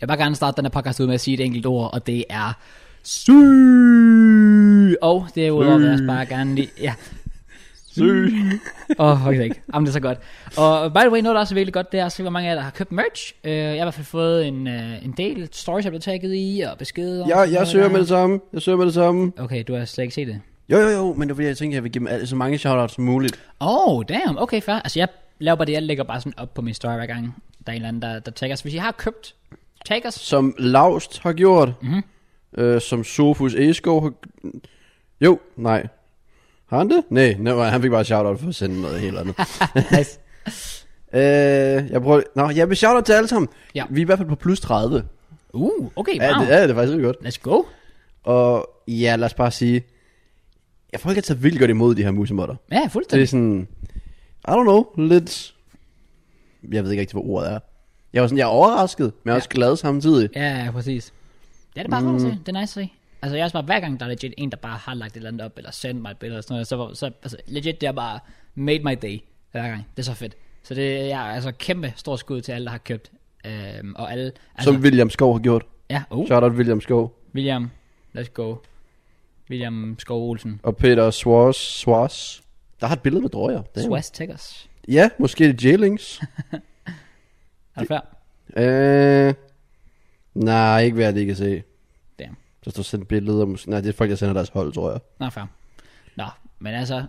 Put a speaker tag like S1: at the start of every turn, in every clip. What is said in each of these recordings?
S1: Jeg vil bare gerne starte den her podcast ud med at sige et enkelt ord, og det er syg. Og det er udover, jeg bare gerne lige... Ja.
S2: Syg.
S1: Åh, oh, ikke. Jamen, det er så godt. Og by the way, noget der også er virkelig godt, det er at se, hvor mange af jer, der har købt merch. Øh, jeg har i hvert fald fået en, øh, en del stories, jeg blev tagget i, og beskeder. og
S2: Jeg,
S1: sådan
S2: jeg
S1: noget
S2: søger
S1: der.
S2: med det samme. Jeg søger med det samme.
S1: Okay, du har slet ikke set det.
S2: Jo, jo, jo, men det var fordi, jeg tænkte, at jeg ville give dem alt, så mange shoutouts som muligt.
S1: Åh, oh, damn. Okay, fair. Altså, jeg laver bare det, jeg lægger bare sådan op på min story hver gang, der er en eller anden, der, der tagger os. Hvis I har købt, tag os.
S2: Som Laust har gjort.
S1: Mhm.
S2: Mm-hmm. Øh, som Sofus Eskov har... Jo, nej. Har han det? Nej, no, han fik bare shoutout for at sende noget helt andet.
S1: Nice.
S2: øh, jeg prøver... Nå, jeg vil shoutout til alle sammen.
S1: Ja.
S2: Vi er i hvert fald på plus 30.
S1: Uh, okay,
S2: Ja,
S1: wow.
S2: det, ja, det er faktisk rigtig godt.
S1: Let's go.
S2: Og ja, lad os bare sige... Jeg folk har taget vildt godt imod de her musemotter.
S1: Ja,
S2: Det er
S1: fuldstændig.
S2: sådan, I don't know, lidt, jeg ved ikke rigtig, hvad ordet er. Jeg var sådan, jeg er overrasket, men jeg er også glad samtidig.
S1: Ja, ja, præcis. Det er det bare mm. rart at se. Det er nice at se. Altså, jeg er også bare, hver gang der er legit en, der bare har lagt et eller andet op, eller sendt mig et billede og sådan noget, så, så altså, legit, det er bare made my day hver gang. Det er så fedt. Så det er ja, altså kæmpe stor skud til alle, der har købt. Øhm, og alle, altså,
S2: Som William Skov har gjort.
S1: ja, oh,
S2: Shout out William Skov.
S1: William, let's go. William Skov Olsen.
S2: Og Peter Swaz. Swaz. Der har et billede med drøjer. Damn.
S1: Swaz Tigers.
S2: Ja, måske det er J-Links.
S1: Er du færdig?
S2: øh, nej, ikke hvad jeg lige kan se.
S1: Damn.
S2: Så står sendt billeder. Måske, nej, det er folk, der sender deres hold, tror jeg.
S1: Nå, fair. Nå, men altså,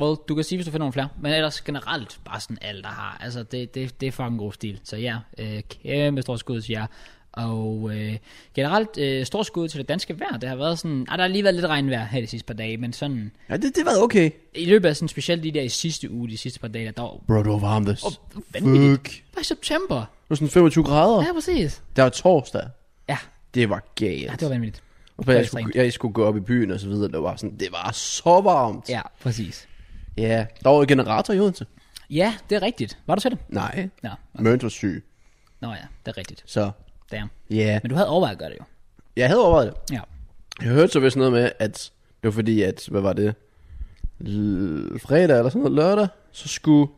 S1: well, du kan sige, hvis du finder nogle flere, men ellers generelt bare sådan alle, der har. Altså, det, det, det er fucking god stil. Så ja, øh, kæmpe stor skud til jer. Og øh, generelt øh, stor skud til det danske vejr. Det har været sådan, ah, der har lige været lidt regnvejr her de sidste par dage, men sådan,
S2: Ja, det, det var okay.
S1: i løbet af sådan specielt lige der i sidste uge, de sidste par dage, der dog,
S2: Bro, du var varmt. Oh,
S1: vanvittigt.
S2: Fuck.
S1: bare i september.
S2: Det var sådan 25 grader.
S1: Ja, præcis.
S2: Det var torsdag.
S1: Ja,
S2: Det var galt.
S1: ja det var vanvittigt.
S2: Og så jeg,
S1: Ekstremt.
S2: skulle, jeg skulle gå op i byen og så videre, det var sådan, det var så varmt.
S1: Ja, præcis.
S2: ja. Der var jo generator i Odense.
S1: Ja, det er rigtigt. Var du til det?
S2: Nej.
S1: Nå,
S2: Mønt var syg.
S1: nå ja, det er rigtigt.
S2: Så,
S1: Damn.
S2: ja. Yeah.
S1: Men du havde overvejet at gøre det jo.
S2: Jeg havde overvejet det.
S1: Ja.
S2: Jeg hørte så vist noget med, at det var fordi, at, hvad var det? L- fredag eller sådan noget, lørdag, så skulle,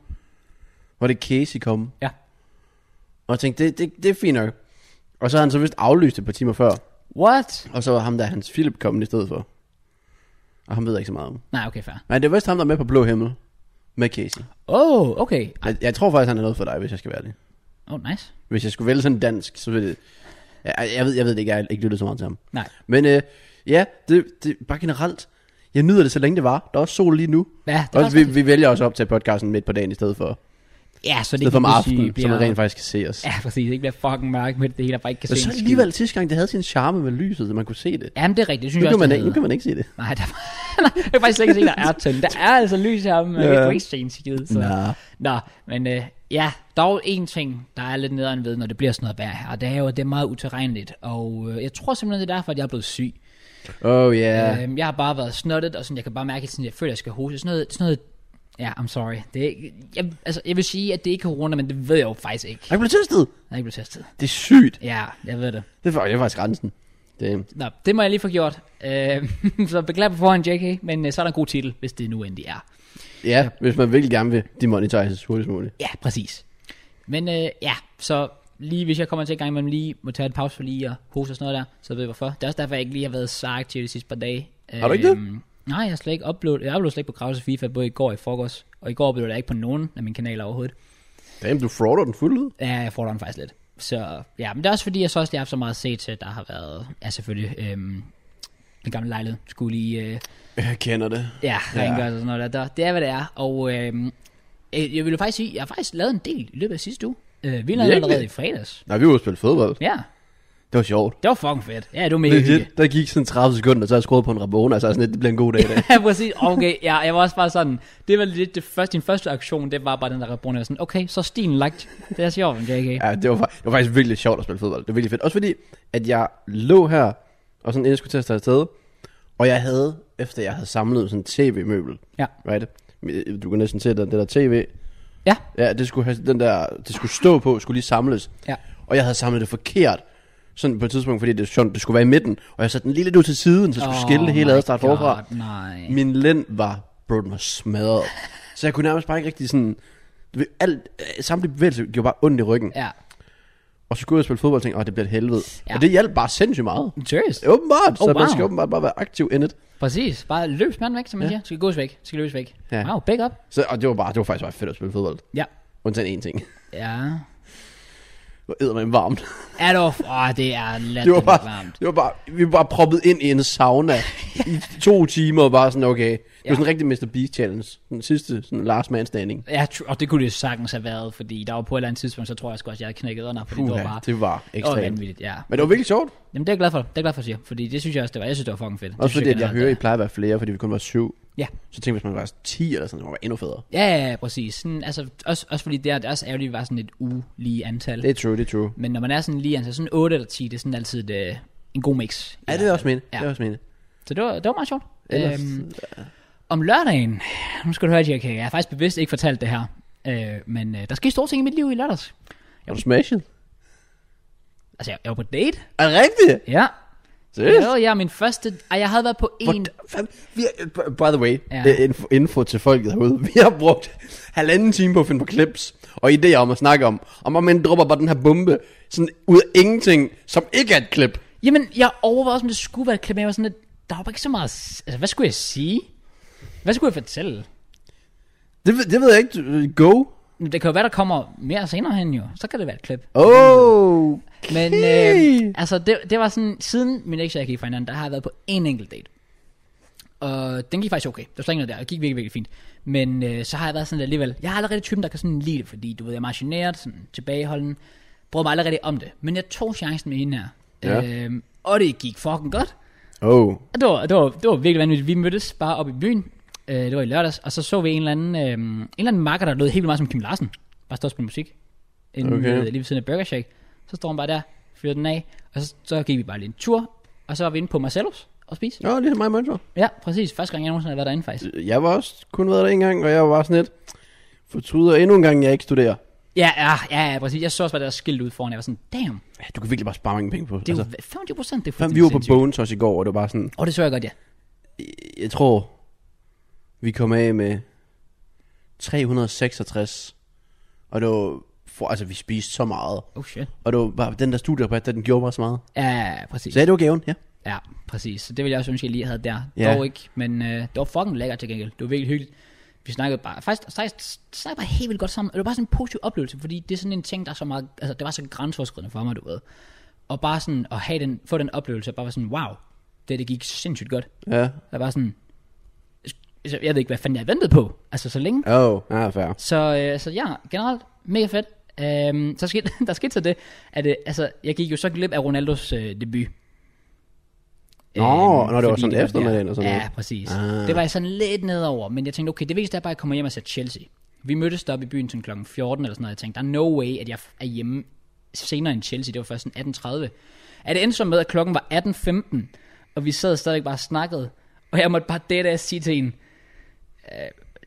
S2: var det Casey komme.
S1: Ja.
S2: Og jeg tænkte, det, det, det er fint nok. Og så har han så vist aflyst et par timer før.
S1: What?
S2: Og så var ham der, Hans Philip, kommet i stedet for. Og ham ved jeg ikke så meget om.
S1: Nej, okay, fair.
S2: Men det var vist ham, der er med på Blå Himmel. Med Casey.
S1: Åh, oh, okay.
S2: Jeg, jeg tror faktisk, han er noget for dig, hvis jeg skal være det.
S1: Åh, oh, nice.
S2: Hvis jeg skulle vælge sådan dansk, så ville det... Jeg, jeg, ved, jeg ved det ikke, jeg har ikke lyttet så meget til ham.
S1: Nej.
S2: Men øh, ja, det, det, bare generelt, jeg nyder det så længe det var. Der er også sol lige nu.
S1: Ja, det er
S2: Også, vi, vi vælger også op til podcasten midt på dagen i stedet for, i
S1: Ja, så det
S2: stedet
S1: ikke
S2: for om
S1: lige
S2: aftenen,
S1: bliver-
S2: så man rent faktisk kan se os. Ja,
S1: Ja, præcis. Ikke bliver fucking mørkt med det hele, der bare ikke kan
S2: og
S1: se
S2: så
S1: en skid.
S2: alligevel sidste gang, det havde sin charme med lyset, så man kunne se det.
S1: Jamen, det er rigtigt. Det synes
S2: Nu
S1: jeg
S2: kan,
S1: også,
S2: man,
S1: det
S2: ikke- nu
S1: hedder.
S2: kan man ikke se det.
S1: Nej, der, nej, jeg kan faktisk slet ikke se, der er tændt. Der er altså lys her, men
S2: Ja.
S1: jeg kan ikke se en skid. Så.
S2: Nå.
S1: Nå, men øh, ja, dog en ting, der er lidt nederen ved, når det bliver sådan noget vejr her, og det er jo, at det er meget uterrenligt, og øh, jeg tror simpelthen, det er derfor, at jeg er blevet syg.
S2: Oh yeah.
S1: Øhm, jeg har bare været snottet, og sådan, jeg kan bare mærke, at sådan, jeg føler, at jeg skal hoste. Sådan noget, sådan noget Ja, I'm sorry. Det er, ikke- jeg, altså, jeg vil sige, at det ikke er corona, men det ved jeg jo faktisk ikke.
S2: Jeg blev testet.
S1: Jeg er ikke blevet testet.
S2: Det er sygt.
S1: Ja, jeg ved det.
S2: Det var, det var faktisk grænsen. Det,
S1: Nå, det må jeg lige få gjort. Øh, så beklager på forhånd, JK, men øh, så er der en god titel, hvis det nu endelig er.
S2: ja, hvis man virkelig gerne vil demonetises hurtigst muligt.
S1: Ja, præcis. Men øh, ja, så lige hvis jeg kommer til en gang imellem lige må tage et pause for lige at hoste og sådan noget der, så ved jeg hvorfor. Det er også derfor, jeg ikke lige har været så aktiv de sidste par dage.
S2: Har du ikke det?
S1: Øhm, Nej, jeg har slet ikke uploadet. Jeg uploadede slet ikke på Krause FIFA, både i går og i forgårs. Og i går uploadede jeg ikke på nogen af mine kanaler overhovedet.
S2: Damn, du frauder den fuldt ud.
S1: Ja, jeg får den faktisk lidt. Så ja, men det er også fordi, jeg så også lige har haft så meget at se til, der har været, ja selvfølgelig, øhm, den gamle lejlighed skulle lige øh,
S2: Jeg kender det.
S1: Ja, rengørs og sådan noget der. der. Det er, hvad det er. Og øhm, øh, jeg vil jo faktisk sige, jeg har faktisk lavet en del i løbet af sidste uge. Øh, vi lavede
S2: Virkelig?
S1: allerede i fredags.
S2: Nej, vi var ude at spille fodbold.
S1: Ja,
S2: Det var sjovt.
S1: det var fucking fedt. Ja, det var mega hyggeligt.
S2: Legit, der gik sådan 30 sekunder, og så har jeg skruet på en Rabona, og så er jeg sådan lidt, det bliver en god dag i dag.
S1: Ja, præcis. Okay, ja, jeg var også bare sådan, det var lidt det første, din første aktion, det var bare den der rebrune, jeg var sådan, okay, så er stien lagt. Det er sjovt, JK. Ja.
S2: Ja, det var, fa- det var faktisk virkelig sjovt at spille fodbold. Det var virkelig fedt. Også fordi, at jeg lå her, og sådan inden jeg skulle til at tage afsted, og jeg havde, efter jeg havde samlet sådan en tv-møbel,
S1: Ja.
S2: right? Du kan næsten se den, det der tv.
S1: ja.
S2: Ja, det skulle, have, den der, det skulle stå på, skulle lige samles.
S1: Ja.
S2: Og jeg havde samlet det forkert, sådan på et tidspunkt, fordi det, sådan, det skulle være i midten, og jeg satte den lige lidt ud til siden, så jeg skulle oh skille det hele ad og starte forfra.
S1: Nej.
S2: Min lænd var, bro, den var smadret. Så jeg kunne nærmest bare ikke rigtig sådan, alt, øh, samtlige bevægelser gjorde bare ondt i ryggen.
S1: Ja.
S2: Og Og så skulle jeg ud og spille fodbold og tænkte, åh, det bliver et helvede.
S1: Ja.
S2: Ja. Og det hjalp bare sindssygt meget.
S1: Seriøst?
S2: Åbenbart,
S1: Oh,
S2: så man
S1: wow.
S2: skal åbenbart bare være aktiv in it.
S1: Præcis. Bare løb manden væk, som man ja. siger. Skal gås væk. Skal løbes væk. Ja.
S2: Ja.
S1: Wow, back up.
S2: Så, og det var, bare, det var faktisk bare fedt at spille fodbold.
S1: Ja.
S2: Undtagen én ting.
S1: Ja.
S2: Det var eddermame varmt.
S1: Er du... Åh, det er lidt
S2: Det var, bare,
S1: varmt.
S2: det var bare, vi var bare proppet ind i en sauna i to timer og bare sådan, okay. Det
S1: Ja.
S2: var sådan en rigtig Mr. Beast challenge. Den sidste, sådan last man standing.
S1: Ja, tr- og det kunne det sagtens have været, fordi der var på et eller andet tidspunkt, så tror jeg sgu også, jeg havde knækket under, fordi det var bare...
S2: Puha, det var
S1: Det var
S2: ekstremt.
S1: vanvittigt, ja.
S2: Men det var virkelig sjovt.
S1: Jamen det er jeg glad for, det er jeg glad for at sige, fordi det synes jeg også, det var. Jeg synes, det var fucking fedt. Det
S2: Også
S1: synes
S2: fordi, at jeg
S1: generelt,
S2: hører, I
S1: det
S2: plejer at være flere, fordi vi kun var syv.
S1: Ja.
S2: Så tænkte jeg, hvis man var 10 eller sådan, det må være endnu federe.
S1: er. Ja, ja, ja, præcis. Sådan, altså, også, også fordi det er, det er også ærgerligt, at vi var sådan et ulige antal.
S2: Det er true, det er true.
S1: Men når man er sådan lige antal, sådan 8 eller 10, det er sådan altid øh, en god mix.
S2: Ja, det er også mine.
S1: Ja.
S2: Ja. Øhm, Det er også mine.
S1: Så det var, det var meget sjovt.
S2: Ellers,
S1: Øhm, om lørdagen, nu skal du høre, JK, jeg har faktisk bevidst ikke fortalt det her, øh, men øh, der skete store ting i mit liv i lørdags.
S2: Var du smashed?
S1: Altså, jeg, jeg var på date.
S2: Er det rigtigt?
S1: Ja.
S2: Seriøst?
S1: Jo, jeg er min første... Ej, jeg havde været på en...
S2: Hvordan- fam- Vi har, by the way,
S1: Ja.
S2: ja. info, info til folket herude. Vi har brugt halvanden time på at finde på clips og idéer om at snakke om. Og man men dropper bare den her bombe sådan ud af ingenting, som ikke er et klip.
S1: Jamen, jeg overvejede også, om det skulle være et klip, men jeg var sådan lidt... Der var bare ikke så meget... s- Altså, hvad skulle jeg sige? Hvad skulle jeg fortælle?
S2: Det, ved- det ved jeg ikke. Du- Go.
S1: Men Det kan jo være, der kommer mere senere hen jo. Så kan det være et klip.
S2: Oh.
S1: Men øh,
S2: øhm,
S1: altså, det, det var sådan, siden min ekse, jeg gik fra hinanden, der har jeg været på en enkelt date. Og den gik faktisk okay. Der var slet ikke noget der. Det gik virkelig, virkelig fint. Men øh, så har jeg været sådan lidt alligevel. Jeg er allerede typen, der kan sådan lide det, fordi du ved, jeg er meget generet, sådan tilbageholden. Brød mig allerede om det. Men jeg tog chancen med hende her.
S2: Ja.
S1: Øh, og det gik fucking godt.
S2: Oh.
S1: Og Det var, det, var, det var virkelig vanvittigt. Vi mødtes bare op i byen. Øh, det var i lørdags. Og så så vi en eller anden, øh, en eller anden marker, der lød helt vildt meget som Kim Larsen. Bare stod og spille musik. En,
S2: Okay.
S1: okay. øh, lige ved siden af Burger Shake. Så står han bare der, fyrer den af. Og så, så gik vi bare lige en tur. Og så var vi inde på Marcellos og spise.
S2: Ja, ligesom mig, Mønter.
S1: Ja, præcis. Første gang, jeg nogensinde har været derinde faktisk.
S2: Jeg var også kun været der en gang, og jeg var bare sådan lidt fortryder endnu en gang, jeg ikke studerer.
S1: Ja, ja, ja, ja præcis. Jeg så også bare det der skilt ud foran. Jeg var sådan, damn.
S2: Ja, du kan virkelig bare spare mange penge på. Altså,
S1: Det er jo 25 procent, det er
S2: fandme,
S1: fuldstændig
S2: vi var på
S1: sindssygt.
S2: Bones også i går, og det var bare sådan,
S1: Åh, det så jeg godt, ja.
S2: jeg tror, vi kom af med 366, og det var, for, altså vi spiste så meget,
S1: Oh shit.
S2: og det var bare, den der studierabat, der, den gjorde bare så meget.
S1: Ja, Ja, ja, præcis.
S2: Så ja, det var gaven, ja.
S1: Ja, præcis. Så det ville jeg også synes, jeg lige havde der.
S2: Ja.
S1: Dog ikke, men øh, det var fucking lækkert til gengæld. Det var virkelig hyggeligt. Vi snakkede bare, faktisk, faktisk snakkede bare helt vildt godt sammen. Og Det var bare sådan en positiv oplevelse, fordi det er sådan en ting, der er så meget, altså det var så grænseoverskridende for mig, du ved. Og bare sådan at have den, få den oplevelse, bare var sådan, wow, det, det gik sindssygt godt.
S2: Ja.
S1: Jeg var sådan, altså, jeg ved ikke, hvad fanden jeg ventede på, altså så længe.
S2: Åh, oh, ja, fair.
S1: Så, øh, så ja, generelt mega fedt. Øhm, så skete, der skete så det, at øh, altså, jeg gik jo så glip af Ronaldos øh, debut.
S2: Nå, nå, det var
S1: Øhm, fordi
S2: sådan
S1: der-
S2: eftermiddagen og sådan
S1: Ja,
S2: noget.
S1: præcis. Ah.
S2: Ah.
S1: Det var jeg sådan lidt nedover, men jeg tænkte, okay, det vigtigste er bare, at jeg kommer hjem og ser Chelsea. Vi mødtes deroppe i byen til kl. 14 eller sådan noget, jeg tænkte, der er no way, at jeg f- er hjemme senere end Chelsea, det var først sådan 18.30. At det endte så med, at klokken var 18.15, og vi sad stadig bare og snakkede, og jeg måtte bare det der sige til hende,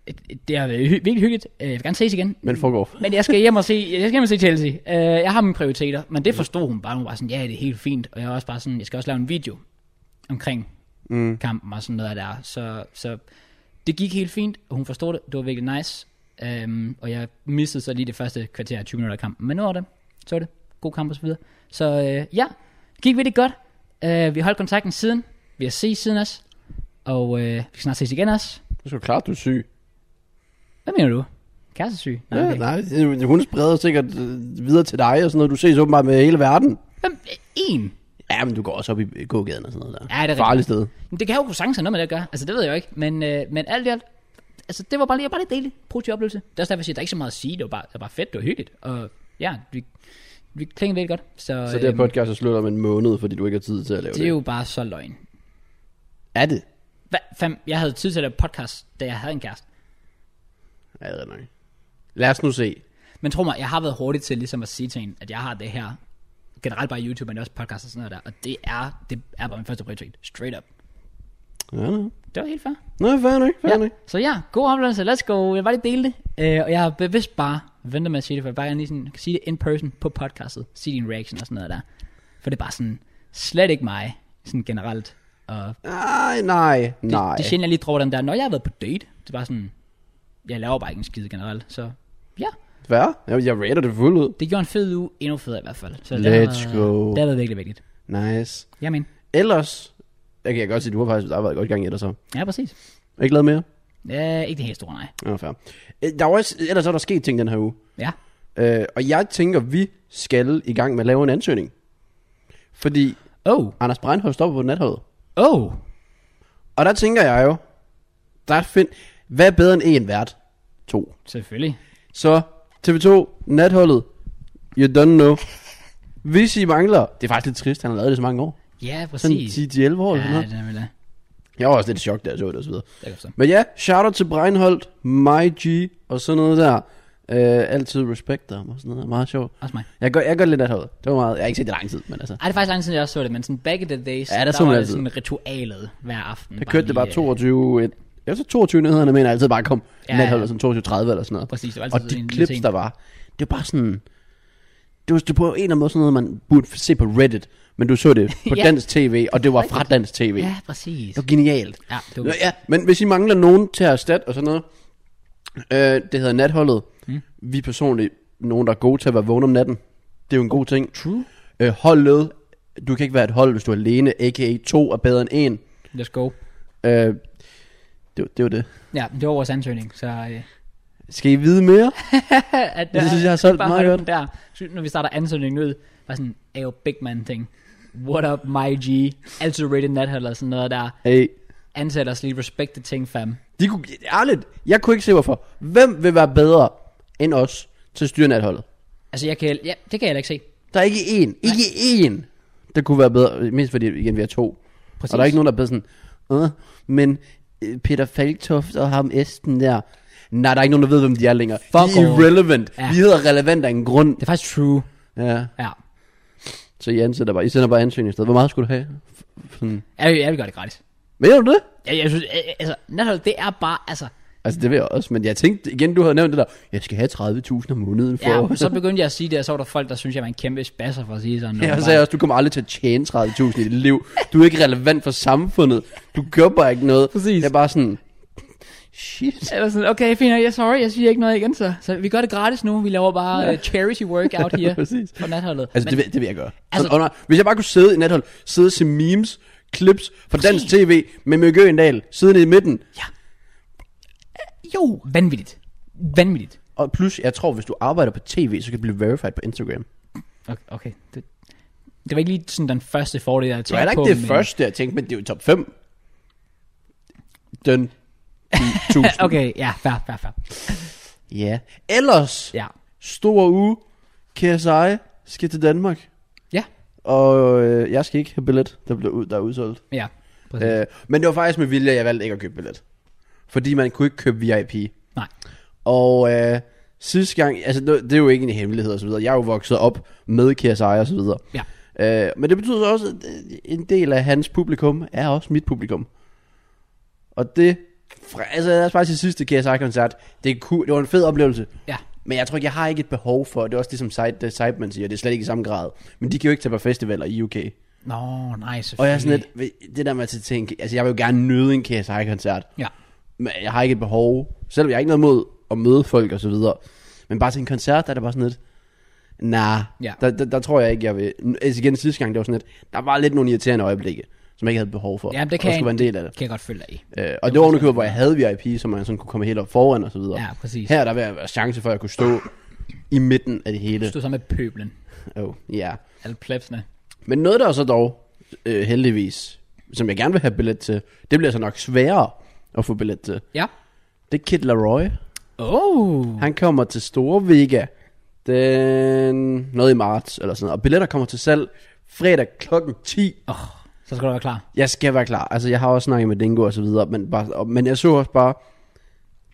S1: "Øh, det har været hy- virkelig hyggeligt, Øh, jeg vil gerne ses igen,
S2: Men foregår.
S1: men jeg skal hjem og se, jeg skal hjem og se Chelsea. Uh, jeg har mine prioriteter, men det forstod hun bare. Hun var sådan, ja, det er helt fint. Og jeg var også bare sådan, jeg skal også lave en video omkring mm. kampen og sådan noget der. Så, så det gik helt fint, og hun forstod det. Det var virkelig nice. Um, og jeg mistede så lige det første kvarter af 20 minutter af kampen. Men nu var det. Så var det. God kamp og så videre. Så uh, ja, gik virkelig godt. Uh, vi holdt kontakten siden. Vi har ses siden også. Og uh, vi skal snart ses igen også.
S2: Det er sgu klart, du er syg.
S1: Hvad mener du? Kærestesyg? Nej, okay.
S2: Ja, nej, det- hun spreder sikkert øh, videre til dig og sådan noget. Du ses åbenbart med hele verden.
S1: Hvem? En?
S2: Ja, men du går også op i øh, gågaden og sådan noget der.
S1: Ja, det er
S2: Farligt sted.
S1: Men det kan jo kunne sagtens have noget med det at gøre. Altså, det ved jeg jo ikke. Men, øh, men alt i alt, altså, det var bare lige, bare lidt dejligt. Positiv oplevelse. Det er også derfor, jeg siger, at der er ikke så meget at sige. Det var bare, det var bare fedt, det var hyggeligt. Og ja, vi, vi klingede virkelig godt. Så,
S2: Så det her
S1: øhm,
S2: podcast er slut om en måned, fordi du ikke har tid til at lave det.
S1: det er jo bare så løgn.
S2: Er det?
S1: Hva, fam, jeg havde tid til at lave podcast, da jeg havde en kæreste.
S2: Ja, det er nok. Lad os nu se.
S1: Men tro mig, jeg har været hurtig til ligesom at sige til hende, at jeg har det her generelt bare YouTube, men også podcast og sådan noget der. Og det er, det er bare min første prioritet. Straight up.
S2: Ja, nej.
S1: Det var helt fair.
S2: Nå, fair nok, fair
S1: Ja.
S2: nok.
S1: Så ja, god oplevelse, let's go. Jeg vil bare lige dele det. Øh, og jeg har bevidst bare ventet med at sige det, for jeg vil bare gerne lige sådan, kan sige det in person på podcastet. Sige din reaction og sådan noget der. For det er bare sådan, slet ikke mig, sådan generelt. Og
S2: Ej, nej,
S1: det,
S2: nej.
S1: det er sjældent, jeg lige dropper den der, når jeg har været på date. Det er bare sådan, jeg laver bare ikke en skid generelt, så ja.
S2: Hvad? Jeg, jeg rater det fuldt ud.
S1: Det gjorde en fed uge, endnu federe i hvert fald. Så
S2: Let's
S1: det har,
S2: go.
S1: Det har været virkelig vigtigt.
S2: Nice.
S1: Jamen,
S2: Ellers, jeg kan godt sige, du har faktisk arbejdet godt i gang i det så.
S1: ja, præcis.
S2: Ikke lavet mere?
S1: Ja, ikke det helt store, nej.
S2: Ja, fair. Øh, Der er jo også, ellers er der sket ting den her uge.
S1: Ja,
S2: Øh, og jeg tænker, vi skal i gang med at lave en ansøgning. Fordi
S1: Oh,
S2: Anders Breinholt stopper på natholdet.
S1: oh,
S2: Og der tænker jeg jo, der find, hvad er bedre end en vært? To.
S1: selvfølgelig.
S2: Så TV2, natholdet, you don't know. Hvis I mangler, det er faktisk lidt trist, han har lavet det så mange år.
S1: Ja,
S2: Sådan
S1: præcis.
S2: 10-11 år
S1: Ja,
S2: eller sådan noget.
S1: det er vel det.
S2: Jeg var også lidt i chok, da jeg så det og så videre.
S1: Det kan jeg forstå.
S2: Men ja, shoutout til Breinholt, My G og sådan noget der. Øh, altid respekt dig og sådan noget. Meget sjovt.
S1: Også mig.
S2: Jeg gør, jeg gør lidt af det. Det var meget. Jeg har ikke set det i lang tid, men altså.
S1: Ej, det er faktisk lang tid, jeg også så det, men sådan back in the days,
S2: Ja, der
S1: der,
S2: så man
S1: var det
S2: altid.
S1: sådan ritualet hver aften.
S2: Der kørte det bare
S1: lige, øh,
S2: 22... Et, efter 22 nyhederne, mener jeg altid bare kom ja,
S1: Ja,
S2: natholdet som 22.30 eller sådan noget.
S1: øh, Præcis, det var altid
S2: Og
S1: sådan
S2: de
S1: en lille
S2: clips,
S1: ting.
S2: der var, det var bare sådan... Det var, det var på en eller anden måde sådan noget, man burde se på Reddit, men du så det på
S1: Ja.
S2: dansk tv, og det var fra dansk tv.
S1: Ja,
S2: Det
S1: præcis.
S2: var genialt.
S1: Ja, det
S2: Nå,
S1: var
S2: ja, men hvis I mangler nogen til at erstatte og sådan noget, øh, det hedder natholdet. Mm. Vi er personligt nogen, der er gode til at være vågne om natten. Det er jo en god ting.
S1: Oh, true.
S2: Øh, holdet, du kan ikke være et hold, hvis du er alene, a.k.a. to er bedre end en.
S1: Let's go.
S2: Øh, det, var- det var det.
S1: Ja, det var vores ansøgning, så... Øh,
S2: Skal I vide mere?
S1: at,
S2: Jeg synes,
S1: øh,
S2: jeg har solgt
S1: bare
S2: meget
S1: holde
S2: godt.
S1: den Der, Så når vi starter ansøgningen ud, var sådan, ayo, big man ting. What up, my G? Altid rated nat eller sådan noget der.
S2: Hey.
S1: Ansætter os lige respected ting, fam.
S2: De kunne, ærligt, jeg kunne ikke se hvorfor. Hvem vil være bedre end os til at styre natholdet?
S1: Altså, jeg kan, ja, det kan jeg heller ikke se.
S2: Der er ikke én, ikke én, der kunne være bedre. Mest fordi, igen, vi er to. Præcis.
S1: Præcis.
S2: Og der er ikke nogen, der er bedre sådan, øh, men øh, Peter Falktoft og ham Esben der. Nej, der er ikke nogen, der ved, hvem de er længere. Fuck de
S1: Fuck
S2: er
S1: off.
S2: irrelevant. Ja.
S1: Ja.
S2: De hedder relevant af en grund.
S1: Det er faktisk true.
S2: Ja.
S1: Ja.
S2: Så I ansætter bare. I sender bare ansøgning i stedet. Hvor meget skulle du have? F- sådan.
S1: Jeg, jeg vil gøre det gratis.
S2: Mener du det?
S1: Jeg, jeg synes, øh, altså, nathold, det er bare, altså,
S2: Altså det vil jeg også, men jeg tænkte igen, du havde nævnt det der, jeg skal have 30.000 om måneden for...
S1: ja, og så begyndte jeg at sige det, og så var der folk, der synes jeg var en kæmpe spasser for at sige sådan noget.
S2: Ja, og så sagde jeg også, du kommer aldrig til at tjene 30.000 i dit liv. Du er ikke relevant for samfundet. Du gør bare ikke noget.
S1: Præcis.
S2: Jeg er bare sådan, shit.
S1: Eller sådan, okay, fint, jeg sorry, jeg siger ikke noget igen, så. Så vi gør det gratis nu, vi laver bare ja. uh, charity work out here
S2: Præcis.
S1: for natholdet.
S2: Altså, det, vil, det vil jeg gøre. Altså,
S1: Altså-
S2: under, hvis jeg bare kunne sidde i nathold, sidde og se memes, clips fra dansk tv med Mikke Øgendal, siden i midten.
S1: Jo, vanvittigt. Vanvittigt.
S2: Og plus, jeg tror, hvis du arbejder på tv, så kan du blive verified på Instagram.
S1: Okay, okay. Det, det var ikke lige sådan den første fordel, jeg
S2: Det var
S1: tænkte
S2: heller
S1: på.
S2: ikke det
S1: men-
S2: første, jeg tænkte, men det er jo top 5. Den 10.000.
S1: Okay, ja, fair, fair, fair.
S2: Ja. Ellers,
S1: Ja.
S2: stor uge, KSI skal til Danmark.
S1: Ja,
S2: Og øh, jeg skal ikke have billet, der, blev ud, der er udsolgt.
S1: ja. Præcis.
S2: Øh, men det var faktisk med vilje, at jeg valgte ikke at købe billet. Fordi man kunne ikke købe VIP.
S1: Nej.
S2: Og øh, sidste gang, altså det, det er jo ikke en hemmelighed og så videre. Jeg er jo vokset op med KSI og så videre.
S1: Ja.
S2: Øh, men det betyder så også, at øh, en del af hans publikum er også mit publikum. Og det, fra, altså lad os bare sige sidste KSI-koncert, det, ku- det var en fed oplevelse.
S1: Ja,
S2: Men jeg tror ikke, jeg har ikke et behov for, det er også det, som Sy- det Sideman siger, det er slet ikke i samme grad. Men de kan jo ikke tage på festivaler i UK.
S1: Nå, nej, selvfølgelig.
S2: Og jeg er sådan lidt, ved- det der med at tænke, altså jeg vil jo gerne nyde en KSI-koncert,
S1: Ja,
S2: men jeg har ikke et behov, selvom jeg har ikke noget mod at møde folk og så videre. Men bare til en koncert, der er det bare sådan lidt, nah,
S1: Ja.
S2: der, der, der, tror jeg ikke, jeg vil. Altså igen, sidste gang, det var sådan lidt, der var lidt nogle irriterende øjeblikke, som jeg ikke havde behov for.
S1: ja det kan,
S2: og skulle være en del af det.
S1: kan jeg godt følge dig i.
S2: Øh, og det var underkøbet, hvor jeg havde VIP, så man sådan kunne komme helt op foran og så videre.
S1: Ja, præcis.
S2: Her der vil jeg være chance for, at jeg kunne stå i midten af det hele.
S1: Du stod sammen med pøblen.
S2: Oh, ja.
S1: Alle plebsene.
S2: Men noget, der så dog, øh, heldigvis, som jeg gerne vil have billet til, det bliver så nok sværere at få billet til.
S1: Ja.
S2: Det er Kid Laroi.
S1: Oh.
S2: Mm. Han kommer til Store Vega den, noget i marts eller sådan noget. Og billetter kommer til salg fredag klokken 10.
S1: oh. Så skal du være klar.
S2: Jeg skal være klar. Altså, jeg har også snakket med Dingo og så videre, men, bare, og, men jeg så også bare,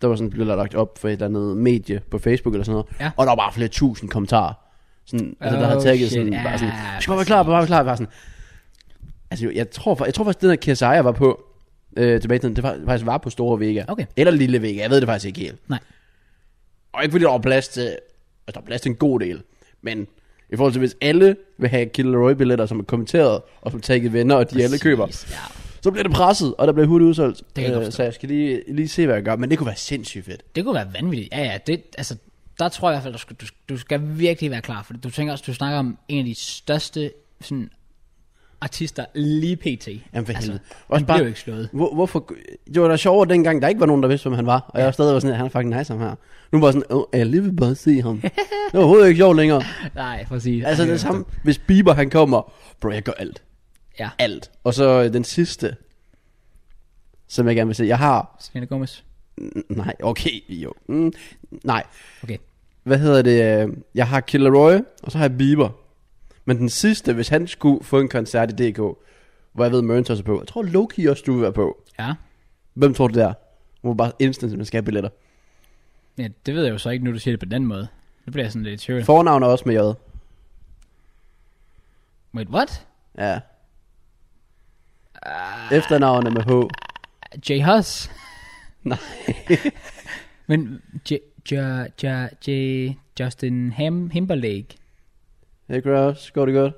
S2: der var sådan, blev der lagt op for et eller andet medie på Facebook eller sådan noget,
S1: Ja.
S2: og der var bare flere tusind kommentarer. Sådan, altså, der
S1: Oh,
S2: havde tagget
S1: shit.
S2: sådan, yeah, bare sådan,
S1: Ja,
S2: skal bare være klar, bare være klar, bare sådan. Altså, jo, jeg tror, fa- jeg tror faktisk, den her KSI, jeg var på, øh, tilbage i tiden, det var, faktisk var på Store Vega.
S1: Okay.
S2: Eller Lille Vega, jeg ved det faktisk ikke helt.
S1: Nej.
S2: Og ikke fordi der var plads til, altså der var plads til en god del, men i forhold til, hvis alle vil have Killeroy billetter, som er kommenteret, og som tagget venner, og de alle køber,
S1: Præcis, Ja.
S2: så bliver det presset, og der bliver hurtigt udsolgt.
S1: kan jeg godt
S2: Øh,
S1: forstå.
S2: så jeg skal lige, lige se, hvad jeg gør. Men det kunne være sindssygt fedt.
S1: Det kunne være vanvittigt. Ja, ja, det, altså, der tror jeg i hvert fald, du skal, du, du skal virkelig være klar, for du tænker også, du snakker om en af de største sådan, artister lige pt.
S2: Jamen for helvede.
S1: Altså, han
S2: Også
S1: bliver jo
S2: bare,
S1: ikke slået.
S2: hvor, hvorfor, det var da sjovere dengang, der ikke var nogen, der vidste, hvem han var. Og jeg var stadig var sådan, han er fucking nice, ham her. Nu var jeg sådan, oh, jeg lige vil bare se ham. det var overhovedet ikke sjovt længere.
S1: Nej, præcis.
S2: Altså
S1: Ej,
S2: det samme, hvis Bieber han kommer, bro, jeg gør alt.
S1: Ja,
S2: Alt. Og så øh, den sidste, som jeg gerne vil se. Jeg har,
S1: Selena Gomez.
S2: n- nej, okay, jo. Mm, nej,
S1: Okay.
S2: hvad hedder det? øh, Jeg har Killer Roy, og så har jeg Bieber. Men den sidste, hvis han skulle få en koncert i DK, hvor jeg ved, Mørens også er på. Jeg tror, Loki også du vil være på.
S1: Ja.
S2: Hvem tror du det er? Hun var bare instant, man skal have billetter.
S1: ja, det ved jeg jo så ikke, nu du siger det på den måde. Nu bliver jeg sådan lidt i tvivl.
S2: Fornavn er også med J.
S1: Wait, what?
S2: Ja. Efternavn er med H.
S1: J. Hus?
S2: Nej.
S1: Men J, J, J, J, Justin Ham, Himberlake.
S2: Hey Grouse, går det godt?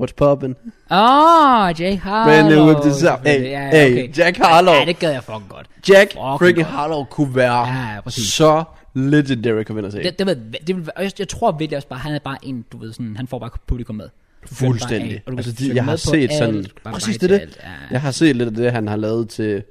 S2: What's poppin'?
S1: Åh, oh, J. Harlow.
S2: Brand new with this up. Hey,
S1: selvfølgelig. Ja, ja,
S2: hey,
S1: okay.
S2: Jack Harlow.
S1: Ja, det gad jeg fucking godt.
S2: Jack
S1: Fucking
S2: freaking
S1: godt.
S2: Harlow kunne være
S1: Ja, ja, præcis.
S2: så legendary, kan man se.
S1: Det, det, ved, det vil, være- og jeg, jeg tror virkelig også bare, han er bare en, du ved sådan, han får bare publikum med. Du følger bare
S2: Fuldstændig.
S1: af, og du kan
S2: altså,
S1: følge
S2: de, jeg
S1: med
S2: har
S1: på
S2: set
S1: alt,
S2: sådan...
S1: bare
S2: Præcis,
S1: vej
S2: det
S1: til
S2: er
S1: alt.
S2: det.
S1: Ja, ja.
S2: Jeg har set lidt af det, han har lavet til...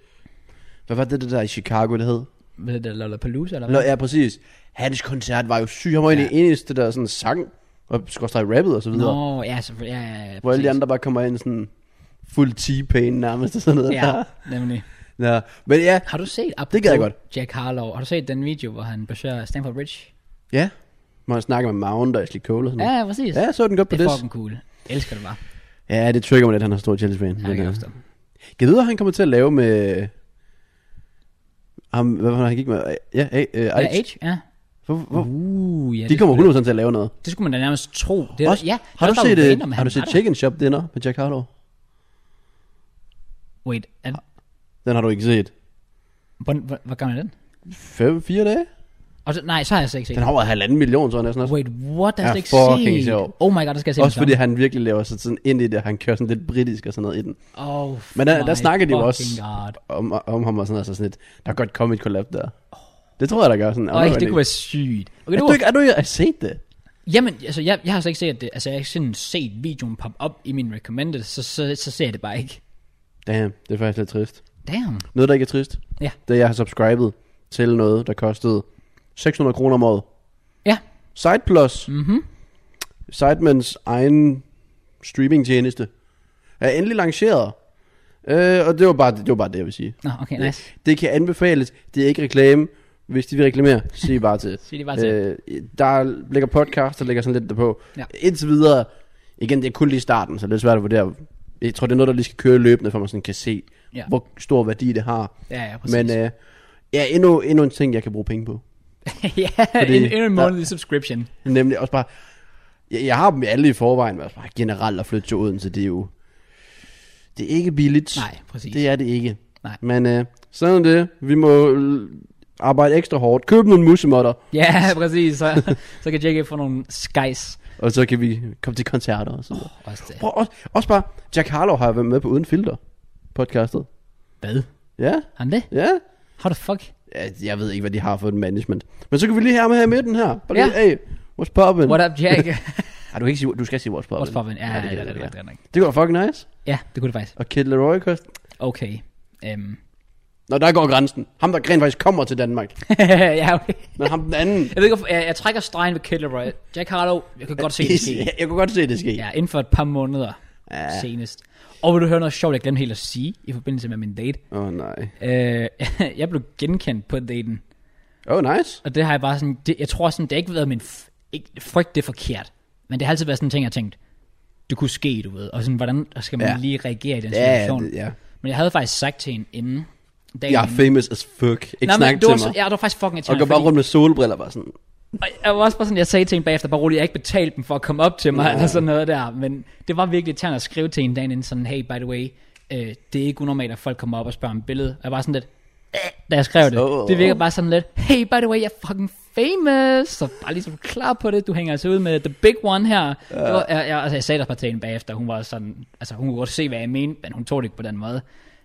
S2: Hvad var det, det der i Chicago, det hed?
S1: Hvad hedder det, Lollapalooza eller
S2: Nå,
S1: hvad?
S2: ja, præcis. Hans koncert var jo syg. Han var egentlig ja. eneste, der sådan sang og skorstræk rappet og så videre. Nå,
S1: Nå, ja, selvfølgelig. Ja, ja, ja,
S2: hvor alle de
S1: præcis.
S2: andre bare kommer ind sådan fuld T-pain nærmest og sådan noget.
S1: Ja,
S2: Ja.
S1: nemlig.
S2: ja. Men ja,
S1: Har du set, apropos
S2: Det gad jeg godt.
S1: Jack Harlow, har du set den video, hvor han besøger Stamford Bridge?
S2: ja. Må han snakke med Mount og Ashley Cole og sådan
S1: Ja,
S2: noget.
S1: ja, præcis.
S2: Ja, jeg så den godt på
S1: det
S2: det.
S1: er fucking cool. Jeg elsker det bare.
S2: Ja, det trigger mig lidt, han har stor Chelsea-fan.
S1: Ja, jeg kan
S2: øh,
S1: forstå.
S2: Kan du vide, hvad han kommer til at lave med... Ham, hvad var det, han gik med? Ja, A, øh,
S1: Ja,
S2: Ike.
S1: Age, ja.
S2: Hvor, hvor,
S1: Uh, ja,
S2: de
S1: det,
S2: kommer 100% til at lave noget.
S1: det skulle man da nærmest tro. Det er,
S2: Også,
S1: ja,
S2: har, du
S1: det er
S2: set,
S1: bare
S2: øh,
S1: random,
S2: har
S1: han
S2: du set
S1: var der.
S2: Chicken Shop Dinner med Jack Harlow?
S1: Wait, er, den-
S2: Den har du ikke set.
S1: hvor, hvor, hvor gammel er den?
S2: 5-4 dage?
S1: Og så, nej, så har jeg slet ikke set
S2: Den har over halvanden million, tror jeg næsten også.
S1: Wait, what? Der er
S2: Ja,
S1: slet ikke
S2: fucking
S1: set.
S2: sjov.
S1: Oh my god, der skal jeg se
S2: Også
S1: den
S2: fordi
S1: sammen.
S2: han virkelig laver sig sådan ind i det. Han kører sådan lidt britisk og sådan noget i den.
S1: Oh,
S2: Men øh, der-
S1: my
S2: der snakker de jo også-
S1: fucking God.
S2: Om, om ham og sådan noget. Så sådan lidt, der er godt kommet et collab der. Det tror jeg, der gør sådan.
S1: Øj, det kunne være sygt. Okay,
S2: er
S1: det
S2: du
S1: var,
S2: ikke, er du ikke, har set det?
S1: jamen, altså, jeg, jeg har slet ikke set det. Altså, jeg har sådan set videoen poppe op i min recommended, så, så, så ser jeg det bare ikke.
S2: Damn, det er faktisk lidt trist.
S1: Damn.
S2: Noget, der ikke er trist,
S1: Ja.
S2: det er, at jeg har subscribet til noget, der kostede 600 kroner om året.
S1: Ja.
S2: Site Plus,
S1: Mhm.
S2: Sitemans egen streamingtjeneste, er endelig lanceret. Øh, og det var, bare, det var bare det, jeg vil sige.
S1: Nå, okay, nice.
S2: Det kan anbefales. Det er ikke reklame. Hvis de vil reklamere, sig bare til.
S1: Sig det bare til.
S2: Øh, der ligger podcast, der ligger sådan lidt derpå.
S1: Ja.
S2: Indtil videre, igen, det er kun lige starten, så det er svært at vurdere. Jeg tror, det er noget, der lige skal køre løbende, for man sådan kan se,
S1: Ja.
S2: hvor stor værdi det har.
S1: Ja, ja, præcis.
S2: Men øh, ja, endnu, endnu en ting, jeg kan bruge penge på.
S1: ja,
S2: fordi-
S1: en, en månedlig subscription.
S2: Nemlig også bare, jeg, jeg har dem alle i forvejen, men også bare generelt at flytte til Odense, det er jo, det er ikke billigt.
S1: Nej, præcis.
S2: Det er det ikke.
S1: Nej.
S2: Men øh, sådan er det. Vi må øh, arbejde ekstra hårdt. Køb nogle musemotter,
S1: Ja, præcis. Så, så kan Jack få nogle skies.
S2: og så kan vi komme til koncerter og sådan noget.
S1: Også det.
S2: Prøv, også, også bare, Jack Harlow har været med på Uden Filter podcastet.
S1: Hvad?
S2: Ja,
S1: Har han det?
S2: ja.
S1: How the fuck?
S2: ja jeg ved ikke, hvad de har for et management. Men så kan vi lige have med her i midten her. Bare lige,
S1: Ja.
S2: hey, what's poppin'?
S1: What up, Jack?
S2: Ej, du, kan ikke sige, du skal sige what's poppin'.
S1: What's poppin'? Ja, ja,
S2: det,
S1: det,
S2: kan
S1: det,
S2: jeg
S1: det,
S2: godt,
S1: det,
S2: ja.
S1: det, det,
S2: det går fucking nice.
S1: Ja, det kunne det faktisk.
S2: Og Kid Leroy kost.
S1: Okay. Øhm.
S2: Nå, der går grænsen. Ham, der rent faktisk kommer til Danmark.
S1: ja, okay.
S2: Men ham den anden.
S1: Jeg ved ikke, hvorfor- jeg, jeg trækker stregen ved Kid Leroy. Jack Harlow, jeg kan godt se det ske.
S2: jeg kunne godt se det ske.
S1: Ja, inden for et par måneder ja. senest. Og vil du høre noget sjovt, jeg glemte helt at sige i forbindelse med min date?
S2: Åh, oh, nej.
S1: Øh, jeg blev genkendt på daten,
S2: Åh, oh, nice.
S1: og det har jeg bare sådan, det, jeg tror sådan, det har ikke været min f- ikke, frygt, det er forkert. Men det har altid været sådan en ting, jeg har tænkt, det kunne ske, du ved. Og sådan, hvordan skal man ja.
S2: Ja.
S1: lige reagere i den
S2: Ja,
S1: situation?
S2: det- ja.
S1: Men jeg havde faktisk sagt til hende inden dagen.
S2: Jeg er famous as fuck. Ikke
S1: Nå, men
S2: snak
S1: det var,
S2: til
S1: så-
S2: mig.
S1: Ja, det var faktisk fucking
S2: Og
S1: irriterende,
S2: går bare
S1: fordi-
S2: rundt med solbriller bare sådan.
S1: Og jeg var også bare sådan, jeg sagde til hende bagefter, bare roligt, jeg har ikke betalt dem for at komme op til mig, eller sådan noget der. Men det var virkelig tænkt at skrive til en dagen inden, sådan, hey, by the way, øh, det er ikke unormalt, at folk kommer op og spørger om et billede. Og jeg var sådan lidt, "Øh," da jeg skrev det.
S2: Så-
S1: Det virker bare sådan lidt, hey, by the way, jeg er fucking famous. Så bare ligesom klar på det, du hænger altså ud med the big one her. Det var, jeg, jeg, altså, jeg sagde det også bare til hende bagefter, hun var sådan, altså hun kunne godt se, hvad jeg mente, men hun tog det ikke på den måde.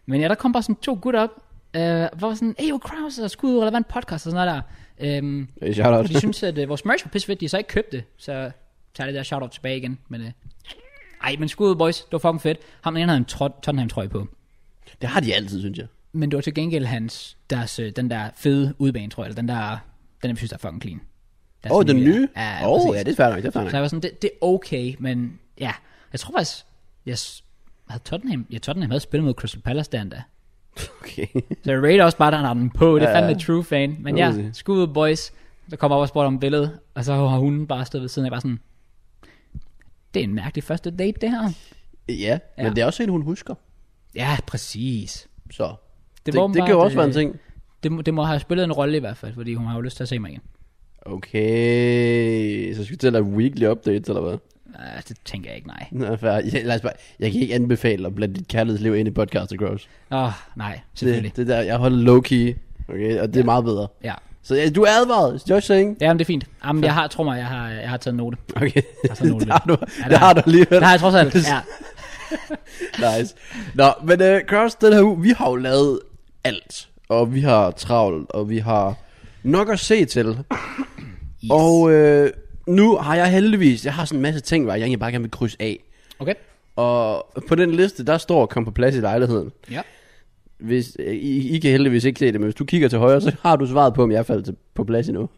S1: Men ja, der kom bare sådan to gutter op, Øh, hvor var sådan, hey, jo, Kraus og skud relevant podcast og sådan noget der. Øhm,
S2: Det er shout-out.
S1: og de synes, at øh, vores merch var pisse fedt, de så ikke købte det, så tager det der shout-out tilbage igen. Men, øh, ej, men skud ud, boys, det var fucking fedt. Ham den ene havde en trot- Tottenham-trøje på.
S2: Det har de altid, synes jeg.
S1: Men det var til gengæld hans, deres, øh, den der fede udbane, tror jeg, eller den der, den jeg synes, der er fucking clean. Deres
S2: Åh, oh, den nye?
S1: der.
S2: Åh, oh,
S1: Altså, præcis.
S2: ja, det er fair nok, det er fair nok.
S1: Så jeg var sådan, det, det er okay, men ja, jeg tror faktisk, jeg s- havde Tottenham, ja, Tottenham havde spillet mod Crystal Palace der endda.
S2: Okay.
S1: Så jeg rater også bare, der har den på, det er
S2: Ja,
S1: fandme
S2: ja.
S1: true fan. Men
S2: Det må
S1: ja,
S2: man sige.
S1: skud ud, boys, der kommer op og spurgte om billedet, og så har hun bare stået ved siden af, bare sådan, det er en mærkelig første date, det her.
S2: Ja, men
S1: Ja.
S2: det er også en, hun husker.
S1: Ja, præcis.
S2: Så
S1: Det
S2: det,
S1: var
S2: det, det
S1: åbenbart,
S2: kan jo også
S1: øh,
S2: være en ting.
S1: Det, må- det må have spillet en rolle i hvert fald, fordi hun har jo lyst til at se mig igen.
S2: Okay, så skal vi til at lave weekly updates, eller hvad?
S1: Uh, det tænker jeg ikke, nej.
S2: Nå, fair. Ja, lad os bare, jeg kan ikke anbefale at blande dit kærlighedsliv ind i podcast, Gross.
S1: Åh, oh, nej, selvfølgelig.
S2: Det, det der, jeg holder low-key, okay? Og det er meget bedre.
S1: Ja.
S2: Så ja, du er advaret, it's just saying.
S1: Jamen, det er fint. Jamen, jeg har, tror mig, jeg har, jeg har taget en note.
S2: Okay,
S1: er sådan nogle
S2: det har du,
S1: lidt- Ja,
S2: det har du alligevel.
S1: Det har jeg trods alt. Ja.
S2: nice. Nå, men uh, Cross, den her uge, vi har jo lavet alt. Og vi har travlt, og vi har nok at se til. Yes. Og øh, nu har jeg heldigvis, jeg har sådan en masse ting, hvor jeg egentlig bare gerne vil krydse af.
S1: Okay.
S2: Og på den liste, der står kom på plads i lejligheden.
S1: Ja.
S2: Hvis, øh, I, I kan heldigvis ikke se det, men hvis du kigger til højre, så har du svaret på, om jeg er faldet til, på plads endnu.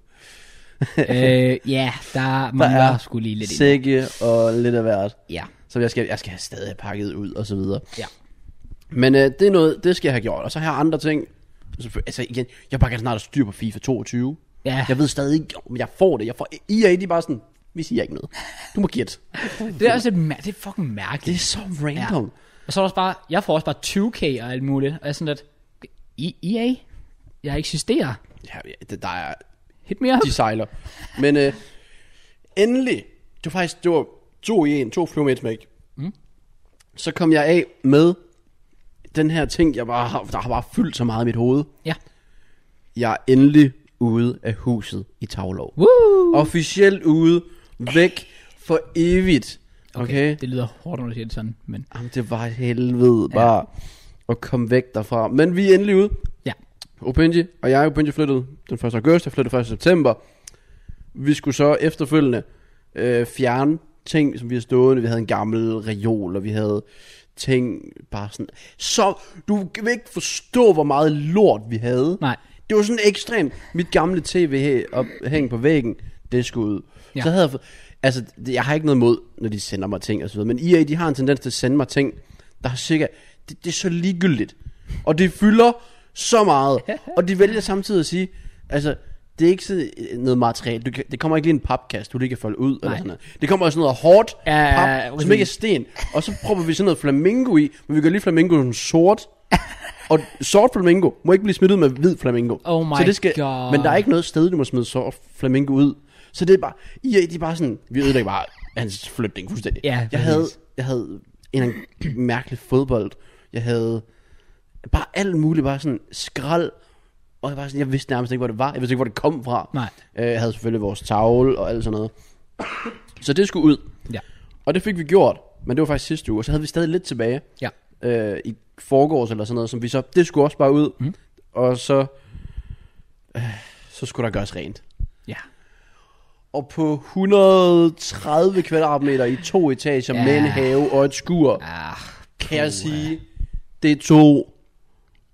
S1: øh, ja, der mangler der skulle lige lidt ind.
S2: sække og lidt af hvert.
S1: Ja.
S2: Så jeg skal, jeg skal have stadig have pakket ud og så videre.
S1: Ja.
S2: Men øh, det er noget, det skal jeg have gjort. Og så har jeg andre ting. Selvfølgelig- Altså igen, jeg bare kan snart have styr på FIFA 22.
S1: Ja.
S2: Jeg ved stadig ikke, om jeg får det. Jeg får, I er de er bare sådan, vi siger ikke noget. Du må gætte.
S1: Det er også et mær- det er fucking
S2: Det er
S1: mærkeligt.
S2: så random. Ja.
S1: Og så er der også bare, jeg får også bare 20k og alt muligt. Og jeg er sådan lidt, I, EA? Jeg eksisterer.
S2: Ja, ja, det, der er,
S1: Hit me up.
S2: de sejler. Men øh, endelig, det var faktisk, det var to i en, to flyver med et smæk. Mm. Så kom jeg af med den her ting, jeg bare, har- der har bare fyldt så meget i mit hoved.
S1: Ja.
S2: Jeg er endelig ude af huset i Tavlov.
S1: Woo!
S2: Officielt ude, væk for evigt. Okay. okay.
S1: Det lyder hårdt, når du siger det sådan, men
S2: Jamen, det var et helvede bare at komme væk derfra. Men vi er endelig ude.
S1: ja.
S2: Opinji og jeg, Opinji flyttede den 1. august, jeg flyttede 1. september. Vi skulle så efterfølgende øh, fjerne ting, som vi har stående. Vi havde en gammel reol, og vi havde ting bare sådan... Så du vil ikke forstå, hvor meget lort vi havde.
S1: Nej.
S2: Det var sådan ekstremt. Mit gamle tv hæng på væggen, det skulle ud.
S1: Ja.
S2: Ja. Så havde jeg, fået- altså, det- jeg har ikke noget mod, når de sender mig ting og så videre, men EA, de har en tendens til at sende mig ting, der er cirka, det, det er så ligegyldigt. Og det fylder så meget. Og de vælger samtidig at sige, altså, det er ikke sådan øh, noget materiale. Du kan, det kommer ikke lige i en papkasse, du lige kan folde ud. Eller sådan noget. Det kommer også noget hårdt
S1: Ja, ja, ja,
S2: pap,
S1: præcis.
S2: som ikke er sten. Og så prøver vi sådan noget flamingo i, men vi gør lige flamingoen sort. Og sort flamingo må ikke blive smidt ud med hvid flamingo.
S1: Oh my
S2: så det skal,
S1: God.
S2: Men der er ikke noget sted, du må smide sort flamingo ud. Så det er bare, ja, de er bare sådan, vi ødelægger bare hans flytning fuldstændig.
S1: Ja,
S2: jeg,
S1: præcis.
S2: havde, jeg havde en eller anden mærkelig fodbold. Jeg havde bare alt muligt, bare sådan skrald. Og jeg, var sådan, jeg vidste nærmest ikke, hvor det var. Jeg vidste ikke, hvor det kom fra.
S1: Nej.
S2: Øh, Jeg havde selvfølgelig vores tavle og alt sådan noget. Så det skulle ud.
S1: Ja.
S2: Og det fik vi gjort. Men det var faktisk sidste uge. Og så havde vi stadig lidt tilbage
S1: Ja.
S2: øh, i forgårs eller sådan noget, som vi så, det skulle også bare ud, mm. og så, øh, så skulle der gøres rent.
S1: Ja.
S2: Og på 130 kvadratmeter i to etager
S1: Ja.
S2: ja. med en have og et skur,
S1: Ah,
S2: kan jeg sige, det to,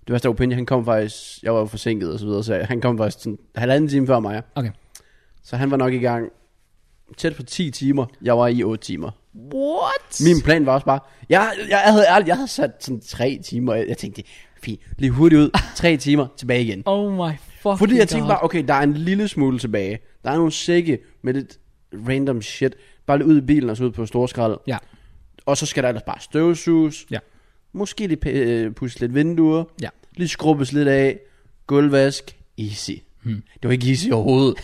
S2: det var Stavopinje, han kom faktisk, jeg var jo forsinket og så videre, så han kom faktisk sådan halvanden time før mig,
S1: okay.
S2: så han var nok i gang tæt på 10 timer, jeg var i 8 timer.
S1: What?
S2: Min plan var også bare, jeg, jeg havde ærligt, jeg havde sat sådan tre timer, jeg tænkte, fint, lige hurtigt ud, tre timer, tilbage igen.
S1: Oh my fucking
S2: Fordi jeg tænkte
S1: God.
S2: bare, okay, der er en lille smule tilbage, der er nogle sække med lidt random shit, bare lidt ud i bilen og så ud på storskrald,
S1: Ja.
S2: og så skal der ellers bare støvsuges,
S1: Ja.
S2: måske lige p- øh, pusse lidt vinduer,
S1: Ja.
S2: lige skrubbes lidt af, gulvvask, easy. Hmm. Det var ikke easy overhovedet.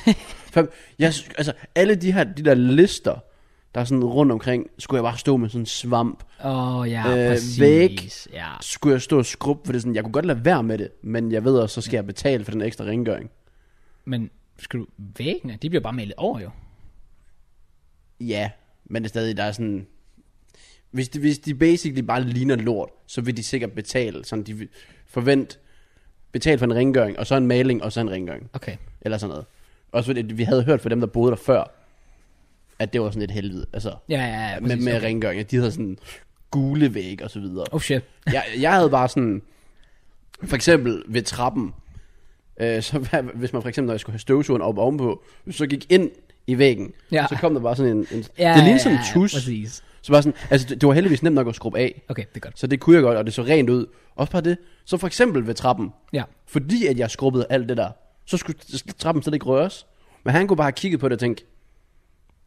S2: Fam- jeg, sy- altså, alle de her, de der lister, der er sådan rundt omkring, skulle jeg bare stå med sådan en svamp,
S1: Åh, oh, ja,
S2: Øh,
S1: præcis.
S2: væg.
S1: Ja.
S2: skulle jeg stå og skrubbe for det er sådan, jeg kunne godt lade være med det, men jeg ved også, så skal jeg betale for den ekstra rengøring.
S1: Men skal du, væggene, de bliver bare malet over jo.
S2: Ja, men det er stadig, der er sådan... Hvis de, hvis de basically bare ligner lort, så vil de sikkert betale, sådan de vil forvente betalt for en rengøring, og så en maling, og så en rengøring.
S1: Okay.
S2: Eller sådan noget. Også fordi vi havde hørt fra dem, der boede der før, at det var sådan et helvede. Altså,
S1: Ja, ja, ja.
S2: ja, med,
S1: præcis,
S2: med
S1: okay.
S2: rengøring, at de havde sådan gule vægge og så videre.
S1: Oh shit.
S2: jeg, jeg havde bare sådan, for eksempel ved trappen, øh, så hver- hvis man for eksempel, når jeg skulle have støvsugeren op ovenpå, hvis så gik ind i væggen,
S1: Ja.
S2: ja. så kom der bare sådan en, en
S1: Ja,
S2: ja, det lignede sådan en
S1: ja,
S2: tus,
S1: Præcis.
S2: så var sådan, altså det, det var heldigvis nemt nok at skrubbe af,
S1: Okay, det er godt.
S2: så det kunne jeg godt, og det så rent ud, også bare det, så for eksempel ved trappen,
S1: Ja.
S2: fordi at jeg skrubbede alt det der, så skulle s- trappen slet ikke røres, men han kunne bare have kigget på det og tænke,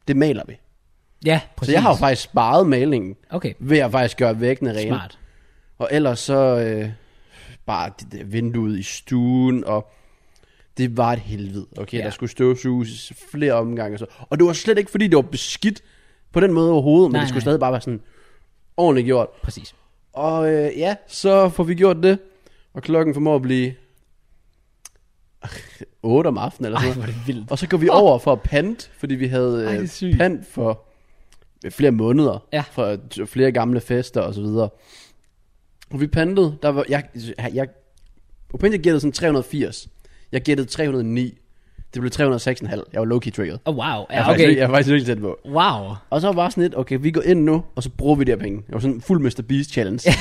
S2: det maler vi.
S1: Ja,
S2: Så
S1: præcis.
S2: jeg har jo faktisk sparet malingen,
S1: Okay,
S2: ved at faktisk gøre væggene rene.
S1: smart.
S2: Og ellers så øh, bare det der vinduet i stuen, og det var et helvede. Okay,
S1: Ja.
S2: ja. der skulle støvsuges flere omgange og så. Og det var slet ikke, fordi det var beskidt på den måde overhovedet, men
S1: Nej,
S2: det skulle
S1: nej.
S2: stadig bare være sådan ordentligt gjort.
S1: Præcis.
S2: Og øh, ja, så får vi gjort det, og klokken formår at blive 8 om aftenen eller
S1: Ej,
S2: sådan noget.
S1: hvor er det vildt.
S2: Og så går vi over for at pant, fordi vi havde
S1: Ej, det er
S2: øh,
S1: sygt.
S2: pant for øh, flere måneder,
S1: Ja.
S2: fra t- flere gamle fester og så videre. Og vi pantede, der var, jeg, jeg, Opinion gættede sådan 380, jeg gættede 309, det blev 306,5, jeg var low-key trigget.
S1: Oh, wow. Ja,
S2: Jeg er, faktisk,
S1: okay.
S2: virkelig- jeg er faktisk virkelig tæt på.
S1: Wow.
S2: Og så var jeg sådan lidt, okay, vi går ind nu, og så bruger vi de her penge. Jeg var sådan en fuld Mr. Beast challenge.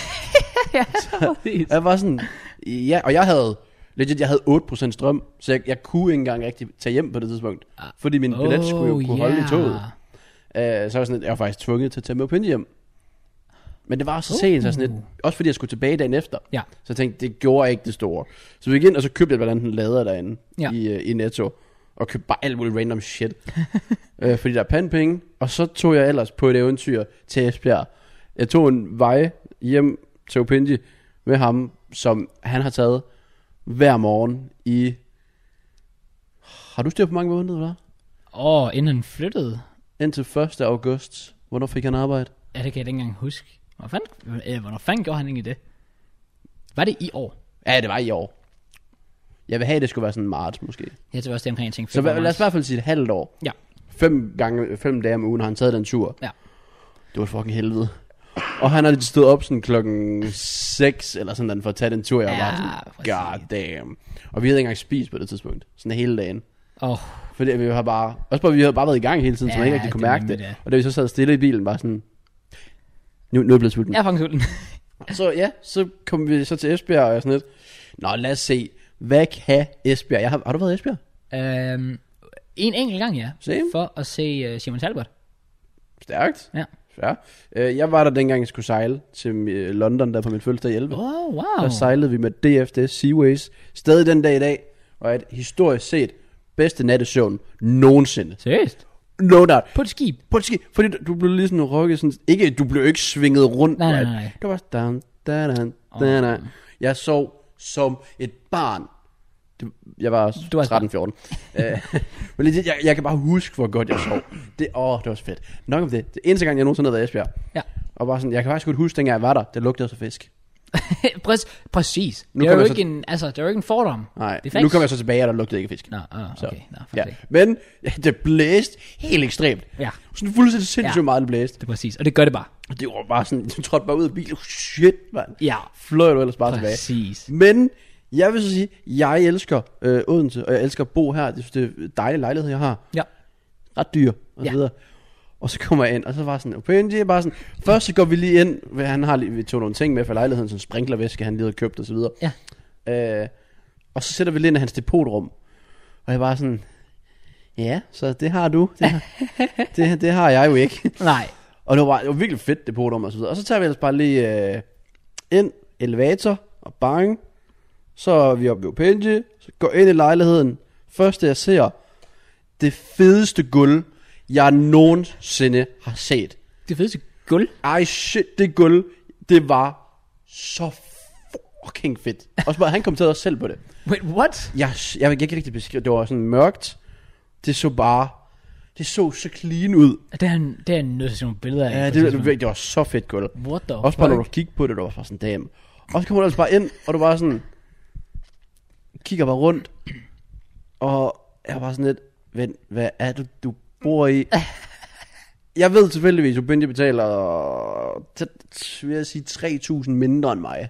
S1: Præcis.
S2: Og jeg var sådan, ja, og jeg havde, legit, jeg havde 8% strøm, så jeg, jeg kunne ikke engang rigtig tage hjem på det tidspunkt,
S1: Ah.
S2: fordi min billet oh, skulle jo kunne holde i
S1: yeah.
S2: toget. Øh, så var jeg sådan lidt, jeg var faktisk tvunget til at tage med opinion hjem. Men det var så sent, så sådan lidt, også fordi jeg skulle tilbage dagen efter.
S1: Ja.
S2: Så jeg tænkte, det gjorde ikke det store. Så vi gik ind, og så købte jeg blandt andet en lader derinde
S1: Ja.
S2: ja. i, øh, i Netto. Og købte bare alt muligt random shit. øh, fordi der er pandepenge. Og så tog jeg ellers på et eventyr til Esbjerg. Jeg tog en vej hjem til Opinji med ham, som han har taget hver morgen i... Har du styr på mange måneder, eller?
S1: Åh, oh, inden han flyttede.
S2: Indtil 1. august. Hvornår fik han arbejde?
S1: Ja, det kan jeg ikke engang huske. Hvor fanden, øh, hvornår fanden gjorde han egentlig det? Var det i år?
S2: Ja, det var i år. Jeg vil have, at det skulle være sådan marts måske.
S1: Jeg tror også, det er omkring, jeg tænkte
S2: Så hva-
S1: februar,
S2: lad os i
S1: marts.
S2: hvert fald sige et halvt år.
S1: Ja.
S2: Fem, gange, fem dage om ugen har han taget den tur.
S1: Ja.
S2: Det var et fucking helvede. Og han har stået op sådan klokken 6 eller sådan, den, for at tage den tur. Jeg
S1: Ja,
S2: ja, var sådan,
S1: præcis.
S2: god damn. Og vi havde ikke engang spist på det tidspunkt. Sådan hele dagen.
S1: Åh, oh,
S2: Fordi vi har bare, også bare, vi havde bare været i gang hele tiden, ja, så man
S1: Ja,
S2: ikke rigtig kunne
S1: det er
S2: mærke det.
S1: nemlig det.
S2: Og da vi så sad stille i bilen, bare sådan, nu, nu er jeg blevet sulten.
S1: jeg er fucking sulten.
S2: Så ja, så kom vi så til Esbjerg, og jeg er sådan lidt, nå lad os se, hvad kan Esbjerg? Jeg har, har du været i Esbjerg?
S1: øhm, en enkelt gang, ja.
S2: Same.
S1: For at se uh, Simon Talbot.
S2: Stærkt.
S1: Ja.
S2: ja. Øh, Jeg var der dengang, jeg skulle sejle til øh, London, der på min fødselsdag i 11.
S1: Oh, wow.
S2: Der sejlede vi med DFD Seaways, stadig den dag i dag, og er et historisk set bedste nattesøvn nogensinde.
S1: Seriøst?
S2: No doubt.
S1: På et skib?
S2: Prøv at ske, fordi du- du blev lige sådan rykket sådan, ikke, du blev ikke svinget rundt.
S1: Nej, nej,
S2: right?
S1: nej.
S2: Det var sådan, da, da, da, da. Jeg sov som et barn. Det, jeg var,
S1: Du var et
S2: 13-14. Øh, Men legit, jeg, jeg kan bare huske, hvor godt jeg sov. Det, åh, det var så fedt. Nok om det. Det eneste gang, jeg nogensinde har været i Esbjerg.
S1: Ja.
S2: Og bare sådan, jeg kan faktisk godt huske, dengang jeg var der, det lugtede så fisk.
S1: Præcis. Præcis.
S2: Nu
S1: det er jo
S2: kommer jeg
S1: ikke en, altså, det er jo ikke en fordom.
S2: Nej,
S1: det er
S2: nu
S1: facts.
S2: kommer jeg så tilbage, og der lugtede ikke af fisk.
S1: Nå, åh,
S2: Så,
S1: okay. Nå, fuck
S2: ja.
S1: det.
S2: Men ja, det blæste helt ekstremt.
S1: Ja,
S2: Sådan fuldstændig sindssygt
S1: Ja.
S2: ja. meget, det blæste.
S1: det er præcis. Og det gør det bare.
S2: Det var bare sådan, du trådte bare ud af bilen. Shit, mand.
S1: Ja,
S2: Fløj du ellers bare tilbage.
S1: præcis.
S2: Men jeg vil så sige, jeg elsker øh, Odense, og jeg elsker at bo her. Det, det er en dejlig lejlighed, jeg har.
S1: Ja.
S2: Ret dyr, og
S1: Ja.
S2: så videre. Og så kommer jeg ind, og så var sådan, okay, det er bare sådan, først så går vi lige ind, hvad han har lige, vi tog nogle ting med fra lejligheden, sådan en sprinklervæske, han lige havde købt, og så videre.
S1: Ja.
S2: Øh, og så sætter vi lige ind i hans depotrum, og jeg var sådan, ja, så det har du, det har, det, det har jeg jo ikke.
S1: Nej.
S2: Og det var, bare, det var virkelig fedt depot om og så videre. Og så tager vi ellers bare lige øh, ind, elevator og bang. Så er vi oppe ved Openge, så går ind i lejligheden. Første jeg ser, det fedeste gulv, jeg nogensinde har set.
S1: Det fedeste guld.
S2: Ej shit, det gulv, det var så fucking fedt. Og så bare, han kommenterede også selv på det.
S1: Wait, what?
S2: Jeg, jeg, jeg kan ikke rigtig beskrive, det var sådan mørkt. Det så bare, det så så clean ud.
S1: Det er, en- det er en nødt til at se nogle billeder af.
S2: Ja,
S1: på et
S2: det, det,
S1: tidspunkt.
S2: det var så fedt gulv.
S1: What the
S2: Også bare når du kiggede på det, du var bare sådan, damn. Og så kommer du altså bare ind, og du bare sådan, kigger bare rundt, og jeg var sådan lidt, vent, hvad er det, du bor i? Jeg ved tilfældigvis, at Benji betaler, tæt- vil jeg sige, 3.000 mindre end mig.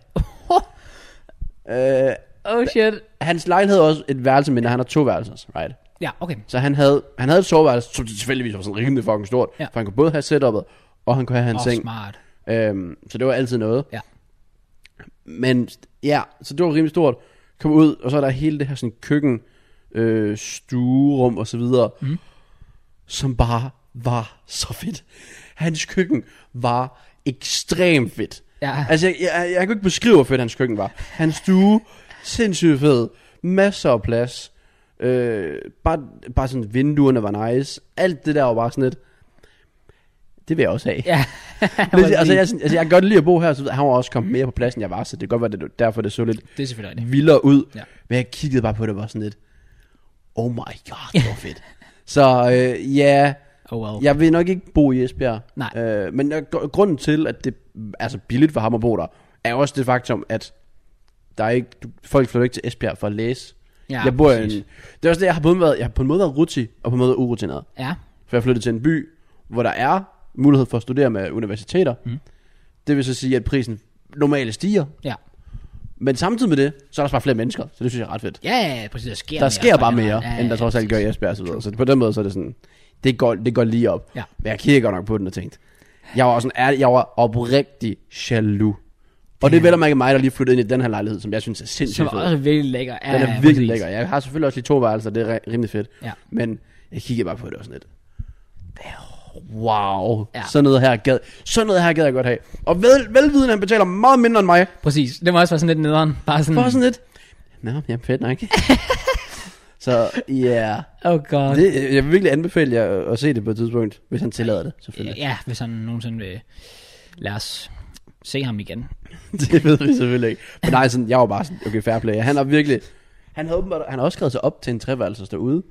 S2: øh,
S1: Oh shit.
S2: Hans lejlighed havde også et værelse, men han har to værelser, right?
S1: Ja, okay.
S2: Så han havde, han havde et soveværelse, som tilfældigvis var sådan rimelig fucking stort.
S1: Ja.
S2: Ja. For han kunne både have setup'et, og han kunne have
S1: Åh,
S2: hans
S1: oh,
S2: seng.
S1: smart.
S2: Øhm, så det var altid noget.
S1: Ja.
S2: Men ja, så det var rimelig stort. Kom ud, og så er der hele det her sådan køkken, øh, stuerum og så videre, mm. som bare var så fedt. Hans køkken var ekstremt fedt.
S1: Ja.
S2: Altså, jeg, jeg, jeg kunne ikke beskrive, hvor fedt hans køkken var. Hans stue, sindssygt fed. Masser af plads. Øh, bare, bare sådan, vinduerne var nice. Alt det der var bare sådan lidt, det vil jeg også have.
S1: Ja.
S2: Det, altså, jeg, er sådan- altså, jeg kan godt lide at bo her, så han var også kommet mere på pladsen, jeg var, så det kan godt være, det, derfor det så lidt
S1: det er selvfølgelig rigtigt.
S2: vildere ud.
S1: Ja.
S2: Ja. Men jeg kiggede bare på det og var sådan lidt, oh my god, det var fedt. så øh, ja,
S1: Oh well.
S2: jeg vil nok ikke bo i Esbjerg.
S1: Nej.
S2: Øh, men jeg- gr- grunden til, at det er så billigt for ham at bo der, er også det faktum, at der er ikke, du, folk flytter ikke til Esbjerg for at læse.
S1: Ja,
S2: jeg bor i en,
S1: præcis.
S2: det er også det, jeg har på en måde været, jeg har på en måde været ruti, og på en måde været urutineret.
S1: Ja.
S2: For jeg flyttede til en by, hvor der er mulighed for at studere med universiteter. Mm. Det vil så sige, at prisen normalt stiger.
S1: Ja.
S2: Men samtidig med det, så er der også bare flere mennesker. Så det synes jeg er ret fedt.
S1: Ja, ja, ja, præcis. Der sker,
S2: Der sker bare mere,
S1: Ja, ja,
S2: end der trods alt gør i Esbjerg og så videre. Så på den måde, så er det sådan, det går, det går lige op.
S1: Ja.
S2: Men jeg kiggede godt nok på den og tænkte, jeg var, sådan, ærlig, jeg var oprigtig jaloux. Og det er vel og mærke mig, der lige flyttede ind i den her lejlighed, som jeg synes er
S1: Som
S2: sindssygt
S1: er
S2: fed.
S1: også virkelig lækker. Ja,
S2: Den
S1: ja,
S2: er virkelig
S1: præcis.
S2: lækker. Jeg har selvfølgelig også lige to værelser, det er ri- rimelig fedt.
S1: Ja.
S2: Men jeg kiggede bare på det og sådan lidt. Wow.
S1: Ja.
S2: Ja. Sådan, noget her gad, sådan noget her gad jeg godt have. Og vel, velviden, han betaler meget mindre end mig.
S1: Præcis. Det må også være sådan lidt nederen. Bare sådan,
S2: For sådan lidt. Nå, jamen fedt nok. Så ja. Yeah.
S1: oh god. Det,
S2: Det, jeg vil virkelig anbefale jer at- at se det på et tidspunkt, hvis han tillader det, selvfølgelig.
S1: ja, hvis han nogensinde vil lade os se ham igen.
S2: det ved vi selvfølgelig ikke. Men nej, sådan, jeg var bare sådan, okay, fair play. Han har virkelig, han har, åbenbart, han har også skrevet sig op til en treværelses derude,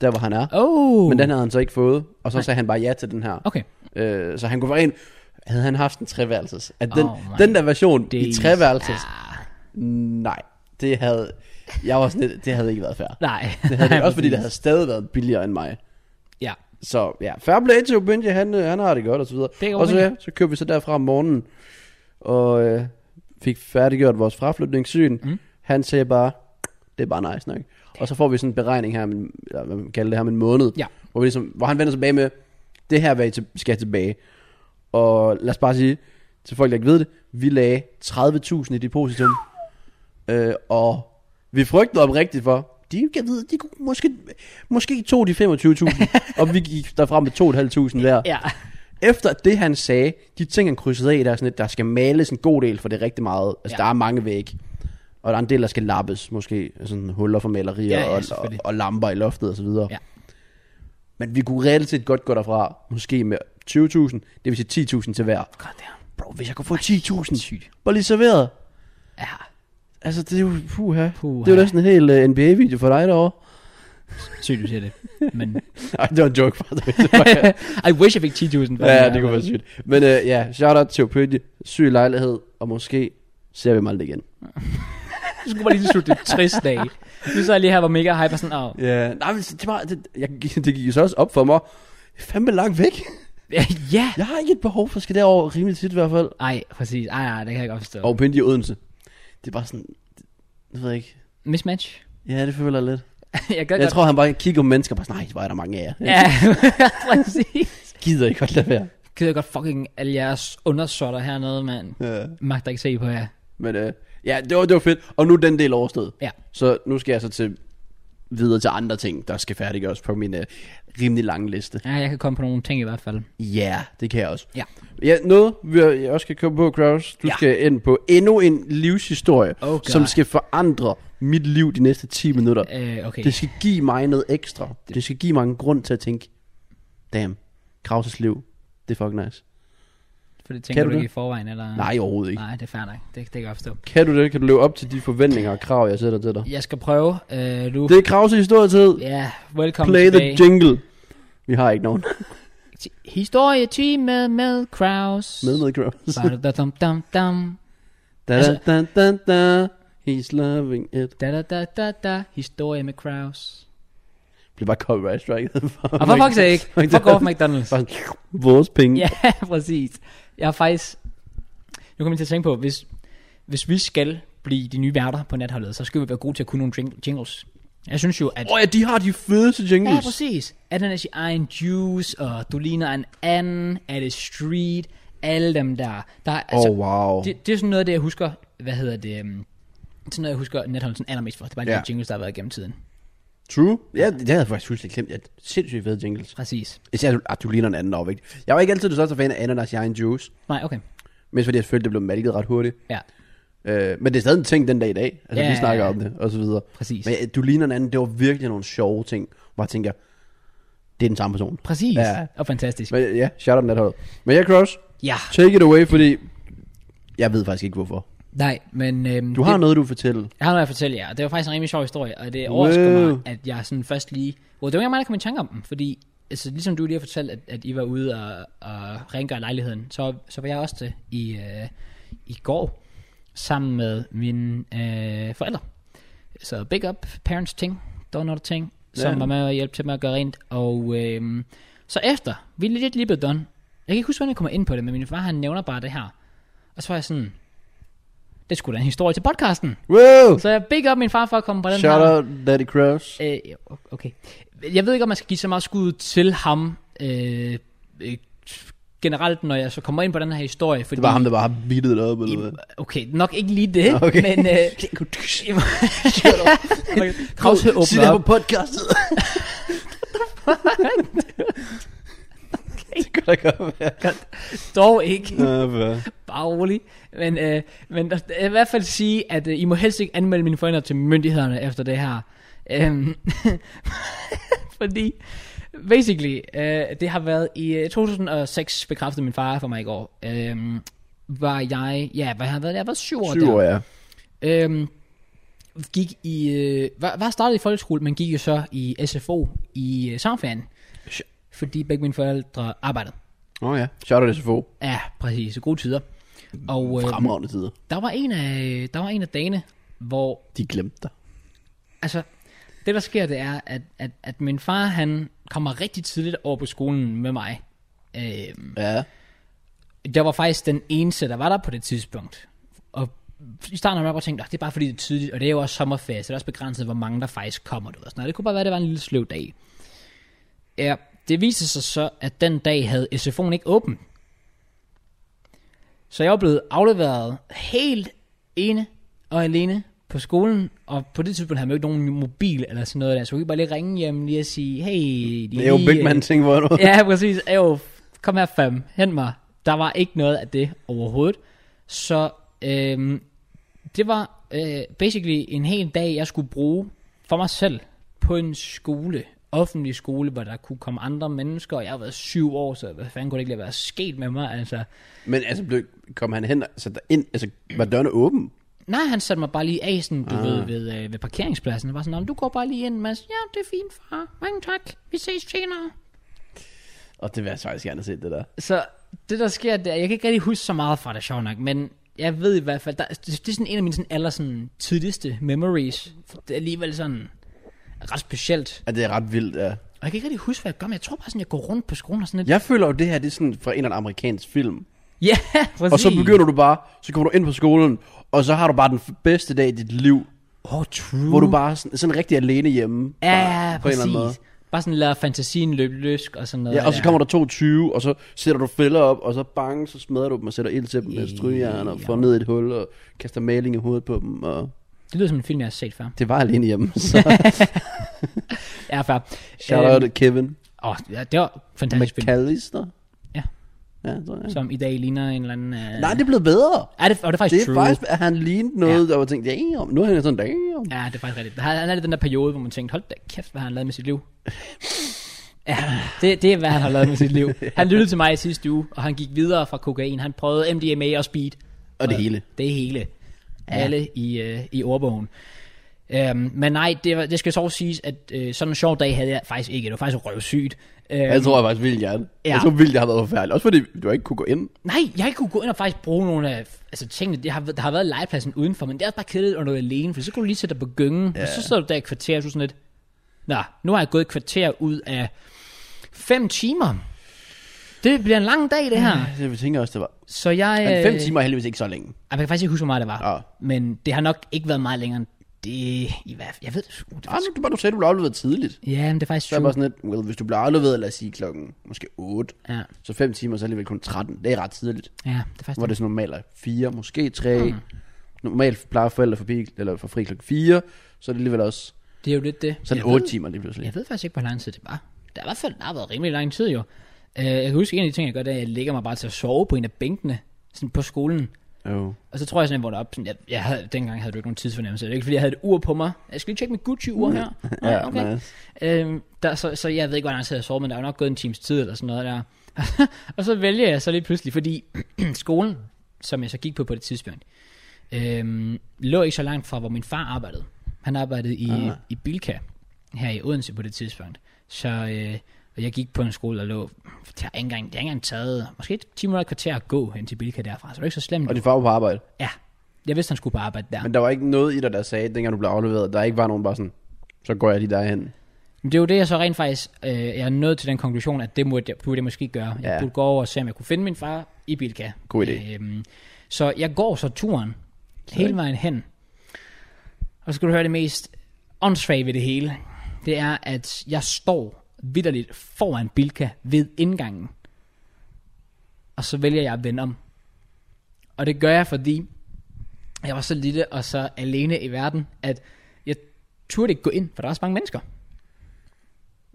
S2: der hvor han er.
S1: Oh.
S2: Men den havde han så ikke fået, og så sagde han bare ja til den her.
S1: Okay.
S2: Øh, så han kunne være en, havde han haft en treværelses. At den,
S1: Oh my
S2: den der version i
S1: Days. Ah,
S2: treværelses,
S1: Ja.
S2: nej, det havde, jeg var sådan lidt, det havde ikke været fair.
S1: Nej.
S2: Det havde det, også fordi
S1: præcis.
S2: det havde stadig været billigere end mig.
S1: Ja.
S2: Så ja, fair play til Obinje, han, øh, han har det godt og så videre.
S1: Det er
S2: og så,
S1: Obinje.
S2: ja, så kører vi så derfra om morgenen, og øh, fik færdiggjort vores fraflytningssyn. Mm. Han sagde bare, det er bare nice nok. Og så får vi sådan en beregning her, om en- eller hvad man kalder det her, om en måned,
S1: Ja.
S2: hvor, vi ligesom, hvor han vender tilbage med, det her vej til, skal tilbage. Og lad os bare sige, til folk, der ikke ved det, vi lagde 30.000 i depositum, øh, og vi frygtede op rigtigt for, de, jeg ved, de kunne måske, måske tog de 25.000, og vi gik derfra med 2.500 hver.
S1: Ja.
S2: Efter det, han sagde, de ting, han krydsede af, der er sådan lidt, der skal males en god del, for det er rigtig meget. Altså,
S1: Ja.
S2: ja. der er mange vægge. Og der er en del, der skal lappes, måske sådan huller for malerier
S1: Ja, ja,
S2: og, og,
S1: selvfølgelig.
S2: og, lamper i loftet og så videre.
S1: Ja.
S2: Men vi kunne reelt set godt gå derfra, måske med 20.000, det vil sige 10.000 til hver.
S1: God damn.
S2: Bro, hvis jeg kunne få 10.000,
S1: Sygt.
S2: bare lige serveret.
S1: Ja.
S2: Altså, det er jo, puha.
S1: Puha.
S2: Det er jo næsten en hel uh, NBA-video for dig derovre.
S1: Sygt, du siger det. Men
S2: Ej, det var en joke, for det.
S1: I wish jeg fik 10.000 for
S2: Ja,
S1: her.
S2: det kunne være sygt. Men øh, ja, shout-out til Opødje. Syg lejlighed, og måske ser vi mig aldrig igen.
S1: Så skulle man lige slutte det trist dag. Nu så jeg lige her, hvor mega hype og sådan, åh,
S2: Ja, nej, men det, var, det, jeg, det gik jo så også op for mig. Jeg er Fandme langt væk.
S1: ja, ja.
S2: Jeg har ikke et behov for at skal derover rimelig tit i hvert fald.
S1: Ej, præcis. Ej, ej, det kan jeg godt forstå.
S2: Og Opødje i Odense. Det er bare sådan, det, det ved jeg ikke.
S1: Mismatch.
S2: Ja, det føler jeg lidt.
S1: jeg kan
S2: Jeg
S1: godt.
S2: tror, han bare kigger på mennesker og bare sådan, nej, hvor er der mange af jer. Jeg
S1: Ja, præcis.
S2: gider ikke godt lade være.
S1: Gider jeg godt fucking alle jeres undersåtter hernede, mand.
S2: Ja.
S1: Magter ikke se på jer.
S2: Men øh, ja, det var, det var fedt. Og nu er den del overstået.
S1: Ja.
S2: Så nu skal jeg så til videre til andre ting, der skal færdiggøres på min øh, rimelig lange liste.
S1: Ja, jeg kan komme på nogle ting i hvert fald.
S2: Ja, yeah, det kan jeg også.
S1: Ja.
S2: Ja, noget vi jeg også skal komme på, Kraus. Du
S1: Ja.
S2: ja. skal ind på endnu en livshistorie,
S1: Oh God.
S2: som skal forandre mit liv de næste 10 minutter.
S1: Øh, okay.
S2: Det skal give mig noget ekstra. Det skal give mig en grund til at tænke, damn, Kraus' liv, det er fucking nice.
S1: For det tænker
S2: kan
S1: du
S2: du
S1: ikke i forvejen, eller?
S2: Nej, overhovedet ikke.
S1: Nej, det er fair nok. Det, det kan jeg godt forstå.
S2: Kan du det? Kan du leve op til de forventninger og krav, jeg sætter til dig?
S1: Jeg skal prøve. Øh, du...
S2: Det er Kraus' historietid.
S1: Ja, velkommen
S2: Play the
S1: tilbage.
S2: jingle. Vi har ikke nogen.
S1: Historietime med Kraus.
S2: Med med Kraus.
S1: Da, dum, dum, dum.
S2: Da,
S1: Altså-
S2: da, da, da, da. He's loving it.
S1: Da, da, da, da, da. Historie med Kraus.
S2: Bliver bare copyright strike.
S1: Og for fuck's sake, Ah, fuck off McDonald's.
S2: Vores penge.
S1: Ja, præcis. Jeg har faktisk... Nu kommer jeg til at tænke på, hvis, hvis vi skal blive de nye værter på natholdet, så skal vi være gode til at kunne nogle jing- jingles. Jeg synes jo, at...
S2: Åh oh, ja, de har de fedeste jingles.
S1: Ja, præcis. Er den er sin egen juice, og du ligner en anden, er det street, alle dem der. der er, altså,
S2: Åh, oh, wow. De,
S1: det, det, er sådan noget af det, jeg husker, hvad hedder det, um, sådan noget, jeg husker Netholm sådan allermest for. Det er bare de
S2: Ja.
S1: der jingles, der har været gennem tiden.
S2: True. Ja, det havde jeg faktisk fuldstændig glemt. Jeg sindssygt fede jingles.
S1: Præcis.
S2: Især, du- at du ligner en anden overvægt. Jeg var ikke altid den største fan af ananas i egen juice.
S1: Nej, okay.
S2: Mest fordi jeg følte, det blev malket ret hurtigt.
S1: Ja,
S2: Øh, men det er stadig en ting den dag i dag. Altså,
S1: Ja,
S2: vi snakker
S1: ja, ja.
S2: om det, og så videre.
S1: præcis.
S2: Men ja, du ligner en anden. Det var virkelig nogle sjove ting, hvor jeg tænker, det er den samme person.
S1: Præcis.
S2: Ja.
S1: Ja. Og fantastisk.
S2: Men ja, shout out netholdet. Men ja, Cross,
S1: Ja,
S2: take it away, fordi jeg ved faktisk ikke, hvorfor.
S1: nej, men... Øhm,
S2: Du har
S1: det,
S2: noget, du vil fortælle.
S1: Jeg har noget at fortælle jer, og det var faktisk en rimelig sjov historie, og det overrasker
S2: Wow.
S1: mig, at jeg sådan først lige... Well, det var ikke mig, der kom i tanke om den, fordi altså, ligesom du lige har fortalt, at, at I var ude og, og rengøre lejligheden, så, så var jeg også det i, øh, i går, sammen med mine øh, forældre. Så big up, parents ting, donor ting, som
S2: Ja.
S1: var med og hjælpe til med at gøre rent, og øh, så efter, vi er lidt lige blevet done. Jeg kan ikke huske, hvordan jeg kommer ind på det, men min far han nævner bare det her. Og så var jeg sådan, det skulle da en historie til podcasten.
S2: Wow!
S1: Så jeg big up min far for at komme på den
S2: Shout
S1: her.
S2: out, Daddy Cross.
S1: Øh, okay. Jeg ved ikke, om man skal give så meget skud til ham øh, øh, generelt, når jeg så kommer ind på den her historie. Fordi
S2: Det var ham, der bare har beatet det op, eller
S1: I,
S2: hvad?
S1: okay, nok ikke lige det,
S2: Okay.
S1: men... Øh, Krause
S2: Sig
S1: åbner
S2: det
S1: op.
S2: på podcastet. Det kan da godt være.
S1: Dog ikke.
S2: Ja, hvad?
S1: Bare rolig. Men, øh, men der- jeg vil i hvert fald sige, at øh, I må helst ikke anmelde mine forældre til myndighederne efter det her. Øhm, fordi, basically, øh, det har været i øh, 2006, bekræftede min far for mig i går, øhm, var jeg, ja, hvad har jeg været, jeg var syv år
S2: Syv
S1: der.
S2: år, ja.
S1: Øhm, gik i, øh, var, var startet i folkeskole, men gik jo så i SFO i øh, sommerferien, fordi begge mine forældre arbejdede.
S2: Åh oh, ja, shout out SFO.
S1: Ja, præcis, så gode tider. Og, øh,
S2: Fremragende tider.
S1: der var en af, der var en af dagene, hvor,
S2: De glemte dig.
S1: altså, det der sker, det er, at, at, at min far, han kommer rigtig tidligt over på skolen med mig. Øh,
S2: Ja.
S1: jeg var faktisk den eneste, der var der på det tidspunkt. Og i starten har jeg bare tænkt, at det er bare fordi det er tidligt, og det er jo også sommerferie, så det er også begrænset, hvor mange der faktisk kommer. Du ved, og sådan noget. Det kunne bare være, at det var en lille sløv dag. Ja, det viste sig så, at den dag havde SFO'en ikke åben. Så jeg var blevet afleveret helt ene og alene på skolen, og på det tidspunkt havde jeg jo ikke nogen mobil eller sådan noget der, så jeg kunne bare lige ringe hjem lige og sige, hey, de
S2: Det er jo
S1: lige,
S2: big
S1: øh,
S2: man ting, hvor du...
S1: Ja, præcis. Jo, kom her fam, hent mig. Der var ikke noget af det overhovedet. Så øhm, det var øh, basically en hel dag, jeg skulle bruge for mig selv på en skole, offentlig skole, hvor der kunne komme andre mennesker, og jeg har været syv år, så hvad fanden kunne det ikke lade være sket med mig, altså.
S2: Men altså, blev, kom han hen og satte dig ind? Altså, var dørene åben?
S1: Nej, han satte mig bare lige af, sådan, du ved, ved, øh, ved parkeringspladsen, og var sådan, "Nå, men du går bare lige ind, Mads. Ja, det er fint, far. Mange tak. Vi ses senere.
S2: Og det vil jeg faktisk gerne se, det der.
S1: Så det der sker der, jeg kan ikke rigtig huske så meget fra det, sjov nok, men jeg ved i hvert fald, der, det, det er sådan en af mine sådan, aller sådan, tidligste memories. Det er alligevel sådan ret specielt.
S2: Ja, det er ret vildt, ja.
S1: Og jeg kan ikke rigtig huske, hvad jeg gør, men jeg tror bare sådan, jeg går rundt på skolen og sådan lidt.
S2: Jeg føler jo, det her det er sådan fra en eller anden amerikansk film.
S1: Ja, præcis.
S2: Og så begynder du bare, så kommer du ind på skolen, og så har du bare den f- bedste dag i dit liv,
S1: Åh, oh, true.
S2: hvor du bare er sådan, sådan rigtig alene hjemme.
S1: Ja,
S2: bare
S1: ja, præcis. Bare sådan lader fantasien løbe løsk og sådan noget.
S2: Ja, og så
S1: der.
S2: kommer der 22, og så sætter du fælder op, og så bang, så smadrer du dem og sætter ild til dem med strygejern, og får ned i et hul, og kaster maling i hovedet på dem, og
S1: Det lyder som en film, jeg har set før.
S2: det var alene hjemme, så
S1: Ja, før.
S2: shout out til Kevin
S1: Åh, ja, det var fantastisk film,
S2: McAllister.
S1: Ja.
S2: Ja, tror jeg.
S1: som i dag ligner en eller anden... Uh...
S2: Nej, det er blevet bedre.
S1: Er det, og det er
S2: Det
S1: faktisk
S2: er
S1: true.
S2: faktisk, at han lignede noget, der var tænkt, damn, nu er han sådan, damn.
S1: Ja, det er faktisk rigtigt. Han han er i den der periode, hvor man tænkte, hold da kæft, hvad har han lavet med sit liv. Ja, det, det er, hvad han har lavet med sit liv. Han lyttede til mig i sidste uge, og han gik videre fra kokain. Han prøvede MDMA og speed.
S2: Og det hele.
S1: Det hele. Alle i, øh, i ordbogen. Øhm, men nej, det, var- det skal så siges, at øh, sådan en sjov dag havde jeg faktisk ikke. Det var faktisk røvsygt. Øhm,
S2: Jeg tror jeg faktisk vildt gerne.
S1: Ja.
S2: Jeg tror vildt, det har været forfærdeligt. Også fordi du ikke kunne gå ind.
S1: Nej, jeg kunne gå ind og faktisk bruge nogle af altså, tingene. Det har, der har været legepladsen udenfor, men det er også bare kedeligt, når du er alene, for så kunne du lige sætte dig på gyngen, ja. og så sidder du der i et kvarter, og så er du sådan lidt, Nå, nu har jeg gået et kvarter ud af fem timer. Det bliver en lang dag, det her.
S2: Ja, Altså, jeg tænker også, det var.
S1: Så jeg...
S2: Mm. Men fem Ah.
S1: øh,
S2: timer er heldigvis ikke så længe.
S1: Jeg kan faktisk ikke huske, hvor meget det var.
S2: Ja.
S1: Men det har nok ikke været meget længere end det... I hvert fald, jeg ved det sgu. det er
S2: Ah,
S1: faktisk-
S2: nu, du, bare, du sagde, du blev afleveret tidligt.
S1: Ja, men det er faktisk
S2: Så er jeg bare
S1: true.
S2: sådan lidt, well, hvis du bliver afleveret, lad os sige klokken måske 8,
S1: Ja,
S2: så 5 timer, så er det alligevel kun 13. Det er ret tidligt.
S1: ja, det er faktisk
S2: Hvor det er sådan normalt er 4, måske 3.
S1: Mhm.
S2: Mm. Normalt plejer forældre forbi, eller for fri klokken 4, så er det alligevel også
S1: Det er jo lidt det.
S2: så er det
S1: Jeg
S2: 8 timer lige pludselig.
S1: Jeg ved faktisk ikke, hvor lang tid det var. Det har i hvert fald det har været rimelig lang tid jo. Øh, Jeg kan huske, en af de ting, jeg gør, det er, at jeg lægger mig bare til at sove på en af bænkene sådan på skolen.
S2: Oh.
S1: Og så tror jeg sådan, jeg vågner op. Sådan, jeg, jeg havde, dengang havde du ikke nogen tidsfornemmelse. Det er ikke, fordi jeg havde et ur på mig. Jeg skal lige tjekke mit Gucci-ur her. Nej,
S2: Ja,
S1: okay.
S2: nice.
S1: Øhm, der, så, så jeg ved ikke, hvor lang tid jeg sov, men der er jo nok gået en times tid eller sådan noget der. og så vælger jeg så lige pludselig, fordi skolen, som jeg så gik på på det tidspunkt, øhm, lå ikke så langt fra, hvor min far arbejdede. Han arbejdede i,
S2: Ah.
S1: i Bilka her i Odense på det tidspunkt. Så øh, og jeg gik på en skole, der lå, det har ikke engang, det har ikke engang taget, måske et 10 minutter et kvarter at gå hen til Bilka derfra, så det var ikke så slemt.
S2: Og de var jo på arbejde.
S1: Ja, jeg vidste, han skulle på arbejde der.
S2: Men der var ikke noget i dig, der sagde, dengang du blev afleveret, der ikke var nogen bare sådan, så går jeg lige derhen.
S1: Men det er jo det, jeg så rent faktisk, øh, jeg er nået til den konklusion, at det burde jeg, burde jeg måske gøre. Jeg
S2: Ja.
S1: burde gå over og se, om jeg kunne finde min far i Bilka.
S2: God idé.
S1: Øhm, så jeg går så turen hele vejen hen. Og så skal du høre det mest åndssvage ved det hele. Det er, at jeg står vidderligt foran Bilka ved indgangen. Og så vælger jeg at vende om. Og det gør jeg, fordi jeg var så lille og så alene i verden, at jeg turde ikke gå ind, for der er så mange mennesker.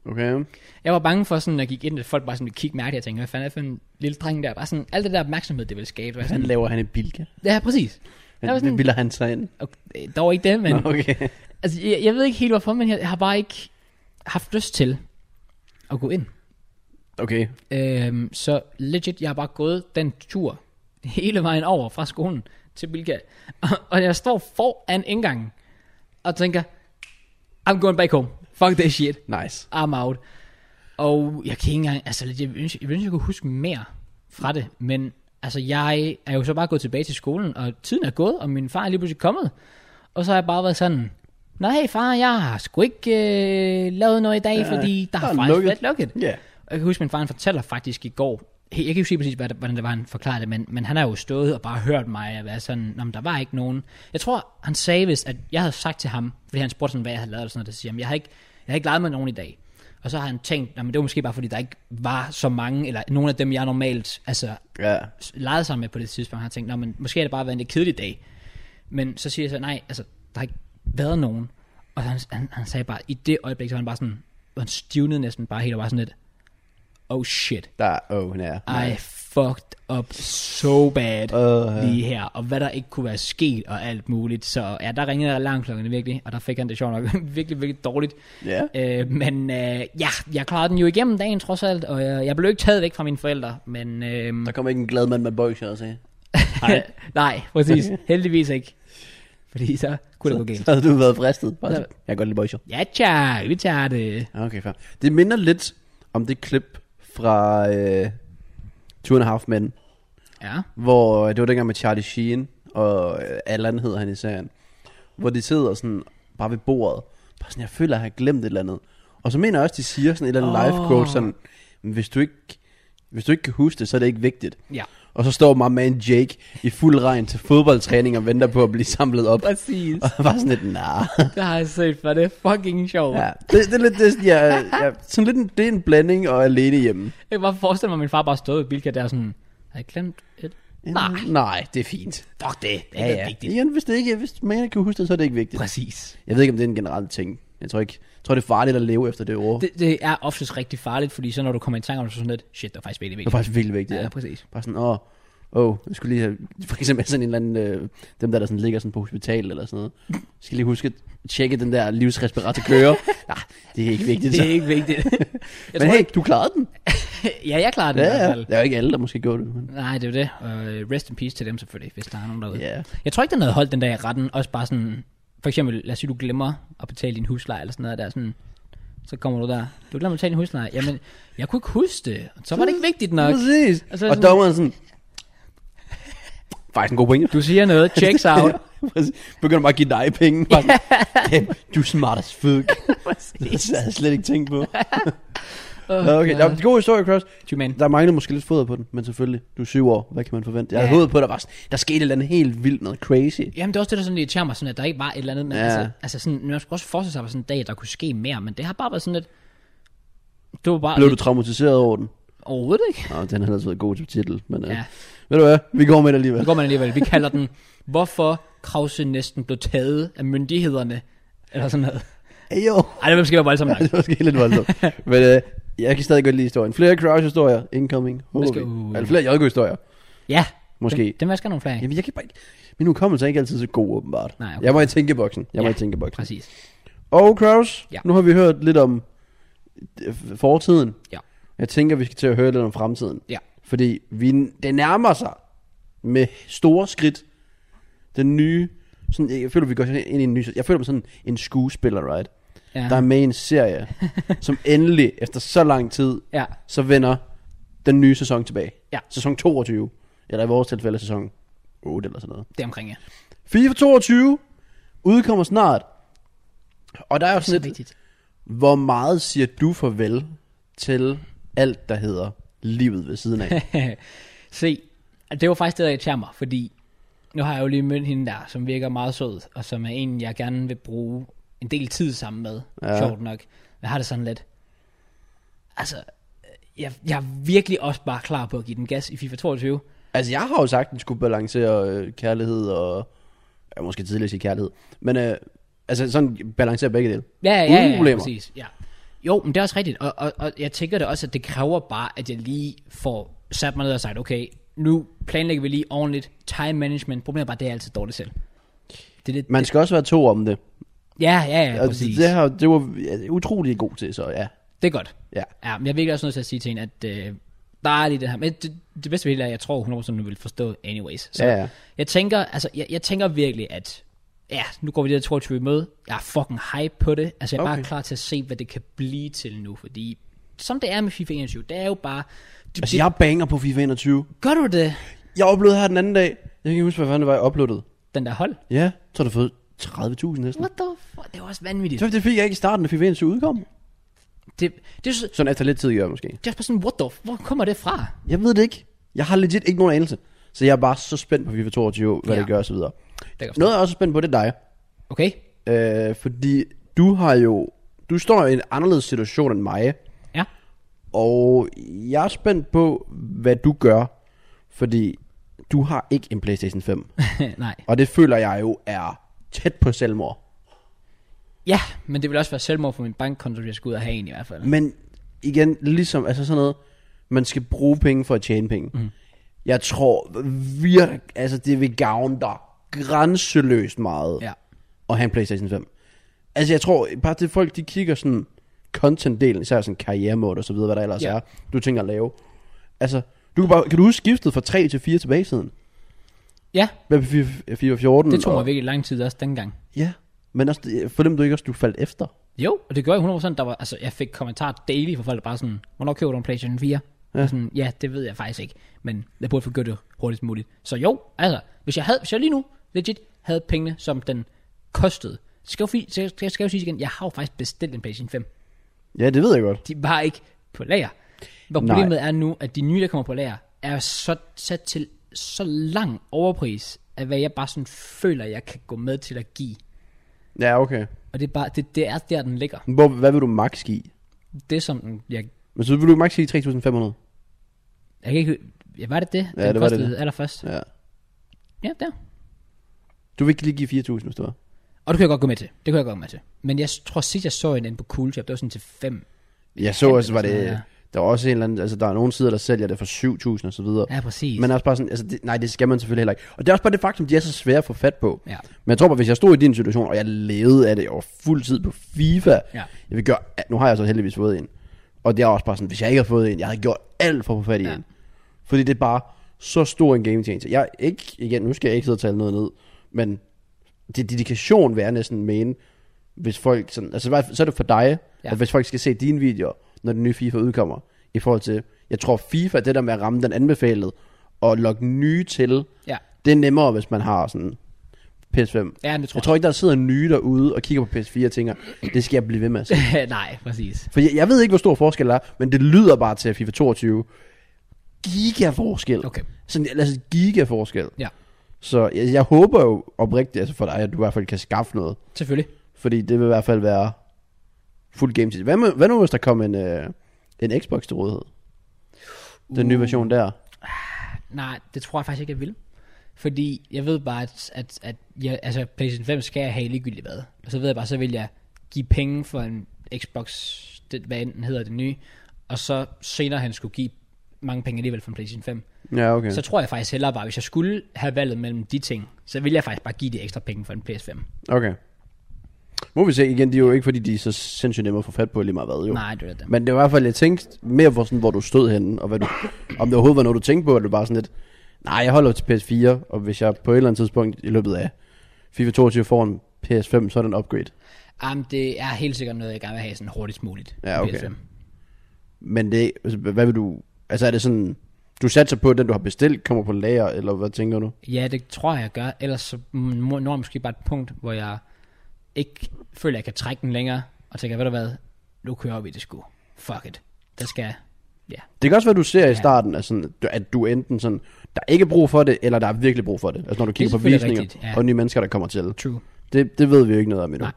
S2: Okay?
S1: Jeg var bange for sådan, når jeg gik ind, at folk bare sådan ville kigge mærkeligt. Jeg tænkte, hvad fanden er det for en lille dreng der? Bare sådan, alt det der opmærksomhed, det ville skabe. Var jeg
S2: Han
S1: sådan,
S2: laver han i bilka.
S1: ja, præcis. Jeg var
S2: Han,
S1: sådan,
S2: bilder han sig ind.
S1: okay, dog ikke det, men...
S2: Nå, okay.
S1: Altså, jeg, jeg ved ikke helt hvorfor, men jeg, jeg har bare ikke haft lyst til at gå ind.
S2: Okay.
S1: Øhm, så legit, jeg har bare gået den tur hele vejen over fra skolen til Bilka. Og, og jeg står foran indgangen og tænker, I'm going back home. Fuck this shit.
S2: Nice.
S1: I'm out. Og jeg kan ikke engang, altså jeg ønsker, jeg, ønsker, jeg kunne huske mere fra det, men altså jeg er jo så bare gået tilbage til skolen, og tiden er gået, og min far er lige pludselig kommet. Og så har jeg bare været sådan, Nå hey far, jeg har sgu ikke øh, lavet noget i dag,
S2: Ja,
S1: fordi der
S2: der
S1: har
S2: er
S1: faktisk
S2: lukket."
S1: været lukket.
S2: Ja. Yeah.
S1: Og jeg kan huske, at min far han fortæller faktisk i går, jeg kan ikke sige præcis, hvad- hvordan det var, han forklarede det, men, men han har jo stået og bare hørt mig at være sådan, om der var ikke nogen. Jeg tror, han sagde vist, at jeg havde sagt til ham, fordi han spurgte sådan, hvad jeg havde lavet, og sådan noget, der siger, "Jamen, jeg har ikke, jeg har ikke leget med nogen i dag. Og så har han tænkt, at det var måske bare, fordi der ikke var så mange, eller nogen af dem, jeg normalt altså,
S2: Ja.
S1: legede sammen med på det tidspunkt, har jeg tænkt, "Nå, men måske har det bare været en lidt kedelig dag. Men så siger jeg så, nej, altså, der har ikke været nogen. Og han, han, han sagde bare, i det øjeblik, så var han bare sådan, han stivnede næsten bare helt og var sådan lidt, oh shit,
S2: Der, oh, ja.
S1: I fucked up so bad
S2: Uh, ja.
S1: lige her, og hvad der ikke kunne være sket og alt muligt. Så ja, der ringede alarmklokkerne virkelig, og der fik han det sjovt nok virkelig, virkelig dårligt.
S2: Ja.
S1: Øh, men øh, ja, jeg klarede den jo igennem dagen trods alt, og øh, jeg, jeg blev ikke taget væk fra mine forældre, men... Øh,
S2: Der kommer ikke en glad mand med bøjser altså. og sagde. Hej.
S1: Nej, præcis. Heldigvis ikke. Fordi så kunne det gå
S2: så
S1: galt.
S2: havde du været fristet. Bare
S1: Ja.
S2: sådan, Jeg kan godt lide bøjser.
S1: Ja, tja, vi tager det.
S2: Ja, Okay, fair. Det minder lidt om det klip fra øh, Two and a Half Men,
S1: Ja,
S2: hvor øh, det var dengang med Charlie Sheen, og øh, Allan hedder han i serien, hvor de sidder sådan bare ved bordet, bare sådan, jeg føler, jeg har glemt et eller andet. Og så mener jeg også, de siger sådan et eller andet
S1: Åh.
S2: oh. life coach, sådan, "Men hvis du ikke hvis du ikke kan huske det, så er det ikke vigtigt.
S1: ja.
S2: Og så står mig man Jake i fuld regn til fodboldtræning og venter på at blive samlet op.
S1: Præcis.
S2: Og bare sådan lidt, nah.
S1: Det har jeg set, for det er fucking sjovt. Ja.
S2: Ja, det, det er lidt, det, er sådan, jeg, jeg, sådan lidt en, det er en blanding og alene hjemme.
S1: Jeg kan bare forestille mig, at min far bare stod ved Bilka der og sådan, har jeg glemt et? Nej,
S2: Nej, det er fint.
S1: fuck det. Det er ja, vigtigt.
S2: Igen, hvis, det ikke, hvis man ikke kan huske det, så er det ikke vigtigt.
S1: Præcis.
S2: Jeg ved ikke, om det er en generel ting. Jeg tror ikke, jeg tror, det er farligt at leve efter det år. Det
S1: Det, det er oftest rigtig farligt, fordi så når du kommer i tanke om det, så er sådan lidt, shit, det var faktisk virkelig
S2: er
S1: vigtigt.
S2: faktisk vildt vigtigt.
S1: Ja,
S2: Ja.
S1: præcis.
S2: Bare sådan, åh, åh, jeg skulle lige have, for eksempel sådan en eller anden, øh, dem der, der sådan ligger sådan på hospital eller sådan noget. Jeg skal lige huske at tjekke den der livsrespirator kører. Nej, det er ikke vigtigt.
S1: Det
S2: Så.
S1: er ikke vigtigt. jeg
S2: Men
S1: tror,
S2: hey, du klarede den.
S1: ja, jeg klarer det
S2: Ja,
S1: i hvert
S2: ja.
S1: fald.
S2: Der er jo ikke alle, der måske gjorde det. Men.
S1: Nej, det er jo det. Og øh, rest in peace til dem selvfølgelig, hvis der er nogen derude.
S2: Ja.
S1: Jeg tror ikke, den havde holdt den der i retten, også bare sådan, for eksempel, lad os sige, du glemmer at betale din husleje, eller sådan noget der, sådan, så kommer du der, du glemmer at betale din husleje, jamen, jeg kunne ikke huske det, så var det ikke vigtigt nok.
S2: Præcis.
S1: Og
S2: Og,
S1: så
S2: så
S1: er
S2: og
S1: sådan-
S2: dommeren sådan... Faktisk en god pointe.
S1: Du siger noget, checks out.
S2: Præcis. Begynder bare at give dig penge. Bare sådan, "Damn, du er smart as fuck. Det havde jeg slet ikke tænkt på.
S1: Oh,
S2: Nå, okay. Der er en god historie, Cross.
S1: G-Man.
S2: Der manglede måske lidt foder på den, men selvfølgelig, du er syv år, hvad kan man forvente? Jeg havde
S1: Ja.
S2: håbet på, at der var sådan, der skete et eller andet helt vildt, noget crazy.
S1: Jamen det er også det, der sådan irriterer mig, sådan, at der ikke var et eller andet. Men
S2: Ja.
S1: ja. altså, altså sådan, man skulle også forestille sig, at der var sådan en dag, der kunne ske mere, men det har bare været sådan lidt... Det var bare
S2: Blev du
S1: lidt,
S2: traumatiseret over den?
S1: overhovedet ikke.
S2: Nå, den havde altså været god til titel, men ja. øh,
S1: Ja.
S2: ved du hvad, vi går med det
S1: Nu
S2: alligevel.
S1: går man alligevel. Vi kalder den, hvorfor Krause næsten blev taget af myndighederne. Eller sådan noget.
S2: Ej, jo.
S1: Ej, det var måske være voldsomt langt.
S2: det var måske lidt voldsomt. men øh, jeg kan stadig godt lide historien. Flere Crouch-historier, incoming, håber vi.
S1: skal- uh.
S2: Eller flere Jolko-historier,
S1: Ja,
S2: måske.
S1: den, den vasker nogle flere af.
S2: Jamen, jeg kan bare ikke... Min hukommelse er ikke altid så god, åbenbart.
S1: Nej, okay.
S2: Jeg må i tænkeboksen. Jeg må
S1: Ja,
S2: i tænkeboksen.
S1: Præcis.
S2: Og Kraus, ja.
S1: Ja.
S2: nu har vi hørt lidt om øh, fortiden.
S1: Ja.
S2: Jeg tænker, vi skal til at høre lidt om fremtiden.
S1: Ja.
S2: Fordi vi, det nærmer sig med store skridt den nye... Sådan, jeg føler, vi går sådan ind i en ny... Jeg føler mig sådan en skuespiller, right?
S1: Ja.
S2: Der er med i en serie, som endelig, efter så lang tid,
S1: ja.
S2: så vender den nye sæson tilbage.
S1: Ja.
S2: Sæson 22. Eller i vores tilfælde sæson 8 eller sådan noget.
S1: Det er omkring, ja.
S2: FIFA 22 udkommer snart. Og der er jo
S1: Det er
S2: sådan
S1: så
S2: lidt,
S1: vigtigt.
S2: hvor meget siger du farvel til alt, der hedder livet ved siden af?
S1: Se, det var faktisk det, der irriterer mig, fordi nu har jeg jo lige mødt hende der, som virker meget sød, og som er en, jeg gerne vil bruge en del tid sammen med,
S2: Ja.
S1: ja. sjovt nok. Jeg har det sådan lidt. Altså, jeg, jeg er virkelig også bare klar på at give den gas i FIFA 22.
S2: altså, jeg har jo sagt, at den skulle balancere øh, kærlighed og... Jeg måske tidligere sige kærlighed. Men øh, altså, sådan balancerer begge dele.
S1: Ja, ja,
S2: Uden
S1: ja, ja, ja
S2: problemer.
S1: præcis. Ja. Jo, men det er også rigtigt, og, og, og jeg tænker det også, at det kræver bare, at jeg lige får sat mig ned og sagt, okay, nu planlægger vi lige ordentligt time management. Problemet er bare, det er jeg altid dårligt selv. Det, er det,
S2: Man skal også være to om det.
S1: ja, ja, ja,
S2: og
S1: præcis.
S2: det, her, det var ja, utrolig god til, så ja.
S1: Det er godt.
S2: Ja.
S1: Ja, men jeg er virkelig også nødt til at sige til hende, at øh, der er lige det her. Men det, det bedste ved det er, at jeg tror 100% hun vil forstå anyways. Så
S2: Ja, ja.
S1: jeg tænker, altså, jeg, jeg tænker virkelig, at ja, nu går vi det her 22 møde. Jeg er fucking hype på det. Altså, jeg er okay.
S2: Okay.
S1: bare klar til at se, hvad det kan blive til nu, fordi som det er med FIFA 21, det er jo bare... Det,
S2: Altså, jeg banger på FIFA 21.
S1: Gør du det,
S2: Jeg oplevede her den anden dag. Jeg kan ikke huske, hvad fanden det var, jeg uploadede.
S1: den der hold?
S2: Ja, så har du fået 30.000 næsten.
S1: What the fuck? Det er jo også vanvittigt.
S2: Så det fik jeg ikke i starten, da FIFA 21 udkom.
S1: Det, det er, så-
S2: Sådan efter lidt tid gør jeg måske.
S1: det er også bare sådan, what the f- Hvor kommer det fra?
S2: Jeg ved det ikke. Jeg har legit ikke nogen anelse. Så jeg er bare så spændt på FIFA 22, hvad
S1: Ja.
S2: ja. det gør og så videre.
S1: Det kan jeg forstå.
S2: Noget jeg også er spændt på, det er dig.
S1: Okay,
S2: Øh, fordi du har jo... Du står i en anderledes situation end mig.
S1: ja.
S2: Og jeg er spændt på, hvad du gør. Fordi du har ikke en Playstation 5.
S1: Nej.
S2: og det føler jeg jo er tæt på selvmord.
S1: Ja, men det vil også være selvmord for min bankkonto, hvis jeg skulle ud og have en i hvert fald.
S2: Men igen, ligesom altså sådan noget, man skal bruge penge for at tjene penge. Mm. Jeg tror virk, altså det vil gavne dig grænseløst meget
S1: Ja.
S2: at have en Playstation 5. Altså jeg tror bare det folk, de kigger sådan content-delen, især sådan karrieremode og så videre, hvad der ellers
S1: Ja.
S2: er, du tænker at lave. Altså, du kan, bare, kan du huske skiftet fra 3 til 4 tilbage i tiden?
S1: Ja,
S2: Hvad 4, 4 14?
S1: det tog mig
S2: og-
S1: virkelig lang tid også dengang.
S2: Ja, men også, det- fornemte du ikke også, du faldt efter?
S1: Jo, og det gjorde jeg 100%. Der var, altså, jeg fik kommentarer daily fra folk, der bare sådan, hvornår køber du en PlayStation 4? Ja. Sådan, ja, det ved jeg faktisk ikke, men jeg burde få gjort det hurtigst muligt. Så jo, altså, hvis jeg, havde, hvis jeg lige nu legit havde pengene, som den kostede, så skal jeg, jo fi- så skal, skal jeg jo sige igen, jeg har jo faktisk bestilt en PlayStation 5.
S2: Ja, det ved jeg godt.
S1: De var ikke på lager. Hvor
S2: Nej.
S1: problemet er nu, at de nye, der kommer på lager, er så sat til så lang overpris, at hvad jeg bare sådan føler, jeg kan gå med til at give.
S2: Ja, okay.
S1: Og det er bare, det, det er der, den ligger.
S2: Hvor, hvad vil du max give?
S1: Det som den, jeg
S2: Men så vil du max sige 3.500.
S1: Jeg kan ikke... Ja, var det det?
S2: Ja, det var det,
S1: det. allerførst. Ja.
S2: Ja.
S1: ja, der.
S2: Du vil ikke lige give 4.000, hvis det var.
S1: Og det kunne jeg godt gå med til. Det kunne jeg godt gå med til. Men jeg tror sidst, jeg så en inde på Cool Shop, det var sådan til 5.
S2: Jeg så også, var
S1: sådan noget,
S2: det...
S1: ja.
S2: Der er også en eller anden, altså der er nogle sider, der sælger det for 7.000 og så videre.
S1: Ja, præcis.
S2: Men også bare sådan, altså det, nej, det skal man selvfølgelig heller ikke. Og det er også bare det faktum, de er så svære at få fat på.
S1: Ja.
S2: Men jeg tror bare, hvis jeg stod i din situation, og jeg levede af det, og var fuld tid på FIFA, jeg vil gøre, alt- nu har jeg så heldigvis fået en. Og det er også bare sådan, hvis jeg ikke havde fået en, jeg havde gjort alt for at få fat i ja.
S1: Ja.
S2: en. Fordi det er bare så stor en game changer. Jeg er ikke, igen, nu skal jeg ikke sidde og tale noget ned, men det er dedikation, vil jeg næsten mene, hvis folk sådan, altså i hvert fald- så er det for dig, ja.
S1: Ja.
S2: at hvis folk skal se dine videoer, når den nye FIFA udkommer, i forhold til, jeg tror FIFA, det der med at ramme den anbefalede, og lokke nye til,
S1: Ja.
S2: det er nemmere, hvis man har sådan PS5. Jeg
S1: Ja, det tror jeg.
S2: tror ikke, der sidder nye derude og kigger på PS4 og tænker, det skal jeg blive ved med. Altså.
S1: Nej, præcis.
S2: For jeg, jeg ved ikke, hvor stor forskel der er, men det lyder bare til at FIFA 22. Gigaforskel.
S1: Okay.
S2: Sådan, altså gigaforskel.
S1: Ja.
S2: Så jeg, jeg håber jo oprigtigt altså for dig, at du i hvert fald kan skaffe noget.
S1: Selvfølgelig.
S2: Fordi det vil i hvert fald være fuld game tid. Hvad, med, hvad nu, hvis der kom en, øh, en Xbox til rådighed? Den
S1: Uh.
S2: nye version der.
S1: Nej, det tror jeg faktisk ikke, jeg vil. Fordi jeg ved bare, at, at, at jeg, altså, PlayStation 5 skal jeg have ligegyldigt hvad. Og så ved jeg bare, så vil jeg give penge for en Xbox, det, hvad enten hedder det nye, og så senere han skulle give mange penge alligevel for en PlayStation 5.
S2: Ja, okay.
S1: Så tror jeg faktisk hellere bare, hvis jeg skulle have valget mellem de ting, så ville jeg faktisk bare give de ekstra penge for en PS5.
S2: Okay. Må vi se igen, det er jo ikke fordi, de er så sindssygt nemme at få fat på lige meget hvad, jo.
S1: Nej, det er det.
S2: Men det var i hvert fald, jeg tænkte mere på sådan, hvor du stod henne, og hvad du, om det overhovedet var noget, du tænkte på, eller du bare sådan lidt, nej, jeg holder til PS4, og hvis jeg på et eller andet tidspunkt i løbet af FIFA 22 får en PS5, så er det en upgrade.
S1: Jamen, det er helt sikkert noget, jeg gerne vil have sådan hurtigst muligt.
S2: Ja,
S1: en
S2: okay. Men det, altså, hvad vil du, altså er det sådan, du satser på, at den du har bestilt kommer på lager, eller hvad tænker du?
S1: Ja, det tror jeg, jeg gør. Ellers så må- når jeg måske bare et punkt, hvor jeg ikke føler, at jeg kan trække den længere, og tænker, ved du hvad, nu kører vi det sgu. Fuck it. Der skal ja.
S2: Det kan også være, du ser i starten, at, sådan, at du enten sådan, der er ikke brug for det, eller der er virkelig brug for det. Altså når du kigger på
S1: selvfølgelig
S2: visninger
S1: rigtigt, ja.
S2: og nye mennesker, der kommer til.
S1: True.
S2: Det, det ved vi jo ikke noget om endnu.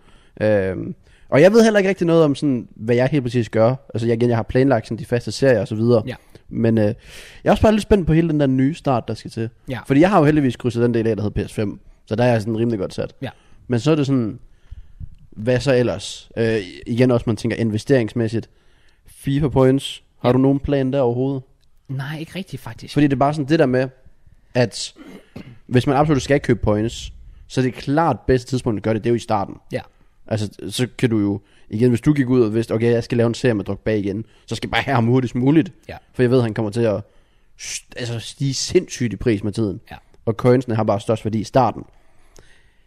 S2: Øhm, og jeg ved heller ikke rigtig noget om, sådan, hvad jeg helt præcis gør. Altså jeg, igen, jeg har planlagt sådan, de faste serier og så videre.
S1: Ja.
S2: Men øh, jeg er også bare lidt spændt på hele den der nye start, der skal til.
S1: Ja.
S2: Fordi jeg har jo heldigvis krydset den del af, der hedder PS5. Så der er jeg sådan rimelig godt sat.
S1: Ja.
S2: Men så er det sådan, hvad så ellers? Øh, igen også, man tænker investeringsmæssigt. FIFA points. Har du nogen plan der overhovedet?
S1: Nej, ikke rigtigt faktisk.
S2: Fordi det er bare sådan det der med, at hvis man absolut skal købe points, så er det klart bedste tidspunkt at gøre det, det er jo i starten.
S1: Ja.
S2: Altså, så kan du jo, igen, hvis du gik ud og vidste, okay, jeg skal lave en serie med Drogba igen, så skal jeg bare have ham hurtigst muligt.
S1: Ja.
S2: For jeg ved, at han kommer til at st- altså, stige sindssygt i pris med tiden.
S1: Ja.
S2: Og coinsene har bare størst værdi i starten.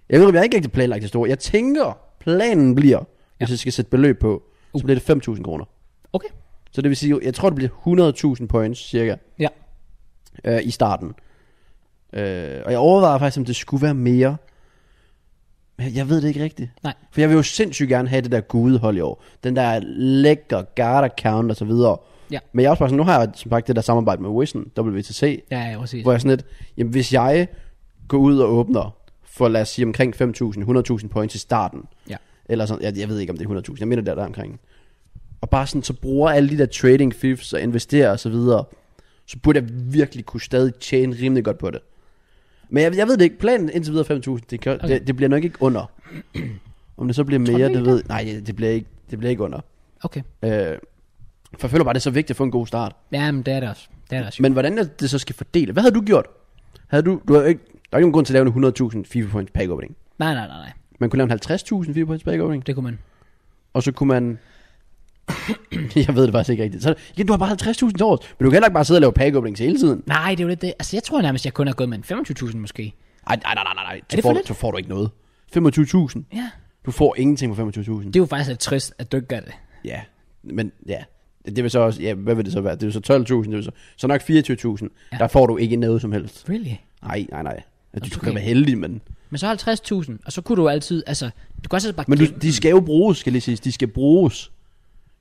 S2: Jeg ved, at jeg har ikke rigtig planlagt det store. Jeg tænker, planen bliver, hvis jeg skal sætte beløb på,
S1: Uh.
S2: så bliver det 5.000 kroner.
S1: Okay.
S2: Så det vil sige, jeg tror, det bliver 100.000 points cirka
S1: Ja.
S2: øh, i starten. Øh, og jeg overvejede faktisk, om det skulle være mere. Men jeg ved det ikke rigtigt.
S1: Nej.
S2: For jeg vil jo sindssygt gerne have det der gudehold i år. Den der lækker guard account og så videre.
S1: Ja.
S2: Men jeg er også bare sådan, nu har jeg som sagt det der samarbejde med Wissen, WTC,
S1: Ja, ja, præcis.
S2: hvor jeg sådan lidt, jamen hvis jeg går ud og åbner for lad os sige omkring 5.000, 100.000 points i starten,
S1: Ja.
S2: eller sådan, jeg, jeg ved ikke om det er 100.000, jeg mener det er der omkring. Og bare sådan, så bruger alle de der trading fifs og investerer og så videre, så burde jeg virkelig kunne stadig tjene rimelig godt på det. Men jeg, jeg ved det ikke, planen indtil videre 5.000, det, kan, okay. det, det, bliver nok ikke under. Om det så bliver mere,
S1: du
S2: det
S1: ikke
S2: ved Nej, det bliver ikke, det bliver ikke under.
S1: Okay.
S2: Øh, for jeg føler bare, det er så vigtigt at få en god start.
S1: Jamen, det er det også. Det er det også.
S2: Men hvordan er det, det så skal fordele? Hvad havde du gjort? Havde du, du havde ikke, der er ikke nogen grund til at lave en 100.000 FIFA points pack opening.
S1: Nej, nej, nej, nej.
S2: Man kunne lave en 50.000 FIFA points pack opening,
S1: Det kunne man.
S2: og så kunne man... jeg ved det faktisk ikke rigtigt. Så, igen, du har bare 50.000 til års, men du kan heller ikke bare sidde og lave pack openings hele tiden.
S1: Nej, det er jo lidt det. Altså, jeg tror nærmest, jeg kun har gået med en 25.000 måske.
S2: Ej, nej, nej, nej, nej,
S1: Er
S2: så
S1: det
S2: får,
S1: for
S2: du,
S1: lidt?
S2: så får du ikke noget. 25.000.
S1: Ja.
S2: Du får ingenting for 25.000.
S1: Det er jo faktisk lidt trist, at du ikke gør det.
S2: Ja, men ja. Det vil så også, ja, hvad vil det så være? Det er jo så 12.000, det vil så, så nok 24.000. Ja. Der får du ikke noget som helst.
S1: Really?
S2: Nej, nej, nej. Du skal
S1: okay.
S2: være heldig, men...
S1: Men så 50.000, og så kunne du altid, altså, du kan også bare
S2: Men du,
S1: gemme-
S2: de skal jo bruges, skal lige sige. De skal bruges.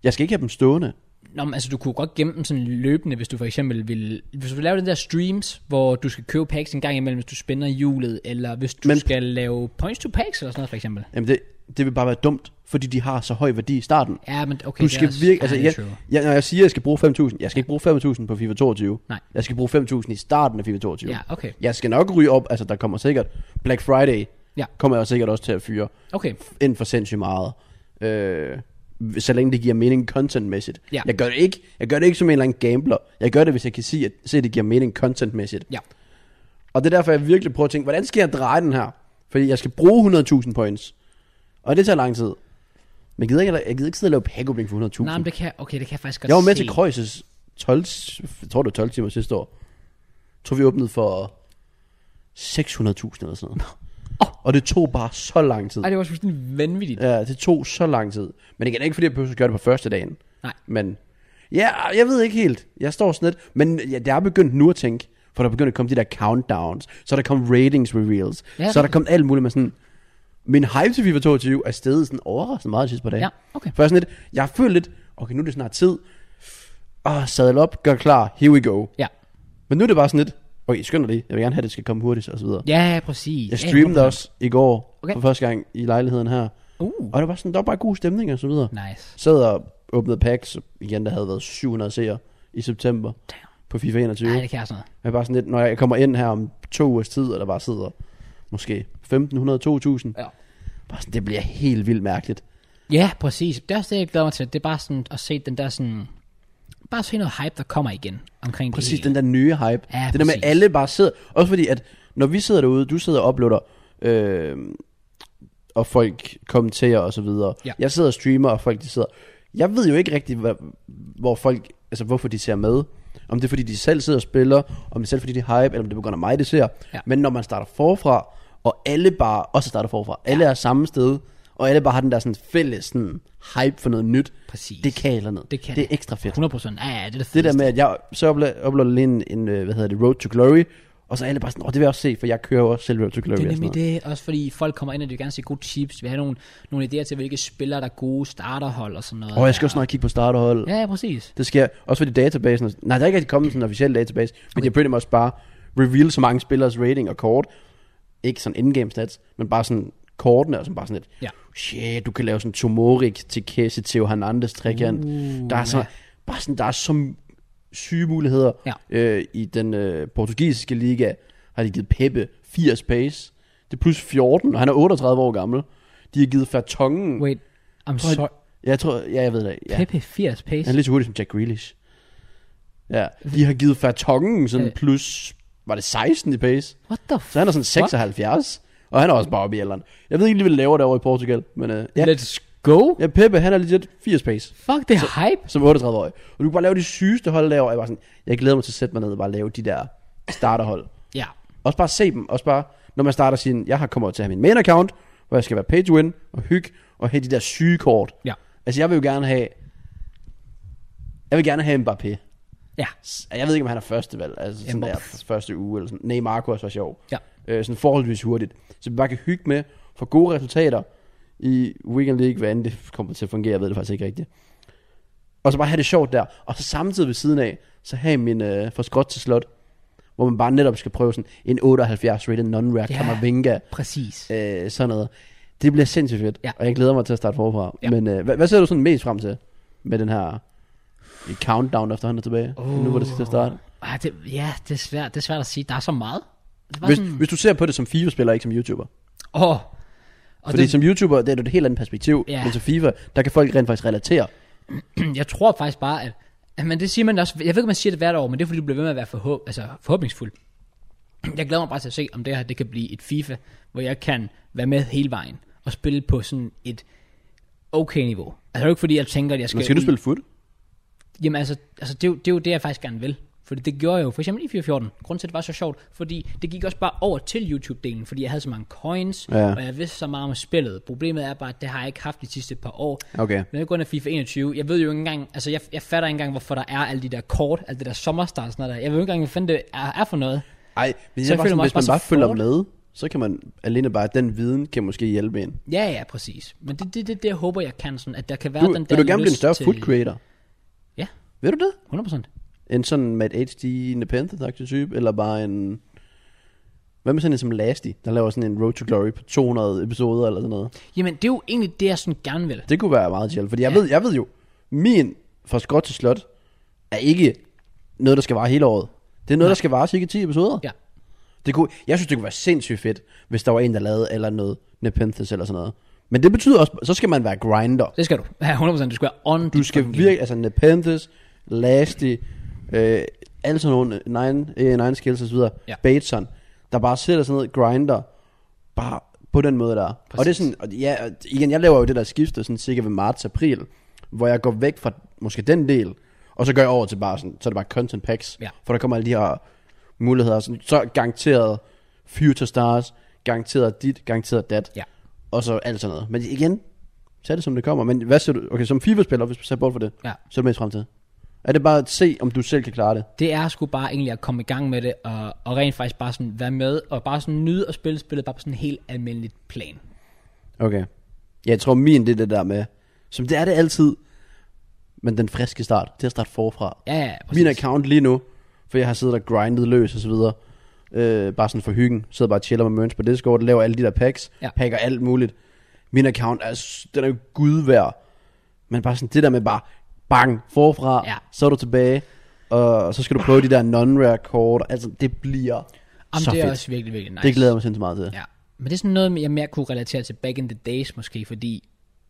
S2: Jeg skal ikke have dem stående.
S1: Nå, men altså, du kunne godt gemme dem sådan løbende, hvis du for eksempel vil... Hvis du vil lave den der streams, hvor du skal købe packs en gang imellem, hvis du spænder hjulet, eller hvis du
S2: Men-
S1: men... skal lave points to packs, eller sådan noget for eksempel.
S2: Jamen det, det vil bare være dumt, fordi de har så høj værdi i starten.
S1: Ja, men okay,
S2: Du
S1: det er
S2: skal
S1: også-
S2: virkelig, altså
S1: ja, det er
S2: jeg,
S1: true.
S2: jeg, når jeg siger, at jeg skal bruge 5.000, jeg skal ikke bruge 5.000 på FIFA 22.
S1: Nej.
S2: Jeg skal bruge 5.000 i starten af FIFA 22.
S1: Ja, okay.
S2: Jeg skal nok ryge op, altså der kommer sikkert, Black Friday
S1: Ja.
S2: kommer jeg jo sikkert også til at fyre
S1: Okay,
S2: ind for sindssygt meget. Øh, så længe det giver mening contentmæssigt.
S1: Ja.
S2: Jeg, gør det ikke, jeg gør det ikke som en eller anden gambler. Jeg gør det, hvis jeg kan sige, at, se, at det giver mening contentmæssigt.
S1: ja.
S2: Og det er derfor, jeg virkelig prøver at tænke, hvordan skal jeg dreje den her? Fordi jeg skal bruge 100.000 points. Og det tager lang tid. Men jeg gider ikke, jeg gider ikke sidde og lave pack opening for 100.000.
S1: Nej, men det kan, okay, det kan jeg faktisk godt
S2: jeg var med
S1: se.
S2: til Kreuzes 12, jeg tror det var 12 timer sidste år. Jeg tror vi åbnede for 600.000 eller sådan noget. Og det tog bare så lang tid.
S1: Ej, det var fuldstændig vanvittigt.
S2: Ja, det tog så lang tid. Men igen, ikke fordi jeg behøver at gøre det på første dagen.
S1: Nej.
S2: Men ja, jeg ved ikke helt. Jeg står sådan lidt. Men ja, det er begyndt nu at tænke. For der begyndte at komme de der countdowns. Så der kom ratings reveals.
S1: Ja,
S2: Ja, så er der
S1: rigtigt.
S2: kom alt muligt med sådan... Min hype til FIFA 22 er steget sådan overraskende meget de sidste par dage.
S1: Ja, okay.
S2: For jeg, er sådan lidt, jeg har følt lidt, okay, nu er det snart tid. Åh, sadel op, gør klar, here we go.
S1: Ja.
S2: Men nu er det bare sådan lidt, okay, skynd dig lige, jeg vil gerne have, at det skal komme hurtigt, og så videre.
S1: Ja, præcis.
S2: Jeg streamede
S1: ja,
S2: også i går,
S1: Okay.
S2: okay. for første gang i lejligheden her.
S1: Uh,
S2: Og det var sådan, der var bare god stemning, og så videre.
S1: nice.
S2: Sad og åbnede packs, igen, der havde været 700 seere i september
S1: Damn.
S2: på FIFA 21.
S1: Nej,
S2: Jeg
S1: det kan jeg sådan noget.
S2: er bare sådan lidt, når jeg kommer ind her om to ugers tid, og der bare sidder måske 1.500-2.000,
S1: Ja.
S2: bare sådan, det bliver helt vildt mærkeligt.
S1: Ja, præcis. Det er også det, jeg glæder mig til. Det er bare sådan at se den der sådan... Bare se noget hype, der kommer igen omkring
S2: Præcis,
S1: det
S2: den der nye hype.
S1: Ja,
S2: det der med,
S1: præcis.
S2: at alle bare sidder. Også fordi, at når vi sidder derude, du sidder og uploader, øh, og folk kommenterer og så videre.
S1: Ja.
S2: Jeg sidder og streamer, og folk de sidder. Jeg ved jo ikke rigtig, hvad, hvor folk, altså hvorfor de ser med. Om det er fordi, de selv sidder og spiller, om det er selv fordi, de er hype, eller om det er på grund af mig, de ser.
S1: Ja.
S2: Men når man starter forfra, og alle bare også starter forfra, alle er samme sted, og alle bare har den der sådan fælles sådan, hype for noget nyt.
S1: Præcis.
S2: Det kan eller noget.
S1: Det kan
S2: det er
S1: det.
S2: ekstra fedt.
S1: 100 procent. Ja, ja, det er det
S2: Det
S1: fedeste.
S2: der med, at jeg så uplo- uploader lige en, en, øh, hvad hedder det, Road to Glory, og så er alle bare sådan, åh, det vil jeg også se, for jeg kører jo også selv Road to Glory.
S1: Det er
S2: og sådan
S1: nemlig
S2: noget.
S1: det, også fordi folk kommer ind, og de vil gerne se gode chips, de vil have nogle, nogle idéer til, hvilke spillere, der er gode starterhold og sådan noget.
S2: Åh, jeg skal også snart kigge på starterhold. Ja.
S1: Ja, ja, præcis.
S2: Det sker også fordi databasen, nej, der er ikke rigtig kommet sådan en officiel database, men de har pretty much bare reveal så mange spillers rating og kort. Ikke sådan endgame stats, men bare sådan kortene, og sådan bare sådan et,
S1: Ja.
S2: shit, du kan lave sådan Tomorik til Kese, Theo Hernandez trekant. Uh, der er så, bare sådan, der er så syge muligheder.
S1: Ja.
S2: Øh, I den øh, portugisiske liga har de givet Pepe 80 pace. Det er plus 14, og han er 38 år gammel. De har givet Fertongen.
S1: Wait, I'm
S2: Tror jeg-
S1: sorry.
S2: Jeg tror, ja, jeg ved det. Ja.
S1: Pepe 80 pace.
S2: Han er lige så hurtig som Jack Grealish. Ja, de har givet Fertongen sådan
S1: Øh.
S2: plus, var det 16 i pace?
S1: What the
S2: Så han er sådan 76, og han er også bare oppe i alderen. Jeg ved ikke lige, hvad de laver derovre i Portugal, men øh, ja.
S1: Let's go.
S2: Ja, Peppe, han er legit 80 pace,
S1: Fuck, det er hype.
S2: som 38-årig. Og du kan bare lave de sygeste hold derovre. Jeg, var sådan, jeg glæder mig til at sætte mig ned og bare lave de der starterhold.
S1: Ja,
S2: Også bare se dem. Også bare, når man starter sin, jeg har kommer til at have min main account, hvor jeg skal være pay to win og hygge og have de der syge kort.
S1: ja,
S2: Altså, jeg vil jo gerne have... Jeg vil gerne have Mbappé.
S1: ja,
S2: S- Jeg ved ikke, om han er første valg. Altså, sådan
S1: Mbappé.
S2: der, første uge eller sådan. Nej, Marco også var sjov.
S1: ja.
S2: Øh, sådan forholdsvis hurtigt. Så vi bare kan hygge med, få gode resultater i Weekend League, hvad end det kommer til at fungere, jeg ved det faktisk ikke rigtigt. Og så bare have det sjovt der. Og så samtidig ved siden af, så have min øh, fra skråt til slot, hvor man bare netop skal prøve sådan en 78 rated
S1: Ja.
S2: non-rack, yeah. Kamavinga,
S1: Præcis.
S2: øh, sådan noget. Det bliver sindssygt fedt,
S1: Ja.
S2: og jeg glæder mig til at starte forfra.
S1: Ja.
S2: Ja. Men øh, hvad, hvad ser du sådan mest frem til med den her countdown, efter han er tilbage? Oh. Nu hvor det skal til at starte.
S1: Ah, det, ja, det er, svært, det er svært at sige. Der er så meget. Det var
S2: Hvis,
S1: sådan,
S2: hvis du ser på det som FIFA-spiller, ikke som YouTuber.
S1: åh, og
S2: Fordi
S1: det,
S2: det... som YouTuber, det er jo et helt andet perspektiv.
S1: Ja.
S2: Ja. Men som FIFA, der kan folk rent faktisk relatere.
S1: jeg tror faktisk bare, at, at men det siger man også, jeg ved ikke, om man siger det hvert år, men det er fordi, du bliver ved med at være forhåb, altså, forhåbningsfuld. Jeg glæder mig bare til at se, om det her det kan blive et FIFA, hvor jeg kan være med hele vejen og spille på sådan et okay niveau. Altså det er jo ikke fordi, jeg tænker, at jeg skal...
S2: Men skal du
S1: ud-
S2: spille foot?
S1: Jamen altså, altså det, er jo, det er jo det, jeg faktisk gerne vil. Fordi det gjorde jeg jo for eksempel i 414. Grunden til, at det var så sjovt, fordi det gik også bare over til YouTube-delen, fordi jeg havde så mange coins,
S2: Ja.
S1: og jeg vidste så meget om spillet. Problemet er bare, at det har jeg ikke haft de sidste par år.
S2: Okay.
S1: Men jeg går ind af FIFA 21. Jeg ved jo ikke engang, altså jeg, jeg fatter ikke engang, hvorfor der er alle de der kort, alt det der sommerstart, sådan noget der. Jeg ved jo ikke engang, hvad fanden det er, er for noget.
S2: Ej, men
S1: Så føler
S2: jeg bare sådan,
S1: man også
S2: hvis man
S1: bare
S2: bare
S1: så
S2: følger
S1: fort.
S2: med, så kan man alene bare, den viden kan måske hjælpe en.
S1: Ja, ja, præcis. Men det er det, det, det, jeg håber, jeg kan sådan, at der kan være
S2: Du,
S1: den der
S2: vil du gerne blive en
S1: lyst
S2: større
S1: til...
S2: foot creator?
S1: Ja,
S2: Ved du det?
S1: 100%.
S2: En sådan med et HD independent type, eller bare en... Hvad med sådan en som Lasty, der laver sådan en Road to Glory på 200 episoder eller sådan noget?
S1: Jamen, det er jo egentlig det, jeg sådan gerne vil.
S2: Det kunne være meget chill, fordi jeg,
S1: Ja.
S2: ja. ved, jeg ved jo, min fra skot til slot er ikke noget, der skal vare hele året. Det er noget, Nej. der skal vare cirka 10 episoder.
S1: Ja.
S2: Det kunne, jeg synes, det kunne være sindssygt fedt, hvis der var en, der lavede eller noget Nepenthes eller sådan noget. Men det betyder også, så skal man være grinder.
S1: Det skal du. Ja, 100%. Du skal være on
S2: Du skal virkelig, altså Nepenthes, Lasty, øh, alle sådan nogle 9, 9 skills og så videre,
S1: Ja.
S2: ja. Bateson, der bare sætter sådan noget grinder, bare på den måde der. Præcis. Og det er
S1: Præcis.
S2: sådan, og ja, og igen, jeg laver jo det der skifte sådan cirka ved marts-april, hvor jeg går væk fra måske den del, og så går jeg over til bare sådan, så er det bare content packs,
S1: Ja.
S2: for der kommer alle de her muligheder, sådan, så garanteret future stars, garanteret dit, garanteret dat,
S1: Ja.
S2: og så alt sådan noget. Men igen, tag det som det kommer. Men hvad ser du? Okay, som FIFA-spiller, hvis du ser bort for det,
S1: Ja.
S2: så er du mest frem til. Er det bare at se, om du selv kan klare det?
S1: Det er sgu bare egentlig at komme i gang med det, og, og rent faktisk bare sådan være med, og bare sådan nyde at spille spillet, bare på sådan en helt almindeligt plan.
S2: Okay. Ja, jeg tror min, det er det der med, som det er det altid, men den friske start, det er at starte forfra.
S1: Ja, ja, præcis.
S2: Min account lige nu, for jeg har siddet og grindet løs og så videre, øh, bare sådan for hyggen, sidder bare og chiller med Merns på Discord, laver alle de der packs,
S1: Ja.
S2: ja. packer alt muligt. Min account er, s- den er jo gud værd, men bare sådan det der med bare, bang, forfra,
S1: Ja.
S2: ja. så er du tilbage, og så skal du prøve de der non-rare kort, altså det bliver
S1: Jamen,
S2: så
S1: det er
S2: fedt.
S1: også virkelig, virkelig nice.
S2: Det glæder jeg mig sindssygt meget til.
S1: Ja, men det er sådan noget, jeg mere kunne relatere til back in the days måske, fordi,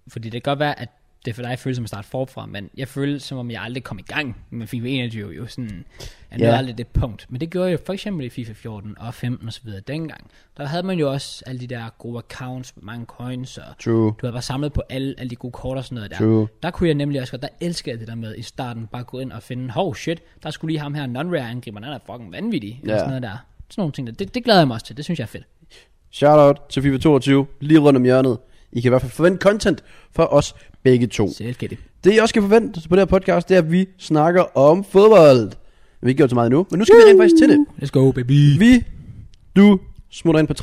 S1: fordi det kan godt være, at det for dig føles som at starte forfra, men jeg følte som om jeg aldrig kom i gang med FIFA 21, jo sådan, jeg nåede
S2: Ja.
S1: aldrig det punkt. Men det gjorde jeg jo for eksempel i FIFA 14 og 15 og så videre dengang. Der havde man jo også alle de der gode accounts med mange coins, og
S2: True.
S1: du havde bare samlet på alle, alle de gode kort og sådan noget der.
S2: True.
S1: Der kunne jeg nemlig også godt, der elskede jeg det der med i starten, bare gå ind og finde, hov shit, der skulle lige ham her non-rare angriber, han er fucking vanvittig, eller
S2: Ja.
S1: sådan noget der. Sådan nogle ting der. Det, det glæder jeg mig også til, det synes jeg er fedt.
S2: Shoutout til FIFA 22, lige rundt om hjørnet. I kan i hvert fald forvente content fra os begge to.
S1: Selvfølgelig.
S2: Det I også kan forvente på det her podcast, det er, at vi snakker om fodbold. Vi har ikke gjort så meget endnu, men nu skal vi rent faktisk til det.
S1: Let's go, baby.
S2: Vi, du, smutter ind på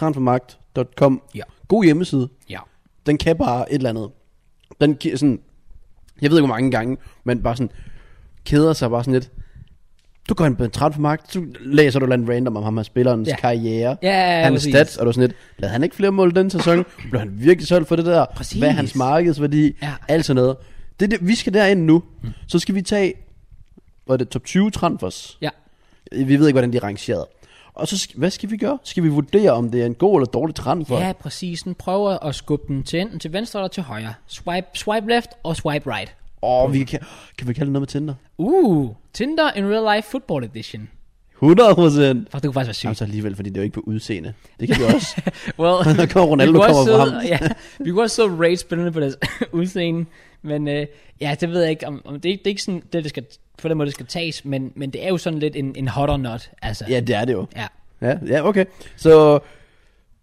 S2: transfermagt.com.
S1: Ja.
S2: God hjemmeside.
S1: Ja.
S2: Den kan bare et eller andet. Den giver sådan, jeg ved ikke hvor mange gange, men bare sådan, keder sig bare sådan lidt. Du går ind på en transfermagt, så læser du et eller andet random om ham her spillerens
S1: Ja.
S2: ja. karriere
S1: Ja,
S2: hans
S1: præcis.
S2: stats, og du er sådan lidt, lavede han ikke flere mål den sæson? Blev han virkelig solgt for det der?
S1: Præcis.
S2: Hvad er hans markedsværdi?
S1: Ja.
S2: Alt sådan noget. Det, er det, vi skal derind nu. Så skal vi tage, hvad er det, top 20 transfers.
S1: Ja.
S2: Vi ved ikke, hvordan de er rangeret. Og så, sk- hvad skal vi gøre? Skal vi vurdere, om det er en god eller dårlig transfer?
S1: ja, præcis. Den prøver at skubbe den til enten til venstre eller til højre. Swipe, swipe left og swipe right.
S2: Åh, vi kan, kan vi kalde det noget med Tinder?
S1: Uh, Tinder in real life football edition.
S2: 100 procent.
S1: Fuck, det kunne faktisk være sygt.
S2: Jamen så alligevel, fordi det er jo ikke på udseende. Det kan vi også.
S1: Well,
S2: Der kommer Ronaldo,
S1: vi kunne også
S2: kommer
S1: sidde-
S2: frem.
S1: ja, vi kunne også sidde og rate spillerne på deres udseende. Men øh, ja, det ved jeg ikke. Om, om det, det, er ikke sådan, det, det skal, på den måde, det skal tages. Men, men det er jo sådan lidt en, en hot or not. Altså.
S2: ja, det er det jo.
S1: ja.
S2: Ja, ja, okay. Så,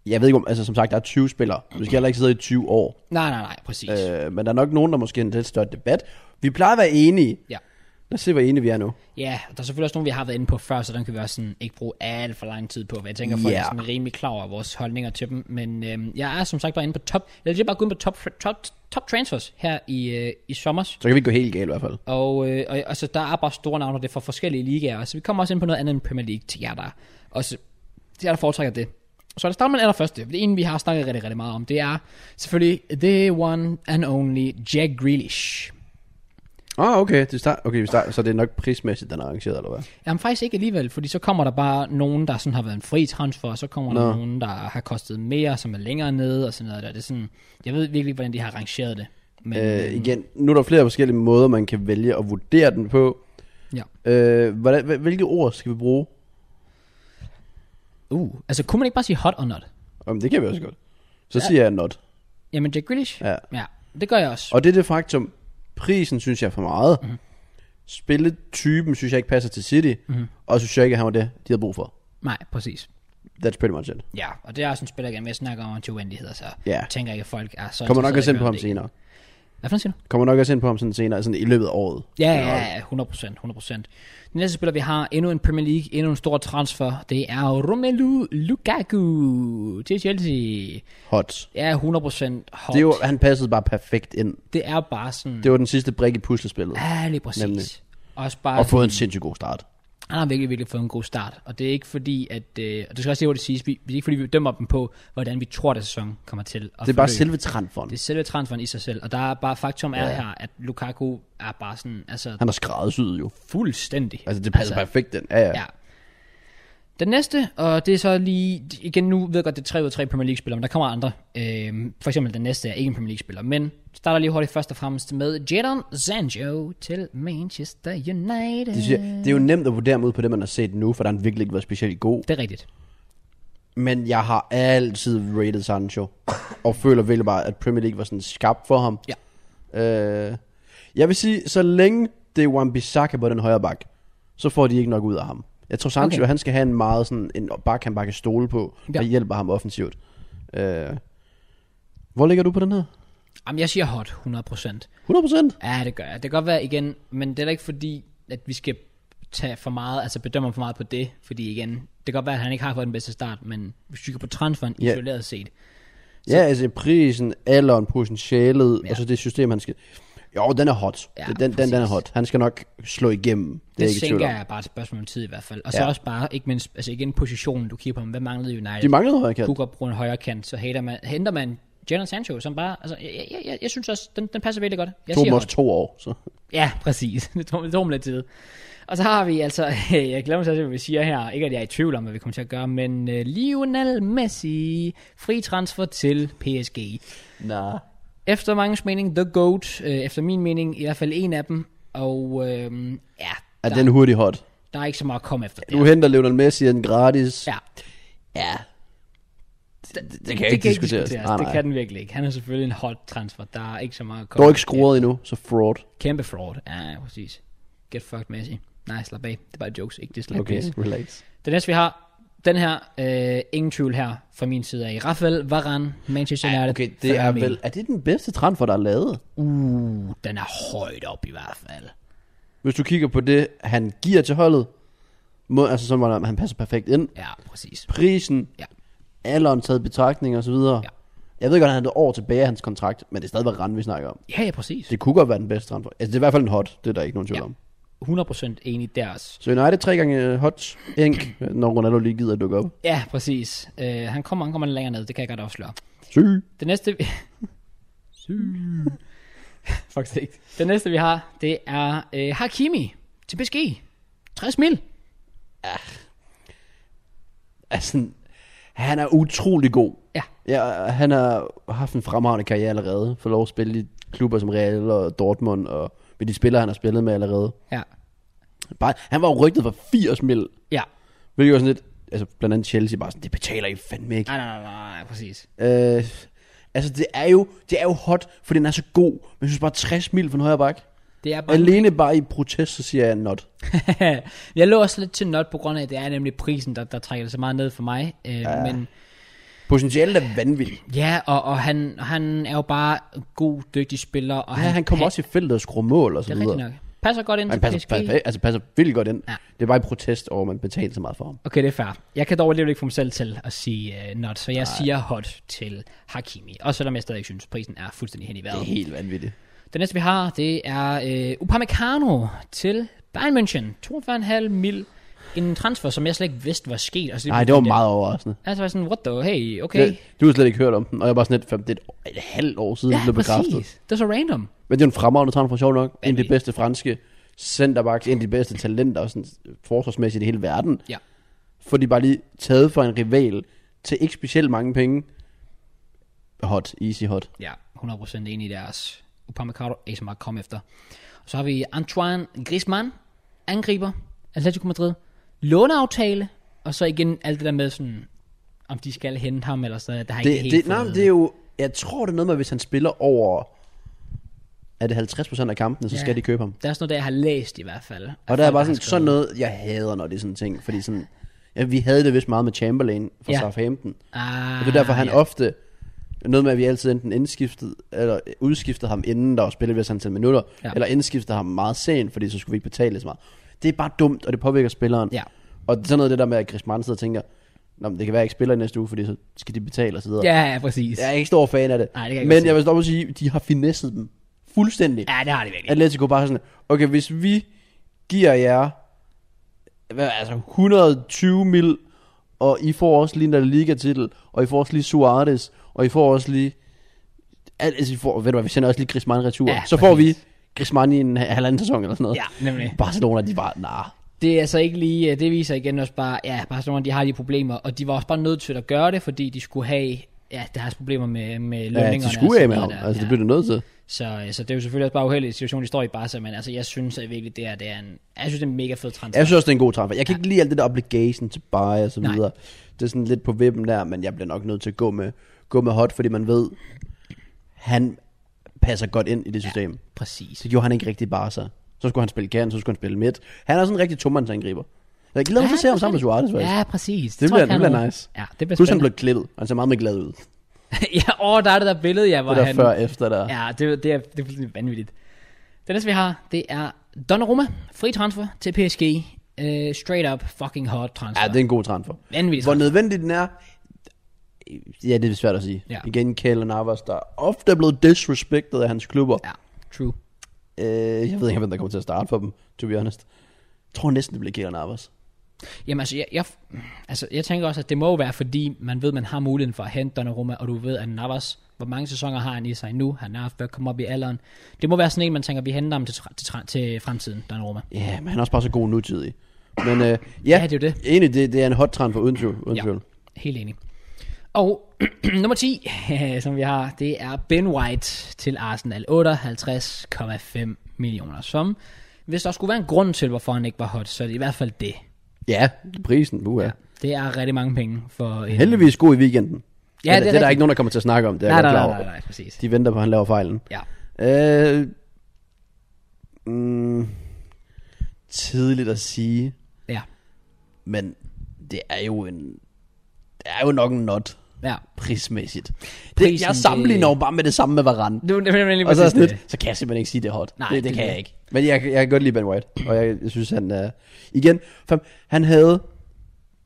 S2: jeg ved ikke om, altså som sagt, der er 20 spillere. Du skal heller ikke sidde i 20 år.
S1: Nej, nej, nej, præcis. Øh.
S2: Øh, men der er nok nogen, der måske har en lidt større debat. Vi plejer at være enige.
S1: Ja.
S2: Lad os se, hvor enige vi er nu.
S1: Ja, og der er selvfølgelig også nogle, vi har været inde på før, så den kan vi også sådan ikke bruge alt for lang tid på. Hvad jeg tænker, folk
S2: Ja.
S1: er sådan rimelig klar over vores holdninger til dem. Men øhm, jeg er som sagt bare inde på top, eller jeg er bare gået ind på top, top, top transfers her i, øh, i sommer.
S2: Så kan vi ikke gå helt galt i hvert fald.
S1: Og, øh, og, og så der er bare store navne, og det er fra forskellige ligaer. Så vi kommer også ind på noget andet end Premier League til jer, der, også, til jer, der foretrækker det. Så der starter med den allerførste. Det ene, vi har snakket rigtig, rigtig meget om, det er selvfølgelig the one and only Jack Grealish.
S2: Åh, oh, okay. Det start, okay vi start, så det er nok prismæssigt, den er arrangeret, eller hvad?
S1: Jamen faktisk ikke alligevel, fordi så kommer der bare nogen, der sådan har været en fri transfer, og så kommer der nogen, der har kostet mere, som er længere nede og sådan noget der. Det er sådan, jeg ved virkelig ikke, hvordan de har rangeret det. Men
S2: Øh, igen, nu er der flere forskellige måder, man kan vælge at vurdere den på.
S1: ja.
S2: Øh, hvordan, hvil- hvilke ord skal vi bruge?
S1: Uh, altså kunne man ikke bare sige hot or not?
S2: Om det kan vi også godt. Så ja. siger jeg not.
S1: Jamen Jack Grealish?
S2: Ja.
S1: ja det gør jeg også.
S2: Og det er det faktum, prisen synes jeg er for meget.
S1: Mhm.
S2: Mm-hmm. Spilletypen synes jeg ikke passer til City.
S1: Mhm.
S2: Mm-hmm. Og så synes jeg ikke, at han var det, de havde brug for.
S1: Nej, præcis.
S2: That's pretty much it.
S1: Ja, og det er også en spiller, jeg gerne vil snakke om anvendigheder, så
S2: Ja.
S1: tænker jeg ikke, at folk er så
S2: Kommer nok
S1: interesserede i
S2: også ind på
S1: gøre
S2: ham
S1: det.
S2: senere.
S1: Hvad for noget siger du?
S2: Kommer nok også ind på ham sådan senere, sådan i løbet af året.
S1: Ja, ja, ja, 100%, 100%. Den næste spiller, vi har, endnu en Premier League, endnu en stor transfer, det er Romelu Lukaku til Chelsea.
S2: Hot.
S1: Ja, 100% hot.
S2: Det er jo, han passede bare perfekt ind.
S1: det er bare sådan... Det...
S2: Det var den sidste brik i puslespillet.
S1: Ja, lige præcis. Nemlig.
S2: Nemlig.
S1: Også bare...
S2: Og fået en sindssygt god start.
S1: Han har virkelig, virkelig fået en god start. Og det er ikke fordi, at... Øh, og det skal også lige hvor det siges. Vi, det er ikke fordi, vi dømmer dem på, hvordan vi tror, at sæsonen kommer til. At
S2: Det er bare
S1: forløbe.
S2: selve transferen.
S1: Det er selve transferen i sig selv. Og der er bare faktum er her, at Lukaku er bare sådan... Altså,
S2: Han har skræddersyet jo.
S1: fuldstændig.
S2: Altså, det passer altså, perfekt den. Ja, ja.
S1: Ja. Den næste, og det er så lige, igen nu ved jeg godt, det er 3 ud af 3 Premier League-spillere, men der kommer andre. Øhm, for eksempel den næste er ikke en Premier League-spiller, men starter lige hurtigt først og fremmest med Jadon Sancho til Manchester United.
S2: Det, siger, det er jo nemt at vurdere ham ud på det, man har set nu, for der har han virkelig ikke været specielt god.
S1: Det er rigtigt.
S2: Men jeg har altid rated Sancho. Og føler virkelig bare, at Premier League var sådan skabt for ham.
S1: Ja.
S2: Øh, jeg vil sige, så længe det er Wan-Bissaka på den højre bak, så får de ikke nok ud af ham. Jeg tror Sancho,
S1: Okay.
S2: okay. han skal have en meget sådan, en bak, han bare kan stole på,
S1: Ja.
S2: ja. der hjælper ham offensivt. Øh, hvor ligger du på den her?
S1: Jamen, jeg siger hot, 100%.
S2: 100%?
S1: Ja, det gør jeg. Det kan godt være igen, men det er da ikke fordi, at vi skal tage for meget, altså bedømme ham for meget på det, fordi igen, det kan godt være, at han ikke har fået den bedste start, men hvis vi kigger på transferen
S2: Ja.
S1: yeah. isoleret set,
S2: Ja, altså prisen, alderen, potentialet, ja.
S1: Ja.
S2: og så det system, han skal... Jo, den er hot.
S1: Ja,
S2: Ja, den, den, den er
S1: præcis.
S2: hot. Han skal nok slå igennem. Det, det er
S1: det
S2: ikke i tvivl
S1: tænker
S2: om.
S1: jeg er bare et spørgsmål om tid i hvert fald. Og ja. så
S2: Ja.
S1: også bare, ikke mindst, altså igen positionen, du kigger på ham, hvad manglede United?
S2: De manglede højre kant.
S1: Hooker på en højre kant, så hater man, henter man Jadon Sancho, som bare, altså, jeg, jeg, jeg, jeg synes også, den, den passer virkelig godt. Jeg
S2: Tog dem
S1: siger
S2: også to år. Så.
S1: Ja, præcis. Det tog, det tog mig lidt tid. Og så har vi altså, jeg glemmer sig til, hvad vi siger her. Ikke at jeg er i tvivl om, hvad vi kommer til at gøre, men uh, Lionel Messi, fri transfer til PSG.
S2: Nej.
S1: Efter mangens mening, The GOAT. Uh, efter min mening, i hvert fald en af dem. Og uh, ja,
S2: Er
S1: der,
S2: den hurtigt hot?
S1: der er ikke så meget at komme efter
S2: Du
S1: der.
S2: henter Lionel Messi den gratis.
S1: Ja,
S2: ja. Det, det, det, kan
S1: det
S2: ikke
S1: kan ikke
S2: diskuteres.
S1: diskuteres.
S2: Nej,
S1: Det
S2: nej.
S1: kan den virkelig ikke. Han er selvfølgelig en hot transfer. Der er ikke så meget at
S2: Du
S1: komme
S2: har ikke scoret endnu, så fraud.
S1: Kæmpe fraud. Ja, ja, præcis. Get fucked, Messi. Nej, slap af. Det var jokes, ikke det slap
S2: Okay, relax.
S1: Det næste vi har, den her, øh, ingen tvivl her fra min side af. Rafael Varane, Manchester United.
S2: Okay, det er
S1: fænomen.
S2: vel... Er det den bedste transfer, der er lavet?
S1: Uh, den er højt op i hvert fald.
S2: Hvis du kigger på det, han giver til holdet, må, altså sådan, hvordan han passer perfekt ind.
S1: Ja, præcis.
S2: Prisen,
S1: Ja.
S2: alderen taget i betragtning og så videre.
S1: Ja.
S2: Jeg ved godt, at han havde et år tilbage af hans kontrakt, men det er stadigvæk rand, vi snakker om.
S1: Ja, ja, præcis.
S2: Det kunne godt være den bedste transfer. Altså, det er i hvert fald en hot, det er der ikke nogen tvivl
S1: Ja.
S2: om.
S1: 100% enig deres.
S2: Så United tre gange øh, hot, enk, når Ronaldo lige gider at dukke op.
S1: Ja, præcis. Uh, han kommer, han kommer lidt længere ned, det kan jeg godt afsløre.
S2: Syg.
S1: Det næste vi... Syg. Faktisk ikke. Det næste vi har, det er uh, Hakimi til PSG. 60 mil.
S2: Altså, han er utrolig god.
S1: Ja.
S2: ja han har haft en fremragende karriere allerede. Får lov at spille i klubber som Real og Dortmund, og med de spillere, han har spillet med allerede.
S1: Ja.
S2: Bare, han var jo rygtet for 80 mil,
S1: Ja.
S2: hvilket var sådan lidt, altså blandt andet Chelsea bare sådan, det betaler I fandme ikke.
S1: Nej, nej, nej, nej, nej, præcis.
S2: Øh, altså, det er, jo, det er jo hot, fordi den er så god. Men jeg synes bare, 60 mil for en højre bak.
S1: Det er bare
S2: Alene bare i protest, så siger jeg not.
S1: jeg lå også lidt til not på grund af, at det er nemlig prisen, der, der trækker det så meget ned for mig. Øh, ja. Men
S2: Potentialet er vanvittigt.
S1: ja, og, og han, han er jo bare en god, dygtig spiller. Og
S2: Ja, han kommer
S1: pa-
S2: også i feltet og skruer mål og
S1: Det
S2: så
S1: er
S2: videre.
S1: rigtigt nok. Passer godt ind
S2: Han
S1: til
S2: passer,
S1: PSG.
S2: passer, altså passer vildt godt ind.
S1: Ja.
S2: Ja. Det er bare i protest over, at man betaler så meget for ham.
S1: Okay, det er fair. Jeg kan dog alligevel ikke få mig selv til at sige uh, not, så jeg Ej. siger hot til Hakimi. Også selvom jeg stadig ikke synes, prisen er fuldstændig hen i
S2: Det er
S1: vejret.
S2: helt vanvittigt.
S1: Det næste vi har, det er uh, Upamecano til Bayern München. 42,5 mil. En transfer, som jeg slet ikke vidste var sket. Altså, Og så lige
S2: Nej, det var
S1: pludselig-
S2: meget overrassende.
S1: Altså var jeg sådan, what the, hey, okay.
S2: Okay. Du har slet ikke hørt om den, og jeg var sådan lidt, fem, det er et, år- et halvt år siden, ja, den blev bekræftet.
S1: Det er så random.
S2: Men det er jo en fremragende transfer, sjov nok. En af de
S1: Vanvittigt.
S2: bedste franske centerbacks, en af de bedste talenter, sådan forsvarsmæssigt i hele verden.
S1: Ja.
S2: Får de bare lige taget for en rival til ikke specielt mange penge. Hot, easy hot.
S1: Ja, 100% enig i deres Upamecano, ikke så meget kom efter. Og så har vi Antoine Griezmann, angriber, Atletico Madrid, låneaftale, og så igen alt det der med sådan, om de skal hente ham, eller sådan noget, der har ikke
S2: Det,
S1: helt
S2: det, nej,
S1: fået-
S2: men det er jo, jeg tror det er noget med, hvis han spiller over, er det 50% af kampene, så
S1: Ja.
S2: ja. skal de købe ham.
S1: Der er sådan noget, der jeg har læst i hvert fald. Altså,
S2: Og der er
S1: Folk
S2: bare
S1: har
S2: sådan,
S1: skrevet.
S2: sådan noget, jeg hader, når det er sådan ting. Fordi sådan, ja, vi havde det vist meget med Chamberlain fra
S1: Ja.
S2: ja. Southampton.
S1: Ah,
S2: Og det er derfor, han
S1: ja.
S2: ja. ofte, noget med, at vi altid enten indskiftede, eller udskiftede ham inden der var spillet ved et antal minutter,
S1: Ja.
S2: ja. eller indskiftede ham meget sent, fordi så skulle vi ikke betale så meget. Det er bare dumt, og det påvirker spilleren.
S1: Ja.
S2: Og sådan noget af det der med, at Griezmann sidder og tænker, Nå, men det kan være, at jeg ikke spiller i næste uge, fordi så skal de betale og så videre.
S1: Ja, ja, præcis.
S2: Jeg er ikke stor fan af det.
S1: Nej, det kan jeg godt
S2: men
S1: se.
S2: jeg vil stoppe og sige, de har finesset dem fuldstændig.
S1: Ja, det har det virkelig.
S2: Atletico bare sådan, okay, hvis vi giver jer hvad, altså 120 mil, og I får også lige en La Liga-titel, og I får også lige Suarez, og I får også lige... al- Altså, I får, ved du hvad, vi sender også lige Griezmann retur.
S1: Ja,
S2: Ja, så får vi
S1: præcis.
S2: Griezmann i en ha- halvanden sæson eller sådan noget.
S1: Ja, nemlig.
S2: Barcelona, de bare, nej. Nah.
S1: Det er altså ikke lige, det viser igen også bare, ja, Barcelona, de har de problemer, og de var også bare nødt til at gøre det, fordi de skulle have, ja, deres problemer med, med
S2: Ja,
S1: lønningerne.
S2: de
S1: og
S2: skulle
S1: så
S2: af med
S1: videre
S2: ham.
S1: der.
S2: Altså,
S1: ja.
S2: det blev det nødt til.
S1: Så, øh, så det er jo selvfølgelig også bare uheldig situation, de står i Barca, men altså, jeg synes at virkelig, det er, det er en, jeg synes, det er en mega fed transfer.
S2: Jeg synes også, det er en god transfer. Jeg kan ikke lide alt det der obligation til buy og så
S1: Nej.
S2: videre. Det er sådan lidt på vippen der, men jeg bliver nok nødt til at gå med, gå med hot, fordi man ved, han passer godt ind i det system. Ja.
S1: Præcis.
S2: Så gjorde han ikke rigtig bare sig. Så skulle han spille kant, så skulle han spille midt. Han er sådan en rigtig tommandsangriber. Jeg glæder mig til at se ham sammen med Suarez, faktisk. Ja,
S1: Ja, præcis.
S2: det,
S1: tror
S2: bliver,
S1: jeg,
S2: det
S1: kan
S2: bliver
S1: noget.
S2: nice.
S1: Ja, det bliver
S2: Plus han
S1: spændende.
S2: blev klippet. Han ser meget mere glad ud.
S1: ja, åh, der er det der billede, jeg var
S2: Det der
S1: han.
S2: før og efter der. Ja.
S1: Ja, det, det, er, det er fuldstændig vanvittigt. Det næste, vi har, det er Donnarumma, fri transfer til PSG. Uh, straight up fucking hot transfer.
S2: Ja, det er en god transfer.
S1: Vanvittig
S2: Hvor
S1: transfer.
S2: nødvendig den er, ja, det er svært at sige.
S1: Ja.
S2: Igen, Kjell Navas, der ofte er blevet disrespektet af hans klubber.
S1: Ja, true.
S2: Øh, jeg ved ikke, hvem der kommer til at starte for dem, to be honest. Jeg tror næsten, det bliver Kjell Navas.
S1: Jamen altså jeg, jeg, altså, jeg tænker også, at det må jo være, fordi man ved, man har muligheden for at hente Donnarumma, og du ved, at Navas, hvor mange sæsoner har han i sig nu, han er ved at komme op i alderen. Det må være sådan en, man tænker, vi henter ham til, tra- til, tra- til fremtiden, Donnarumma.
S2: Ja, yeah, men han er også bare så god nutidig. Men øh, ja,
S1: Ja, det er jo det.
S2: Egentlig, det, det er en hot transfer, uden tvivl. Uden
S1: Ja.
S2: tvivl.
S1: Helt enig. Og nummer 10, som vi har, det er Ben White til Arsenal. 58,5 millioner, som hvis der skulle være en grund til, hvorfor han ikke var hot, så er det i hvert fald det.
S2: Ja, prisen, uha. Ja.
S1: Det er rigtig mange penge for en...
S2: Heldigvis god i weekenden.
S1: Ja, det er
S2: det, det er der
S1: rigtigt.
S2: ikke nogen, der kommer til at snakke om. Det er
S1: nej,
S2: jeg
S1: nej, nej,
S2: godt klar
S1: nej,
S2: over.
S1: nej, præcis.
S2: De venter på, at han laver fejlen.
S1: Ja.
S2: Øh, mm, tidligt at sige,
S1: Ja,
S2: men det er jo en... Det er jo nok en not
S1: ja.
S2: prismæssigt. det,
S1: Prisen,
S2: jeg sammenligner
S1: det-
S2: jo bare med det samme med Varane.
S1: Det var det var nemlig
S2: Og så, er
S1: præcis
S2: sådan
S1: det.
S2: lidt, så kan jeg simpelthen ikke sige, det er hot.
S1: Nej,
S2: det, det,
S1: det
S2: kan
S1: er
S2: jeg
S1: det.
S2: ikke. Men jeg, jeg kan godt lide Ben White, og jeg, jeg synes, han er... igen, fam, han havde...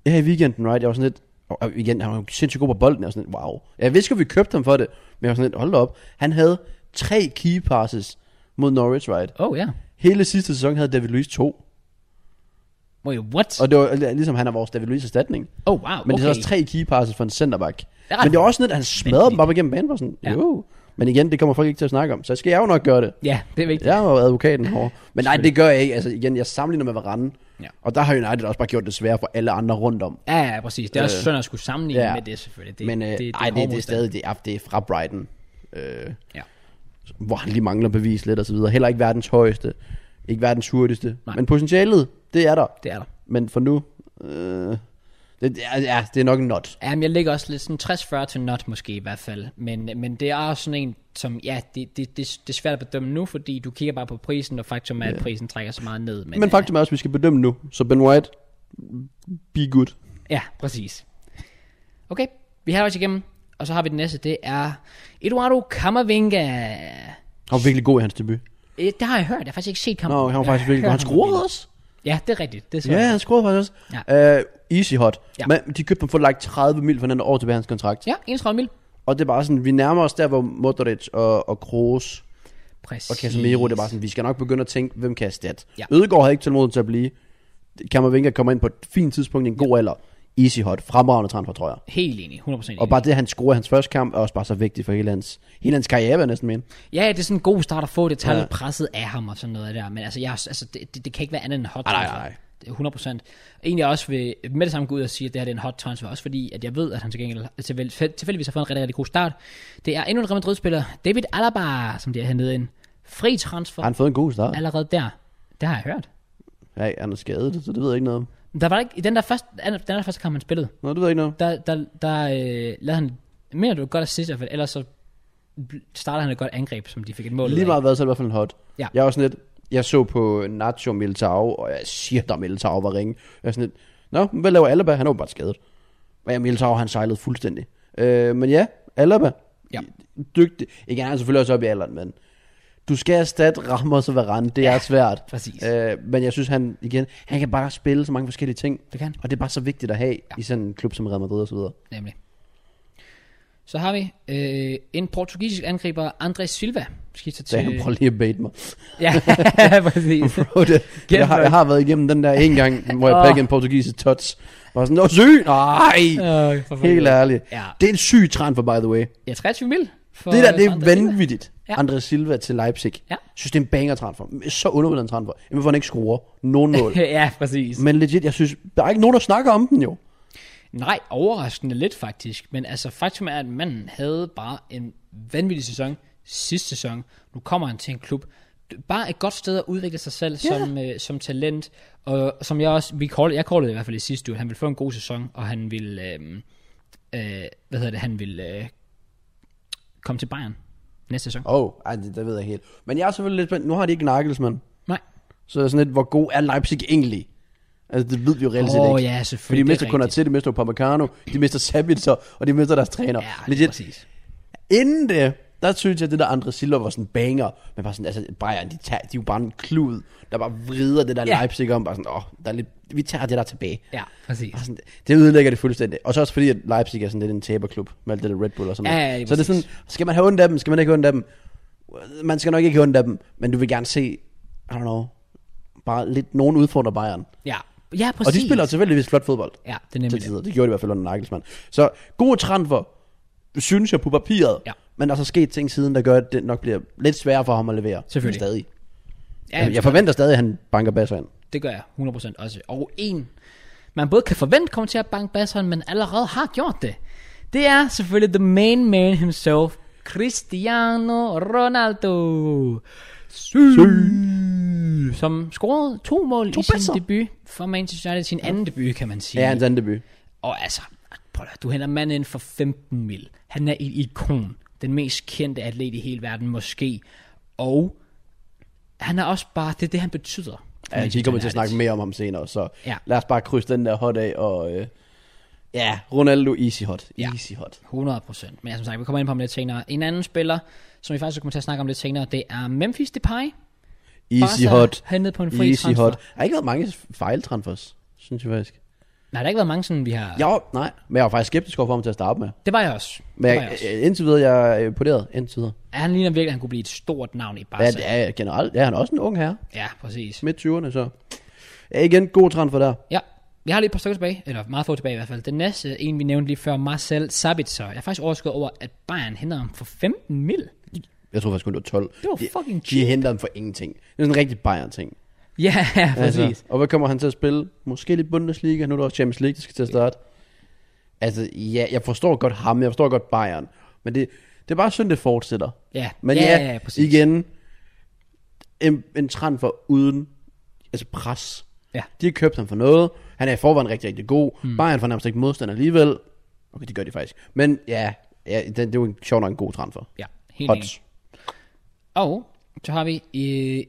S2: Her i weekenden, right, jeg var sådan lidt... Og og igen, han var jo sindssygt god på bolden, og sådan lidt, wow. Jeg vidste godt, vi købte ham for det, men jeg var sådan lidt, hold da op. Han havde tre key passes mod Norwich, right?
S1: Oh, ja.
S2: Hele sidste sæson havde David Luiz to.
S1: Wait, what?
S2: Og det var ligesom, han er vores David Luiz erstatning.
S1: Oh, wow,
S2: Men okay. det er
S1: okay.
S2: så også tre key passes for en centerback.
S1: er ret
S2: Men det er også sådan lidt, at han smadrede dem op igennem banen, var sådan,
S1: Ja.
S2: ja. jo. Men igen, det kommer folk ikke til at snakke om, så skal jeg jo nok gøre det.
S1: Ja, det er vigtigt.
S2: Jeg var advokaten hård. Men nej, det gør jeg ikke. Altså igen, jeg sammenligner med Varane.
S1: Ja.
S2: Ja. Og der har United også bare gjort det svært for alle andre rundt om.
S1: Ja, ja, præcis. Det er også
S2: Øh,
S1: synd at skulle sammenligne
S2: ja.
S1: med det, selvfølgelig. Det,
S2: Men øh, det, det, ej,
S1: en hård
S2: det, det er
S1: modstand.
S2: stadig det, er- det er fra Brighton. Øh,
S1: Ja.
S2: hvor han lige mangler bevis lidt og så videre. Heller ikke verdens højeste. Ikke verdens hurtigste.
S1: Nej.
S2: Nej. Men potentialet, det er der.
S1: Det er der.
S2: Men for nu, øh, det, det, er, ja, det er nok en not.
S1: Jamen, jeg ligger også lidt sådan 60-40 til not måske i hvert fald. Men, men det er også sådan en, som, ja, det, det, det, det er svært at bedømme nu, fordi du kigger bare på prisen, og faktum er, at prisen trækker så meget ned.
S2: Men, men faktum er også, at vi skal bedømme nu. Så Ben White, be good.
S1: øh, Ja, præcis. Okay, vi har også igennem. Og så har vi den næste, det er Eduardo Camavinga.
S2: Han var virkelig god i hans debut.
S1: Øh, Det har jeg hørt, jeg har faktisk ikke set kampen.
S2: Nå, han
S1: Jeg
S2: var faktisk
S1: har
S2: virkelig
S1: hørt
S2: god. Han
S1: ham på
S2: scorede
S1: billedet.
S2: også.
S1: Ja, det er rigtigt. Det er så
S2: Ja, han scorede faktisk også. Ja. Uh, easy hot.
S1: Ja.
S2: Ja. Men de købte ham for like 30 mil for den år tilbage af hans kontrakt. Ja.
S1: Ja, 31 mil.
S2: Og det er bare sådan, vi nærmer os der, hvor Modric og, og Kroos
S1: Præcis.
S2: og Casemiro, det er bare sådan, vi skal nok begynde at tænke, hvem kan erstatte.
S1: Ja.
S2: Ja. Ødegaard har ikke tålmodighed til at blive. Kammervinga kommer ind på et fint tidspunkt i en god alder. Easy hot. Fremragende transfer, tror jeg.
S1: Helt enig, 100% enig.
S2: Og bare det, at han scorer i hans første kamp, er også bare så vigtigt for hele hans, hele hans karriere, vil jeg næsten mene.
S1: Ja, det er sådan en god start at få, det tager
S2: Ja.
S1: lidt presset af ham og sådan noget der, men altså, jeg, har- altså det, det, det kan ikke være andet end en hot
S2: Ah, Nej, nej,
S1: transfer.
S2: nej.
S1: Det er 100%. Egentlig også vil med det samme gå ud og sige, at det her det er en hot transfer, også fordi at jeg ved, at han til gengæld tilfæld- tilfældigvis har fået en rigtig, rigtig god start. Det er endnu en Real Madrid-spiller, David Alaba, som de har hentet ind. Fri transfer
S2: Har han fået en god start?
S1: allerede der. Det har jeg hørt.
S2: Ja, han er skadet, så det ved jeg ikke noget om.
S1: Men Der var ikke, i den der første, den der første kamp, han spillede,
S2: Nå, det ved jeg ikke noget om.
S1: der, der, der øh, lavede han, mener du godt assist i hvert fald, ellers så startede han et godt angreb, som de fik et mål ud af.
S2: Lige meget hvad, så er det i hvert fald en hot.
S1: Ja.
S2: Jeg er også sådan lidt, jeg så på Nacho Militao, og jeg siger, der Militao var ringe. Jeg er sådan lidt, nå, men hvad laver Alaba? Han er jo bare skadet. Men ja, Militao, han sejlede fuldstændig. Øh, men ja, Alaba.
S1: Ja.
S2: Dygtig. Ikke, han er selvfølgelig også oppe i alderen, men du skal erstatte Ramos og Varane, det er svært.
S1: Præcis.
S2: Øh, men jeg synes, han igen, han kan bare spille så mange forskellige ting.
S1: Det kan han.
S2: Og det er bare så vigtigt at have ja. i sådan en klub som Real Madrid og så videre.
S1: Nemlig. Så har vi øh, en portugisisk angriber, André Silva. Skifter
S2: Så
S1: til...
S2: jeg prøver lige at bait mig.
S1: ja, præcis.
S2: Bro, det, jeg, har, jeg har været igennem den der en gang, hvor jeg
S1: Åh.
S2: pakkede en portugisisk touch. Var sådan, åh, syg! Nej!
S1: Øh, for fanden.
S2: Helt ærligt.
S1: Ja.
S2: Det er en syg transfer, by the way.
S1: Ja, 23 mil. For
S2: Det der, det er
S1: André Silva.
S2: vanvittigt.
S1: Ja.
S2: André Silva til Leipzig.
S1: Ja.
S2: Jeg synes, det er en banger transfer. Så undervurderet en transfer. Jamen, hvor han ikke scorer nogen mål.
S1: ja, præcis.
S2: Men legit, jeg synes, der er ikke nogen, der snakker om den jo.
S1: Nej, overraskende lidt faktisk. Men altså, faktum er, at manden havde bare en vanvittig sæson sidste sæson. Nu kommer han til en klub. Bare et godt sted at udvikle sig selv yeah. som, øh, som talent. Og som jeg også, vi call, jeg callede det i hvert fald i sidste uge, han ville få en god sæson, og han ville, øh, øh, hvad hedder det, han ville øh, komme til Bayern næste sæson.
S2: Åh, oh, ej, det, det, ved jeg helt. Men jeg er selvfølgelig lidt spændt. Nu har de ikke Nagelsmann.
S1: Nej.
S2: Så er sådan lidt, hvor god er Leipzig egentlig? Altså, det ved vi jo reelt set
S1: Åh,
S2: ikke.
S1: ja,
S2: For de
S1: selvfølgelig, det
S2: mister
S1: er
S2: Konate, de mister Upamecano, de mister Sabitzer, og de mister deres træner.
S1: Ja,
S2: Legit,
S1: præcis.
S2: Inden det, der synes jeg, at det der andre Silva var sådan banger. Men bare sådan, altså, Bayern, de, tager, de er jo bare en klud, der bare vrider det der
S1: Ja.
S2: ja. Leipzig om. Bare sådan, åh, der er lidt, vi tager det der tilbage.
S1: Ja, præcis.
S2: Og sådan, det ødelægger det fuldstændig. Og så også fordi, at Leipzig er sådan lidt en taberklub med alt det der Red Bull og sådan
S1: Ja,
S2: noget.
S1: ja, lige
S2: Så det er sådan,
S1: præcis.
S2: skal man have ondt af dem, skal man ikke have ondt af dem? Man skal nok ikke have ondt af dem, men du vil gerne se, I don't know, bare lidt nogen udfordrer Bayern. Præcis.
S1: Ja, ja præcis.
S2: Og de spiller tilfældigvis flot fodbold.
S1: Ja, det er
S2: Til
S1: nemlig det.
S2: tider. Det gjorde de i hvert fald under Nagelsmann. Så gode transfer, synes jeg på papiret.
S1: Ja.
S2: Men der er så sket ting siden, der gør, at det nok bliver lidt sværere for ham at levere.
S1: Selvfølgelig.
S2: Men Stadig.
S1: Ja,
S2: jeg, jeg forventer stadig, at han banker basser ind.
S1: Det gør jeg 100% også. Og en, man både kan forvente kommer til at banke basseren, men allerede har gjort det. Det er selvfølgelig the main man himself, Cristiano Ronaldo. Sy. Som scorede to mål to i
S2: basser.
S1: sin debut for Manchester United. Sin anden debut, kan man sige.
S2: Ja, hans anden debut.
S1: Og altså, prøv at, høre, du henter manden ind for 15 mil. Han er et ikon. Den mest kendte atlet i hele verden, måske. Og han er også bare, det er det, han betyder. for
S2: Ja, vi
S1: Manchester
S2: kommer til at
S1: United.
S2: snakke mere om ham senere, så
S1: Ja.
S2: ja. lad os bare krydse den der hot af, og øh, ja, Ronaldo easy hot,
S1: Ja.
S2: easy hot.
S1: 100%. Men ja, som sagt, vi kommer ind på ham lidt senere. En anden spiller, som vi faktisk kommer til at snakke om lidt senere, det er Memphis Depay.
S2: Easy
S1: Barca
S2: hot,
S1: Hentet på en fri
S2: easy
S1: transfer.
S2: hot. Der har ikke været mange fejltransfers, synes jeg faktisk.
S1: Nej, der har ikke været mange sådan, vi har...
S2: Jo, nej, men jeg var faktisk skeptisk over for ham til at starte med.
S1: Det var jeg også.
S2: Men
S1: det var jeg
S2: jeg,
S1: også.
S2: jeg, indtil videre, jeg er imponeret, indtil videre.
S1: Han ligner virkelig, at han kunne blive et stort navn i
S2: Ja,
S1: Barca.
S2: det er generelt, ja, han er også en ung herre,
S1: ja præcis.
S2: midt 20'erne, så ja, igen, god transfer der.
S1: Ja, vi har lige et par stykker tilbage, eller meget få tilbage i hvert fald. Den næste, en vi nævnte lige før, Marcel Sabitzer. Jeg er faktisk overrasket over, at Bayern henter ham for 15 mil.
S2: Jeg tror faktisk kun, det var 12.
S1: Det var
S2: de,
S1: fucking
S2: De henter ham for ingenting. Det er sådan en rigtig Bayern-ting.
S1: Ja, præcis.
S2: Altså, og hvad kommer han til at spille? Måske lidt Bundesliga, nu er der også Champions League, der skal til at starte. Altså, ja, jeg forstår godt ham, jeg forstår godt Bayern, men det, det er bare synd, det fortsætter.
S1: ja,
S2: Men
S1: ja,
S2: ja,
S1: ja, præcis.
S2: igen, en, en trend for uden altså pres.
S1: Ja.
S2: De har købt ham for noget, han er i forvejen rigtig, rigtig god. Mm. Bayern får nærmest ikke modstand alligevel. Okay, det gør de faktisk. Men ja, ja det, det er jo en sjov nok en god transfer.
S1: Ja, helt enig.
S2: Hot.
S1: Og så har vi øh,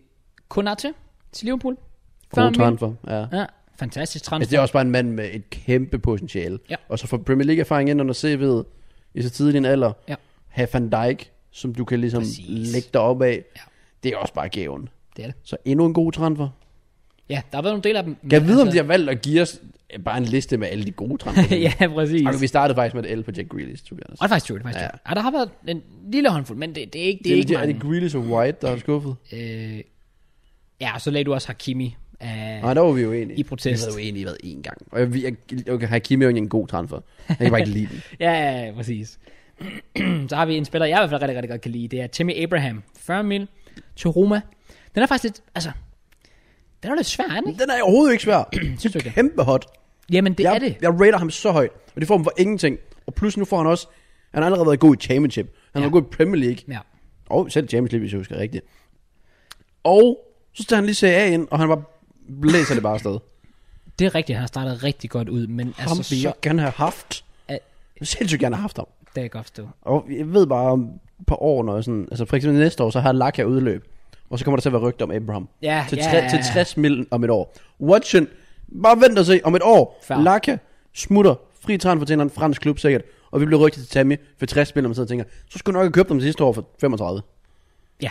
S1: Konate til Liverpool.
S2: God
S1: 40 mil.
S2: transfer, ja.
S1: Ja, fantastisk
S2: Altså,
S1: transfer.
S2: det er også bare en mand med et kæmpe potentiale.
S1: Ja.
S2: Og så få Premier League-erfaring ind under CV'et i så tidlig en alder.
S1: Ja.
S2: Have Van Dijk, som du kan ligesom
S1: Præcis.
S2: Præcis. lægge dig op af.
S1: Ja.
S2: Det er også bare gaven.
S1: det er det.
S2: Så endnu en god transfer.
S1: Ja, der har været nogle del af dem. men
S2: Kan jeg vide, om de
S1: altså-
S2: har valgt at give os øh, bare en liste med alle de gode transfer?
S1: ja, præcis.
S2: Okay, vi startede faktisk med et L på Jack Grealish, to be honest.
S1: Og det er faktisk true, det er faktisk ja.
S2: Ja.
S1: true. Ja, der har været en lille håndfuld, men det, det er ikke, det er
S2: Det er,
S1: ikke
S2: det, er
S1: mange.
S2: det Grealish og White, der er skuffet?
S1: Øh, ja, og så lagde du også Hakimi. Øh,
S2: Nej, der var vi jo enige.
S1: I protest.
S2: Vi var jo enige været én gang. Og jeg, jeg, okay, Hakimi er jo ikke en god transfer. Jeg kan bare ikke lide den.
S1: ja, ja, ja, præcis. så har vi en spiller, jeg i hvert fald rigtig, rigtig godt kan lide. Det er Timmy Abraham. 40 mil til Roma. Den er faktisk lidt, altså, den er lidt svær, er den ikke?
S2: Den er overhovedet ikke svær.
S1: Synes du ikke det?
S2: Kæmpe hot.
S1: Jamen, det
S2: jeg,
S1: er det.
S2: Jeg rater ham så højt, og det får ham for ingenting. Og plus nu får han også, han har allerede været god i Championship. Han
S1: Ja.
S2: har ja. god i Premier League.
S1: Ja.
S2: Og selv Champions League, hvis jeg husker rigtigt. Og så tager han lige CA ind, og han bare blæser det bare afsted.
S1: Det er rigtigt, han har startet rigtig godt ud, men
S2: Ham
S1: altså,
S2: vil jeg gerne have haft.
S1: er,
S2: Jeg vil sindssygt gerne have haft ham.
S1: det kan jeg godt forstå.
S2: Og jeg ved bare om et par år, når jeg sådan, altså for eksempel næste år, så har Laka udløb. Og så kommer der til at være rygter om Abraham.
S1: Ja,
S2: til,
S1: ja,
S2: tre-
S1: ja, ja.
S2: til 60 mil om et år. Watson, bare vent og se, om et år.
S1: Fair.
S2: Laka smutter, fri træn for til en eller anden fransk klub sikkert. Og vi bliver rygtet til Tammy for 60 mil, og man sidder og tænker, så skulle du nok have købt dem sidste år for 35.
S1: Ja,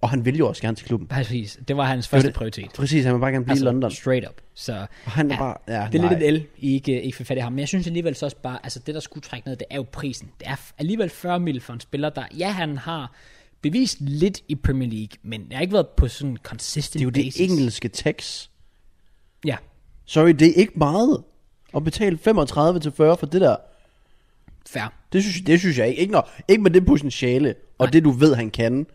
S2: Og han vil jo også gerne til klubben.
S1: præcis. Det var hans første
S2: det.
S1: prioritet.
S2: Præcis, han vil bare gerne blive altså, i London.
S1: Straight up. Så,
S2: Og han er bare- ja,
S1: det er
S2: nej.
S1: lidt et el, I ikke, ikke fik fat i ham. Men jeg synes alligevel så også bare, altså det der skulle trække ned, det er jo prisen. Det er f- alligevel 40 mil for en spiller, der, ja han har bevist lidt i Premier League, men jeg har ikke været på sådan en consistent
S2: Det er jo
S1: basis.
S2: det engelske tax.
S1: Ja,
S2: Sorry, det er ikke meget. At betale 35 til 40 for det der.
S1: fair.
S2: Det synes, det synes jeg ikke. Ikke, når, ikke med det potentiale, og
S1: Nej.
S2: det du ved, han kan.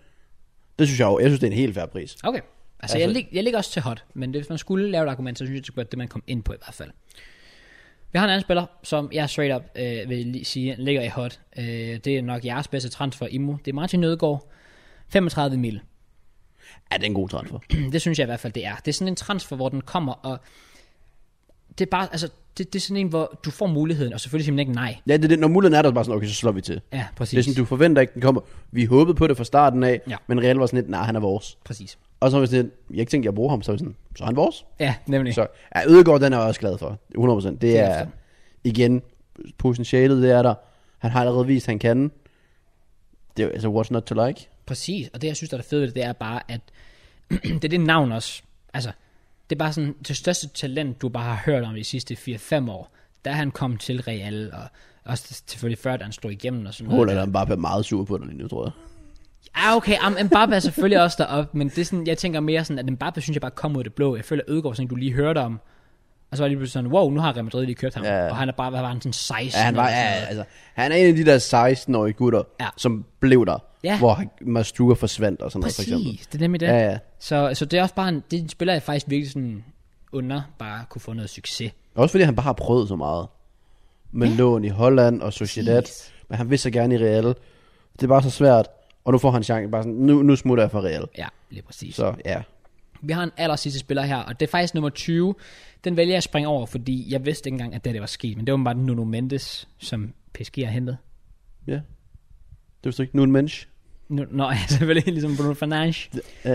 S2: Det synes jeg jo. Jeg synes, det er en helt fair pris.
S1: Okay. Altså, altså jeg, lig, jeg ligger også til hot, men hvis man skulle lave et argument, så synes jeg, det skulle være det, man kom ind på i hvert fald. Vi har en anden spiller, som jeg straight up øh, vil lige sige, ligger i hot. Øh, det er nok jeres bedste transfer, Immo. Det er Martin Nødegaard. 35 mil.
S2: Ja, det er en god transfer.
S1: Det synes jeg i hvert fald, det er. Det er sådan en transfer, hvor den kommer, og det er bare, altså, det, det er sådan en, hvor du får muligheden, og selvfølgelig siger man ikke nej.
S2: Ja, det, er det, når muligheden er der, så bare sådan, okay, så slår vi til.
S1: Ja, præcis.
S2: Det er sådan, du forventer ikke, den kommer. Vi håbede på det fra starten af,
S1: Ja.
S2: men Real var sådan lidt, nej, han er vores.
S1: Præcis.
S2: Og så var vi sådan lidt, jeg ikke tænkte, jeg bruger ham, så er vi sådan, så er han vores.
S1: Ja, nemlig.
S2: Så ja, Ødegaard, den er jeg også glad for. 100%. Det er,
S1: Derefter.
S2: igen, potentialet, det er der. Han har allerede vist, han kan. Det er jo- altså, what's not to like?
S1: Præcis, og det jeg synes, der er fedt ved det, det er bare, at det er det navn også. Altså, det er bare sådan, det største talent, du bare har hørt om i de sidste 4-5 år, da han kom til Real, og også selvfølgelig før, da han stod igennem og sådan noget.
S2: Holder der bare bliver meget sur på dig lige nu, tror jeg.
S1: Ja, okay, um, Mbappe er selvfølgelig også deroppe, men det er sådan, jeg tænker mere sådan, at Mbappe synes jeg bare kom ud af det blå. Jeg føler Ødegaard, sådan, du lige hørte om, og så var det lige pludselig sådan, wow, nu har Real Madrid lige kørt ham,
S2: Ja.
S1: og han er bare, hvad var han, sådan 16?
S2: Ja, han, var,
S1: eller sådan
S2: ja,
S1: noget.
S2: altså, han er en af de der 16-årige gutter,
S1: Ja.
S2: som blev der,
S1: Ja.
S2: hvor Mastuga forsvandt og sådan noget, for eksempel.
S1: Præcis, det er nemlig det.
S2: Ja, ja.
S1: Så, så det er også bare en, det er en spiller, jeg faktisk virkelig sådan under bare kunne få noget succes.
S2: Også fordi han bare har prøvet så meget. Med ja. lån i Holland og Sociedad.
S1: Præcis.
S2: Men han vil så gerne i Real. Det er bare så svært. Og nu får han chancen. Bare sådan, nu, nu smutter jeg fra Real.
S1: Ja, lige præcis. Så.
S2: Så ja.
S1: Vi har en aller sidste spiller her, og det er faktisk nummer 20. Den vælger jeg at springe over, fordi jeg vidste ikke engang, at det, her, det var sket. Men det var bare Nuno Mendes, som PSG har hentet.
S2: Ja. Det vidste du ikke. Nu en mensch.
S1: Nu, nå, jeg er selvfølgelig ligesom Bruno Fernandes.
S2: Øh,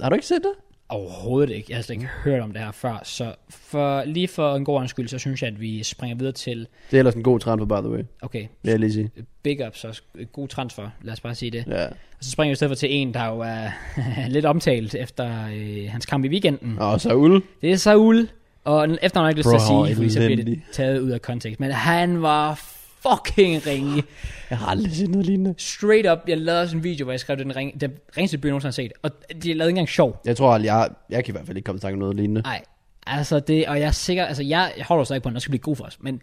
S2: har du ikke set det?
S1: Overhovedet ikke. Jeg har slet ikke hørt om det her før. Så for, lige for en god undskyld, så synes jeg, at vi springer videre til...
S2: Det er ellers en god transfer, by the way.
S1: Okay,
S2: Vil jeg lige sige.
S1: big ups og sk- god transfer. Lad os bare sige det.
S2: Ja.
S1: Og så springer vi i stedet for til en, der jo er lidt omtalt efter øh, hans kamp i weekenden.
S2: Og Saul.
S1: Det er Saul, og n- efter har jeg ikke lyst til at
S2: Bro,
S1: sige, fordi så bliver det
S2: elendig.
S1: taget ud af kontekst. Men han var fucking ringe.
S2: Jeg har aldrig set noget lignende.
S1: Straight up, jeg lavede også en video, hvor jeg skrev, det er den, ring, den ringeste by, jeg nogensinde har set. Og de lavede ikke engang sjov.
S2: Jeg tror aldrig, jeg, jeg kan i hvert fald ikke komme i tanke om noget lignende.
S1: Nej, altså det, og jeg er sikker, altså jeg, jeg holder stadig på, at han også skal blive god for os. Men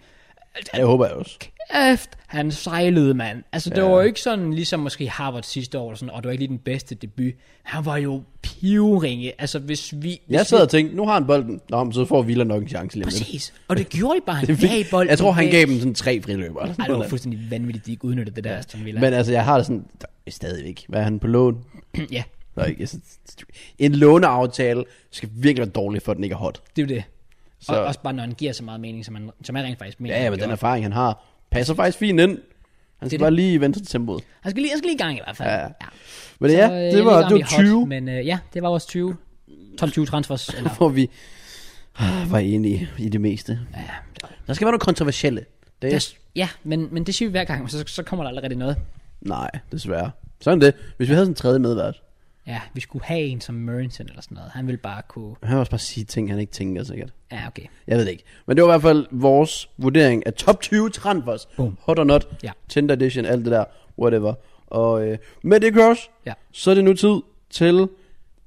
S2: Ja, det håber jeg også.
S1: kæft, han sejlede, mand. Altså, det ja. var jo ikke sådan, ligesom måske Harvard sidste år, eller sådan, og det var ikke lige den bedste debut. Han var jo pivringe. Altså, hvis vi...
S2: Jeg
S1: hvis
S2: sad og tænkte, nu har han bolden. Nå, men så får Villa nok en chance lige om lidt.
S1: Præcis. Og det gjorde de bare. Han gav i bolden.
S2: Jeg tror, han
S1: væk.
S2: gav dem sådan tre friløber.
S1: Ej, det var fuldstændig vanvittigt, de ikke udnyttede det der, Aston Villa.
S2: Men altså, jeg har det sådan, der er stadigvæk, hvad er han på lån?
S1: ja,
S2: Der er ikke, altså, en låneaftale skal virkelig være dårlig, for at den ikke er hot.
S1: det er jo det. Og
S2: Så-
S1: også bare, når han giver så meget mening, som han, som han rent faktisk mener.
S2: Ja, ja,
S1: han
S2: men den
S1: gjorde.
S2: erfaring, han har, passer faktisk fint ind. Han skal
S1: det.
S2: bare lige vente til tempoet.
S1: Han skal lige, han skal lige i gang i hvert fald.
S2: Ja.
S1: Så,
S2: Men ja,
S1: øh, jeg
S2: det var,
S1: ved ikke,
S2: det
S1: om
S2: var
S1: vi er
S2: 20,
S1: Hot, men øh, ja, det var vores 20. 12-20 transfers. Eller,
S2: hvor vi ah, var enige i det meste.
S1: ja,
S2: Der skal være nogle kontroversielle. Det er,
S1: det, ja men, men det siger vi hver gang, så, så kommer der allerede noget.
S2: nej, desværre. Sådan det. Hvis vi havde sådan en tredje medvært,
S1: Ja, vi skulle have en som Mørensen eller sådan noget. Han ville bare kunne...
S2: han ville også bare sige ting, han ikke tænker sikkert.
S1: Ja, okay.
S2: Jeg ved det ikke. Men det var i hvert fald vores vurdering af top 20 transfers.
S1: Boom.
S2: Hot or not.
S1: Ja.
S2: Tinder edition, alt det der. Whatever. Og øh, med det, Cross,
S1: Ja.
S2: så er det nu tid til,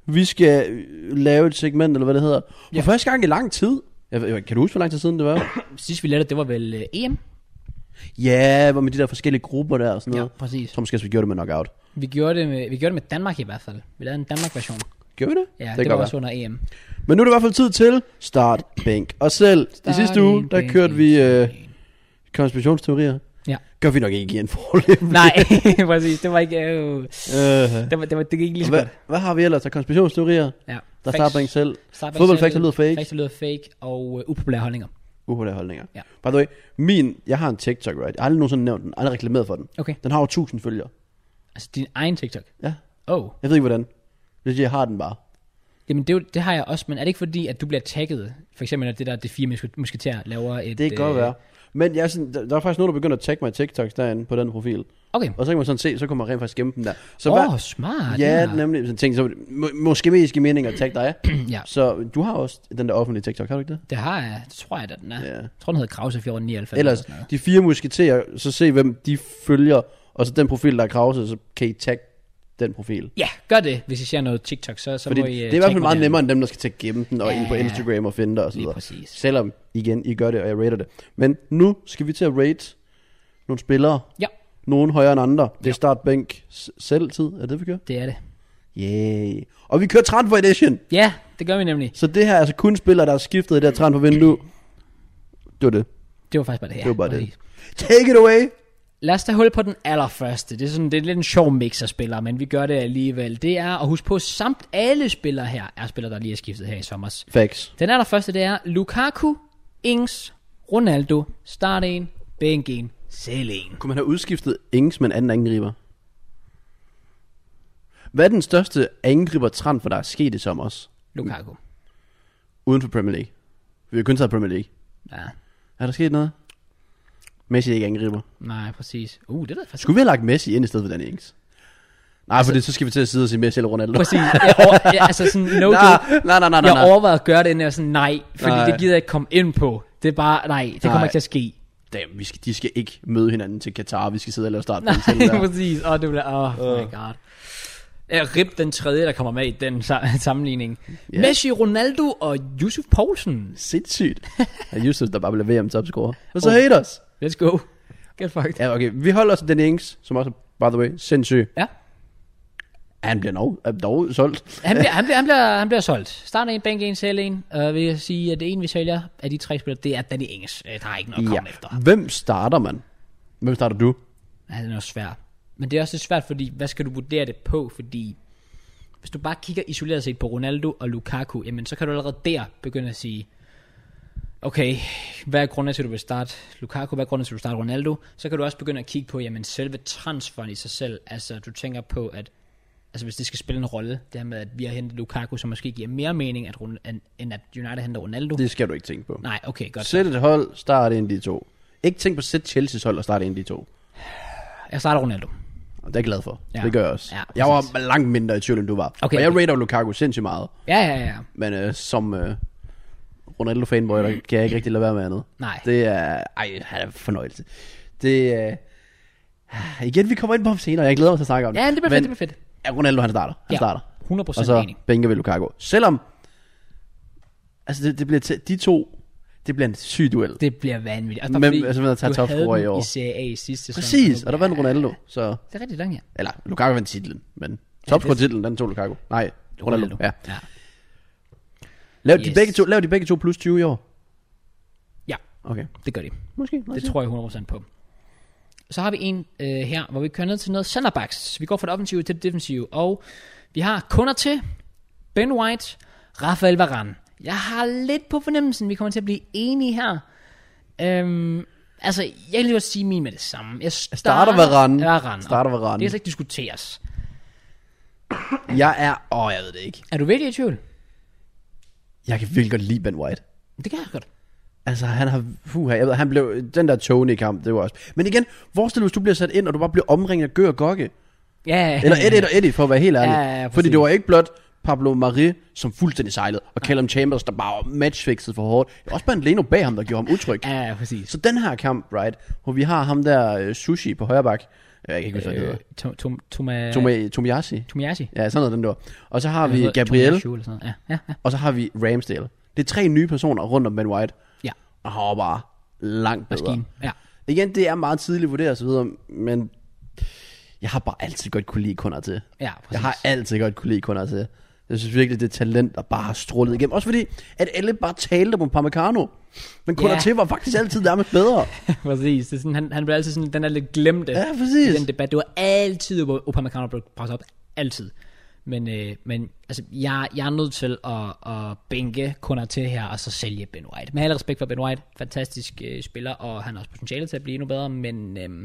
S2: vi skal øh, lave et segment, eller hvad det hedder. For
S1: Ja.
S2: første gang i lang tid. Jeg, ved- kan du huske, hvor lang tid siden det var?
S1: Sidst vi lærte, det var vel øh, EM?
S2: ja, hvor med de der forskellige grupper der og sådan
S1: Ja,
S2: noget. Jeg
S1: præcis.
S2: tror måske, også, vi gjorde det med knockout.
S1: Vi gjorde, det med, vi gjorde det med Danmark i hvert fald. Vi lavede en Danmark-version.
S2: Gjorde vi det?
S1: Ja,
S2: kan
S1: det, det
S2: godt
S1: var også under EM.
S2: være. Men nu er det i hvert fald tid til Start Bænk. Og selv i sidste uge, der kørte vi øh, konspirationsteorier.
S1: Ja.
S2: Gør vi nok ikke igen forløb.
S1: Nej, præcis. Det var ikke... Øh,
S2: Øh,
S1: det, var, det, var, det gik ikke lige så
S2: Hvad,
S1: godt.
S2: hvad har vi ellers af konspirationsteorier?
S1: Ja.
S2: Der
S1: Facts.
S2: starter en selv.
S1: Startbank
S2: Fodbold
S1: selv,
S2: facts og lyd fake.
S1: Facts og lyd fake og øh, upopulære holdninger.
S2: Upopulære holdninger.
S1: Ja.
S2: By the way, min, jeg har en TikTok, right? Jeg har aldrig nogensinde nævnt den. Aldrig reklameret for den.
S1: Okay.
S2: Den har over 1000 følgere.
S1: Altså din egen TikTok.
S2: Ja.
S1: Oh.
S2: Jeg ved ikke, hvordan. Hvis jeg har den bare.
S1: Jamen det, er jo- det har jeg også, men er det ikke fordi, at du bliver tagget? For eksempel, når det der, det fire musk- musketerer laver et... øh,
S2: Det kan godt være. Men jeg er sådan, der, der, er faktisk nogen, der begynder at tagge mig i TikToks derinde på den profil.
S1: Okay.
S2: Og så kan man sådan se, så kommer man rent faktisk gemme den der. Så
S1: Åh, oh,
S2: hver-
S1: smart.
S2: Ja, nemlig. Sådan ting, så må, måske mest give mening at tagge dig.
S1: ja.
S2: Så du har også den der offentlige TikTok, har du ikke det?
S1: Det har jeg. Det tror jeg, da den er.
S2: Ja.
S1: Jeg tror, den hedder Krause 1499. eller
S2: Ellers,
S1: sådan noget.
S2: de fire musketerer, så se hvem de følger, og så den profil, der er krause, så kan I tagge den profil.
S1: Ja, gør det, hvis I ser noget TikTok, så, så
S2: Fordi
S1: må I... øh,
S2: det er i hvert
S1: tagge
S2: fald meget
S1: mig
S2: nemmere end dem, der skal til at gemme den, og
S1: Ja,
S2: ind på
S1: ja, ja.
S2: Instagram og finde dig og så
S1: Lige
S2: videre.
S1: præcis.
S2: Selvom, igen, I gør det, og jeg rater det. Men nu skal vi til at rate nogle spillere,
S1: Ja,
S2: nogen højere end andre. Det
S1: Ja.
S2: er startbænk s- selv tid, er det vi kører?
S1: det er det.
S2: Yeah. Og vi kører transfer edition.
S1: Ja, det gør vi nemlig.
S2: Så det her er altså kun spillere, der har skiftet i det her transfervindue. Det var det.
S1: Det var faktisk bare det her.
S2: Det var bare det. Take it away.
S1: Lad os da hul på den allerførste. Det er, sådan, det er lidt en sjov mix af spillere, men vi gør det alligevel. Det er, og husk på, samt alle spillere her er spillere, der lige er skiftet her i sommer.
S2: Facts.
S1: Den allerførste, det er Lukaku, Ings, Ronaldo, start en, bænk en, sælg en.
S2: Kunne man have udskiftet Ings med en anden angriber? Hvad er den største angriber trend for der er sket i sommer også?
S1: Lukaku.
S2: Uden for Premier League. Vi har kun taget Premier League.
S1: Ja,
S2: Er der sket noget? Messi er ikke angriber.
S1: nej, præcis. Uh, det er da faktisk...
S2: Skulle vi have lagt Messi ind i stedet for Danny Ings? Nej, altså, for det, så skal vi til at sidde og sige mere selv Ronaldo.
S1: Præcis. Jeg over, jeg, altså sådan, no
S2: nej,
S1: joke.
S2: nej, nej, nej, nej.
S1: Jeg overvejede at gøre det, inden jeg var sådan, nej, fordi
S2: Nej.
S1: nej. det gider jeg ikke komme ind på. Det er bare, nej, det kommer
S2: Nej.
S1: ikke til at ske.
S2: Damn, vi skal, de skal ikke møde hinanden til Katar. Vi skal sidde og lave start.
S1: Nej,
S2: selv der. Øh.
S1: præcis. Åh, oh, det bliver, åh, oh, my god. Jeg rip den tredje, der kommer med i den sa- sammenligning.
S2: Ja.
S1: Yeah. Messi, Ronaldo og Yusuf Poulsen.
S2: Sindssygt. Og Yusuf, der bare blev VM topscorer. Og så
S1: Oh.
S2: hate os.
S1: Let's go. Get fucked.
S2: Ja, okay. Vi holder os til den Ings, som også, by the way, sindssyg.
S1: Ja.
S2: Han bliver dog, er dog solgt.
S1: Han bliver, han, bliver, han, bliver, han bliver solgt. Start en, bænk en, sælg en. Og vi kan sige, at det ene, vi sælger af de tre spillere, det er Danny Enges. Øh, Der er ikke noget at
S2: Ja.
S1: komme efter.
S2: Hvem starter man? Hvem starter du?
S1: Han er også svær. Men det er også lidt svært, fordi hvad skal du vurdere det på? Fordi hvis du bare kigger isoleret set på Ronaldo og Lukaku, jamen så kan du allerede der begynde at sige, okay, hvad er grunden til, at du vil starte Lukaku? Hvad er grunden til, at du vil starte Ronaldo? Så kan du også begynde at kigge på, jamen selve transferen i sig selv. Altså du tænker på, at altså, hvis det skal spille en rolle, det her med, at vi har hentet Lukaku, som måske giver mere mening, at, Ron- end- end at United henter Ronaldo. Det.
S2: Det skal du ikke tænke på.
S1: Nej, okay, godt.
S2: Sæt et hold, start en af de to. Ikke tænk på at sætte Chelsea's hold og starte en af de to.
S1: Jeg starter Ronaldo.
S2: Og det er jeg glad for. Ja.
S1: Ja.
S2: Det gør jeg også. Ja,
S1: Ja,
S2: jeg var langt mindre i tvivl, end du var.
S1: Okay,
S2: og jeg
S1: okay.
S2: rater Lukaku sindssygt meget.
S1: Ja, ja, ja.
S2: Men øh, som øh, Ronaldo-fanboy, der kan jeg ikke rigtig lade være med andet.
S1: Nej.
S2: Det er... Ej, han er en fornøjelse. Det øh, Igen, vi kommer ind på ham senere. Jeg glæder mig til at snakke om det.
S1: Ja, det bliver fedt, det bliver fedt.
S2: Ja, Ronaldo, han starter. Han
S1: Ja,
S2: starter.
S1: 100%
S2: Og så
S1: enig.
S2: bænker vi Lukaku. Selvom... Altså, det, det bliver tæ- de to... Det bliver en syg duel. Det,
S1: Det bliver vanvittigt. Også bare
S2: Men,
S1: fordi
S2: altså, man har taget
S1: du havde
S2: topscorer i
S1: den
S2: år.
S1: i Serie A i sidste sæson.
S2: Præcis,
S1: nu
S2: og der
S1: bliver-
S2: vandt Ronaldo. Så,
S1: Det er rigtig langt, ja.
S2: eller, Lukaku vandt titlen, men topscore-titlen, den tog Lukaku. Nej, Ronaldo. Ja.
S1: ja.
S2: Lav, de
S1: Yes.
S2: begge to, lav de begge to plus 20 i år.
S1: Ja,
S2: Okay.
S1: det gør de.
S2: Måske.
S1: Det tror jeg 100% på. Så har vi en øh, her, hvor vi kører ned til noget centerbacks. Vi går fra det offensive til det defensive. Og vi har kunder til Ben White, Rafael Varane. Jeg har lidt på fornemmelsen, vi kommer til at blive enige her. Øhm, altså, jeg kan lige godt sige min med det samme. Jeg starter,
S2: starter Varane.
S1: Varane.
S2: Starter Varane.
S1: Det kan slet ikke diskuteres.
S2: Jeg er... Åh, jeg ved det ikke.
S1: Er du virkelig i tvivl?
S2: Jeg kan virkelig godt lide Ben White.
S1: Det kan jeg godt.
S2: Altså, han har... Puh, jeg ved, han blev... Den der Tony-kamp, det var også... Men igen, forestil dig, hvis du bliver sat ind, og du bare bliver omringet af Gør og Gokke.
S1: Ja,
S2: Eller Eddie og Eddie, for at være helt ærlig.
S1: Ja, ja, ja, præcis.
S2: Fordi det var ikke blot Pablo Marie, som fuldstændig sejlede, og Callum Chambers, der bare var matchfixet for hårdt. Det var også bare en Leno bag ham, der gjorde ham utryg.
S1: Ja, ja, præcis.
S2: Så den her kamp, right, hvor vi har ham der øh, sushi på højre bak. Jeg kan ikke huske, hvad det
S1: Øh,
S2: hedder.
S1: Tom, Tom, Toma,
S2: Tome- Tomiyashi.
S1: Tomiyashi.
S2: Ja, sådan noget den der. Og så har
S1: Hvad
S2: vi
S1: hedder-
S2: Gabriel,
S1: Tomiyasu eller sådan noget. Ja, ja, ja.
S2: og så har vi Ramsdale. Det er tre nye personer rundt om Ben White.
S1: ja.
S2: Og han var bare langt bedre.
S1: Maskinen. Ja.
S2: Igen, det er meget tidligt vurderet og så videre, men jeg har bare altid godt kunne lide kunder til.
S1: Ja, præcis.
S2: Jeg har altid godt kunne lide kunder til. Jeg synes virkelig, det er talent, der bare har strålet igennem. Også fordi, at alle bare talte om Pamecano. Men kunder
S1: Ja.
S2: til var faktisk altid nærmest bedre.
S1: præcis. Det er sådan, han, han blev altid sådan, den der lidt glemte
S2: Ja, præcis.
S1: i den debat. Det var altid, hvor Upamecano blev presset op. Altid. Men, øh, men altså, jeg, jeg er nødt til at, at bænke kunder til her, og så sælge Ben White. Med al respekt for Ben White, fantastisk øh, spiller, og han har også potentiale til at blive endnu bedre, men øh,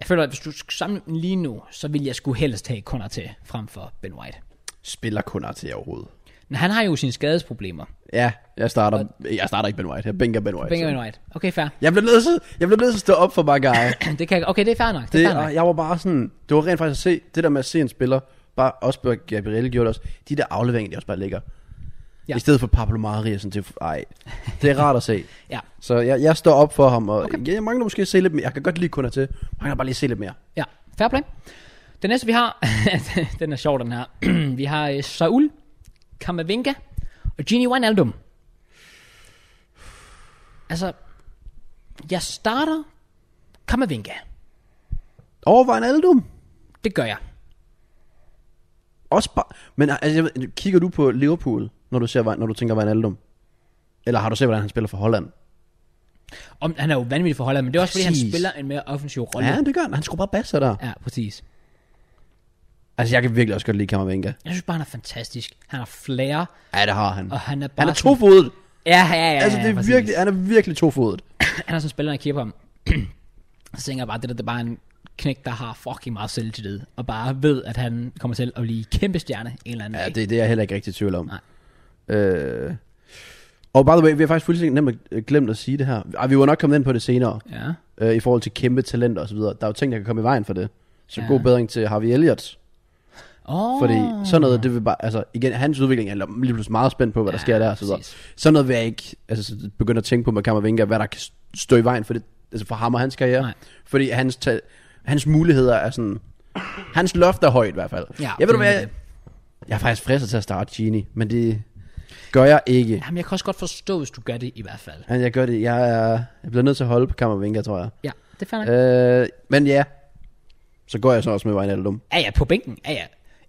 S1: jeg føler, at hvis du skal samle dem lige nu, så vil jeg skulle helst have kunder til frem for Ben White.
S2: Spiller kunder til overhovedet.
S1: Men han har jo sine skadesproblemer.
S2: Ja, jeg starter, jeg starter ikke Ben White. Jeg bænker Ben White.
S1: Benjamin White. Okay, fair.
S2: Jeg blev nødt til, jeg blev nødt til at stå op for bare guy.
S1: Det kan, jeg- okay, det er fair nok. Det,
S2: Det,
S1: er fair nok.
S2: og jeg var bare sådan, det var rent faktisk at se, det der med at se en spiller, bare også på Gabriel gjorde det også, de der afleveringer, de også bare ligger. Ja.
S1: Ja.
S2: I stedet for Pablo Mari, og sådan, det, ej, det er rart at se.
S1: Ja,
S2: Så jeg, jeg står op for ham, og okay. jeg, jeg mangler måske at se lidt mere. Jeg kan godt lide kunder til, jeg mangler bare lige at se lidt mere.
S1: ja. Fair play. Den næste, vi har, den er sjov, den her. vi har øh, Saul, Kamavinga og Gini Wijnaldum. Altså, jeg starter Kamavinga.
S2: Overvej en aldum.
S1: Det gør jeg.
S2: Også bare, men altså, jeg ved- kigger du på Liverpool, når du, ser, Van- når du tænker Van Aldum? Eller har du set, hvordan han spiller for Holland?
S1: Om, han er jo vanvittig for Holland, men det er også, fordi han
S2: Præcis.
S1: spiller en mere offensiv rolle.
S2: Ja, det gør han. Han skruer bare basser der.
S1: ja, præcis.
S2: Altså, jeg kan virkelig også godt lide Kammervenka.
S1: Jeg synes bare, han er fantastisk. Han har flere,
S2: Ja, det har han.
S1: og han er bare
S2: Han er
S1: sådan-
S2: tofodet.
S1: Ja, ja, ja. ja,
S2: Altså, det
S1: ja,
S2: er
S1: præcis.
S2: virkelig, han er virkelig tofodet.
S1: han er sådan en spiller, når jeg kigger på ham, så tænker jeg bare, det der, det er bare en knæk, der har fucking meget selvtillid, og bare ved, at han kommer til at blive kæmpe stjerne en eller anden
S2: Ja,
S1: dag.
S2: det, det er jeg heller ikke rigtig i tvivl om.
S1: Nej.
S2: Øh. Og by the way, vi har faktisk fuldstændig nemt øh, glemt at sige det her. Ej, vi var nok kommet ind på det senere,
S1: Ja.
S2: øh, i forhold til kæmpe talenter og så videre. Der er jo ting, der kan komme i vejen for det. Så ja.
S1: Ja.
S2: god bedring til Harvey Elliott,
S1: Oh,
S2: Fordi sådan noget, det vil bare, altså igen, hans udvikling er lige pludselig meget spændt på, hvad der
S1: Ja,
S2: sker der. og Så videre.
S1: præcis.
S2: sådan noget vil jeg ikke altså, så begynde at tænke på med Kammervinga, hvad der kan stå i vejen for, det, altså for ham og hans karriere.
S1: Nej.
S2: Fordi hans, ta- hans muligheder er sådan, hans loft er højt i hvert fald.
S1: Ja,
S2: jeg ved du
S1: det er
S2: hvad, jeg, jeg er faktisk fristet til at starte Genie, men det gør jeg ikke.
S1: Jamen, jeg kan også godt forstå, hvis du gør det i hvert fald.
S2: Men jeg gør det, jeg, er, jeg bliver nødt til at holde på Kammervinga, tror jeg.
S1: Ja, det fandt jeg.
S2: Øh, men ja, så går jeg så også med Wijnaldum.
S1: Ja, ja, på bænken. Ja, ja.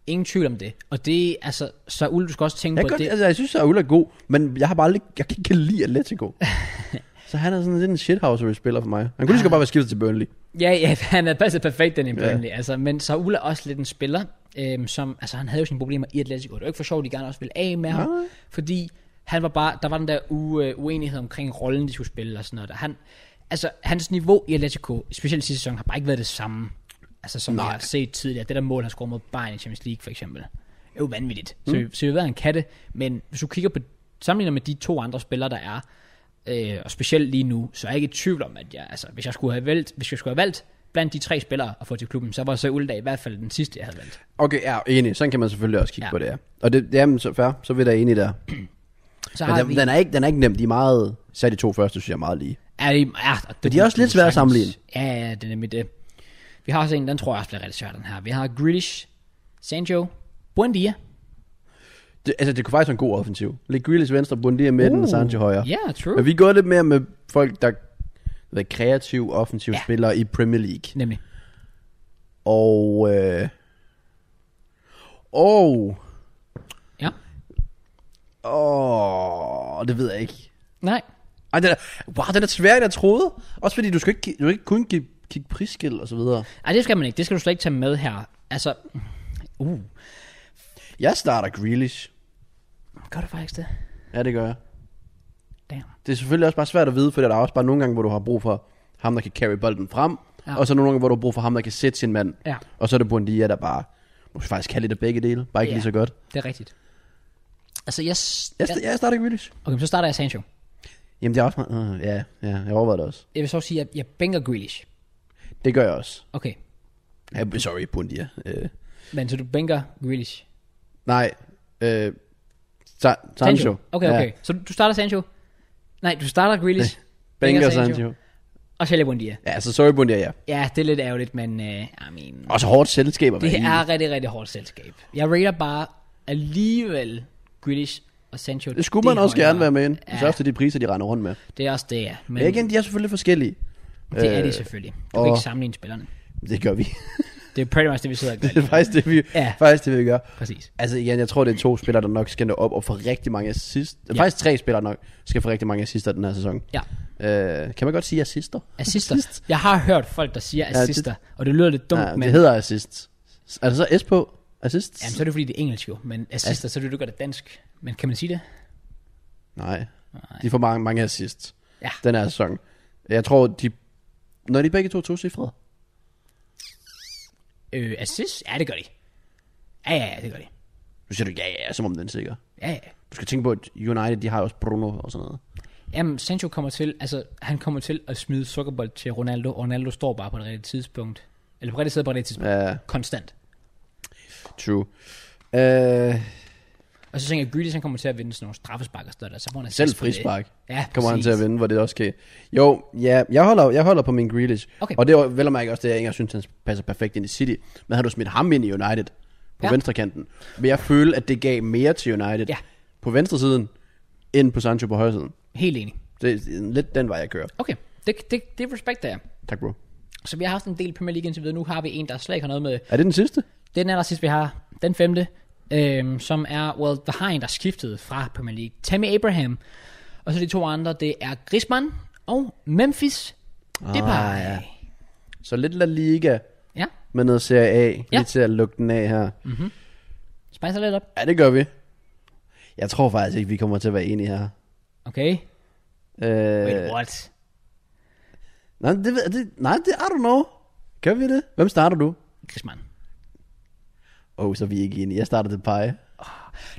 S1: Ingen tvivl om det. Og det, altså, så Ulle, du skal også tænke
S2: Jeg,
S1: på,
S2: godt,
S1: det,
S2: altså, jeg synes, at Ulla er god, men jeg har bare aldrig, jeg kan ikke lide Atletico. så han er sådan lidt en shithouser-spiller for mig. Han kunne lige så godt bare være skiftet til Burnley.
S1: Ja, ja, han er passet perfekt den i Burnley, ja. altså, men Saul er også lidt en spiller, øhm, som, altså han havde jo sine problemer i Atletico, det var ikke for sjovt, de gerne også ville af med ham, fordi han var bare, der var den der u, øh, uenighed omkring rollen, de skulle spille og sådan noget, og han, altså hans niveau i Atletico, specielt sidste sæson, har bare ikke været det samme, altså som Nej. vi har set tidligere, det der mål, han scorede mod Bayern i Champions League for eksempel, er jo vanvittigt, så, vi, så vi ved, at han kan det, men hvis du kigger på, sammenligner med de to andre spillere, der er, øh, og specielt lige nu, så er jeg ikke i tvivl om, at jeg, altså, hvis jeg skulle have valgt, hvis jeg skulle have valgt blandt de tre spillere at få til klubben, så var så Ulda i hvert fald den sidste, jeg havde valgt.
S2: Okay, ja, enig. Sådan kan man selvfølgelig også kigge
S1: Ja.
S2: ja. på det, ja. Og det, jamen, så fair, så er vi da enige der.
S1: Så
S2: Men
S1: har
S2: den,
S1: vi,
S2: den, er ikke, den er ikke nem. De er meget, især de to første, synes jeg er meget lige.
S1: er, de, er, og det,
S2: de er også lidt svære
S1: sagtens-
S2: at sammenligne.
S1: Ja, ja, ja, det er nemlig det. Vi har også en, den tror jeg også bliver rigtig svær, den her. Vi har Grealish, Sancho, Buendia.
S2: Det, altså, det kunne faktisk være en god offensiv. Lidt Grealish venstre, Bundia midten uh, og Sancho højre.
S1: Ja, yeah, true.
S2: Men vi går lidt mere med folk, der er kreative, offensive
S1: Ja.
S2: ja. spillere i Premier League.
S1: Nemlig.
S2: Og... Øh, og...
S1: Ja.
S2: Åh, det ved jeg ikke.
S1: Nej.
S2: Ej, den er, wow, den er sværere, end jeg troede. Også fordi du skal ikke, du kan ikke kun give, kigge prisskilt og så videre.
S1: Ej, det skal man ikke. Det skal du slet ikke tage med her. Altså, uh,
S2: Jeg starter Grealish.
S1: gør du faktisk det?
S2: Ja, det gør jeg.
S1: Damn.
S2: Det er selvfølgelig også bare svært at vide, for der er også bare nogle gange, hvor du har brug for ham, der kan carry bolden frem.
S1: Ja.
S2: Ja. Og så nogle gange, hvor du har brug for ham, der kan sætte sin mand.
S1: Ja.
S2: Og så er det Buendia, der bare måske faktisk kan lidt af begge dele. Bare ikke
S1: Ja.
S2: lige så godt.
S1: Det er rigtigt. Altså, jeg... s-
S2: Jeg, jeg starter Grealish.
S1: Okay, men så starter jeg Sancho.
S2: Jamen, det er også meget... øh, ja, ja, jeg overvejede det også.
S1: Jeg vil så sige, at jeg bænker Grealish.
S2: Det gør jeg også.
S1: Okay,
S2: Ja, sorry, Buendia. Øh,
S1: men så du bænker Grealish.
S2: nej, øh, Sa- Sancho.
S1: Okay, okay. Ja. Så du du starter Sancho. Nej, du starter Grealish.
S2: Banker Sancho.
S1: Og sælger Bundia.
S2: Ja, så sorry, Buendia, ja.
S1: Ja, det er lidt ærgerligt, men uh, I mean,
S2: Også hårdt selskab at
S1: det
S2: være i.
S1: er rigtig, rigtig hårdt selskab. Jeg rater bare alligevel Grealish og Sancho.
S2: Det skulle man
S1: er
S2: også
S1: højere.
S2: gerne være med ind.
S1: Ja.
S2: Ja. Især til de priser, de render rundt med.
S1: Det er også det, ja. Men
S2: Men igen, de er selvfølgelig forskellige.
S1: det er
S2: øh,
S1: de selvfølgelig. Du kan
S2: og-
S1: ikke sammenligne spillerne.
S2: Det gør vi.
S1: Det er pretty much det, vi sidder og gør.
S2: det er faktisk det, vi,
S1: Ja.
S2: ja. faktisk det, vi gør.
S1: Præcis.
S2: Altså igen, jeg tror, det er to spillere, der nok skal nå op og få rigtig mange assist. Ja.
S1: Ja.
S2: Faktisk tre spillere nok skal få rigtig mange assister den her sæson.
S1: Ja.
S2: Øh, kan man godt sige assister?
S1: Assister. Jeg har hørt folk, der siger
S2: det-
S1: assister, og det lyder lidt dumt,
S2: Nej,
S1: men...
S2: det hedder assist. Er der så S på? Assist?
S1: Jamen, så er det fordi, det er engelsk jo, men assister, så er det, du gør det dansk. Men kan man sige det?
S2: Nej. De får mange, mange assists
S1: Ja.
S2: den her sæson. Jeg tror, de... Når de begge to to cifrede.
S1: Øh, assist? Ja, det gør de. Ja, ja, ja, det gør de.
S2: Nu siger du, ja, ja, som om den er sikker.
S1: Ja, ja.
S2: Du skal tænke på, at United, de har også Bruno og sådan noget.
S1: Jamen, Sancho kommer til, altså, han kommer til at smide sukkerbold til Ronaldo, og Ronaldo står bare på det rigtige tidspunkt. Eller på det rigtige sted på det rigtige tidspunkt.
S2: Ja,
S1: Konstant.
S2: true. Øh,
S1: Og så tænker jeg, Grealish, han kommer til at vinde sådan nogle straffespark og sådan noget, der, så får han assist
S2: selv
S1: for det.
S2: frispark
S1: Ja,
S2: kommer han
S1: præcis.
S2: til at vinde, hvor det også kan. Jo, ja, jeg holder, jeg holder på min Grealish.
S1: Okay.
S2: Og det er vel og mærke også det, jeg ikke synes, han passer perfekt ind i City. Men havde du smidt ham ind i United på
S1: Ja.
S2: ja. venstrekanten, vil jeg føle, at det gav mere til United
S1: Ja.
S2: på venstresiden, end på Sancho på højresiden.
S1: Helt enig.
S2: Det er lidt den vej, jeg kører.
S1: Okay, det, det, det respekter jeg.
S2: Tak, bro.
S1: Så vi har haft en del Premier League indtil videre. Nu har vi en, der slet ikke har noget med
S2: Er det den sidste?
S1: Den aller sidste, vi har, den femte, øhm, som er, well, der har en, der skiftede fra Premier League. Tammy Abraham. Og så de to andre, det er Griezmann og Memphis Depay.
S2: Ah, ja. Så lidt La Liga
S1: ja.
S2: med noget Serie A.
S1: Ja.
S2: Ja. Lige til at lukke den af her. Mm.
S1: spicer lidt op.
S2: Ja, det gør vi. Jeg tror faktisk ikke, vi kommer til at være enige her.
S1: Okay. Wait,
S2: Øh,
S1: what?
S2: nej, det, ved- det, nej, det er du know. Gør vi det? Hvem starter du?
S1: Griezmann.
S2: Åh, oh, så er vi ikke enige. Jeg starter til pege.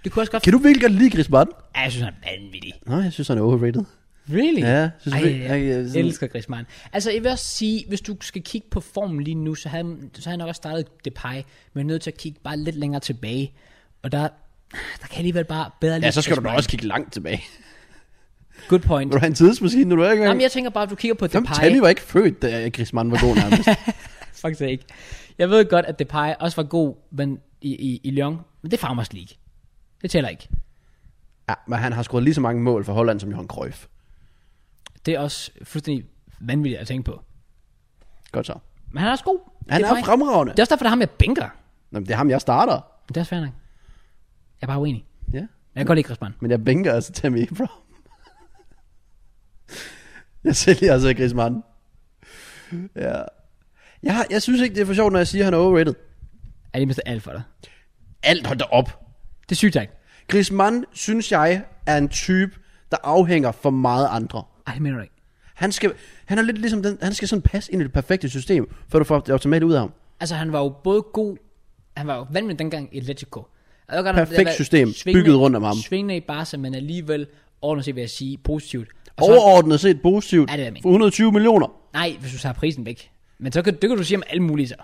S1: Det kunne også godt...
S2: Kan du virkelig godt lide Griezmann?
S1: Ja, jeg synes, han er vanvittig.
S2: Nej, jeg synes, han er overrated.
S1: Really?
S2: Ja, synes
S1: Ej,
S2: vi-
S1: jeg,
S2: jeg- jeg-
S1: jeg
S2: sådan-
S1: elsker Griezmann. Altså, jeg vil også sige, hvis du skal kigge på formen lige nu, så havde, så havde jeg nok også startet Depay, men jeg er nødt til at kigge bare lidt længere tilbage. Og der, der kan jeg alligevel bare bedre lide
S2: Ja, så skal du da
S1: Griezmann.
S2: også kigge langt tilbage.
S1: Good point.
S2: Vil du have en tidsmaskine, når du er ikke
S1: Jamen,
S2: engang?
S1: jeg tænker bare, at du kigger på
S2: Jamen,
S1: Depay.
S2: Tammy var ikke født, da Griezmann var god nærmest.
S1: Faktisk ikke. Jeg ved godt, at Depay også var god men i, i, i Lyon, men det er Farmers League. Det tæller ikke.
S2: ja, men han har scoret lige så mange mål for Holland som Johan Cruyff.
S1: Det er også fuldstændig vanvittigt at tænke på.
S2: Godt så.
S1: Men han er også god.
S2: Han
S1: Depay.
S2: er fremragende.
S1: Det er også derfor, der er ham, jeg bænker.
S2: Nå, men det er ham, jeg starter.
S1: Det er også fair nok. Jeg er bare uenig.
S2: Ja.
S1: Jeg kan godt lide Griezmann.
S2: Men jeg bænker altså Tammy Abraham. jeg sælger altså Griezmann. Ja. Jeg, har, jeg synes ikke, det er for sjovt, når jeg siger, at han er overrated.
S1: Er det mindst alt for dig?
S2: Alt hold da op.
S1: Det er sygt tak.
S2: Griezmann, synes jeg, er en type, der afhænger for meget andre.
S1: Ej, det mener du ikke.
S2: Han, skal, han er lidt ligesom den, han skal sådan passe ind i det perfekte system, før du får det automatisk ud af ham.
S1: Altså, han var jo både god, han var jo vanvittig dengang i Atletico. Jeg ved godt, at
S2: Perfekt
S1: det har været
S2: system, bygget rundt om ham.
S1: Svingende i Barca, men alligevel ordentligt set vil jeg sige positivt. Og så,
S2: Overordnet set positivt
S1: Ja, det er, jeg mener.
S2: for 120 millioner.
S1: nej, hvis du tager prisen væk. Men så kan, det kan du sige om alle mulige så.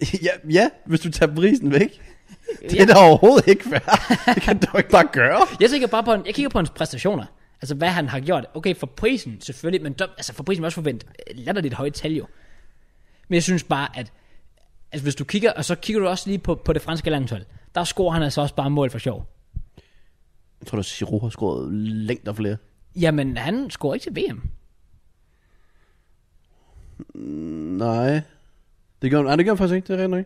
S2: ja, ja, hvis du tager prisen væk. Det er da overhovedet ikke fair. Det kan du ikke bare gøre.
S1: Jeg tænker bare på, en, jeg kigger på hans præstationer. Altså, hvad han har gjort. Okay, for prisen selvfølgelig, men dom, altså, for prisen er også forventet øh, latterligt højt tal jo. Men jeg synes bare, at altså, hvis du kigger, og så kigger du også lige på, på det franske landshold, der scorer han altså også bare mål for sjov.
S2: Jeg tror, at Giroud har scoret længder flere.
S1: Jamen, han scorer ikke til VM.
S2: Nej. Det gør han, nej, det gør han faktisk ikke. Det er rigtigt nok.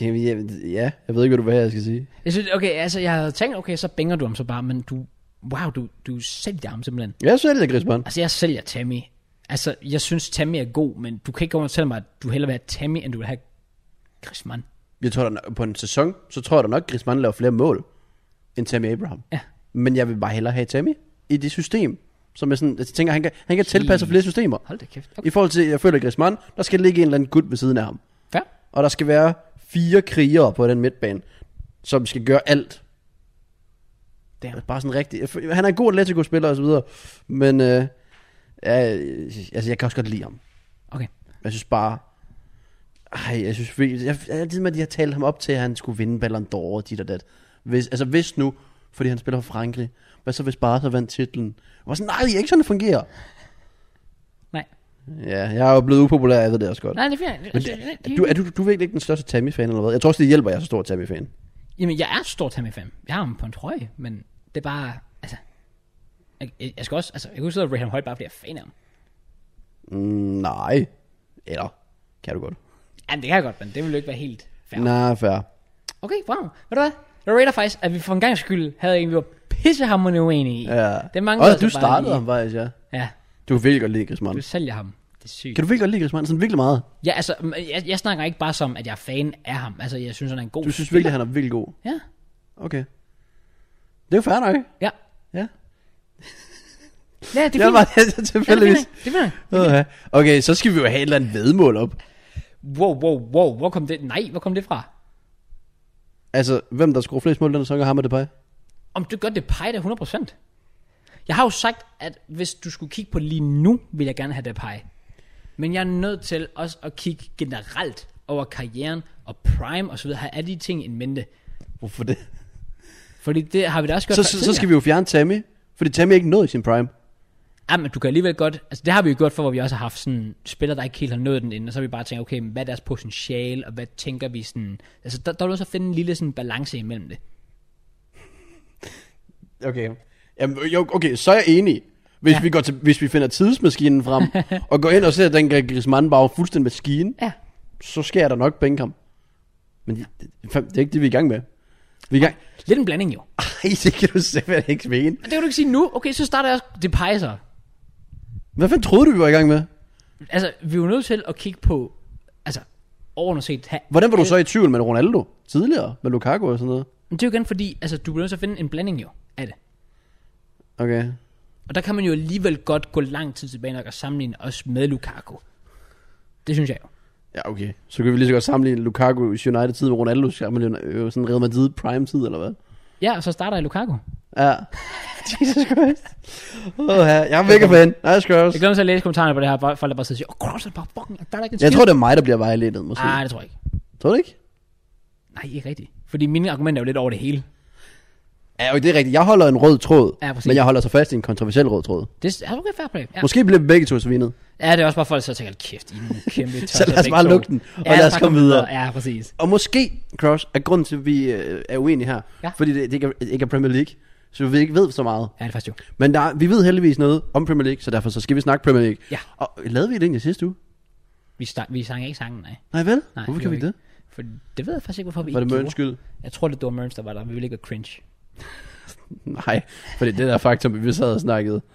S2: Jamen, jeg, ja, jeg ved ikke, hvad du vil have, jeg skal sige.
S1: Jeg synes, okay, altså, jeg havde tænkt, okay, så bænger du ham så bare, men du, wow, du, du sælger ham simpelthen.
S2: Jeg sælger Griezmann.
S1: Altså, jeg sælger Tammy. Altså, jeg synes, Tammy er god, men du kan ikke gå og fortælle mig, at du hellere vil have Tammy, end du vil have Griezmann.
S2: Jeg tror, at på en sæson, så tror jeg da nok, at Griezmann laver flere mål, end Tammy Abraham.
S1: Ja.
S2: Men jeg vil bare hellere have Tammy i det system, som jeg sådan, altså, jeg tænker, han kan, han kan tilpasse sig flere systemer.
S1: Hold da kæft. Okay.
S2: I forhold til, jeg føler Griezmann, der skal ligge en eller anden gut ved siden af ham.
S1: Fair.
S2: Og der skal være fire krigere på den midtbane, som skal gøre alt.
S1: Damn.
S2: Bare sådan rigtig. jeg føler- Han er en god Atletico-spiller og så videre, men øh, ja, øh, altså, jeg kan også godt lide ham.
S1: Okay.
S2: Jeg synes bare, ej, jeg synes virkelig, jeg, jeg, altid med, at de har talt ham op til, at han skulle vinde Ballon d'Or og dit og dat. Hvis, altså hvis nu, fordi han spiller for Frankrig, hvad så hvis Barca vandt titlen? Jeg var sådan, nej, det er ikke sådan, det fungerer.
S1: Nej.
S2: Ja, jeg er jo blevet upopulær, jeg ved det også godt.
S1: Nej, det er fint.
S2: Men
S1: Altså,
S2: det,
S1: det-
S2: du, er du, du er virkelig ikke den største Tammy-fan eller hvad? Jeg tror også, det hjælper, at jeg er så stor Tammy-fan.
S1: Jamen, jeg er stor Tammy fan. Jeg har ham på en trøje, men det er bare, altså... Jeg, jeg- jeg skal også, altså, jeg kunne sidde og rate ham højt, bare fordi jeg er fan af ham.
S2: Mm, nej. Eller, kan du godt.
S1: Jamen, det kan jeg godt, men det ville jo ikke være helt fair.
S2: Nej, fair.
S1: Okay, wow. Ved du hvad? Jeg rater faktisk, at vi for en gang skyld havde en, vi var pissehammerende uenige i.
S2: Ja.
S1: Det manglede
S2: Også
S1: altså
S2: du
S1: bare
S2: startede
S1: lige.
S2: ham faktisk, ja.
S1: Ja,
S2: Du kan virkelig godt lide
S1: du
S2: Griezmann.
S1: sælger ham. Det er sygt.
S2: Kan du virkelig godt lide Griezmann? Sådan virkelig meget.
S1: Ja, altså, m- jeg, jeg snakker ikke bare som, at jeg er fan af ham. Altså, jeg synes, han er en god...
S2: Du synes virkelig, han er virkelig god.
S1: Ja,
S2: Okay. Det er jo fair nok.
S1: ja.
S2: Ja.
S1: Ja, det
S2: Det
S1: er
S2: er
S1: fint.
S2: bare det,
S1: Ja, det er
S2: tilfældigvis.
S1: fint. Det er fint.
S2: Okay. okay, så skal vi jo have et eller andet vedmål op.
S1: Wow, wow, wow. Hvor kom det... Nej, hvor kom det fra?
S2: Altså, hvem der skruer flest mål, den der sæson, har med det på.
S1: Om du gør det pej, det er 100%. Jeg har jo sagt, at hvis du skulle kigge på lige nu, vil jeg gerne have det pej. Men jeg er nødt til også at kigge generelt over karrieren og prime og så videre. Har alle de ting en mente.
S2: Hvorfor det?
S1: Fordi det har vi da også gjort
S2: Så,
S1: før
S2: så, så
S1: tidligere.
S2: skal vi jo fjerne Tammy, fordi Tammy er ikke nået i sin prime.
S1: Ja, Ah, men du kan alligevel godt, altså det har vi jo gjort for, hvor vi også har haft sådan spillere, der ikke helt har nået den inden, og så har vi bare tænkt, okay, men hvad er deres potentiale, og hvad tænker vi sådan, altså der, der vil du også finde en lille sådan balance imellem det.
S2: Okay. Jamen, jo, okay, så er jeg enig. Hvis, ja.
S1: Ja.
S2: vi går til, hvis vi finder tidsmaskinen frem, og går ind og ser, at den kan Griezmann bare fuldstændig maskine,
S1: Ja.
S2: så skal jeg da nok bænke ham. Men det, det, det, er ikke det, vi er i gang med. Vi er i gang...
S1: Lidt en blanding jo.
S2: Ej, det kan du simpelthen ikke mene.
S1: Men Ah, det kan du ikke sige nu, okay, så starter jeg også, det peger sig.
S2: Hvad fanden troede du, vi var i gang med?
S1: Altså, vi er jo nødt til at kigge på, altså, overordnet set, ha,
S2: Hvordan var du så i tvivl med Ronaldo tidligere? Med Lukaku og sådan noget?
S1: men det er jo igen fordi, altså, du bliver nødt til at finde en blanding jo af det.
S2: Okay.
S1: Og der kan man jo alligevel godt gå lang tid tilbage nok og sammenligne os med Lukaku. Det synes jeg jo.
S2: Ja, okay. Så kan vi lige så godt sammenligne Lukaku's United-tid med Ronaldo's øh, sådan Real Madrid Prime-tid, eller hvad?
S1: Ja, og så starter jeg Lukaku.
S2: Ja. Jesus Christ. Åh, ja, jeg er mega fan. Nice girls.
S1: Jeg glemmer så at læse kommentarerne på det her, bare- folk der bare sidder og siger, åh, oh, Cross er bare fucking, der er da ikke en
S2: Jeg tror, det er mig, der bliver vejledet, måske.
S1: Nej, det tror jeg ikke.
S2: Tror du ikke?
S1: Nej, ikke rigtigt. Fordi mine argumenter er jo lidt over det hele.
S2: Ja, jo, det er rigtigt. Jeg holder en rød tråd,
S1: Ja, præcis.
S2: men jeg holder så fast i en kontroversiel rød tråd.
S1: Det er okay, fair play. Ja.
S2: Måske bliver vi begge to svinet.
S1: ja, det er også bare folk, der så tænker, "Hold kæft, I er nogle kæmpe tosser
S2: Så lad os
S1: begge
S2: bare
S1: to."
S2: lukke den, og lad
S1: lad
S2: os
S1: os bare
S2: komme videre.
S1: Ja, præcis.
S2: Og måske, Cross, er grunden til, at vi øh, er uenige her,
S1: Ja.
S2: fordi det, det ikke, er, det ikke er Premier League, så vi ikke ved så meget.
S1: Ja, det er faktisk jo.
S2: Men der, er- vi ved heldigvis noget om Premier League, så derfor så skal vi snakke Premier League.
S1: Ja.
S2: Og lavede vi det egentlig sidste uge?
S1: Vi, sang, vi sang ikke sangen, nej.
S2: Nej vel?
S1: nej
S2: Hvorfor kan
S1: gjorde
S2: vi ikke det?
S1: ikke. For det ved jeg faktisk ikke, hvorfor vi
S2: Var det
S1: ikke
S2: Mørens
S1: gjorde.
S2: skyld?
S1: Jeg tror, det var Mørns, der var der. Vi ville ikke være cringe.
S2: Nej, fordi det der faktum, vi sad og snakkede,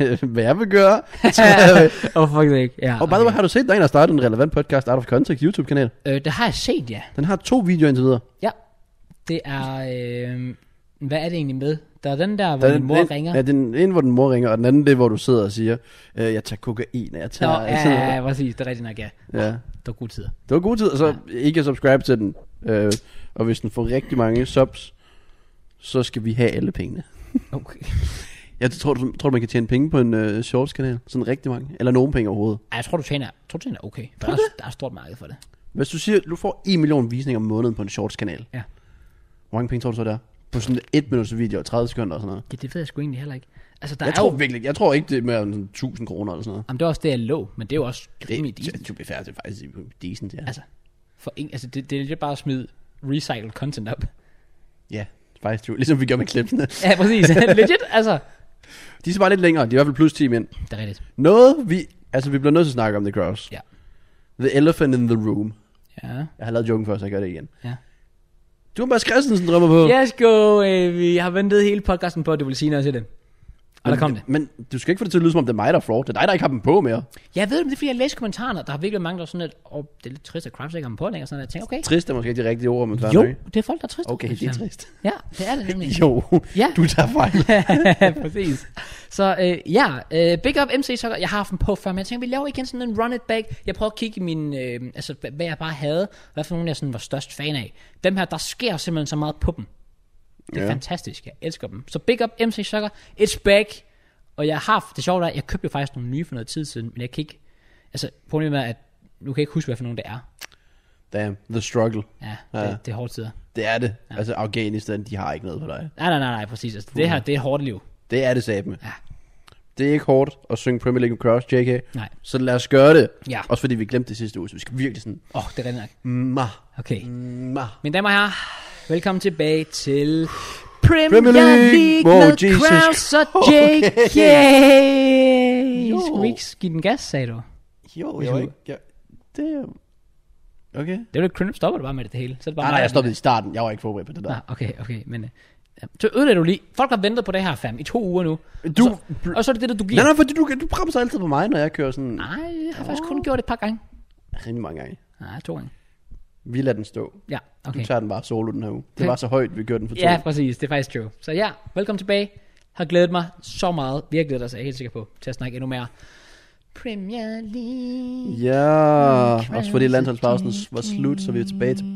S2: øh, hvad jeg vil gøre. tror jeg.
S1: Åh, oh, fuck det ikke. Ja,
S2: og by the way, har du set, der er en, der har startet en relevant podcast, Out of Context YouTube-kanal?
S1: øh, det har jeg set, ja.
S2: Den har to videoer indtil videre.
S1: Ja. Det er... Øh, hvad er det egentlig med? Der er den der, hvor
S2: Der er
S1: din mor
S2: den,
S1: ringer.
S2: Ja, den ene, hvor den mor ringer, og den anden, det er, hvor du sidder og siger, øh, jeg tager kokain, og jeg
S1: Nå,
S2: tager... jeg
S1: ja,
S2: sidder-
S1: ja, ja, præcis. Det er rigtigt nok, ja.
S2: ja.
S1: Det var gode tider.
S2: Det var god tid, og så ja. ikke at subscribe til den. Øh, og hvis den får rigtig mange subs, så skal vi have alle pengene.
S1: Okay.
S2: Jeg tror, du, tror du, man kan tjene penge på en øh, shorts-kanal? Sådan rigtig mange. Eller nogen penge overhovedet.
S1: Ej, jeg tror, du tjener, tror, du tjener okay. Der er, også- der er et stort marked for det.
S2: Hvis du siger, du får 1 million visninger om måneden på en shorts-kanal.
S1: Ja.
S2: Hvor mange penge tror du så der? På sådan et minutters video og 30 sekunder og sådan noget.
S1: ja. Det ved jeg sgu egentlig heller ikke. Altså, der
S2: jeg
S1: er
S2: tror
S1: jo...
S2: virkelig, jeg tror ikke, det er mere end sådan 1000 kroner eller sådan noget.
S1: Jamen, det er også det, jeg lå, men det er jo også rimelig
S2: Det,
S1: decent.
S2: det, det, det er faktisk decent, ja.
S1: Altså, for en, altså det, det er lidt bare at smide recycled content op.
S2: Ja, faktisk true. Ligesom vi gør med klippene.
S1: Ja, præcis. Legit, altså.
S2: De er så bare lidt længere. De er i hvert fald plus 10 mænd.
S1: Det er rigtigt.
S2: Noget vi... Altså, vi bliver nødt til at snakke om The Cross.
S1: Ja.
S2: The Elephant in the Room.
S1: Ja.
S2: Jeg har lavet joken før, så jeg gør det igen.
S1: Ja.
S2: Du har Mads Christensen drømmer på.
S1: Yes, go. Øh, vi har ventet hele podcasten på, at du vil sige noget til det. Og
S2: men,
S1: der kom det.
S2: Men du skal ikke få det til at lyde som om, det er mig, der er fraud. Det er dig, der ikke har dem på mere.
S1: Jeg ved, men det er, fordi jeg læste kommentarerne. Der har virkelig mange, der er sådan lidt, åh, det er lidt trist, at Krabs ikke har dem på længere. Sådan, noget. jeg tænker, okay.
S2: Trist er måske ikke det rigtige ord, men fair
S1: Jo,
S2: nok.
S1: det er folk, der er trist.
S2: Okay, det er trist.
S1: Ja, det er det nemlig.
S2: Jo,
S1: Ja.
S2: du tager fejl.
S1: Præcis. Så øh, ja, øh, Big Up MC Soccer, jeg har haft dem på før, men jeg tænker, vi laver igen sådan en run it back. Jeg prøver at kigge i min, øh, altså hva- hvad jeg bare havde, hvad for nogle jeg sådan var størst fan af. Dem her, der sker simpelthen så meget på dem. Det er
S2: Ja.
S1: ja. fantastisk, jeg elsker dem. Så Big Up MC Soccer, it's back. Og jeg har haft, det sjove er, jeg købte jo faktisk nogle nye for noget tid siden, men jeg kan ikke, altså problemet er, at nu kan jeg ikke huske, hvad for nogle det er.
S2: Damn, the struggle.
S1: Ja,
S2: Ja.
S1: ja. Det, det er hårde tider.
S2: Det er det. Ja. Altså, Afghanistan, de har ikke noget for dig.
S1: Nej, nej, nej, nej, præcis. Altså, det her, det er et hårdt liv.
S2: Det er det, sagde dem.
S1: Ja.
S2: Det er ikke hårdt at synge Premier League Cross, JK.
S1: Nej.
S2: Så lad os gøre det.
S1: Ja.
S2: Også fordi vi glemte det sidste uge, så vi skal virkelig sådan...
S1: Åh, oh, det er rigtig nok.
S2: Ma,
S1: Okay.
S2: ma.
S1: Mine damer og herrer, velkommen tilbage til Premier,
S2: Premier League.
S1: League,
S2: Wow,
S1: med
S2: Jesus
S1: Kraus og
S2: Okay.
S1: JK.
S2: Jo.
S1: Okay. Skulle vi ikke give den gas, sagde du?
S2: Jo,
S1: Hvis
S2: jeg
S1: du-
S2: var ikke... Jeg, det er... Okay.
S1: Det var lidt cringe, stopper du bare med det, det hele. Så er det bare
S2: Nej, nej,
S1: mig,
S2: jeg
S1: der-
S2: stoppede i starten. Jeg var ikke forberedt på det der.
S1: Nå, okay, okay, men... øh, ja. Så ødelægger du lige. Folk har ventet på det her, fam, i to uger nu.
S2: Du-
S1: Og så, og så er det det, der du giver.
S2: Nej, nej, fordi du, du bremser altid på mig, når jeg kører sådan
S1: Nej, jeg har faktisk kun gjort det et par gange.
S2: rimelig mange gange.
S1: Nej, to gange.
S2: Vi lader den stå. Du
S1: Ja, okay.
S2: tager den bare solo den her uge. Det var så højt, vi gjorde den for to.
S1: Ja, præcis. Det er faktisk true. Så ja, velkommen tilbage. Har glædet mig så meget. Vi har glædet os, er jeg helt sikker på, til at snakke endnu mere. Premier League.
S2: ja. også fordi landsholdspausen var slut, så vi er tilbage til...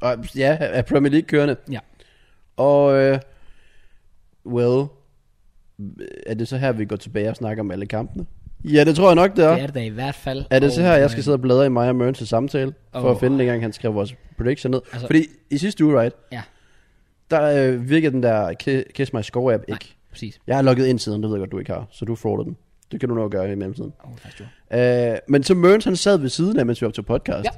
S2: Og, ja, er Premier League kørende.
S1: Ja.
S2: Og, øh, well, er det så her, vi går tilbage og snakker om alle kampene? Ja, det tror jeg nok, det er.
S1: Det er det da i hvert fald.
S2: Er det så
S1: Og,
S2: her, jeg
S1: øh,
S2: skal sidde og bladre i Maja Mørns samtale, for at
S1: Åh.
S2: finde dengang, han skrev vores prediction ned?
S1: Altså-
S2: Fordi i sidste uge, right,
S1: Ja,
S2: der øh, virkede den der Ki- Kiss My Score app ikke.
S1: præcis.
S2: Jeg har logget ind siden, det ved jeg godt, du ikke har, så du frauder den. Det kan du nok gøre i mellemtiden.
S1: Åh, oh, faktisk jo.
S2: Øh, men så Mørns, han sad ved siden af, mens vi var til podcast.
S1: Ja.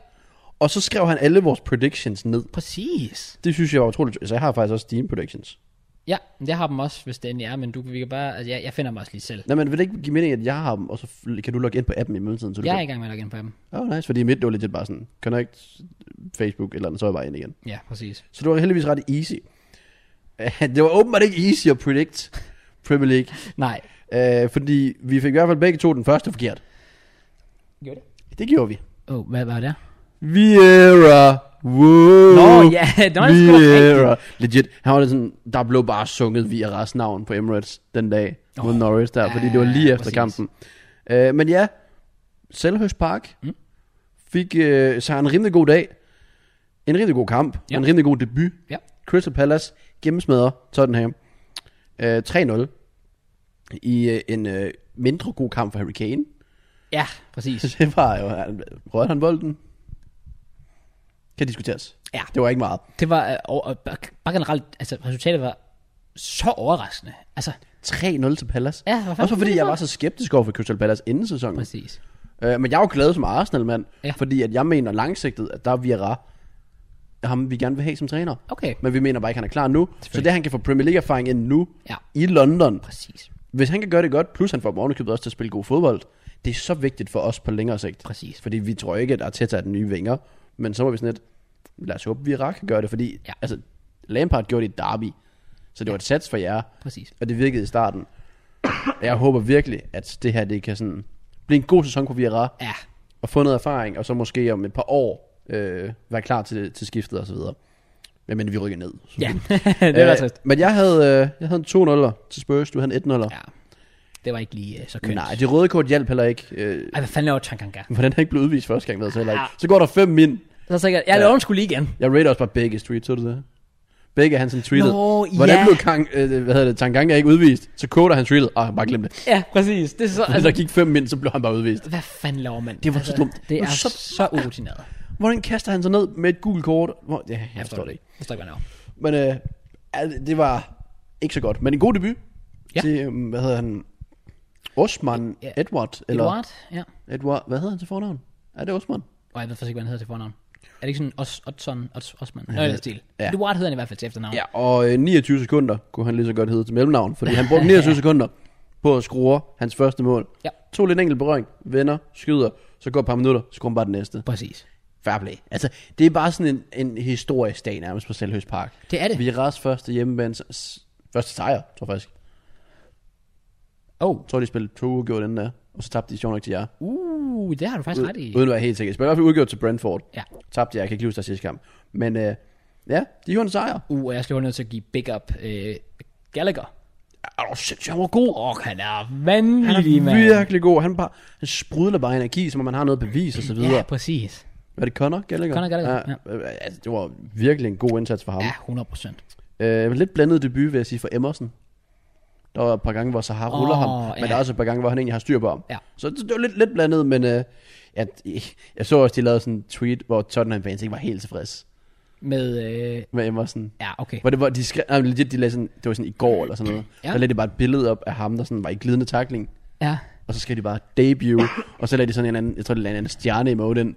S2: Og så skrev han alle vores predictions ned.
S1: Præcis.
S2: Det synes jeg var utroligt. Altså, jeg har faktisk også dine predictions.
S1: Ja, men jeg har dem også, hvis det endelig er, men du, vi kan bare, altså, jeg, jeg finder dem også lige selv.
S2: Nej, men vil det ikke give mening, at jeg har dem, og så f- kan du logge ind på appen i mellemtiden? Så du
S1: Jeg er
S2: kan...
S1: i gang med at logge ind på dem.
S2: Åh, oh, nice, fordi mit, det var legit bare sådan, connect, Facebook, eller andet, så er jeg bare ind igen.
S1: Ja, præcis.
S2: Så det var heldigvis ret easy. det var åbenbart ikke easy at predict Premier League.
S1: Nej.
S2: Øh, fordi vi fik i hvert fald begge to den første forkert.
S1: Gjorde det?
S2: Det gjorde vi.
S1: Åh, oh, hvad var det?
S2: Vieira. Wow.
S1: Nå, ja, det var sgu da
S2: Vieira. Legit. Han var sådan, der blev bare sunget Vieira's navn på Emirates den dag oh, mod
S1: Åh,
S2: Norris der, fordi
S1: ja,
S2: det var lige efter
S1: præcis.
S2: kampen. Øh, men ja, Selhurst Park mm.
S1: Mm.
S2: fik øh, sig en rimelig god dag. En rimelig god kamp.
S1: Ja.
S2: En rimelig god debut.
S1: Ja.
S2: Crystal Palace gennemsmadrer Tottenham. øh, 3-0 i øh, en øh, mindre god kamp for Harry Kane.
S1: Ja, præcis.
S2: Det var jo, han, rørte han bolden? Kan diskuteres.
S1: Ja.
S2: Det var ikke meget.
S1: Det var øh, og, og, bare bare generelt, altså resultatet var så overraskende. Altså,
S2: 3-0 til Palace.
S1: Ja, hvad fanden
S2: Også
S1: er
S2: fordi
S1: det
S2: jeg
S1: for?
S2: var så skeptisk over for Crystal Palace inden sæsonen.
S1: præcis.
S2: Øh, men jeg er jo glad som Arsenal-mand,
S1: Ja.
S2: ja. fordi at jeg mener langsigtet, at der er Vieira, ham vi gerne vil have som træner.
S1: Okay.
S2: Men vi mener bare ikke, han er klar nu. Så det, han kan få Premier League-erfaring ind nu
S1: Ja.
S2: i London.
S1: Præcis.
S2: Hvis han kan gøre det godt, plus han får dem ovenikøbet også til at spille god fodbold, det er så vigtigt for os på længere sigt.
S1: Præcis.
S2: Fordi vi tror ikke, at Arteta er den nye vinger, men så var vi sådan lidt, lad os håbe, Vieira kan gøre det, fordi
S1: Ja.
S2: ja. altså, Lampard gjorde det i Derby, så det var et sats for jer,
S1: Præcis.
S2: og det virkede i starten. Jeg håber virkelig, at det her det kan sådan blive en god sæson for Vieira,
S1: Ja,
S2: og få noget erfaring, og så måske om et par år øh, være klar til, til skiftet og så videre. Men, men vi rykker ned.
S1: ja. det var
S2: Øh,
S1: trist.
S2: Men jeg havde, øh, jeg havde en 2-0'er til Spurs, du havde en 1-0'er.
S1: Ja. Det var ikke lige øh, så
S2: Ja,
S1: kønt.
S2: Nej, det røde kort hjalp heller ikke. Øh,
S1: Ej, hvad fanden laver Tanganga?
S2: hvordan han ikke blev udvist første gang, ved jeg så heller ikke.
S1: Ah.
S2: Så går der 5 min.
S1: Så tænker jeg, jeg laver den sgu lige igen.
S2: Jeg rater også bare begge street, så du det? Begge han sådan tweetede.
S1: Nå,
S2: hvordan
S1: ja.
S2: blev Kang, øh, hvad hedder det, Tanganga ikke udvist? Så koder han tweetede. Ah, bare glem det.
S1: Ja, præcis. Det er så,
S2: Altså, der gik 5 min, så blev han bare udvist.
S1: Hvad fanden laver man? Altså,
S2: Det var så dumt.
S1: Det
S2: Det
S1: er
S2: var
S1: så,
S2: så-
S1: så urutineret.
S2: Hvordan kaster han sig ned med et gult kort? Hvor, ja, jeg forstår det ikke.
S1: Jeg forstår ikke, hvad han laver.
S2: Men øh, al- det var ikke så godt. Men en god debut
S1: Ja.
S2: ja. til, øhm, hvad hedder han? Osman
S1: Ja.
S2: ja. Edward. Eller
S1: Eduard? Ja.
S2: Edward. Hvad hedder han til fornavn? Er det Osman?
S1: Og jeg ved faktisk ikke, hvad han hedder til fornavn. Er det ikke sådan Os, Otson, Os, Osman? Nå,
S2: ved-
S1: det er stil.
S2: ja.
S1: Eduard hedder han i hvert fald til efternavn.
S2: Ja, og øh, 29 sekunder kunne han lige så godt hedde til mellemnavn, fordi han brugte 29 sekunder på at skrue hans første mål.
S1: Ja.
S2: To lidt enkelt berøring, vender, skyder, så går et par minutter, skruer han bare den næste.
S1: Præcis.
S2: Færdig. Altså, det er bare sådan en, en historisk dag nærmest på Selhøst Park.
S1: Det er det.
S2: Vi er rest første hjemmebane, s- s- første sejr, tror jeg faktisk.
S1: Oh,
S2: Jeg tror, de spillede to uafgjort inden der, og så tabte de sjovt nok til jer.
S1: uh, det har du faktisk ret i.
S2: Uden, uden at være helt sikker. De Spillede i hvert fald udgjort til Brentford.
S1: Ja.
S2: Tabte jeg, jeg kan ikke huske deres sidste kamp. Men øh, ja, de gjorde en sejr.
S1: Uh, og jeg skal jo nødt til at give big up øh, Gallagher.
S2: Er du sindssygt, han var god.
S1: Åh, oh, han er vanvittig,
S2: han er
S1: mand.
S2: virkelig god. Han, bare, han sprudler bare energi, som om han har noget bevis og så videre.
S1: Ja,
S2: Ja.
S1: præcis.
S2: Var det Connor Gallagher?
S1: Conor Gallagher,
S2: ja. Øh, Altså, det var virkelig en god indsats for ham.
S1: Ja, 100 procent.
S2: Ja. Øh, lidt blandet debut, vil jeg sige, for Emerson. Der var et par gange, hvor Sahar
S1: Åh,
S2: ruller ham, men
S1: ja.
S2: der er også et par gange, hvor han egentlig har styr på ham.
S1: Ja.
S2: Så det, det var lidt, lidt blandet, men øh, jeg, jeg så også, de lavede sådan en tweet, hvor Tottenham fans ikke var helt tilfreds
S1: Med, øh,
S2: med Emerson.
S1: ja, okay.
S2: Hvor det var, de skrev, nej, men legit, de lagde sådan, det var sådan i går eller sådan noget.
S1: Ja.
S2: Ja. Der lagde de bare et billede op af ham, der sådan var i glidende takling.
S1: Ja,
S2: Og så skrev de bare debut, og så lagde de sådan en anden, jeg tror, de lagde en anden stjerne emote ind.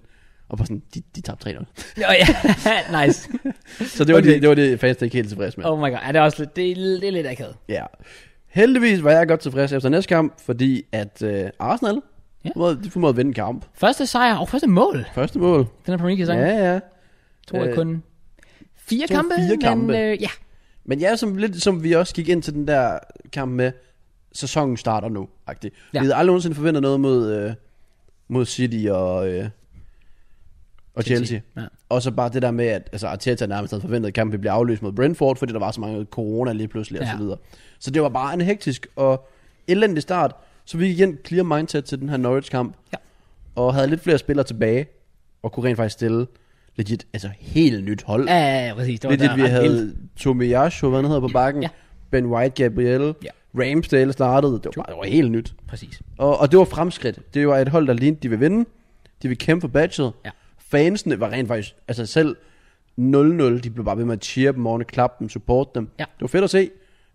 S2: Og bare sådan, de, de tabte 3-0.
S1: Nå, ja. nice.
S2: Så det var,
S1: Okay.
S2: okay. det, det, var det fans, der ikke helt tilfreds med.
S1: Oh my god, ja, det er også lidt, det er, det er lidt akavet.
S2: Ja. Heldigvis var jeg godt tilfreds efter næste kamp, fordi at øh, Arsenal,
S1: Ja.
S2: ja. de formåede at vinde en kamp.
S1: Første sejr og første mål.
S2: Første mål.
S1: Den her Premier League-sæson. Ja,
S2: Ja, ja.
S1: tror jeg
S2: øh,
S1: kun fire
S2: tror
S1: kampe.
S2: fire kampe.
S1: Men, øh, ja,
S2: Men ja, som, lidt, som vi også gik ind til den der kamp med, sæsonen starter nu, agtig.
S1: Ja.
S2: Ja. Vi havde aldrig nogensinde forventet noget mod, øh, mod City og, øh, og Chelsea. Chelsea.
S1: Ja.
S2: Og så bare det der med, at altså, Arteta nærmest havde forventet, at kampen blev aflyst mod Brentford, fordi der var så mange corona lige pludselig ja.
S1: Ja.
S2: og så videre. Så det var bare en hektisk og elendig start. Så vi gik igen clear mindset til den her Norwich-kamp.
S1: Ja.
S2: Og havde lidt flere spillere tilbage, og kunne rent faktisk stille legit, altså helt nyt hold.
S1: Ja, ja, ja, præcis. Det var
S2: Lidt det,
S1: der
S2: vi
S1: ret vildt.
S2: havde Tomiyasu, hvad han hedder på bakken.
S1: Ja.
S2: Ja. Ben White, Gabriel,
S1: Ja.
S2: ja. Ramsdale startede. Det var, bare, det var helt nyt.
S1: Præcis.
S2: Og, og det var fremskridt. Det var et hold, der lignede, de vil vinde. De vil kæmpe for badget.
S1: Ja.
S2: Fansene var rent faktisk, altså selv 0-0, de blev bare ved med at cheer dem, ordentligt, klappe dem, supporte dem.
S1: Ja.
S2: Det var fedt at se.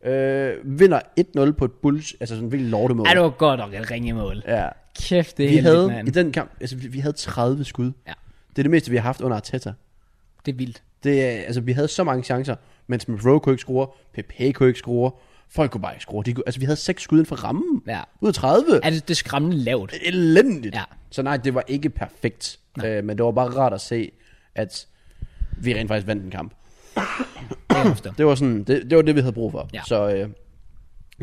S2: Øh, vinder 1-0 på et bulls, altså sådan en virkelig lortemål.
S1: Ja, det var godt nok et ringe mål.
S2: ja.
S1: Kæft, det er
S2: Vi
S1: heldigt,
S2: havde
S1: mand.
S2: i den kamp, altså vi, vi havde 30 skud.
S1: Ja.
S2: Det er det meste, vi har haft under Arteta.
S1: Det er vildt.
S2: Det, er- altså, vi havde så mange chancer, mens Monroe kunne ikke score, Pepe kunne ikke score, folk kunne bare ikke score. De kunne, altså, vi havde seks skud inden for rammen.
S1: Ja.
S2: Ud af 30.
S1: Er det, det er skræmmende lavt?
S2: Elendigt.
S1: Ja.
S2: Så nej, det var ikke perfekt. Øh, men det var bare rart at se, at vi rent faktisk vandt en kamp.
S1: Det kan jeg forstå.
S2: Det var, sådan, det, det, var det, vi havde brug for.
S1: Ja.
S2: Så øh,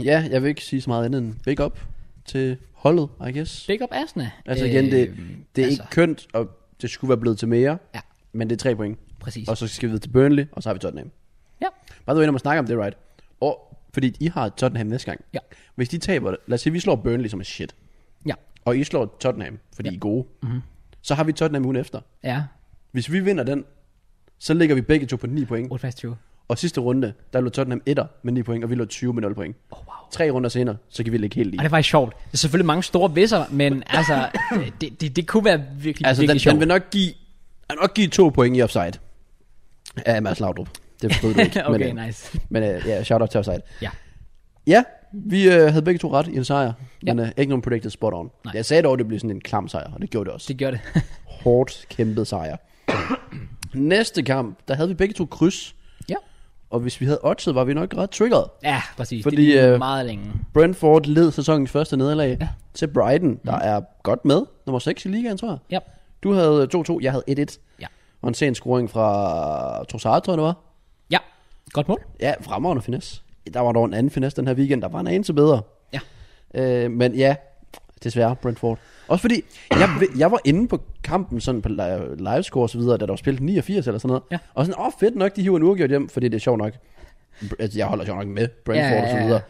S2: ja, jeg vil ikke sige så meget andet end big up til holdet, I guess.
S1: Big up assene.
S2: Altså igen, det, det er
S1: altså.
S2: altså. ikke kønt, og det skulle være blevet til mere.
S1: Ja.
S2: Men det er tre point.
S1: Præcis.
S2: Og så skal vi videre til Burnley, og så har vi Tottenham.
S1: Ja.
S2: Bare du ender med at snakke om det, right? Og, fordi I har Tottenham næste gang.
S1: Ja.
S2: Hvis de taber det, lad os sige, vi slår Burnley som er shit,
S1: Ja.
S2: og I slår Tottenham, fordi ja. I er gode,
S1: Mhm.
S2: mm-hmm. så har vi Tottenham ugen efter.
S1: Ja.
S2: Hvis vi vinder den, så ligger vi begge to på 9 point,
S1: 8 fast 20.
S2: Og sidste runde, der lå Tottenham etter med 9 point, og vi lå 20 med 0 point.
S1: Oh, wow.
S2: Tre runder senere, så kan vi ligge helt i.
S1: Og det var faktisk sjovt. Det er selvfølgelig mange store visser, men altså, det, det, det kunne være virkelig,
S2: Altså,
S1: altså, virkelig
S2: den,
S1: sjovt.
S2: den vil nok give, den vil nok give to point i offside. Ja, Mads Laudrup. Det forstod du ikke.
S1: okay,
S2: men, øh,
S1: nice.
S2: men øh, ja, shout out til offside.
S1: Ja.
S2: Ja, vi øh, havde begge to ret i en sejr,
S1: Ja.
S2: men øh, ikke nogen predicted spot on.
S1: Nej.
S2: Jeg sagde dog, at det blev sådan en klam sejr, og det gjorde det også.
S1: Det gør det.
S2: Hårdt kæmpet sejr. Næste kamp, der havde vi begge to kryds,
S1: ja.
S2: og hvis vi havde oddset, var vi nok ret triggeret.
S1: Ja, præcis.
S2: Fordi,
S1: det er
S2: øh,
S1: øh... meget længe.
S2: Brentford led sæsonens første nederlag
S1: Ja. Mhm.
S2: ja. til Brighton, der er godt med. Nummer 6 i ligaen, tror jeg.
S1: Ja.
S2: Du havde 2-2, jeg havde 1-1.
S1: Ja.
S2: Og en sen scoring fra Trossard, tror jeg det var.
S1: ja, godt mål.
S2: Ja, fremragende finesse. Der var dog en anden finesse den her weekend, der var en anelse bedre.
S1: Ja.
S2: Øh, men ja, desværre Brentford. Også fordi, jeg, ved- jeg var inde på kampen sådan på li- livescore og så videre, da der var spillet 89 eller sådan noget.
S1: Ja.
S2: Og sådan, åh oh, fedt nok, de hiver en uafgjort hjem, fordi det er sjovt nok. Br- Altså, jeg holder sjovt nok med Brentford
S1: Ja, ja,
S2: og så
S1: ja.
S2: videre.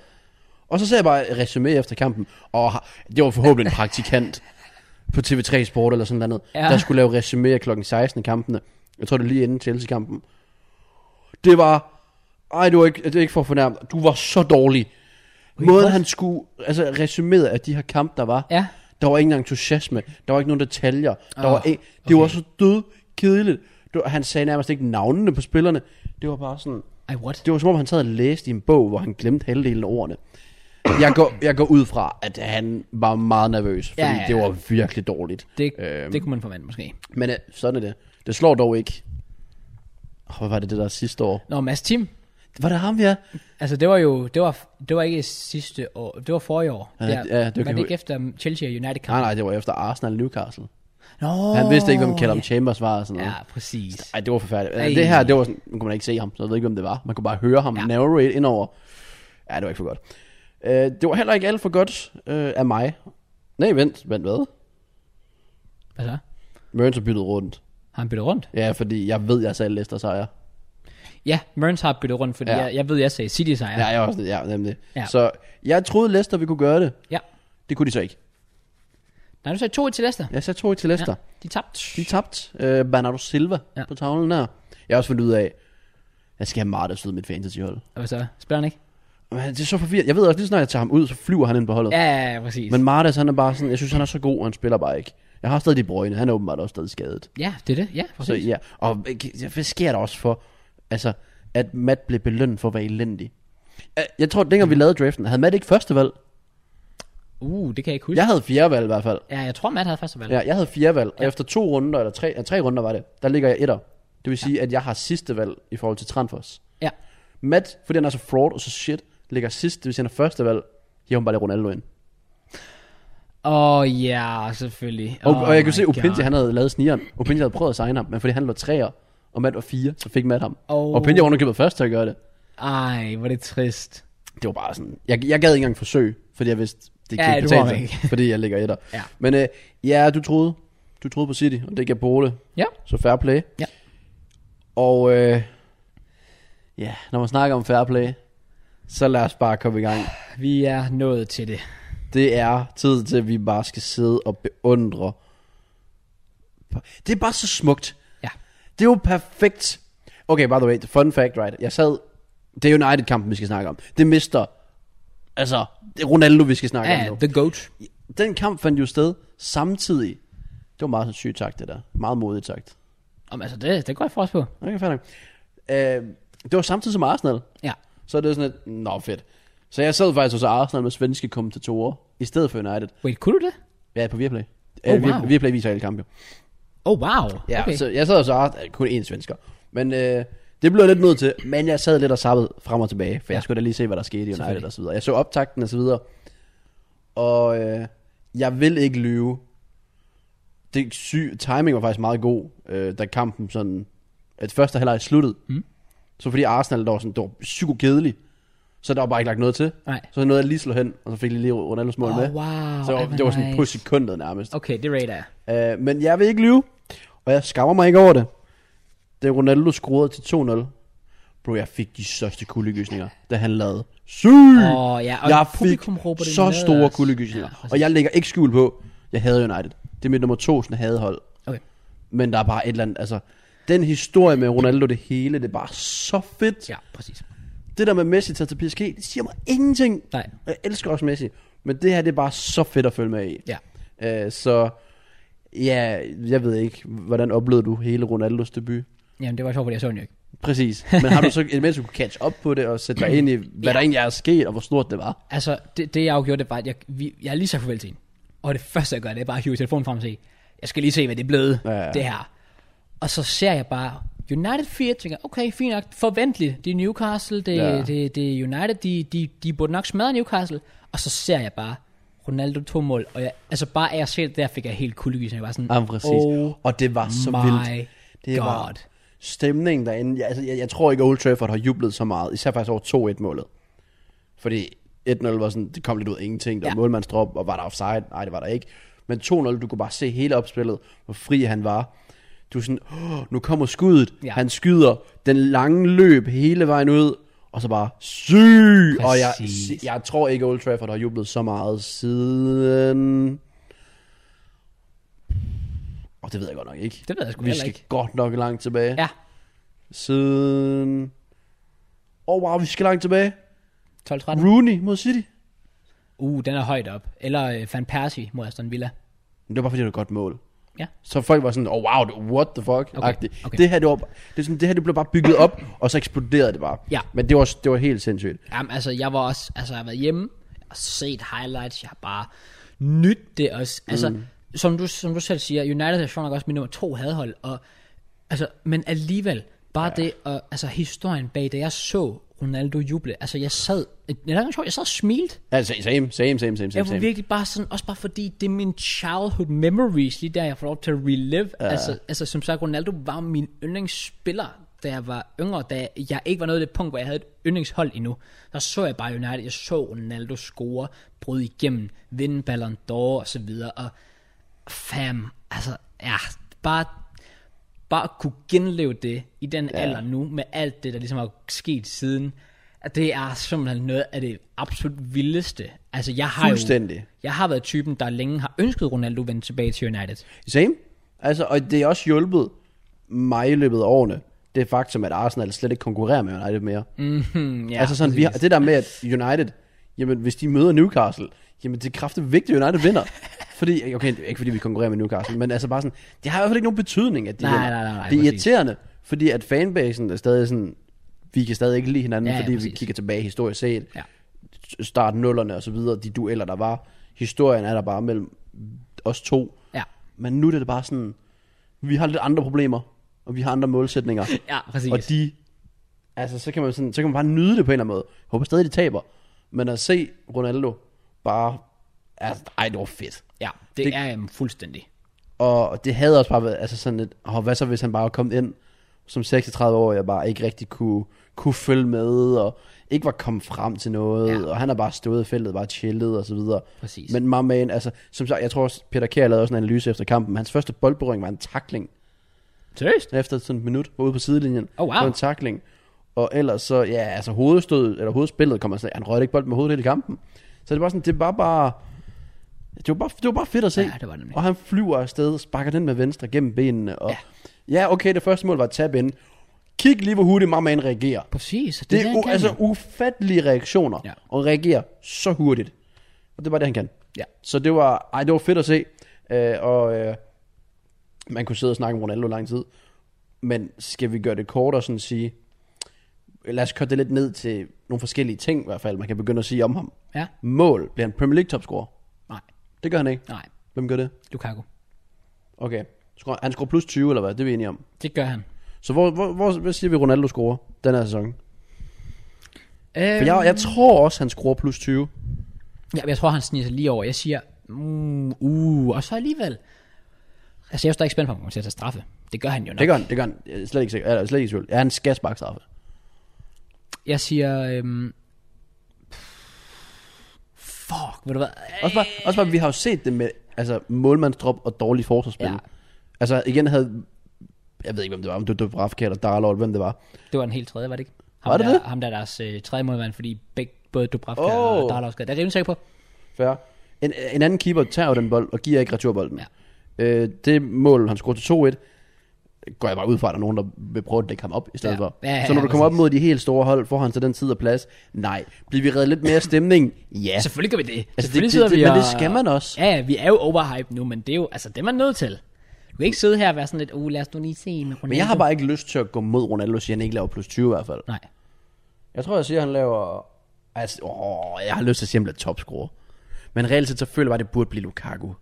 S2: Og så ser jeg bare et resume efter kampen, og har- det var forhåbentlig en praktikant på TV3 Sport eller sådan noget,
S1: Ja.
S2: ja. der skulle lave resume af klokken 16 i kampene. Jeg tror, det er lige inden Chelsea-kampen. Det var... Ej, du er ikke, det er ikke for fornærmet. Du var så dårlig. Måden han skulle... Altså, resumeret af de her kampe, der var.
S1: Ja.
S2: Der var ingen entusiasme. Der var ikke nogen detaljer. Der
S1: Ah,
S2: oh, var ikke, det var så død kedeligt. Det var, han sagde nærmest ikke navnene på spillerne. Det var bare sådan...
S1: Ej, what?
S2: Det var som om, han sad og læste i en bog, hvor han glemte halvdelen af ordene. Jeg går, jeg går ud fra, at han var meget nervøs, fordi
S1: Ja,
S2: ja,
S1: ja, ja.
S2: ja. det var virkelig dårligt.
S1: Det,
S2: Øhm.
S1: det kunne man forvente måske.
S2: Men øh, sådan er det. Det slår dog ikke. Oh, hvad var det det der sidste år?
S1: Nå, Mads Tim.
S2: Var det ham, ja?
S1: Altså, det var jo, det var, det var ikke sidste år, det var forrige år.
S2: Ja,
S1: Der-
S2: ja, det
S1: var
S2: kan
S1: det
S2: vi-
S1: ikke efter Chelsea og United kamp?
S2: Nej, nej, det var efter Arsenal og Newcastle.
S1: Nå,
S2: Han vidste ikke, hvem Callum Chambers var og sådan noget.
S1: Ja, præcis.
S2: Ej, det var forfærdeligt.
S1: Ej.
S2: Ej. Det her, det var sådan, nu kunne man ikke se ham, så jeg ved ikke, hvem det var. Man kunne bare høre ham
S1: Ja.
S2: ja. narrate indover. Ja, det var ikke for godt. Øh, det var heller ikke alt for godt øh, af mig. Nej, vent, vent hvad?
S1: Hvad så?
S2: Mørens har byttet rundt.
S1: Har han byttet rundt?
S2: Ja, fordi jeg ved, jeg sagde Leicester sejr.
S1: Ja, Mørns har byttet rundt, fordi ja.
S2: Ja.
S1: jeg, jeg ved, jeg sagde City sejr.
S2: Ja, jeg var også, ja, nemlig.
S1: Ja.
S2: Ja. Så jeg troede, Leicester vi kunne gøre det.
S1: ja.
S2: Det kunne de så ikke.
S1: Nej, du sagde 2 til Leicester.
S2: Jeg sagde 2 til Leicester. Ja.
S1: De tabte.
S2: De tabte øh, Bernardo Silva
S1: Ja.
S2: ja. på tavlen her. Jeg har også fundet ud af, jeg skal have Martes ud i mit fantasyhold.
S1: Og Hvad så? Spiller han ikke?
S2: Men det er så forvirret. Jeg ved også, lige så snart jeg tager ham ud, så flyver han ind på holdet.
S1: Ja, ja, ja, præcis.
S2: Men Martes, han er bare sådan, jeg synes, han er så god, og han spiller bare ikke. Jeg har stadig de brøgne, han er åbenbart også stadig skadet.
S1: Ja, det er det. Ja,
S2: Så
S1: præcis.
S2: ja, og hvad sker der også for, altså, at Matt blev belønnet for at være elendig? Jeg- Jeg tror, at dengang vi lavede draften, havde Matt ikke første valg?
S1: Uh, det kan jeg ikke huske.
S2: Jeg havde fjerde valg i hvert fald.
S1: Ja, jeg tror, Matt havde første valg.
S2: Ja, jeg havde fire valg, og efter to runder, eller tre, ja, tre runder var det, der ligger jeg etter. Det vil sige, at jeg har sidste valg i forhold til Transfers.
S1: ja.
S2: Matt, fordi han er så fraud og så shit, ligger sidst, det vil sige, han er første valg, hiver han bare lige Ronaldo ind.
S1: Åh, oh, ja, selvfølgelig.
S2: Og, oh og jeg
S1: my
S2: kunne se,
S1: God.
S2: Opinji, han havde lavet snigeren. Opinji havde prøvet at signe ham, men fordi han lå treer, og Matt var fire, så fik Matt ham.
S1: Åh.
S2: Oh. Og Opinji var underkøbet først til at gøre det.
S1: Ej, hvor er det trist.
S2: Det var bare sådan, jeg, jeg gad ikke engang forsøge, fordi jeg vidste, det
S1: Ja,
S2: kan ja,
S1: du
S2: ikke betale
S1: må
S2: sig,
S1: ikke.
S2: fordi jeg ligger etter.
S1: Ja.
S2: Men øh, ja, du troede, du troede på City, og det gav Bole,
S1: Ja.
S2: så fair play.
S1: Ja.
S2: Og øh, ja, når man snakker om fair play, så lad os bare komme i gang.
S1: Vi er nået til det.
S2: Det er tid til, at vi bare skal sidde og beundre. Det er bare så smukt.
S1: Ja.
S2: Det er jo perfekt. Okay, by the way, fun fact, right? Jeg sad... Det er United-kampen, vi skal snakke om. Det mister... Altså, det er Ronaldo, vi skal snakke
S1: Ja,
S2: om nu.
S1: The Goat.
S2: Den kamp fandt jo sted samtidig. Det var meget sygt sagt, det der. Meget modigt sagt.
S1: Om, altså, det, det går jeg for os på.
S2: Okay, fair nok. øh, Det var samtidig som Arsenal.
S1: Ja.
S2: Så er det sådan lidt, nå fedt. Så jeg sad faktisk hos Arsenal med svenske kommentatorer, i stedet for United.
S1: Wait, kunne du det?
S2: Ja, på Viaplay.
S1: Oh,
S2: Oh, wow.
S1: wow.
S2: Viaplay, Viaplay viser alle kampe. jo.
S1: Oh, wow.
S2: Ja,
S1: okay.
S2: okay. så jeg sad og så ah, kun én svensker. Men øh, det blev jeg lidt nødt til. Men jeg sad lidt og sappede frem og tilbage, for
S1: Ja.
S2: jeg skulle da lige se, hvad der skete i United
S1: Selvfølgelig.
S2: og så videre. Jeg så optakten og så videre. Og øh, jeg vil ikke lyve. Det syg, timing var faktisk meget god, øh, da kampen sådan... At første halvleg sluttede.
S1: Mm.
S2: Så fordi Arsenal, der var sådan, det var psykokedelig. Så der var bare ikke lagt noget til.
S1: Nej.
S2: Så nåede jeg lige at slå hen, og så fik jeg lige Ronaldos mål
S1: Åh,
S2: med.
S1: wow.
S2: Så
S1: Ej,
S2: det
S1: hvor
S2: var, det var sådan
S1: nice.
S2: på sekundet nærmest.
S1: Okay, det rater jeg.
S2: Øh, men jeg vil ikke lyve, og jeg skammer mig ikke over det. Da Ronaldo scorede til 2-0, bro, jeg fik de største kuldegysninger, da han lavede syg.
S1: Åh, ja, og
S2: jeg fik
S1: publikum råber det
S2: så
S1: med
S2: store
S1: os.
S2: kuldegysninger.
S1: Ja,
S2: Ja,
S1: præcis.
S2: og jeg lægger ikke skjul på, jeg havde United. Det er mit nummer to sådan hadehold.
S1: Okay.
S2: Men der er bare et eller andet, altså, Den historie med Ronaldo, det hele, det er bare så fedt.
S1: Ja, præcis.
S2: Det der med Messi tager til PSG, det siger mig ingenting.
S1: Nej.
S2: Jeg elsker også Messi. Men det her, det er bare så fedt at følge med i.
S1: Ja.
S2: Øh, så ja, jeg ved ikke, hvordan oplevede du hele Ronaldos debut?
S1: Jamen, det var sjovt, fordi jeg så den jo ikke.
S2: Præcis. Men har du så imens du kunne catch op på det og sætte dig ind i, hvad
S1: Ja.
S2: der egentlig er sket, og hvor stort det var?
S1: Altså, det, det jeg jo gjorde, det var, at jeg, vi, jeg lige så farvel til hende. Og det første, jeg gør, det er bare at hive telefonen frem og sige, jeg skal lige se, hvad det er blevet,
S2: Ja,
S1: ja,
S2: ja.
S1: ja. det her. Og så ser jeg bare United 4, og tænker, okay, fint nok, forventeligt. Det er Newcastle, det,
S2: Ja.
S1: ja. det, det er United, de, de, de burde nok smadre Newcastle. Og så ser jeg bare Ronaldo to mål, og jeg, altså bare af at se det der, fik jeg helt kuldegys, og jeg var sådan,
S2: Ja, præcis.
S1: oh
S2: og det var så
S1: my
S2: vildt. Det var
S1: God.
S2: stemningen derinde. Jeg, altså, jeg, jeg tror ikke, at Old Trafford har jublet så meget. Især faktisk over 2-1-målet. Fordi 1-0 var sådan, det kom lidt ud af ingenting. Der var
S1: Ja.
S2: målmandsdrop, og var der offside? Nej, det var der ikke. Men 2-0, du kunne bare se hele opspillet, hvor fri han var. Du er sådan, oh, nu kommer skuddet.
S1: Ja.
S2: Han skyder den lange løb hele vejen ud. Og så bare, syg! Og jeg,
S1: Præcis.
S2: jeg tror ikke, Old Trafford har jublet så meget siden... Og det ved jeg godt nok ikke.
S1: Det ved jeg sgu
S2: Vi
S1: heller
S2: skal
S1: ikke.
S2: godt nok langt tilbage.
S1: Ja,
S2: Siden... Åh, oh, wow, vi skal langt tilbage.
S1: 12-13.
S2: Rooney mod City.
S1: Uh, den er højt op. Eller øh, Van Persie mod Aston Villa.
S2: Men det var bare fordi, det var et godt mål.
S1: Ja.
S2: Så folk var sådan, oh wow, what the fuck? Okay, okay.
S1: okay.
S2: Det, her, det, var, det, er sådan, det her det blev bare bygget op, og så eksploderede det bare.
S1: Ja.
S2: Men det var, det var helt sindssygt.
S1: Jamen, altså, jeg var også, altså, jeg har været hjemme, jeg har set highlights, jeg har bare nyt det også. Altså, mm. som, du, som du selv siger, United er sjovt nok også min nummer to hadhold, og, altså, men alligevel, bare ja. det, og, altså, historien bag det, jeg så Ronaldo juble, altså, jeg sad, det er ikke sjovt, jeg sad og smilte,
S2: Altså, same, same, same, same, same.
S1: jeg var
S2: same.
S1: virkelig bare sådan, også bare fordi, det er min childhood memories, lige der, jeg får lov til at relive. Ja. Altså, altså, som sagt, Ronaldo var min yndlingsspiller, da jeg var yngre, da jeg ikke var nået til det punkt, hvor jeg havde et yndlingshold endnu. Der så jeg bare United, jeg så Ronaldo score, bryde igennem, vinde Ballon d'Or og så videre, og fam, altså, ja, bare bare at kunne genleve det i den ja. alder nu, med alt det, der ligesom er sket siden, at det er simpelthen noget af det absolut vildeste. Altså, jeg har jo,
S2: Fuldstændig.
S1: jeg har været typen, der længe har ønsket Ronaldo vendt tilbage til United.
S2: Same. Altså, og det er også hjulpet mig i løbet af årene. Det faktum, at Arsenal slet ikke konkurrerer med United mere.
S1: Mm-hmm, ja,
S2: Ja, altså sådan, vi har, det der med, at United, jamen hvis de møder Newcastle, jamen det er kraftigt vigtigt, at United vinder. fordi, okay, ikke fordi vi konkurrerer med Newcastle, men altså bare sådan, det har i hvert fald ikke nogen betydning, at de
S1: Nej,
S2: vinder.
S1: nej, nej, nej,
S2: Det er
S1: præcis.
S2: irriterende, fordi at fanbasen er stadig sådan, vi kan stadig ikke lide hinanden,
S1: Ja, ja,
S2: fordi vi
S1: præcis.
S2: kigger tilbage historisk set,
S1: Ja.
S2: start nullerne og så videre, de dueller der var, historien er der bare mellem os to,
S1: Ja,
S2: men nu er det bare sådan, vi har lidt andre problemer, og vi har andre målsætninger.
S1: ja præcis.
S2: Og de, altså så kan man, sådan, så kan man bare nyde det på en eller anden måde. Jeg håber stadig, de taber. Men at se Ronaldo bare, altså, ej, det var fedt.
S1: ja, det,
S2: det-
S1: det er um, fuldstændig.
S2: Og det havde også bare været, altså sådan lidt, oh, hvad så hvis han bare var kommet ind som 36 år, jeg bare ikke rigtig kunne, kunne følge med, og ikke var kommet frem til noget, ja.
S1: Ja.
S2: og han har bare stået i feltet, bare chillet og så videre.
S1: Præcis.
S2: Men my man, altså, som sagt, jeg tror også, Peter Kjær lavede også en analyse efter kampen, hans første boldberøring var en takling,
S1: Seriøst?
S2: efter sådan et minut, var ude på sidelinjen.
S1: Oh, wow.
S2: Det var en takling. Og ellers så, ja, altså hovedstød, eller hovedspillet kommer sådan, han rørte ikke bolden med hovedet hele kampen. Så det var sådan, det var bare, det var bare, det var bare fedt at se.
S1: Ja, det var det nemlig.
S2: Og han flyver afsted, sparker den med venstre gennem benene. Og, ja. ja, okay, det første mål var et tab ind. Kig lige, hvor hurtigt mammaen reagerer.
S1: Præcis. og
S2: Det,
S1: der,
S2: er
S1: han
S2: u-
S1: kan.
S2: altså ufattelige reaktioner, ja.
S1: Ja.
S2: og reagerer så hurtigt. Og det var det, han kan.
S1: Ja.
S2: Så det var, ej, det var fedt at se, øh, og øh, man kunne sidde og snakke om Ronaldo lang tid, men skal vi gøre det kort og sådan sige, lad os køre det lidt ned til nogle forskellige ting i hvert fald, man kan begynde at sige om ham.
S1: Ja,
S2: Mål, bliver han Premier League topscorer?
S1: nej,
S2: Det gør han ikke.
S1: nej,
S2: Hvem gør det?
S1: Lukaku.
S2: Okay. Skruer, han scorer plus 20, eller hvad? Det er vi enige om.
S1: Det gør han.
S2: Så hvor, hvor, hvor, hvad siger vi, Ronaldo scorer den her sæson?
S1: Øhm,
S2: For jeg, jeg tror også, han scorer plus 20.
S1: Ja, men jeg tror, han sniger sig lige over. Jeg siger, mm, uh, og så alligevel. Altså, jeg er jo stadig spændt på, om han kommer til at tage straffe. Det gør han jo nok.
S2: Det gør han, det gør han. Jeg er slet ikke sikker. Jeg er slet ikke i tvivl. Ja, han skal sparke straffe.
S1: Jeg siger, øhm, fuck, ved du hvad?
S2: Også bare, også bare, vi har jo set det med altså, målmandsdrop og dårlig forsvarsspil. Ja.
S1: Ja.
S2: Altså igen havde, jeg ved ikke, hvem det var, om det var Dubravka eller Darlow, eller hvem det var.
S1: Det var en helt tredje, var det ikke? Ham
S2: Var det
S1: der,
S2: det?
S1: Ham der er deres øh, tredje målmand, fordi begge, både Dubravka
S2: Åh.
S1: oh. og Darlaus skade. Det er jeg rimelig sikker på.
S2: Før. En, en anden keeper tager jo den bold og giver ikke returbolden.
S1: Ja.
S2: Øh, det mål, han scorede til 2-1, går jeg bare ud fra, at der er nogen, der vil prøve at dække ham op i stedet
S1: Ja.
S2: for.
S1: Ja, ja,
S2: så når du
S1: ja,
S2: kommer op mod de helt store hold, får han til den tid og plads? Nej. Bliver vi reddet lidt mere stemning? Ja. Altså,
S1: Selvfølgelig gør vi det.
S2: det-
S1: Selvfølgelig
S2: det-
S1: sidder
S2: det-
S1: vi
S2: men
S1: og-
S2: det skal man også.
S1: Ja, ja, vi er jo overhyped nu, men det er jo, altså det er man nødt til. Du kan ikke sidde her og være sådan lidt, uh, lad os nu lige se en Ronaldo.
S2: Men jeg har bare ikke lyst til at gå mod Ronaldo og sige, at han ikke laver plus 20 i hvert fald.
S1: Nej.
S2: Jeg tror, jeg siger, at han laver... Altså, åh, jeg har lyst til at sige, at han bliver topscorer. Men reelt set, så føler jeg bare, at det burde blive Lukaku.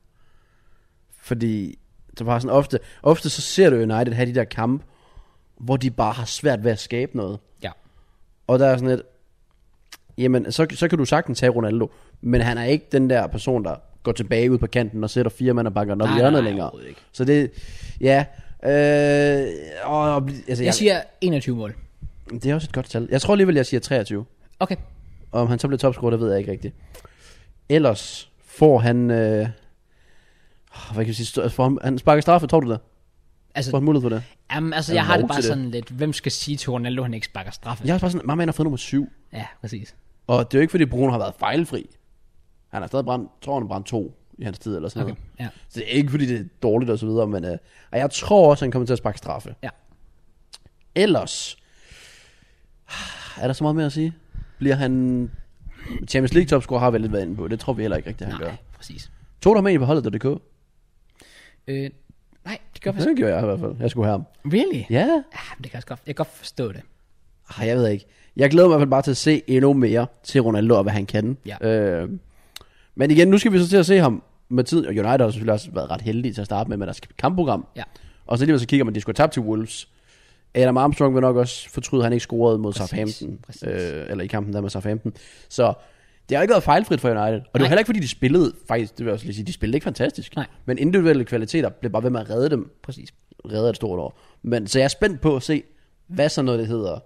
S2: Fordi, så bare sådan ofte, ofte så ser du United have de der kampe, hvor de bare har svært ved at skabe noget.
S1: Ja.
S2: Og der er sådan et, jamen, så, så kan du sagtens tage Ronaldo, men han er ikke den der person, der går tilbage ud på kanten og sætter fire mand og banker den op i
S1: Nej, nej,
S2: hjørnet
S1: nej,
S2: længere.
S1: overhovedet ikke.
S2: Så det, ja, øh, og, altså,
S1: Jeg siger 21 mål.
S2: det er også et godt tal. Jeg tror alligevel, jeg siger 23.
S1: Okay.
S2: Om han så bliver topscorer, det ved jeg ikke rigtigt. Ellers får han... Øh, hvad kan jeg sige? stå- Får han, han sparker straffe, tror du det?
S1: Altså,
S2: Får han mulighed for det?
S1: jamen, altså
S2: Er
S1: jeg
S2: der
S1: har det
S2: lov
S1: bare
S2: til det?
S1: sådan lidt, hvem skal sige til Ronaldo, at han ikke sparker straffe?
S2: Jeg er også bare sådan, mamma han har fået nummer 7.
S1: ja præcis.
S2: Og det er jo ikke, fordi Bruno har været fejlfri. Han har stadig brændt, tror han har brændt to i hans tid eller sådan
S1: Okay.
S2: noget.
S1: Ja.
S2: Så det er ikke, fordi det er dårligt og så videre, men... Øh, og jeg tror også, han kommer til at sparke straffe.
S1: Ja.
S2: Ellers... ah, Er der så meget mere at sige? Bliver han... Champions League topscorer har vi lidt været inde på. Det tror vi heller ikke rigtigt, han gør.
S1: Nej, præcis.
S2: Tog du ham egentlig på holdet.dk?
S1: Øh, nej, det gør faktisk
S2: Det gjorde jeg i hvert fald. Jeg skulle have ham.
S1: Really?
S2: Ja.
S1: Ja, men det kan jeg også godt, jeg kan godt forstå det.
S2: Ej, Ah, jeg ved ikke. Jeg glæder mig i hvert fald bare til at se endnu mere til Ronaldo og hvad han kan.
S1: Ja.
S2: Øh, men igen, nu skal vi så til at se ham med tid. Og United har selvfølgelig også været ret heldige til at starte med med deres kampprogram.
S1: Ja.
S2: Og så alligevel så kigger man, de skulle have tabt til Wolves. Adam Armstrong vil nok også fortryde, at han ikke scorede mod Southampton.
S1: præcis.
S2: Øh, eller i kampen der med Southampton. Så det har ikke været fejlfrit for United. Og det var
S1: Nej.
S2: heller ikke, fordi de spillede, faktisk, det vil jeg også lige sige, de spillede ikke fantastisk.
S1: Nej.
S2: Men individuelle kvaliteter blev bare ved med at redde dem
S1: Præcis.
S2: redder et stort år. Men, så jeg er spændt på at se, hvad sådan noget det hedder,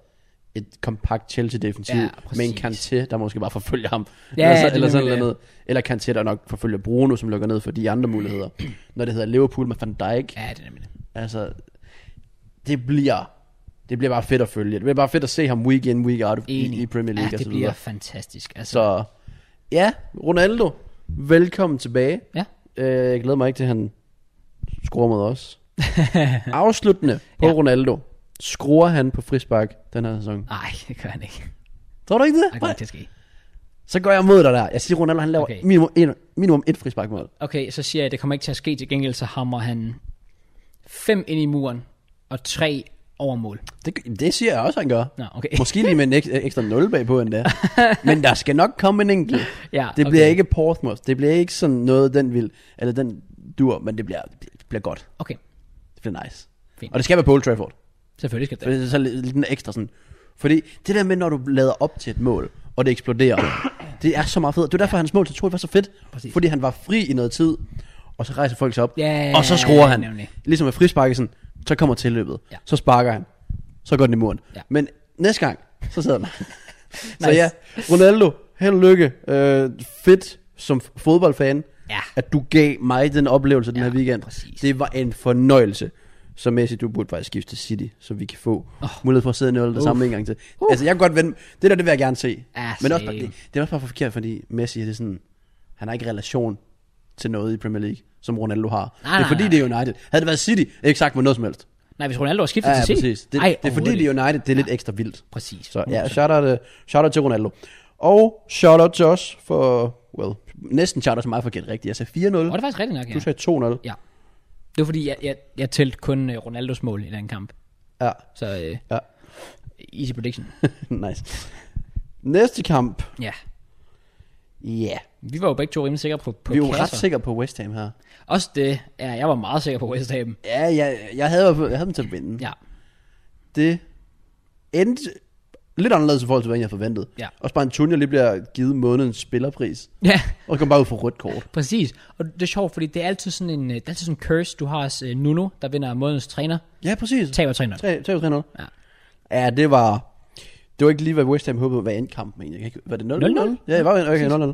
S2: et kompakt Chelsea-defensiv,
S1: Ja,
S2: ja, med en
S1: præcis.
S2: Kanté, der måske bare forfølger ham,
S1: Ja,
S2: eller,
S1: ja,
S2: så,
S1: det er
S2: eller sådan
S1: nemlig
S2: noget. Eller Kanté, der nok forfølger Bruno, som lukker ned for de andre muligheder. Når det hedder Liverpool med Van Dijk, ja.
S1: Ja, det er nemlig det.
S2: altså, det bliver, det bliver bare fedt at følge. Det bliver bare fedt at se ham week in, week out
S1: Enig.
S2: i, i Premier League
S1: ja,
S2: og
S1: det
S2: så
S1: bliver
S2: videre.
S1: fantastisk. Altså,
S2: Så ja, Ronaldo, velkommen tilbage.
S1: Ja.
S2: Øh, jeg glæder mig ikke til, at han scorer mod os. Afsluttende på
S1: Ja.
S2: ja. Ronaldo. Skruer han på frispark den her sæson?
S1: nej, det gør han ikke.
S2: Tror du ikke
S1: Der
S2: det?
S1: kommer
S2: Nej.
S1: ikke til at ske.
S2: Så går jeg mod dig der. Jeg siger, Ronaldo han laver
S1: Okay.
S2: okay. minimum, en, minimum et frispark mod.
S1: Okay, så siger jeg, at det kommer ikke til at ske. Til gengæld så hammer han fem ind i muren og tre over mål.
S2: Det, det siger jeg også, han gør.
S1: Nå, okay.
S2: Måske lige med en ekstra, ekstra 0 bagpå endda. Men der skal nok komme en enkelt.
S1: Ja,
S2: Det
S1: okay.
S2: bliver ikke Portsmouth. Det bliver ikke sådan noget, den vil, eller den dur, men det bliver, det bliver godt.
S1: Okay,
S2: Det bliver nice.
S1: Fint.
S2: Og det skal være på Old Trafford.
S1: selvfølgelig skal det.
S2: For det er så lidt lidt en ekstra sådan. Fordi det der med, når du lader op til et mål, og det eksploderer, det er så meget fedt. Det er derfor, hans mål til 2 var så fedt.
S1: Præcis.
S2: Fordi han var fri i noget tid, og så rejser folk sig op,
S1: Ja,
S2: og så skruer han.
S1: nemlig.
S2: Ligesom med frisparkelsen, så kommer tilløbet,
S1: Ja.
S2: så sparker han, så går den i muren.
S1: Ja.
S2: Men næste gang, så sidder den. Så
S1: Nice.
S2: ja, Ronaldo, held og lykke. Øh, fedt som f- fodboldfan,
S1: Ja.
S2: at du gav mig den oplevelse den
S1: Ja,
S2: her weekend.
S1: præcis.
S2: Det var en fornøjelse. Så Messi, du burde faktisk skifte til City, så vi kan få oh. mulighed for at sidde i noget det samme en gang til. Uh. Altså, jeg kan godt vende, det der, det vil jeg gerne se.
S1: Ja,
S2: Men også, bare-
S1: same.
S2: det, det er også bare for forkert, fordi Messi, det er sådan, han har ikke relation til noget i Premier League, som Ronaldo har.
S1: Nej,
S2: det er
S1: nej,
S2: fordi,
S1: nej.
S2: det er United. Havde det været City, ikke sagt med noget som helst.
S1: Nej, hvis Ronaldo har skiftet
S2: Ja, ja,
S1: til City.
S2: præcis. Det,
S1: Ej,
S2: det er fordi, det
S1: overhovedet
S2: er United, det er lidt ekstra vildt.
S1: ikke. Præcis.
S2: Så ja, shout-out, shout til Ronaldo. Og shout-out til os for, well, næsten shout-out til mig for at gætte rigtigt. Jeg sagde 4-0,
S1: Var det faktisk rigtigt nok, ja.
S2: du sagde 2-0.
S1: Ja. Det var fordi, jeg, jeg, jeg tælte kun øh, Ronaldos mål i den kamp.
S2: Ja,
S1: Så øh,
S2: ja.
S1: easy prediction.
S2: nice. Næste kamp.
S1: ja.
S2: Ja. Yeah.
S1: Vi var jo begge to rimelig sikre på, på
S2: Vi er jo
S1: kasser.
S2: ret sikre på West Ham her.
S1: Også det. Ja, jeg var meget sikker på West Ham.
S2: Ja, jeg, jeg, havde, jeg havde dem til at vinde.
S1: Ja,
S2: Det endte lidt anderledes i forhold til, hvad jeg havde forventet.
S1: Ja.
S2: Også bare en tunnel lige bliver givet månedens spillerpris.
S1: ja
S2: Og kom bare ud for rødt kort.
S1: præcis. Og det er sjovt, fordi det er altid sådan en, øh, det er altid sådan en curse. Du har også øh, Nuno, der vinder månedens træner.
S2: Ja, præcis.
S1: Taber træneren.
S2: 3-0.
S1: Ja.
S2: Ja, det var... Det var ikke lige, hvad West Ham håbede, hvad endkampen egentlig. Jeg kan ikke- Var det 0-0?
S1: 0-0?
S2: Ja, det var okay, 0-0.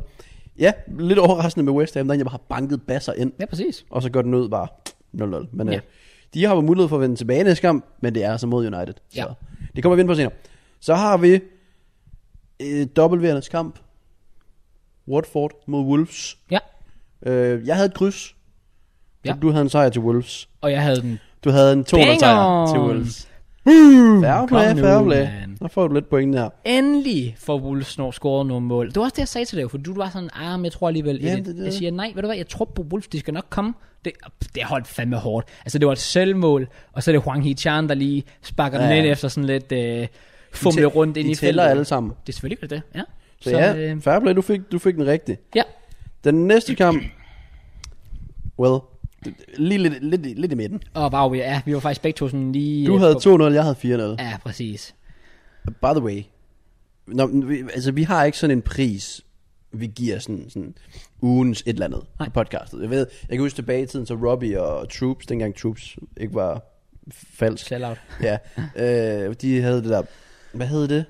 S2: Ja, lidt overraskende med West Ham, der egentlig bare har banket basser ind.
S1: Ja, præcis.
S2: Og så går den ud bare 0-0. Men
S1: Ja.
S2: ja. øh, de har jo mulighed for at vende tilbage næste kamp, men det er altså mod United. Så
S1: Ja.
S2: det kommer vi ind på senere. Så har vi øh, W'ernes kamp. Watford mod Wolves.
S1: Ja,
S2: Øh, jeg havde et kryds.
S1: Ja.
S2: Ja. Du havde en sejr til Wolves.
S1: og jeg havde den
S2: Du havde en 200 sejr til
S1: Bang on!
S2: Wolves. Fair
S1: Kom
S2: play,
S1: nu,
S2: fair play.
S1: mand.
S2: Der får du lidt point der.
S1: Endelig får Wolves når scoret nogle mål. Det var også det, jeg sagde til dig, for du var sådan, ah, men jeg tror alligevel.
S2: Ja,
S1: Ja,
S2: det-
S1: det,
S2: det-
S1: jeg siger, nej, ved du hvad, jeg tror på Wolves, de skal nok komme. Det, det holdt fandme hårdt. Altså, det var et selvmål, og så er det Huang Hichan, der lige sparker ja.
S2: Ja.
S1: den ind efter sådan lidt øh, fumle rundt ind
S2: I
S1: i
S2: tæller
S1: feltet.
S2: alle sammen.
S1: Det er selvfølgelig det, ja.
S2: Så, så ja, øh... fair play, du fik, du fik den rigtige.
S1: ja.
S2: Den næste kamp, well, lige lidt, lidt, lidt i midten.
S1: Og wow, vi- ja, vi var faktisk begge to sådan lige...
S2: Du
S1: øh,
S2: havde
S1: på-
S2: 2-0, jeg havde 4-0.
S1: Ja, præcis.
S2: By the way, når, vi, altså vi har ikke sådan en pris, vi giver sådan, sådan ugens et eller andet
S1: Nej.
S2: på podcastet. Jeg ved, jeg kan huske tilbage i tiden, så Robbie og Troops, dengang Troops ikke var f- falsk.
S1: Sellout.
S2: Ja, øh, de havde det der, hvad hed det?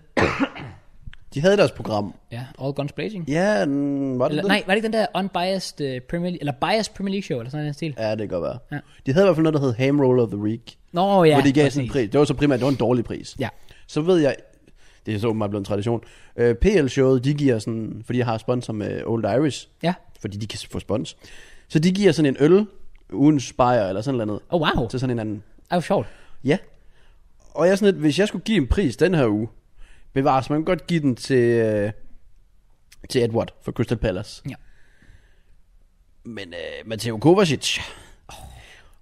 S2: De havde deres program.
S1: Ja, All Guns Blazing.
S2: Ja, mm, var det
S1: Eller,
S2: det?
S1: nej, var det ikke den der Unbiased uh, Premier League, eller Biased Premier League Show, eller sådan en stil?
S2: Ja, det kan godt være.
S1: Ja.
S2: De havde i hvert fald noget, der hed Ham Roll of the Week.
S1: Nå ja,
S2: Ja, hvor de gav sådan en
S1: præcis.
S2: pris. Det var så primært, det var en dårlig pris.
S1: Ja.
S2: Så ved jeg, det er så åbenbart blevet en tradition. Øh, PL-showet, de giver sådan, fordi jeg har sponsor med Old Irish,
S1: Ja.
S2: fordi de kan få spons. Så de giver sådan en øl, uden spire eller sådan noget,
S1: Oh, wow.
S2: til
S1: Det
S2: sådan en anden.
S1: er jo sjovt.
S2: Ja. Og jeg er sådan lidt, hvis jeg skulle give en pris den her uge, bevares, man kan godt give den til, øh, til Edward for Crystal Palace.
S1: Ja.
S2: Men øh, Matteo Kovacic,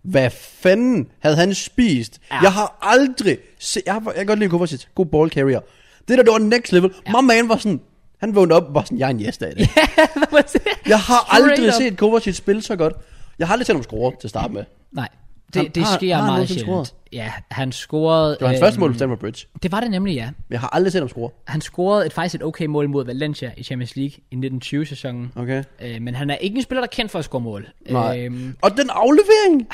S2: hvad fanden havde han spist? Ja.
S1: Ja.
S2: Jeg har aldrig set, jeg, har, jeg kan godt lide Kovacic, god ball carrier. Det der, det var next level. Ja. My man var sådan, han vågnede op og var sådan, jeg er en jæst af det. Jeg har
S1: Straight
S2: aldrig
S1: up.
S2: set Kovacic spille så godt. Jeg har aldrig set ham score til at starte med. Det
S1: Nej,
S2: Har-
S1: det, det
S2: har-
S1: sker
S2: har han
S1: meget
S2: nogensinde
S1: sjældent.
S2: scoret?
S1: Ja, han scorede...
S2: var hans
S1: øhm,
S2: første mål på Stamford Bridge.
S1: Det var det nemlig, ja.
S2: Men jeg har aldrig set ham score.
S1: Han scorede et, faktisk et okay mål mod Valencia i Champions League i 1920-sæsonen.
S2: Okay.
S1: Øh, men han er ikke en spiller, der er kendt for at score mål.
S2: Nej.
S1: Øhm, Ah,
S2: Og den aflevering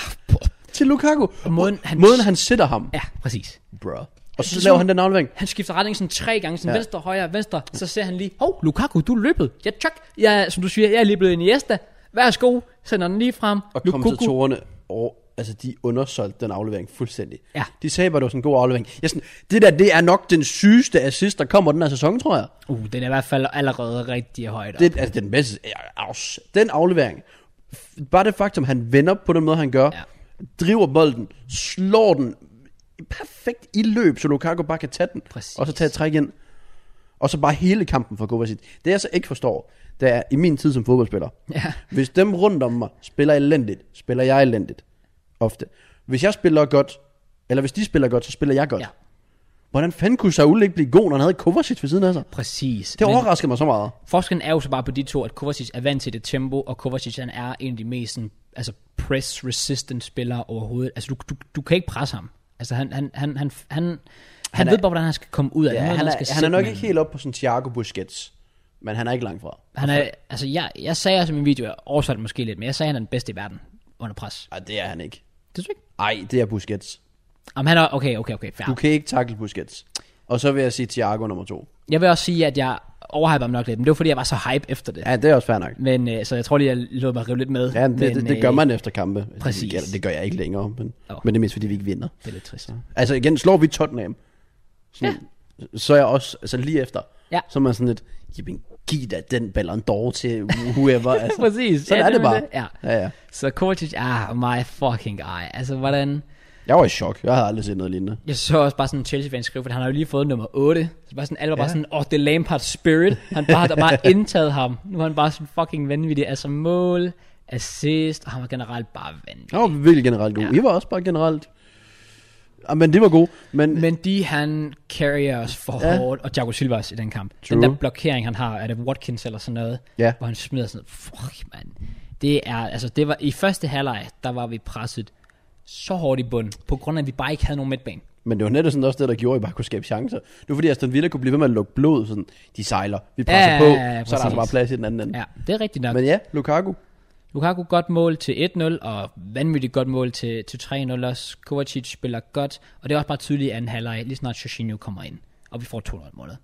S2: til Lukaku. Og
S1: måden, han-
S2: måden han sætter ham.
S1: ja, præcis.
S2: Bro. Og så
S1: Det er
S2: laver
S1: som-
S2: han den aflevering.
S1: Han skifter retning sådan tre gange, sådan ja. venstre, højre, venstre. Så ser han lige, hov, Lukaku, du er løbet. Ja, tjok. Jeg, er- som du siger, jeg er lige blevet Iniesta. Værsgo, sender den lige frem.
S2: Og
S1: Lukaku.
S2: kommentatorerne, og, altså de undersolgte den aflevering fuldstændig.
S1: Ja.
S2: De sagde bare, det var sådan en god aflevering. Jeg er sådan, det der, det er nok den sygeste assist, der kommer den her sæson, tror jeg.
S1: Uh, den er i hvert fald allerede rigtig højt op.
S2: Det, altså, det er den bedste. Aus. Den aflevering. F- Bare det faktum, han vender på den måde, han gør.
S1: Ja.
S2: Driver bolden. Slår den. Perfekt i løb, så Lukaku bare kan tage den.
S1: Præcis.
S2: Og så tage et træk ind. Og så bare hele kampen for Kovacic. Det jeg så ikke forstår, det er i min tid som fodboldspiller.
S1: Ja.
S2: Hvis dem rundt om mig spiller elendigt, spiller jeg elendigt. Ofte. Hvis jeg spiller godt, eller hvis de spiller godt, så spiller jeg godt.
S1: Ja.
S2: Hvordan fanden kunne Saul ikke blive god, når han havde Kovacic ved siden af sig?
S1: Præcis.
S2: Det
S1: Men-
S2: overraskede mig så meget.
S1: Forskellen er jo så bare på de to, at Kovacic er vant til det tempo, og Kovacic han er en af de mest sådan, altså press-resistant spillere overhovedet. Altså, du, du, du kan ikke presse ham. Altså, han, han, han, han, han, han,
S2: er-
S1: ved bare, hvordan han skal komme ud af
S2: Ja,
S1: det.
S2: han,
S1: Hvordan
S2: er,
S1: skal
S2: han er
S1: sætte
S2: nok
S1: den.
S2: ikke helt op på Santiago Busquets, men han er ikke langt fra.
S1: Han er, altså, jeg, jeg sagde også i min video, jeg oversatte måske lidt, men jeg sagde, at han er den bedste i verden under pres.
S2: Ej, det er han ikke.
S1: Det synes jeg ikke.
S2: Ej, det er Busquets.
S1: Jamen, han er, okay, okay, okay, fair.
S2: Du kan ikke takle Busquets. Og så vil jeg sige Thiago nummer to.
S1: Jeg vil også sige, at jeg overhyper ham nok lidt, men det var, fordi jeg var så hype efter det.
S2: Ja, det er også fair nok.
S1: Men, øh, så jeg tror lige, jeg lod mig rive lidt med.
S2: Ja, det,
S1: men,
S2: men, det, det
S1: øh,
S2: gør man efter kampe. Altså,
S1: præcis.
S2: Det, det gør jeg ikke længere, men,
S1: Åh.
S2: oh. men det er mest fordi, vi ikke vinder.
S1: Det er lidt trist.
S2: Altså igen, slår vi Tottenham, sådan, ja. så er jeg også, altså lige efter,
S1: Ja.
S2: så er man sådan lidt, jamen giv da den Ballon d'Or til whoever. Altså.
S1: Præcis.
S2: Sådan
S1: Ja,
S2: er det
S1: det er
S2: bare.
S1: det. Ja.
S2: ja, ja.
S1: Så Kovacic, ah, my fucking guy. Altså, hvordan...
S2: Jeg var i chok. Jeg havde aldrig set noget lignende.
S1: Jeg så også bare sådan en Chelsea-fan skrive, for han har jo lige fået nummer 8. Så bare sådan, alle var bare
S2: Ja.
S1: sådan, åh, oh, det er Lampard spirit. Han bare, der bare indtaget ham. Nu er han bare sådan fucking vanvittig. Altså mål, assist, og han var generelt bare vanvittig.
S2: Jeg var vildt generelt god. Ja. I var også bare generelt... Ah, men det var god. Men, men
S1: Men de, han carrier os for
S2: Ja.
S1: ja. hårdt, og Thiago Silva også i den kamp.
S2: True.
S1: Den der blokering, han har, er det Watkins eller sådan noget,
S2: Ja.
S1: hvor han smider sådan noget, fuck, mand. Det er, altså det var, i første halvleg, der var vi presset så hårdt i bunden, på grund af, at vi bare ikke havde nogen midtbane.
S2: men det var netop sådan også det, der gjorde, at I bare kunne skabe chancer. Det var fordi Aston Villa kunne blive ved med at lukke blod. Sådan, de sejler, vi presser
S1: Ja,
S2: på,
S1: ja, ja,
S2: så er der altså
S1: præcis.
S2: bare plads i den anden ende.
S1: Ja, det er rigtigt nok.
S2: Men ja, Lukaku.
S1: Lukaku godt mål til 1-0, og vanvittigt godt mål til, til 3-0 også. Kovacic spiller godt, og det er også bare tydeligt i anden halvleg, lige snart Jorginho kommer ind, og vi får 2-0 målet.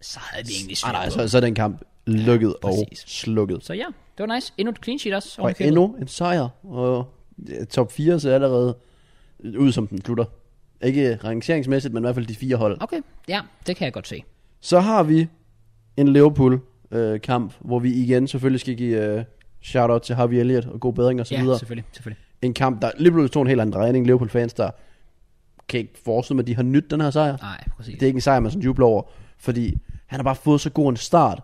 S1: Så havde vi egentlig
S2: Ah,
S1: styr
S2: nej,
S1: på.
S2: så, så er den kamp lukket ja, og
S1: præcis.
S2: slukket.
S1: Så ja, det var nice. Endnu et clean sheet også.
S2: Og
S1: ovenikøbet.
S2: endnu en sejr. Og ja, top 4 ser allerede ud, som den slutter. Ikke rangeringsmæssigt, men i hvert fald de fire hold.
S1: Okay, ja, det kan jeg godt se.
S2: Så har vi en Liverpool-kamp, hvor vi igen selvfølgelig skal give øh, shout-out til Harvey Elliott og god bedring og så
S1: Ja,
S2: videre.
S1: selvfølgelig, selvfølgelig.
S2: en kamp, der lige pludselig tog en helt anden regning. Liverpool fans, der kan ikke forestille mig, at de har nyt den her sejr.
S1: Nej, præcis.
S2: Det er ikke en sejr, man sådan jubler over, fordi han har bare fået så god en start.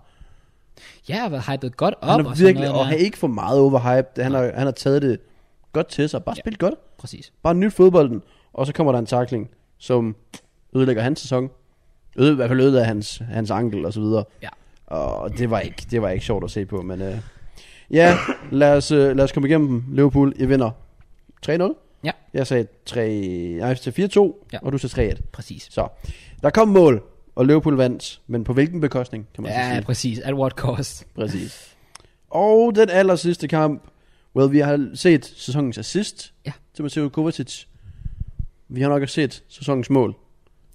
S1: Ja, jeg har været hypet godt op.
S2: Han er
S1: og sådan
S2: virkelig,
S1: noget
S2: og
S1: der.
S2: han er ikke for meget overhyped. Han har, han har taget det godt til sig. Bare spillet godt.
S1: Præcis.
S2: Bare nyt fodbolden. Og så kommer der en takling, som ødelægger hans sæson. Øde, I hvert fald ødelægger hans, hans ankel og så videre.
S1: Ja.
S2: Og det var ikke, det var ikke sjovt at se på, men... Øh, ja, lad os, øh, lad os komme igennem dem. Liverpool, I vinder 3-0.
S1: Ja,
S2: Jeg sagde 3, nej, jeg sagde 4-2,
S1: Ja.
S2: og du sagde 3-1.
S1: præcis.
S2: Så, der kom mål, og Liverpool vandt, men på hvilken bekostning, kan man så
S1: Ja,
S2: sige.
S1: præcis. At what cost.
S2: Præcis. Og den aller sidste kamp, well, vi har set sæsonens assist
S1: Ja.
S2: til Mateo Kovacic. Vi har nok også set sæsonens mål.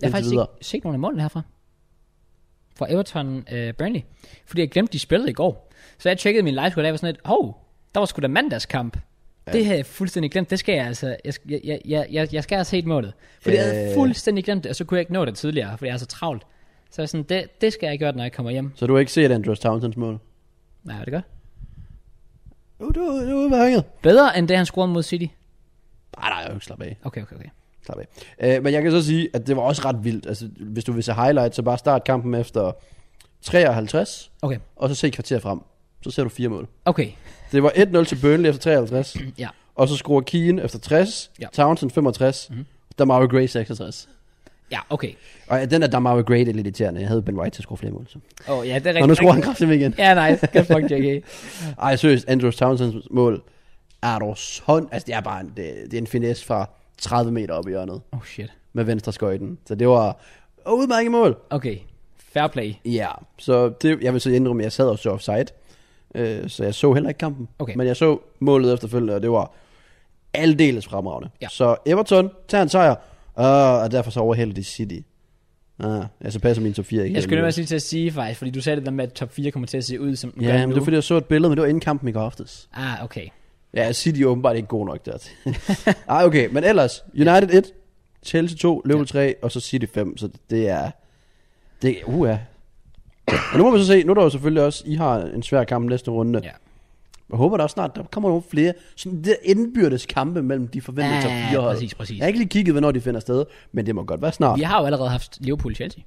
S1: Jeg har
S2: indtil
S1: faktisk
S2: videre.
S1: ikke set nogen af målene herfra. Fra Everton øh, Burnley. Fordi jeg glemte, de spillede i går. Så jeg tjekkede min live score, og jeg var sådan lidt, hov, der var sgu da mandagskamp. Ja. Det havde jeg fuldstændig glemt. Det skal jeg altså. Jeg, skal- jeg, jeg- jeg, jeg, jeg skal have set målet. Fordi jeg havde
S2: Øh.
S1: fuldstændig glemt det, og så kunne jeg ikke nå det tidligere, fordi jeg er så travlt. Så jeg er sådan, det, det skal jeg gøre, når jeg kommer hjem.
S2: Så du har ikke set Andrews Townsends mål?
S1: Nej, var det godt.
S2: Jo, du, du er udmærket.
S1: Bedre end det, han scorede mod City.
S2: Nej, nej, jeg er jo slap af.
S1: Okay, okay, okay.
S2: Slap af. Øh, men jeg kan så sige, at det var også ret vildt. Altså, hvis du vil se highlights, så bare start kampen efter 53,
S1: Okay,
S2: og så se et kvarter frem. Så ser du fire mål.
S1: okay.
S2: Det var 1-0 til Burnley efter 53,
S1: Ja.
S2: og så scorer Keane efter 60,
S1: Ja.
S2: ja. Townsend 65, mm-hmm. Damario Gray 66.
S1: Ja, okay.
S2: Og ja, den der Damario Gray, det er lidt irriterende. Jeg havde Ben White til at score flere mål. Så.
S1: Åh, oh, ja, det er rigtigt.
S2: Og nu scorer han kraftigt igen.
S1: Ja, nice. Good fuck, JK.
S2: Ej, seriøst, Andrews Townsends mål er dog sådan. Altså, det er bare en, det, det er en finesse fra 30 meter op i hjørnet
S1: Oh, shit.
S2: med venstre skøjten. Så det var og udmærket mål.
S1: Okay. Fair play.
S2: Ja, så det, jeg vil så indrømme, at jeg sad og så offside, øh, så jeg så heller ikke kampen.
S1: Okay.
S2: Men jeg så målet efterfølgende, og det var aldeles fremragende.
S1: Ja.
S2: Så Everton tager en sejr, øh, og derfor så overhælder de City. Ah, ja, så passer min top 4 ikke.
S1: Jeg skulle
S2: helt
S1: nemlig også lige til at sige faktisk, fordi du sagde det der med, at top 4 kommer til at se ud, som den
S2: nu.
S1: gør
S2: øh, Ja, men
S1: nu.
S2: det var fordi, jeg så et billede, men det var inden kampen i går aftes.
S1: Ah, okay.
S2: Ja, City er åbenbart ikke god nok der. Ej, okay, men ellers, United 1, Chelsea 2, Liverpool 3, og så City 5, så det er... Det, uh, ja. Og nu må vi så se, nu er der jo selvfølgelig også, I har en svær kamp næste runde.
S1: Ja.
S2: Jeg håber der også snart, der kommer nogle flere sådan det der indbyrdes kampe mellem de forventede
S1: Ja,
S2: top 4 hold.
S1: præcis, præcis.
S2: Jeg har ikke lige kigget, hvornår de finder sted, men det må godt være snart.
S1: Vi
S2: Ja.
S1: har jo allerede haft Liverpool Chelsea.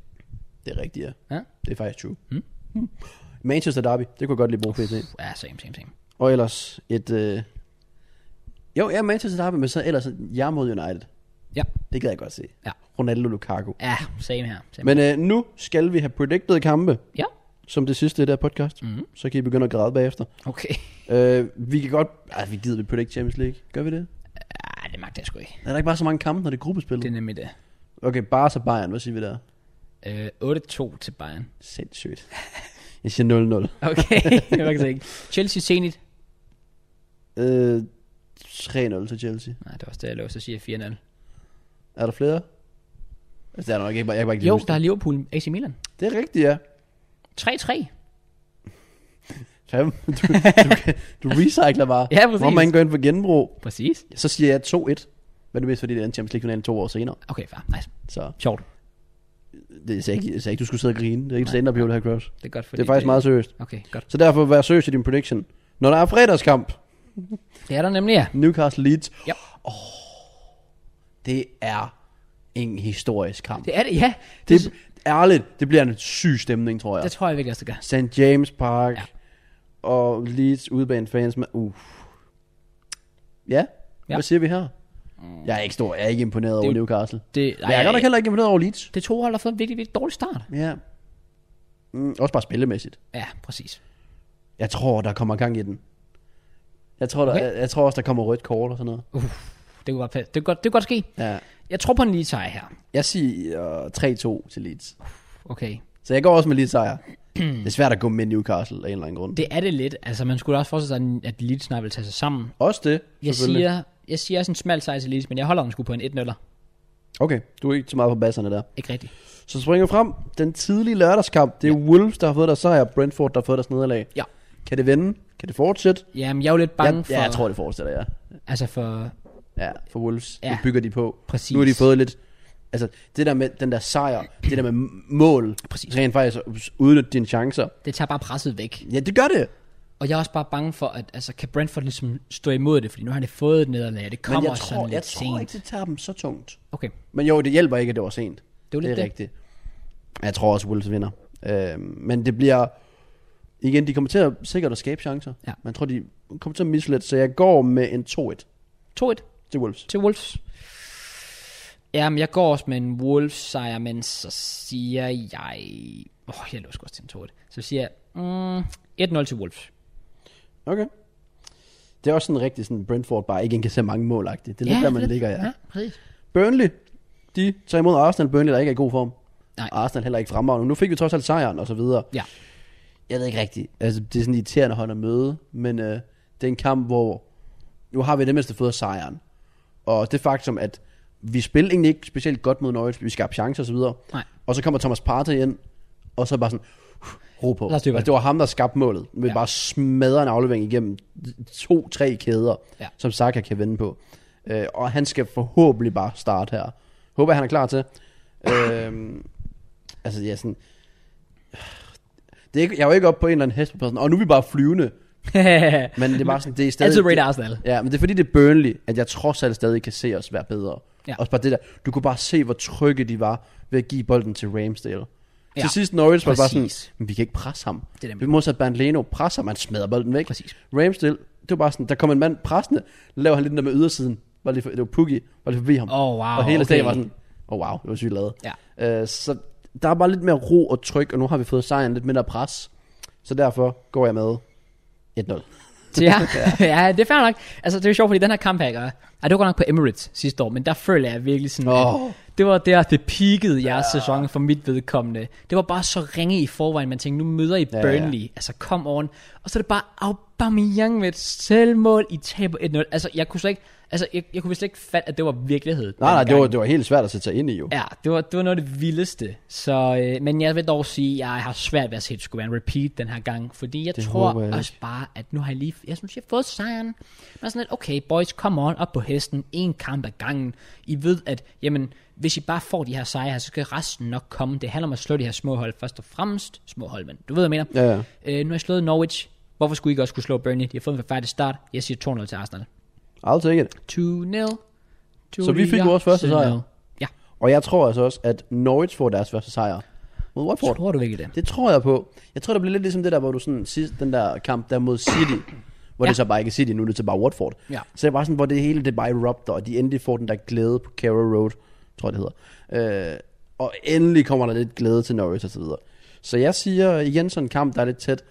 S2: Det er rigtigt, ja.
S1: Ja,
S2: Det er faktisk true.
S1: Hmm.
S2: Mm. Manchester Derby, det kunne jeg godt lige bruge PT.
S1: ja same, same, same.
S2: Og ellers et... Øh... Jo, ja, Manchester Derby, men så ellers jer mod United.
S1: Ja,
S2: Det gad jeg godt se.
S1: Ja.
S2: Ronaldo Lukaku.
S1: ja same her. Same.
S2: Men øh, nu skal vi have predicted kampe,
S1: Ja,
S2: som det sidste i det her podcast. Mm-hmm.
S1: Mhm.
S2: Så kan I begynde at græde bagefter.
S1: okay.
S2: Øh, vi kan godt... Ej, vi gider vi predict Champions League. Gør vi det?
S1: Ah, det magter jeg sgu ikke.
S2: Er der ikke bare så mange kampe, når det er gruppespil?
S1: Det er nemlig det.
S2: Okay, bare så Bayern. Hvad siger vi der?
S1: Øh, 8-2 til Bayern.
S2: Sindssygt. Jeg siger 0-0.
S1: Okay, det var ikke. Chelsea Zenit.
S2: Øh, 3-0 til Chelsea.
S1: Nej, det var også det, jeg lå, så siger jeg 4-0.
S2: Er der flere? Altså, det er der nok ikke. bare- Jeg kan bare ikke lige
S1: Jo,
S2: huske
S1: der er Liverpool AC Milan.
S2: det. det er rigtigt, ja.
S1: 3-3.
S2: Fem. Du, du, kan- du recycler bare.
S1: Ja, præcis.
S2: Hvor man går ind for genbrug.
S1: Præcis.
S2: Så siger jeg 2-1. Men det er mest fordi, det er en Champions League-finale to år senere.
S1: Okay, fair. Nice.
S2: Så
S1: Sjovt.
S2: det er så ikke, jeg sagde ikke, du skulle sidde og grine. Det er ikke stand up det her, Cross.
S1: Det er godt, fordi
S2: Det er faktisk meget seriøst.
S1: Okay, godt.
S2: Så derfor vær seriøs i din prediction. Når der er fredagskamp,
S1: Det er der nemlig, ja.
S2: Newcastle Leeds,
S1: Ja.
S2: det er en historisk kamp.
S1: Det er det, ja. Det,
S2: Det, ærligt, det bliver en syg stemning, tror jeg.
S1: det tror jeg virkelig også, det gør.
S2: St. James Park
S1: Ja.
S2: ja. og Leeds udebane fans med, uh. Ja,
S1: Ja.
S2: ja, hvad siger vi her? Jeg er ikke stor, jeg er ikke imponeret over
S1: jo-
S2: Newcastle.
S1: Det,
S2: Men jeg er godt nok heller ikke imponeret over Leeds.
S1: det er to hold, der har fået en virkelig, virkelig dårlig start.
S2: Ja. Mm, også bare spillemæssigt.
S1: Ja, præcis.
S2: Jeg tror, der kommer gang i den. Jeg tror, der,
S1: Okay.
S2: jeg, jeg tror også, der kommer rødt kort og sådan noget.
S1: Det kunne godt, passe. det kunne godt, det kunne godt ske.
S2: Ja.
S1: Jeg tror på en lige sejr her.
S2: Jeg siger uh, 3-2 til Leeds.
S1: Okay.
S2: Så jeg går også med Leeds sejr. det er svært at gå med Newcastle af en eller anden grund. Det.
S1: Det er det lidt. Altså, man skulle da også forestille sig, at Leeds snart vil tage sig sammen.
S2: Også det,
S1: Jeg
S2: selvfølgelig.
S1: siger, jeg siger også en smal sejr til Leeds, men jeg holder den sgu på en 1-0'er.
S2: Okay, du er ikke så meget på basserne der.
S1: Ikke rigtigt.
S2: Så springer vi frem. Den tidlige lørdagskamp. Det er ja. Wolves, der har fået deres sejr. Brentford, der har fået deres nederlag.
S1: Ja.
S2: Kan det vende? Kan det fortsætte?
S1: Jamen, jeg er jo lidt bange
S2: jeg,
S1: for...
S2: ja, jeg tror, det fortsætter, ja.
S1: Altså for...
S2: Ja, for Wolves.
S1: Ja.
S2: Ja. Det bygger de på.
S1: Præcis.
S2: Nu har de fået lidt... Altså, det der med den der sejr, det der med mål,
S1: Præcis.
S2: rent faktisk at udnytte dine chancer.
S1: Det tager bare presset væk.
S2: Ja, det gør det.
S1: Og jeg er også bare bange for, at altså, kan Brentford ligesom stå imod det, fordi nu har det fået et nederlag, og det kommer
S2: Men jeg
S1: sådan
S2: tror,
S1: lidt
S2: jeg tror
S1: sent.
S2: ikke, det tager dem så tungt.
S1: Okay,
S2: Men jo, det hjælper ikke, at det var sent.
S1: Det er jo lidt det.
S2: rigtigt. Jeg tror også, Wolves vinder. Øh, men det bliver... Igen, de kommer til at sikkert at skabe chancer.
S1: Ja.
S2: Man tror, de kommer til at misse lidt, så jeg går med en 2-1
S1: 2-1
S2: til Wolves.
S1: til Wolves. Jamen, jeg går også med en Wolves sejr, men så siger jeg... Åh, oh, jeg lå sgu også til en 2-1. Så siger jeg mm, 1-0 til Wolves.
S2: Okay. Det er også sådan rigtig sådan Brentford bare ikke kan se mange mål -agtigt. Det er ja, lidt der, man
S1: lidt.
S2: ligger, ja.
S1: Ja, præcis.
S2: Burnley, de tager imod Arsenal. Burnley, der ikke er i god form.
S1: Nej.
S2: Arsenal heller ikke fremragende. Nu fik vi trods alt sejren og så videre.
S1: Ja.
S2: Jeg ved ikke rigtigt. Altså, det er sådan en irriterende hånd at møde, men øh, det er en kamp, hvor nu har vi det mindste fået sejren. Og det faktum, at vi spillede egentlig ikke specielt godt mod Norwich, vi skabte chancer og så videre.
S1: Nej.
S2: Og så kommer Thomas Partey ind, og så bare sådan, uh, ro på.
S1: Lad os styre på det.
S2: det var ham, der skabte målet. Vi
S1: Ja.
S2: ja. bare smadrer en aflevering igennem to-tre kæder,
S1: Ja.
S2: ja. som Saka kan vende på. Øh, og han skal forhåbentlig bare starte her. Håber, han er klar til. øh, altså, ja, sådan, det er ikke, jeg er jo ikke oppe på en eller anden hest på sådan, og nu er vi bare flyvende. Men det er bare sådan, det er stadig...
S1: Altid rate Arsenal.
S2: Ja, men det er fordi, det er Burnley, at jeg trods alt stadig kan se os være bedre.
S1: Ja.
S2: Ja. Også bare det der, du kunne bare se, hvor trygge de var ved at give bolden til Ramsdale. Ja.
S1: Ja,
S2: Til sidst Norwich var bare sådan,
S1: præcis.
S2: men vi kan ikke presse ham.
S1: er nemlig-
S2: vi modsat Bernd Leno, presse ham, han smadrer bolden væk.
S1: Præcis.
S2: Ramsdale, det var bare sådan, der kom en mand pressende, laver han lidt den der med ydersiden, var lige for, det var Pukki, var lige forbi ham.
S1: Åh, Oh, wow,
S2: og hele
S1: okay.
S2: dagen var sådan, åh oh, wow, det var sygt lavet.
S1: Ja.
S2: Øh, så der er bare lidt mere ro og tryk, og nu har vi fået sejren, lidt mindre pres. Så derfor går jeg med 1-0.
S1: Så ja, ja, det er fair nok. Altså, det er jo sjovt, fordi den her kamp her, ikke? Ej, det var godt nok på Emirates sidste år, men der føler jeg virkelig sådan, oh.
S2: Åh.
S1: at det var der, det peakede jeres sæson for mit vedkommende. Det var bare så ringe i forvejen, man tænkte, nu møder I
S2: ja.
S1: Burnley, altså kom on. Og så er det bare Aubameyang med et selvmål, I taber 1-0. Altså, jeg kunne slet ikke, altså, jeg, jeg kunne slet ikke fatte, at det var virkelighed.
S2: Nej, nej, det
S1: dengang.
S2: var, det var helt svært at sætte sig ind i jo.
S1: Ja, det var, det var noget af det vildeste. Så, øh, men jeg vil dog sige, at jeg har svært ved at se, at det skulle være en repeat den her gang. Fordi jeg det tror
S2: håber jeg
S1: jeg
S2: ikke.
S1: også bare, at nu har jeg lige... Jeg synes, jeg har fået sejren. Men jeg er sådan lidt, okay boys, come on, op på hesten. En kamp ad gangen. I ved, at jamen, hvis I bare får de her sejre her, så skal resten nok komme. Det handler om at slå de her små hold først og fremmest. Små hold, men du ved, hvad jeg mener.
S2: Ja, ja.
S1: Øh, nu har jeg slået Norwich. Hvorfor skulle I ikke også kunne slå Burnley? De har fået en forfærdelig start. Jeg siger 2-0 til Arsenal.
S2: I'll take it.
S1: 2-0.
S2: Så vi fik vores første sejr.
S1: Ja.
S2: Og jeg tror altså også, at Norwich får deres første sejr mod Watford.
S1: Tror du virkelig det?
S2: Det tror jeg på. Jeg tror, det bliver lidt ligesom det der, hvor du sådan sidst, den der kamp der mod City, hvor
S1: Ja.
S2: ja. det så bare ikke er City, nu er det så bare Watford.
S1: Ja.
S2: Så det er bare sådan, hvor det hele det er bare erupter, og de endelig får den der glæde på Carrow Road, tror jeg det hedder. Øh, og endelig kommer der lidt glæde til Norwich og så videre. Så jeg siger igen sådan en kamp, der er lidt tæt,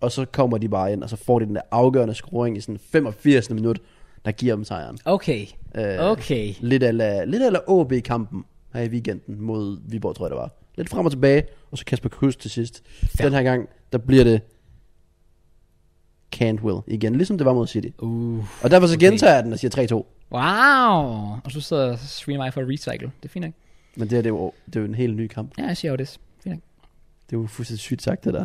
S2: og så kommer de bare ind, og så får de den der afgørende scoring i sådan 85. minut, der giver dem sejren.
S1: Okay.
S2: Øh,
S1: Okay.
S2: Lidt ala, lidt ala OB-kampen her i weekenden mod Viborg, tror jeg det var. Lidt frem og tilbage, og så Kasper Kryds til sidst.
S1: Fair.
S2: Den her gang, der bliver det Cantwell igen, ligesom det var mod City.
S1: Uh.
S2: Og derfor så
S1: Okay.
S2: gentager jeg den og siger 3-2.
S1: Wow. Og så sidder jeg og streamer mig for recycle. Det er fint nok.
S2: Men det, her, det, er jo, det er jo en helt ny kamp.
S1: Ja, jeg siger jo det. Fint nok.
S2: Det er jo fuldstændig sygt sagt, det der.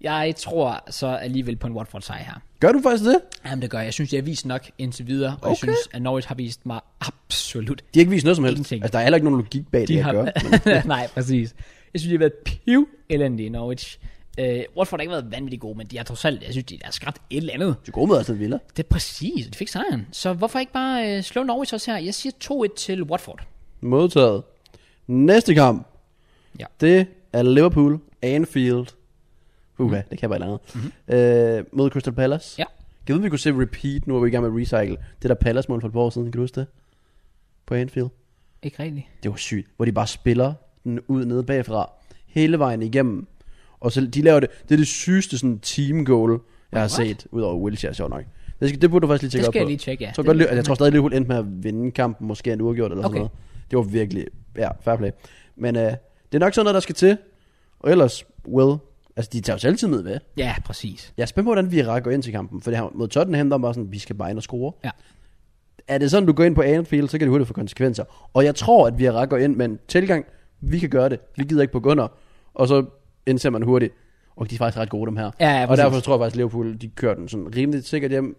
S1: Jeg tror så alligevel på en Watford sejr her.
S2: Gør du faktisk det?
S1: Jamen det gør jeg. Jeg synes, jeg har vist nok indtil videre. Og okay. jeg
S2: Okay.
S1: synes, at Norwich har vist mig absolut
S2: De har ikke vist noget som helst.
S1: Ingenting.
S2: Altså, der er heller ikke nogen logik bag det, jeg gør.
S1: Nej, præcis. Jeg synes, de har været piv elendige i Norwich. Øh, Watford har ikke været vanvittigt gode, men de har trods alt, jeg synes, de har skabt et eller andet.
S2: De er gode med Aston Villa.
S1: Det er præcis, de fik sejren. Så hvorfor ikke bare øh, slå Norwich også her? Jeg siger 2-1 til Watford.
S2: Modtaget. Næste kamp.
S1: Ja.
S2: Det er Liverpool, Anfield. Uh, mm. det kan bare et eller andet. Mm-hmm. Øh, mod Crystal Palace.
S1: Mhm. Ja.
S2: Jeg ved, om vi kunne se repeat, nu hvor vi er i gang med recycle. Det der Palace-mål for et par år siden, kan du huske det? På Anfield.
S1: Ikke rigtigt.
S2: Det var sygt, hvor de bare spiller den ud nede bagfra. Hele vejen igennem. Og så de laver det. Det er det sygeste sådan team goal, jeg har
S1: What?
S2: set. Udover Wilshere, sjovt nok. Det, skal, det burde du faktisk lige tjekke
S1: Det
S2: op på.
S1: skal jeg lige tjekke, ja.
S2: Jeg tror,
S1: Det-
S2: godt, Liv- jeg tror stadig, at Liverpool endte med at vinde kampen, måske en uafgjort eller
S1: Okay.
S2: sådan noget. Det var virkelig, ja, fair play. Men øh, det er nok sådan noget, der skal til. Og ellers, well, altså de tager jo altid med, hvad?
S1: Ja, præcis.
S2: Jeg er spændt på, hvordan Vieira går ind til kampen, for det her mod Tottenham, der var sådan, vi skal bare ind og score.
S1: Ja.
S2: Er det sådan, du går ind på Anfield, så kan det hurtigt få konsekvenser. Og jeg tror, at Vieira går ind med en tilgang, vi kan gøre det, vi gider ikke på Gunnar, og så indser man hurtigt, og de er faktisk ret gode, dem her.
S1: Ja, ja,
S2: og
S1: præcis.
S2: derfor tror jeg faktisk, at Liverpool, de kører den sådan rimelig sikkert hjem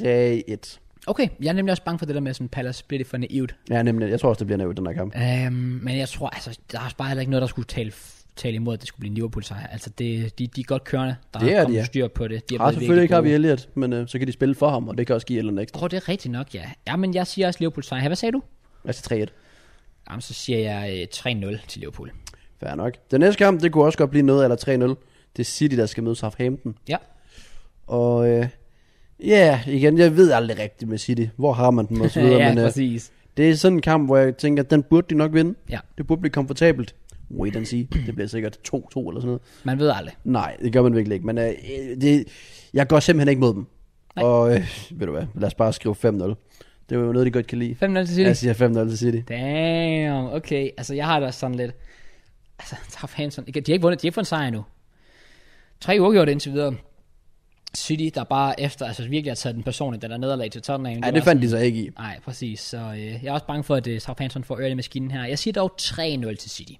S2: 3-1.
S1: Okay, jeg er nemlig også bange for det der med, sådan Palace bliver det for naivt.
S2: Ja, nemlig. Jeg tror også, det bliver nævnt, den her kamp.
S1: Øhm, men jeg tror, altså, der er også bare heller ikke noget, der skulle tale f- tale imod, at det skulle blive en Liverpool-sejr. Altså, det, de, de er godt kørende. Der
S2: Det er
S1: er
S2: de,
S1: kommet
S2: ja.
S1: styr på det. De
S2: Har
S1: blevet
S2: Ah, selvfølgelig ikke
S1: virkelig
S2: Harvey
S1: gode.
S2: Elliott, men øh, så kan de spille for ham, og det kan også give Elliott en ekstra.
S1: Åh, oh, det er rigtigt nok, ja. Ja, men jeg siger også Liverpool-sejr. Her, Hvad sagde du?
S2: Altså 3-1.
S1: Jamen, så siger jeg øh, 3-0 til Liverpool.
S2: Fair nok. Den næste kamp, det kunne også godt blive noget, eller 3-0. Det er City, der skal møde Southampton.
S1: Ja.
S2: Og øh, ja, igen, jeg ved aldrig rigtigt med City. Hvor har man dem og så videre.
S1: ja,
S2: men, øh,
S1: præcis.
S2: det er sådan en kamp, hvor jeg tænker, at den burde de nok vinde.
S1: Ja.
S2: Det burde blive komfortabelt. Wait and see. Det bliver sikkert 2-2 eller sådan noget.
S1: Man ved aldrig.
S2: Nej, det gør man virkelig ikke. Men øh, det, jeg går simpelthen ikke mod dem.
S1: Nej.
S2: Og øh, ved du hvad, lad os bare skrive 5-0. Det er jo noget, de godt kan lide.
S1: 5-0 til City.
S2: Jeg siger 5-0 til City.
S1: Damn, okay. Altså, jeg har det også sådan lidt... Altså, Southampton... De har ikke vundet, de har ikke fået en sejr endnu. Tre uger gjort indtil videre. City, der bare efter, altså virkelig har taget den personligt, den der nederlag til Tottenham.
S2: Nej,
S1: var
S2: det fandt de så ikke i.
S1: sådan- Nej, præcis. Så øh, jeg er også bange for, at øh, Southampton får øre i maskinen her. Jeg siger dog 3-0 til City.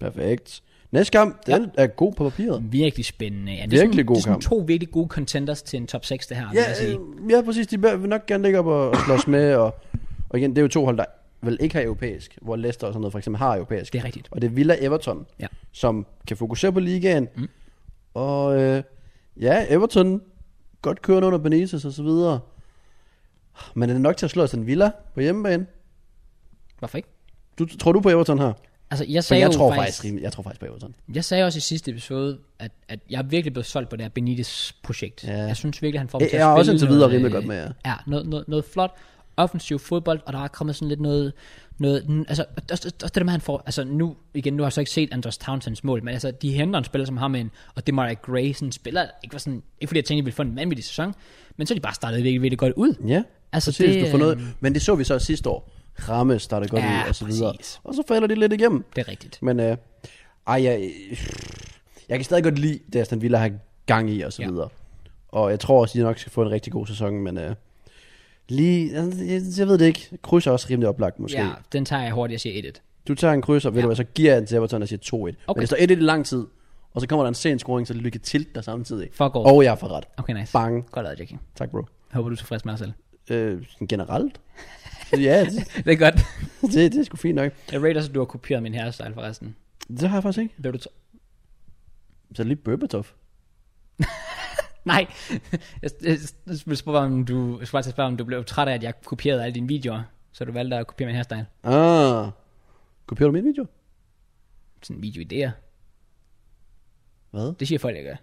S2: Perfekt. Næste kamp, den er god på papiret.
S1: Virkelig spændende. Ja, det er
S2: Virkelig
S1: sådan,
S2: god
S1: det er sådan
S2: kamp.
S1: to virkelig gode contenders til en top 6, det her. vil
S2: Ja,
S1: jeg sige.
S2: øh, ja præcis. De vil nok gerne ligge op og, og slås med. Og, og igen, det er jo to hold, der vel ikke har europæisk, hvor Leicester og sådan noget for eksempel har europæisk.
S1: Det er rigtigt.
S2: Og det er Villa Everton,
S1: Ja.
S2: som kan fokusere på ligaen. Mm. Og øh, ja, Everton godt kørende under Benitez og så videre. Men er det nok til at slå sådan Villa på hjemmebane?
S1: Hvorfor ikke?
S2: Du, tror du på Everton her?
S1: Altså, jeg
S2: For
S1: sagde
S2: jeg
S1: jo
S2: tror
S1: faktisk,
S2: faktisk, faktisk, jeg tror faktisk på Everton.
S1: Jeg sagde også i sidste episode, at, at jeg er virkelig blevet solgt på det her Benitez-projekt.
S2: Ja.
S1: Ja. Jeg synes virkelig, han får
S2: Jeg-
S1: mig til at
S2: jeg er
S1: spille
S2: også indtil videre
S1: noget,
S2: rimelig
S1: øh,
S2: godt med jer.
S1: Ja, noget, noget, noget flot offensiv fodbold, og der er kommet sådan lidt noget... noget n- altså, også, også også det der med, han får... Altså nu, igen, nu har jeg så ikke set Andreas Townsends mål, men altså, de henter en spiller som ham ind, og det Maria Gray, sådan en spiller, ikke, var sådan, ikke fordi jeg tænkte, at de ville få en vanvittig sæson, men så er de bare startet virkelig, virkelig godt ud.
S2: Ja,
S1: Altså,
S2: altså præcis,
S1: det, øh,
S2: det, du får noget. Men det så vi så også sidste år. Ramme starter godt
S1: Ja,
S2: ud og så videre.
S1: præcis.
S2: Og så falder de lidt igennem.
S1: Det er rigtigt.
S2: Men øh, ej, jeg, jeg kan stadig godt lide det, Aston Villa har gang i og så
S1: Ja.
S2: ja. videre. Og jeg tror også, de nok skal få en rigtig god sæson, men øh, lige, jeg, jeg ved det ikke, kryds er også rimelig oplagt måske.
S1: Ja, den tager jeg hurtigt, jeg siger 1-1.
S2: Du tager en kryds, og ved ja. du hvad, så giver jeg den til Everton og siger 2-1. Okay. Men
S1: Okay.
S2: det står 1-1 i lang tid, og så kommer der en sen scoring, så lykke til der samtidig.
S1: Fuck off.
S2: Og jeg får ret.
S1: Okay, nice.
S2: Bang.
S1: Godt lavet, Jackie.
S2: Tak, bro.
S1: Jeg håber, du er tilfreds med dig selv.
S2: Øh, sådan generelt? ja, det,
S1: Det er godt.
S2: det, det er sgu fint nok.
S1: Jeg rater, at du har kopieret min hairstyle forresten.
S2: Det har jeg faktisk ikke.
S1: Vil du t-
S2: Så lige Berbatov.
S1: Nej, jeg, jeg, jeg skulle spørge, om du, jeg skulle bare til at spørge, om du blev træt af, at jeg kopierede alle dine videoer, så du valgte at kopiere min hairstyle.
S2: Ah. Kopierer du min video?
S1: Sådan videoidéer.
S2: Hvad?
S1: Det siger folk, jeg gør.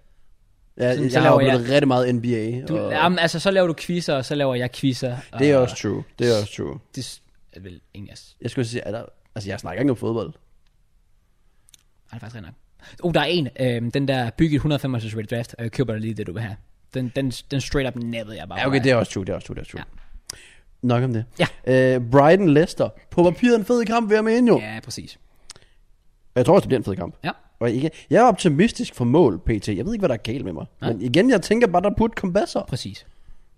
S2: Ja,
S1: Sådan,
S2: jeg,
S1: så
S2: jeg har
S1: laver
S2: oplevet rigtig meget NBA.
S1: Du,
S2: og,
S1: jamen, altså, så laver du quizzer, og så laver jeg quizzer. Og
S2: det er også true. Det er også true.
S1: Det s- er vel egentlig også.
S2: Ah. Jeg skulle sige, er der, altså jeg snakker ikke om fodbold.
S1: Ej, det er faktisk rent nok. Oh, der er en. Øh, den der bygget 195 rate draft. Øh, køber dig lige det, du vil have. Den, den, den straight up nappede jeg bare.
S2: Ja, okay, det er også true. Det er også true. Det er true.
S1: Ja.
S2: Ja. Nok om det.
S1: Ja.
S2: Øh, Brighton Leicester. På papiret en fed kamp, vil jeg mene jo. Ja.
S1: Ja, præcis.
S2: Jeg tror også, det bliver en fed kamp.
S1: Ja,
S2: Og igen, jeg er optimistisk for mål, PT. Jeg ved ikke, hvad der er galt med mig.
S1: Nej.
S2: Men igen, jeg tænker bare, der burde komme basser.
S1: præcis.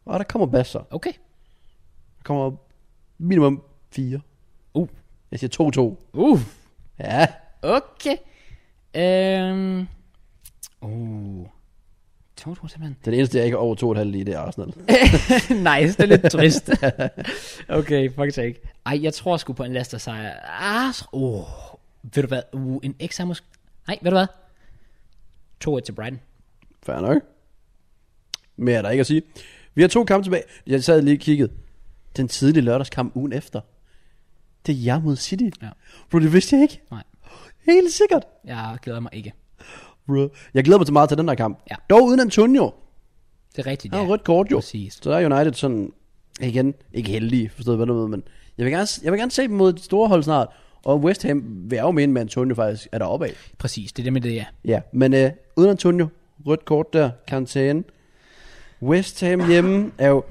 S2: Og der kommer basser.
S1: Okay.
S2: Der kommer minimum fire.
S1: Uh.
S2: Jeg siger 2-2.
S1: Uh.
S2: Ja.
S1: Okay. Øhm. Uh. To, to, simpelthen.
S2: Den eneste, jeg ikke er over 2,5 lige, det er Arsenal.
S1: nice, det er lidt trist. okay, fuck take. Ej, jeg tror sgu på en Leicester sejr. Ah, så- oh. Ved du hvad? Uh, en ekstra måske. Nej, ved du hvad? 2-1 til Brighton.
S2: Fair nok. Mere er der ikke at sige. Vi har to kampe tilbage. Jeg sad lige og kiggede. Den tidlige lørdagskamp ugen efter. Det er jer mod City.
S1: Ja.
S2: Bro, det vidste jeg ikke.
S1: Nej,
S2: Helt sikkert.
S1: jeg glæder mig ikke.
S2: Bro. Jeg glæder mig så meget til den her kamp.
S1: Ja.
S2: Dog uden Antonio.
S1: Det er rigtigt,
S2: Han har Ah, rødt kort jo.
S1: Præcis.
S2: Så der er United sådan, igen, ikke heldige, forstået hvad du ved, men jeg vil, gerne, jeg vil gerne se dem mod de store hold snart. Og West Ham vil jeg jo mene med Antonio faktisk er der opad.
S1: Præcis, det er det med det, ja.
S2: Ja, men øh, uden Antonio, rødt kort der, karantæne. West Ham hjemme er jo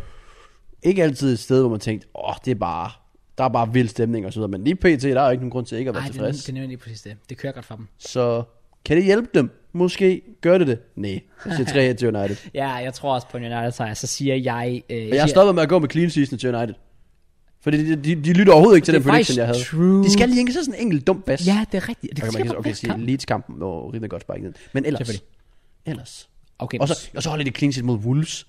S2: ikke altid et sted, hvor man tænkte, åh, oh, det er bare, der er bare vild stemning og så videre. Men lige pt, der er jo ikke nogen grund til ikke at være
S1: Ej, det, er nem-
S2: tilfreds.
S1: det er nemlig lige præcis det. Det kører godt for dem.
S2: Så kan det hjælpe dem? Måske gør det det? Nej, jeg siger 3 til United.
S1: Ja, jeg tror også på en United sejr. Så siger jeg... Øh,
S2: Og jeg har
S1: siger,
S2: stoppet med at gå med clean season til United. Fordi de, de, de lytter overhovedet ikke til
S1: Det
S2: den
S1: er faktisk
S2: prediction, jeg havde.
S1: true.
S2: De skal lige ikke så sådan en enkelt dum bas.
S1: ja, det er rigtigt. Det
S2: okay, man
S1: sker
S2: kan,
S1: på
S2: okay,
S1: hver
S2: sige,
S1: kamp.
S2: Leeds-kampen var rimelig godt sparket ned. Men ellers,
S1: Selvfølgelig.
S2: ellers.
S1: Okay,
S2: Og så, og så holder de clean sheet mod Wolves.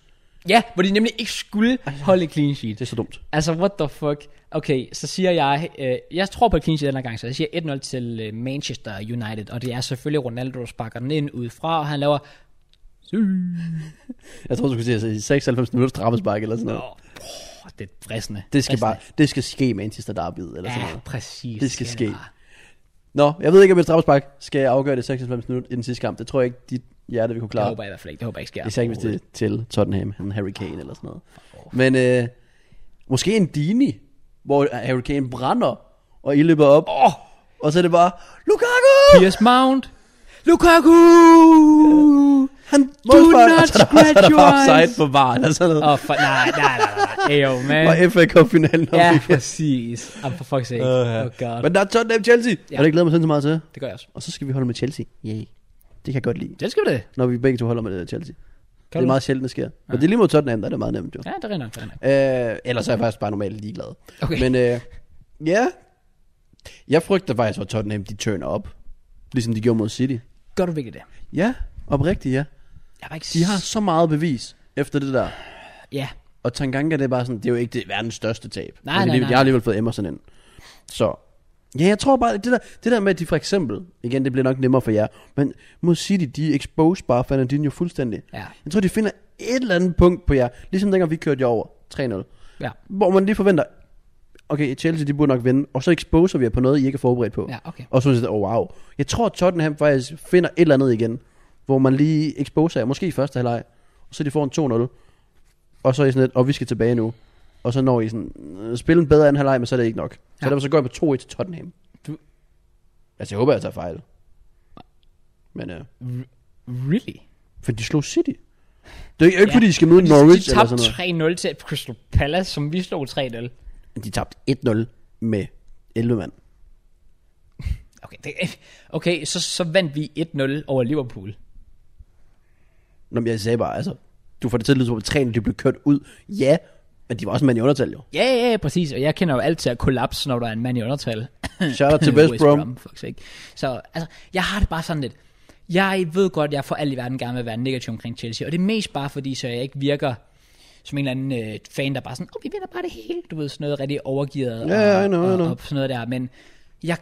S1: Ja, hvor de nemlig ikke skulle holde et clean sheet.
S2: Det er så dumt.
S1: Altså, what the fuck? Okay, så siger jeg, øh, jeg tror på et clean sheet den her gang, så jeg siger 1-0 til øh, Manchester United, og det er selvfølgelig Ronaldo, der sparker den ind udefra, og han laver...
S2: Jeg tror, du skulle sige, at 96 minutter straffespark eller sådan noget.
S1: Åh, oh, det er fristende.
S2: Det skal
S1: Fristende.
S2: bare, det skal ske i Manchester Derby eller sådan
S1: Altså- Ja,
S2: noget.
S1: præcis.
S2: Det skal ske.
S1: bare.
S2: Nå, jeg ved ikke, om et straffespark skal afgøre det i 96 minutter i den sidste kamp. Det tror jeg ikke, dit hjerte vil kunne
S1: Det
S2: klare.
S1: håber jeg i hvert fald ikke. Det håber jeg ikke sker.
S2: Især ikke, hvis det er til Tottenham, han Harry Kane eller sådan noget. Men øh, måske en Dini, hvor Harry Kane brænder, og I løber op. Oh! Og så er det bare, Lukaku!
S1: Piers Mount. Lukaku!
S2: Han
S1: Do not
S2: og så er der, så er
S1: scratch
S2: der
S1: your
S2: bare offside
S1: eyes.
S2: på varen, og sådan
S1: Åh,
S2: noget.
S1: oh, for, nej, nej, nej, nej. Hey, yo, man.
S2: Og FA Cup-finalen. om
S1: Ja,
S2: ikke-
S1: præcis. Jamen, for fuck's sake. Oh, god.
S2: Men der er Tottenham Chelsea. Ja. Og det glæder mig sådan så meget til.
S1: Det gør jeg også.
S2: Og så skal vi holde med Chelsea. Yay. Det kan jeg godt lide.
S1: Det skal vi det.
S2: Når vi begge to holder med øh, Chelsea.
S1: Kan
S2: det
S1: du?
S2: er meget sjældent, det sker. Men det er lige mod Tottenham, der er det meget nemt jo.
S1: Ja, det er rent nok. det er rent nok.
S2: Øh, ellers er jeg faktisk bare normalt ligeglad.
S1: Okay.
S2: Men øh, ja, jeg frygter faktisk, at Tottenham de turner op. Ligesom de gjorde mod City.
S1: Gør du virkelig det?
S2: Ja, oprigtigt ja.
S1: Jeg var ikke...
S2: De har så meget bevis efter det der.
S1: Ja,
S2: Og Tanganga, det er bare sådan, det er jo ikke det verdens største tab.
S1: Nej,
S2: Altså,
S1: nej,
S2: alligevel-
S1: nej,
S2: Jeg
S1: nej.
S2: har alligevel fået Emerson ind. Så, ja, jeg tror bare, det der, det der med, at de for eksempel, igen, det bliver nok nemmere for jer, men mod City, de expose bare Fernandinho fuldstændig.
S1: Ja.
S2: Jeg tror, de finder et eller andet punkt på jer, ligesom dengang vi kørte jer over 3-0.
S1: ja,
S2: Hvor man lige forventer, okay, Chelsea, de burde nok vinde, og så exposer vi jer på noget, I ikke er forberedt på.
S1: ja, okay.
S2: Og så synes jeg, oh, wow. Jeg tror, at Tottenham faktisk finder et eller andet igen, hvor man lige exposer jer, måske i første halvleg, og så de får en 2-0, og så er I sådan lidt, og vi skal tilbage nu. Og så når I sådan, øh, spille en bedre anden halvleg, men så er det ikke nok. Så
S1: Ja.
S2: derfor så går jeg på 2-1 til Tottenham.
S1: Du-
S2: Altså, jeg håber, jeg tager fejl. Men, øh,
S1: Really?
S2: for de slog City. Det er jo ikke,
S1: Ja.
S2: fordi de skal møde
S1: De-
S2: Norwich
S1: de
S2: eller
S1: tabte
S2: sådan
S1: 3-0
S2: noget.
S1: til Crystal Palace, som vi slog 3-0.
S2: De tabte 1-0 med 11 mand.
S1: Okay, det, okay så, så vandt vi 1-0 over Liverpool.
S2: Nå, men jeg sagde bare, altså, du får det til at lyde som om, at træerne, de blev kørt ud. Ja, men de var også en mand i undertal, jo.
S1: Ja, ja, ja, præcis. Og jeg kender jo alt til at kollapse, når der er en mand i undertal.
S2: Shout out til West Brom.
S1: fuck ikke. Så altså, jeg har det bare sådan lidt. Jeg ved godt, jeg for alt i verden gerne vil være negativ omkring Chelsea. Og det er mest bare fordi, så jeg ikke virker som en eller anden øh, fan, der bare sådan, oh, vi vinder bare det hele. Du ved, sådan noget rigtig overgivet.
S2: Ja, ja, I
S1: og,
S2: know, I
S1: og,
S2: know.
S1: og, sådan noget der. Men jeg,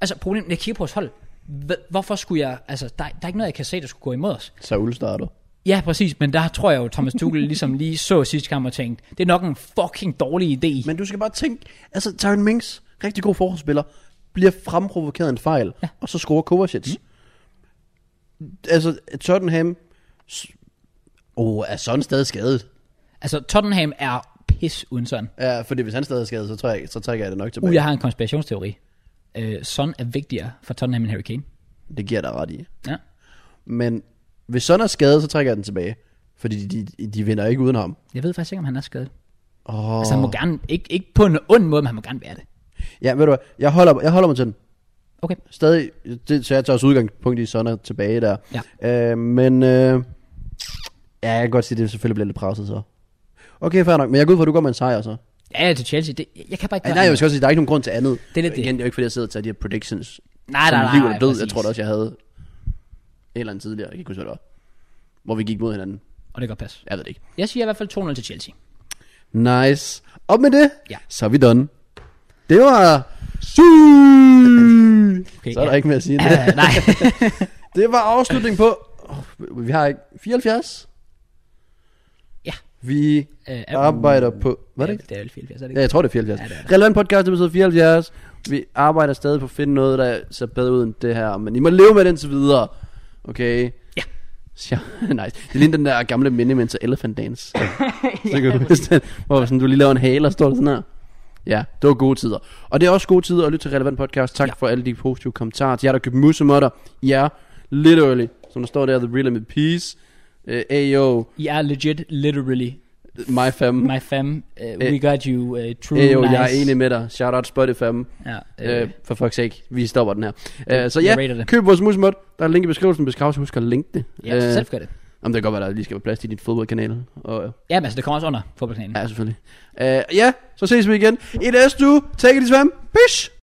S1: altså, problemet, når jeg kigger på vores hold, hv- hvorfor skulle jeg, altså, der, der er ikke noget, jeg kan se, der skulle gå imod os.
S2: Saul starter.
S1: Ja, præcis, men der tror jeg jo, Thomas Tuchel ligesom lige så sidste kamp og tænkte, det er nok en fucking dårlig idé.
S2: Men du skal bare tænke, altså Tyron Mings, rigtig god forholdsspiller, bliver fremprovokeret af en fejl, ja. og så scorer Kovacic. Mm.
S1: Mm.
S2: Altså, Tottenham... s- Åh, oh, er sådan stadig skadet?
S1: Altså, Tottenham er pis uden sådan.
S2: Ja, fordi hvis han stadig er skadet, så, tror jeg, så trækker jeg det nok tilbage.
S1: Uh, jeg har en konspirationsteori. Øh, Son er vigtigere for Tottenham end Harry Kane.
S2: Det giver jeg dig ret i.
S1: Ja.
S2: Men hvis sådan er skadet, så trækker jeg den tilbage. Fordi de, de, de vinder ikke uden ham.
S1: Jeg ved faktisk ikke, om han er skadet.
S2: Oh.
S1: Altså, han må gerne, ikke, ikke på en ond måde, men han må gerne være det.
S2: Ja, ved du hvad, jeg holder, jeg holder mig til den.
S1: Okay.
S2: Stadig, det, så jeg tager også udgangspunkt i Sonner tilbage der. Ja. Øh, men, øh, ja, jeg kan godt sige, at det selvfølgelig bliver lidt presset så. Okay, fair nok, men jeg går ud fra, at du går med en sejr så.
S1: Ja, ja, til Chelsea. Det, jeg kan bare ikke
S2: Ej,
S1: gøre
S2: nej, jeg
S1: andet.
S2: skal også sige, der er ikke nogen grund til andet.
S1: Det er lidt det.
S2: Igen, det er jo ikke, fordi jeg sidder og tager de her predictions.
S1: nej, nej,
S2: som
S1: nej,
S2: liv
S1: nej,
S2: eller død, jeg
S1: præcis.
S2: tror da også, jeg havde en eller anden tidligere, jeg kan ikke huske, hvad det var. Hvor vi gik mod hinanden.
S1: Og det kan godt passe.
S2: Jeg ved det ikke.
S1: Jeg siger i hvert fald 2-0 til Chelsea.
S2: Nice. Op med det.
S1: Ja.
S2: Så er vi done. Det var... Syg!
S1: Okay,
S2: Så er der
S1: ja.
S2: ikke mere at sige end det.
S1: Ja, nej.
S2: Det var afslutningen på... Oh, vi har ikke... 74?
S1: Ja.
S2: Vi
S1: Øh, er-
S2: arbejder på... Var det ikke?
S1: Ja, Det er vel 84, er det
S2: Ja,
S1: ikke?
S2: jeg tror, det er 74.
S1: Ja, det er
S2: Relevant podcast, episode 74. Vi arbejder stadig på at finde noget, der ser bedre ud end det her. Men I må leve med den så videre. Okay?
S1: Ja.
S2: Ja, nice. Det ligner den der gamle Minimenser Elephant Dance. så kan du huske den, hvor sådan, du lige laver en hale og står sådan her. Ja, det var gode tider. Og det er også gode tider at lytte til relevant podcast. Tak ja.
S1: Ja.
S2: for alle de positive kommentarer. Til jer, der købte musemotter. Ja, literally. Som der står der, The Real with Peace. Uh, Ayo,
S1: I er legit, literally,
S2: My Fam.
S1: my fam. Uh, we got you, uh, true,
S2: Ayo,
S1: nice.
S2: jeg er enig med dig. Shout out Spotify.
S1: Ja, øh,
S2: Øh, for fuck's sake, vi stopper den her. Øh, så
S1: jeg
S2: ja,
S1: rater det.
S2: køb vores musemod. Der er en link i beskrivelsen, hvis Kraus husker at linke det.
S1: ja, så
S2: Øh,
S1: selv gør det.
S2: Om det kan godt være, der lige skal være plads til din fodboldkanal. Og, øh,
S1: Ja, men altså, det kommer også under fodboldkanalen.
S2: ja, selvfølgelig. Øh, ja, så ses vi igen i næste uge. Take it, Svam. Peace!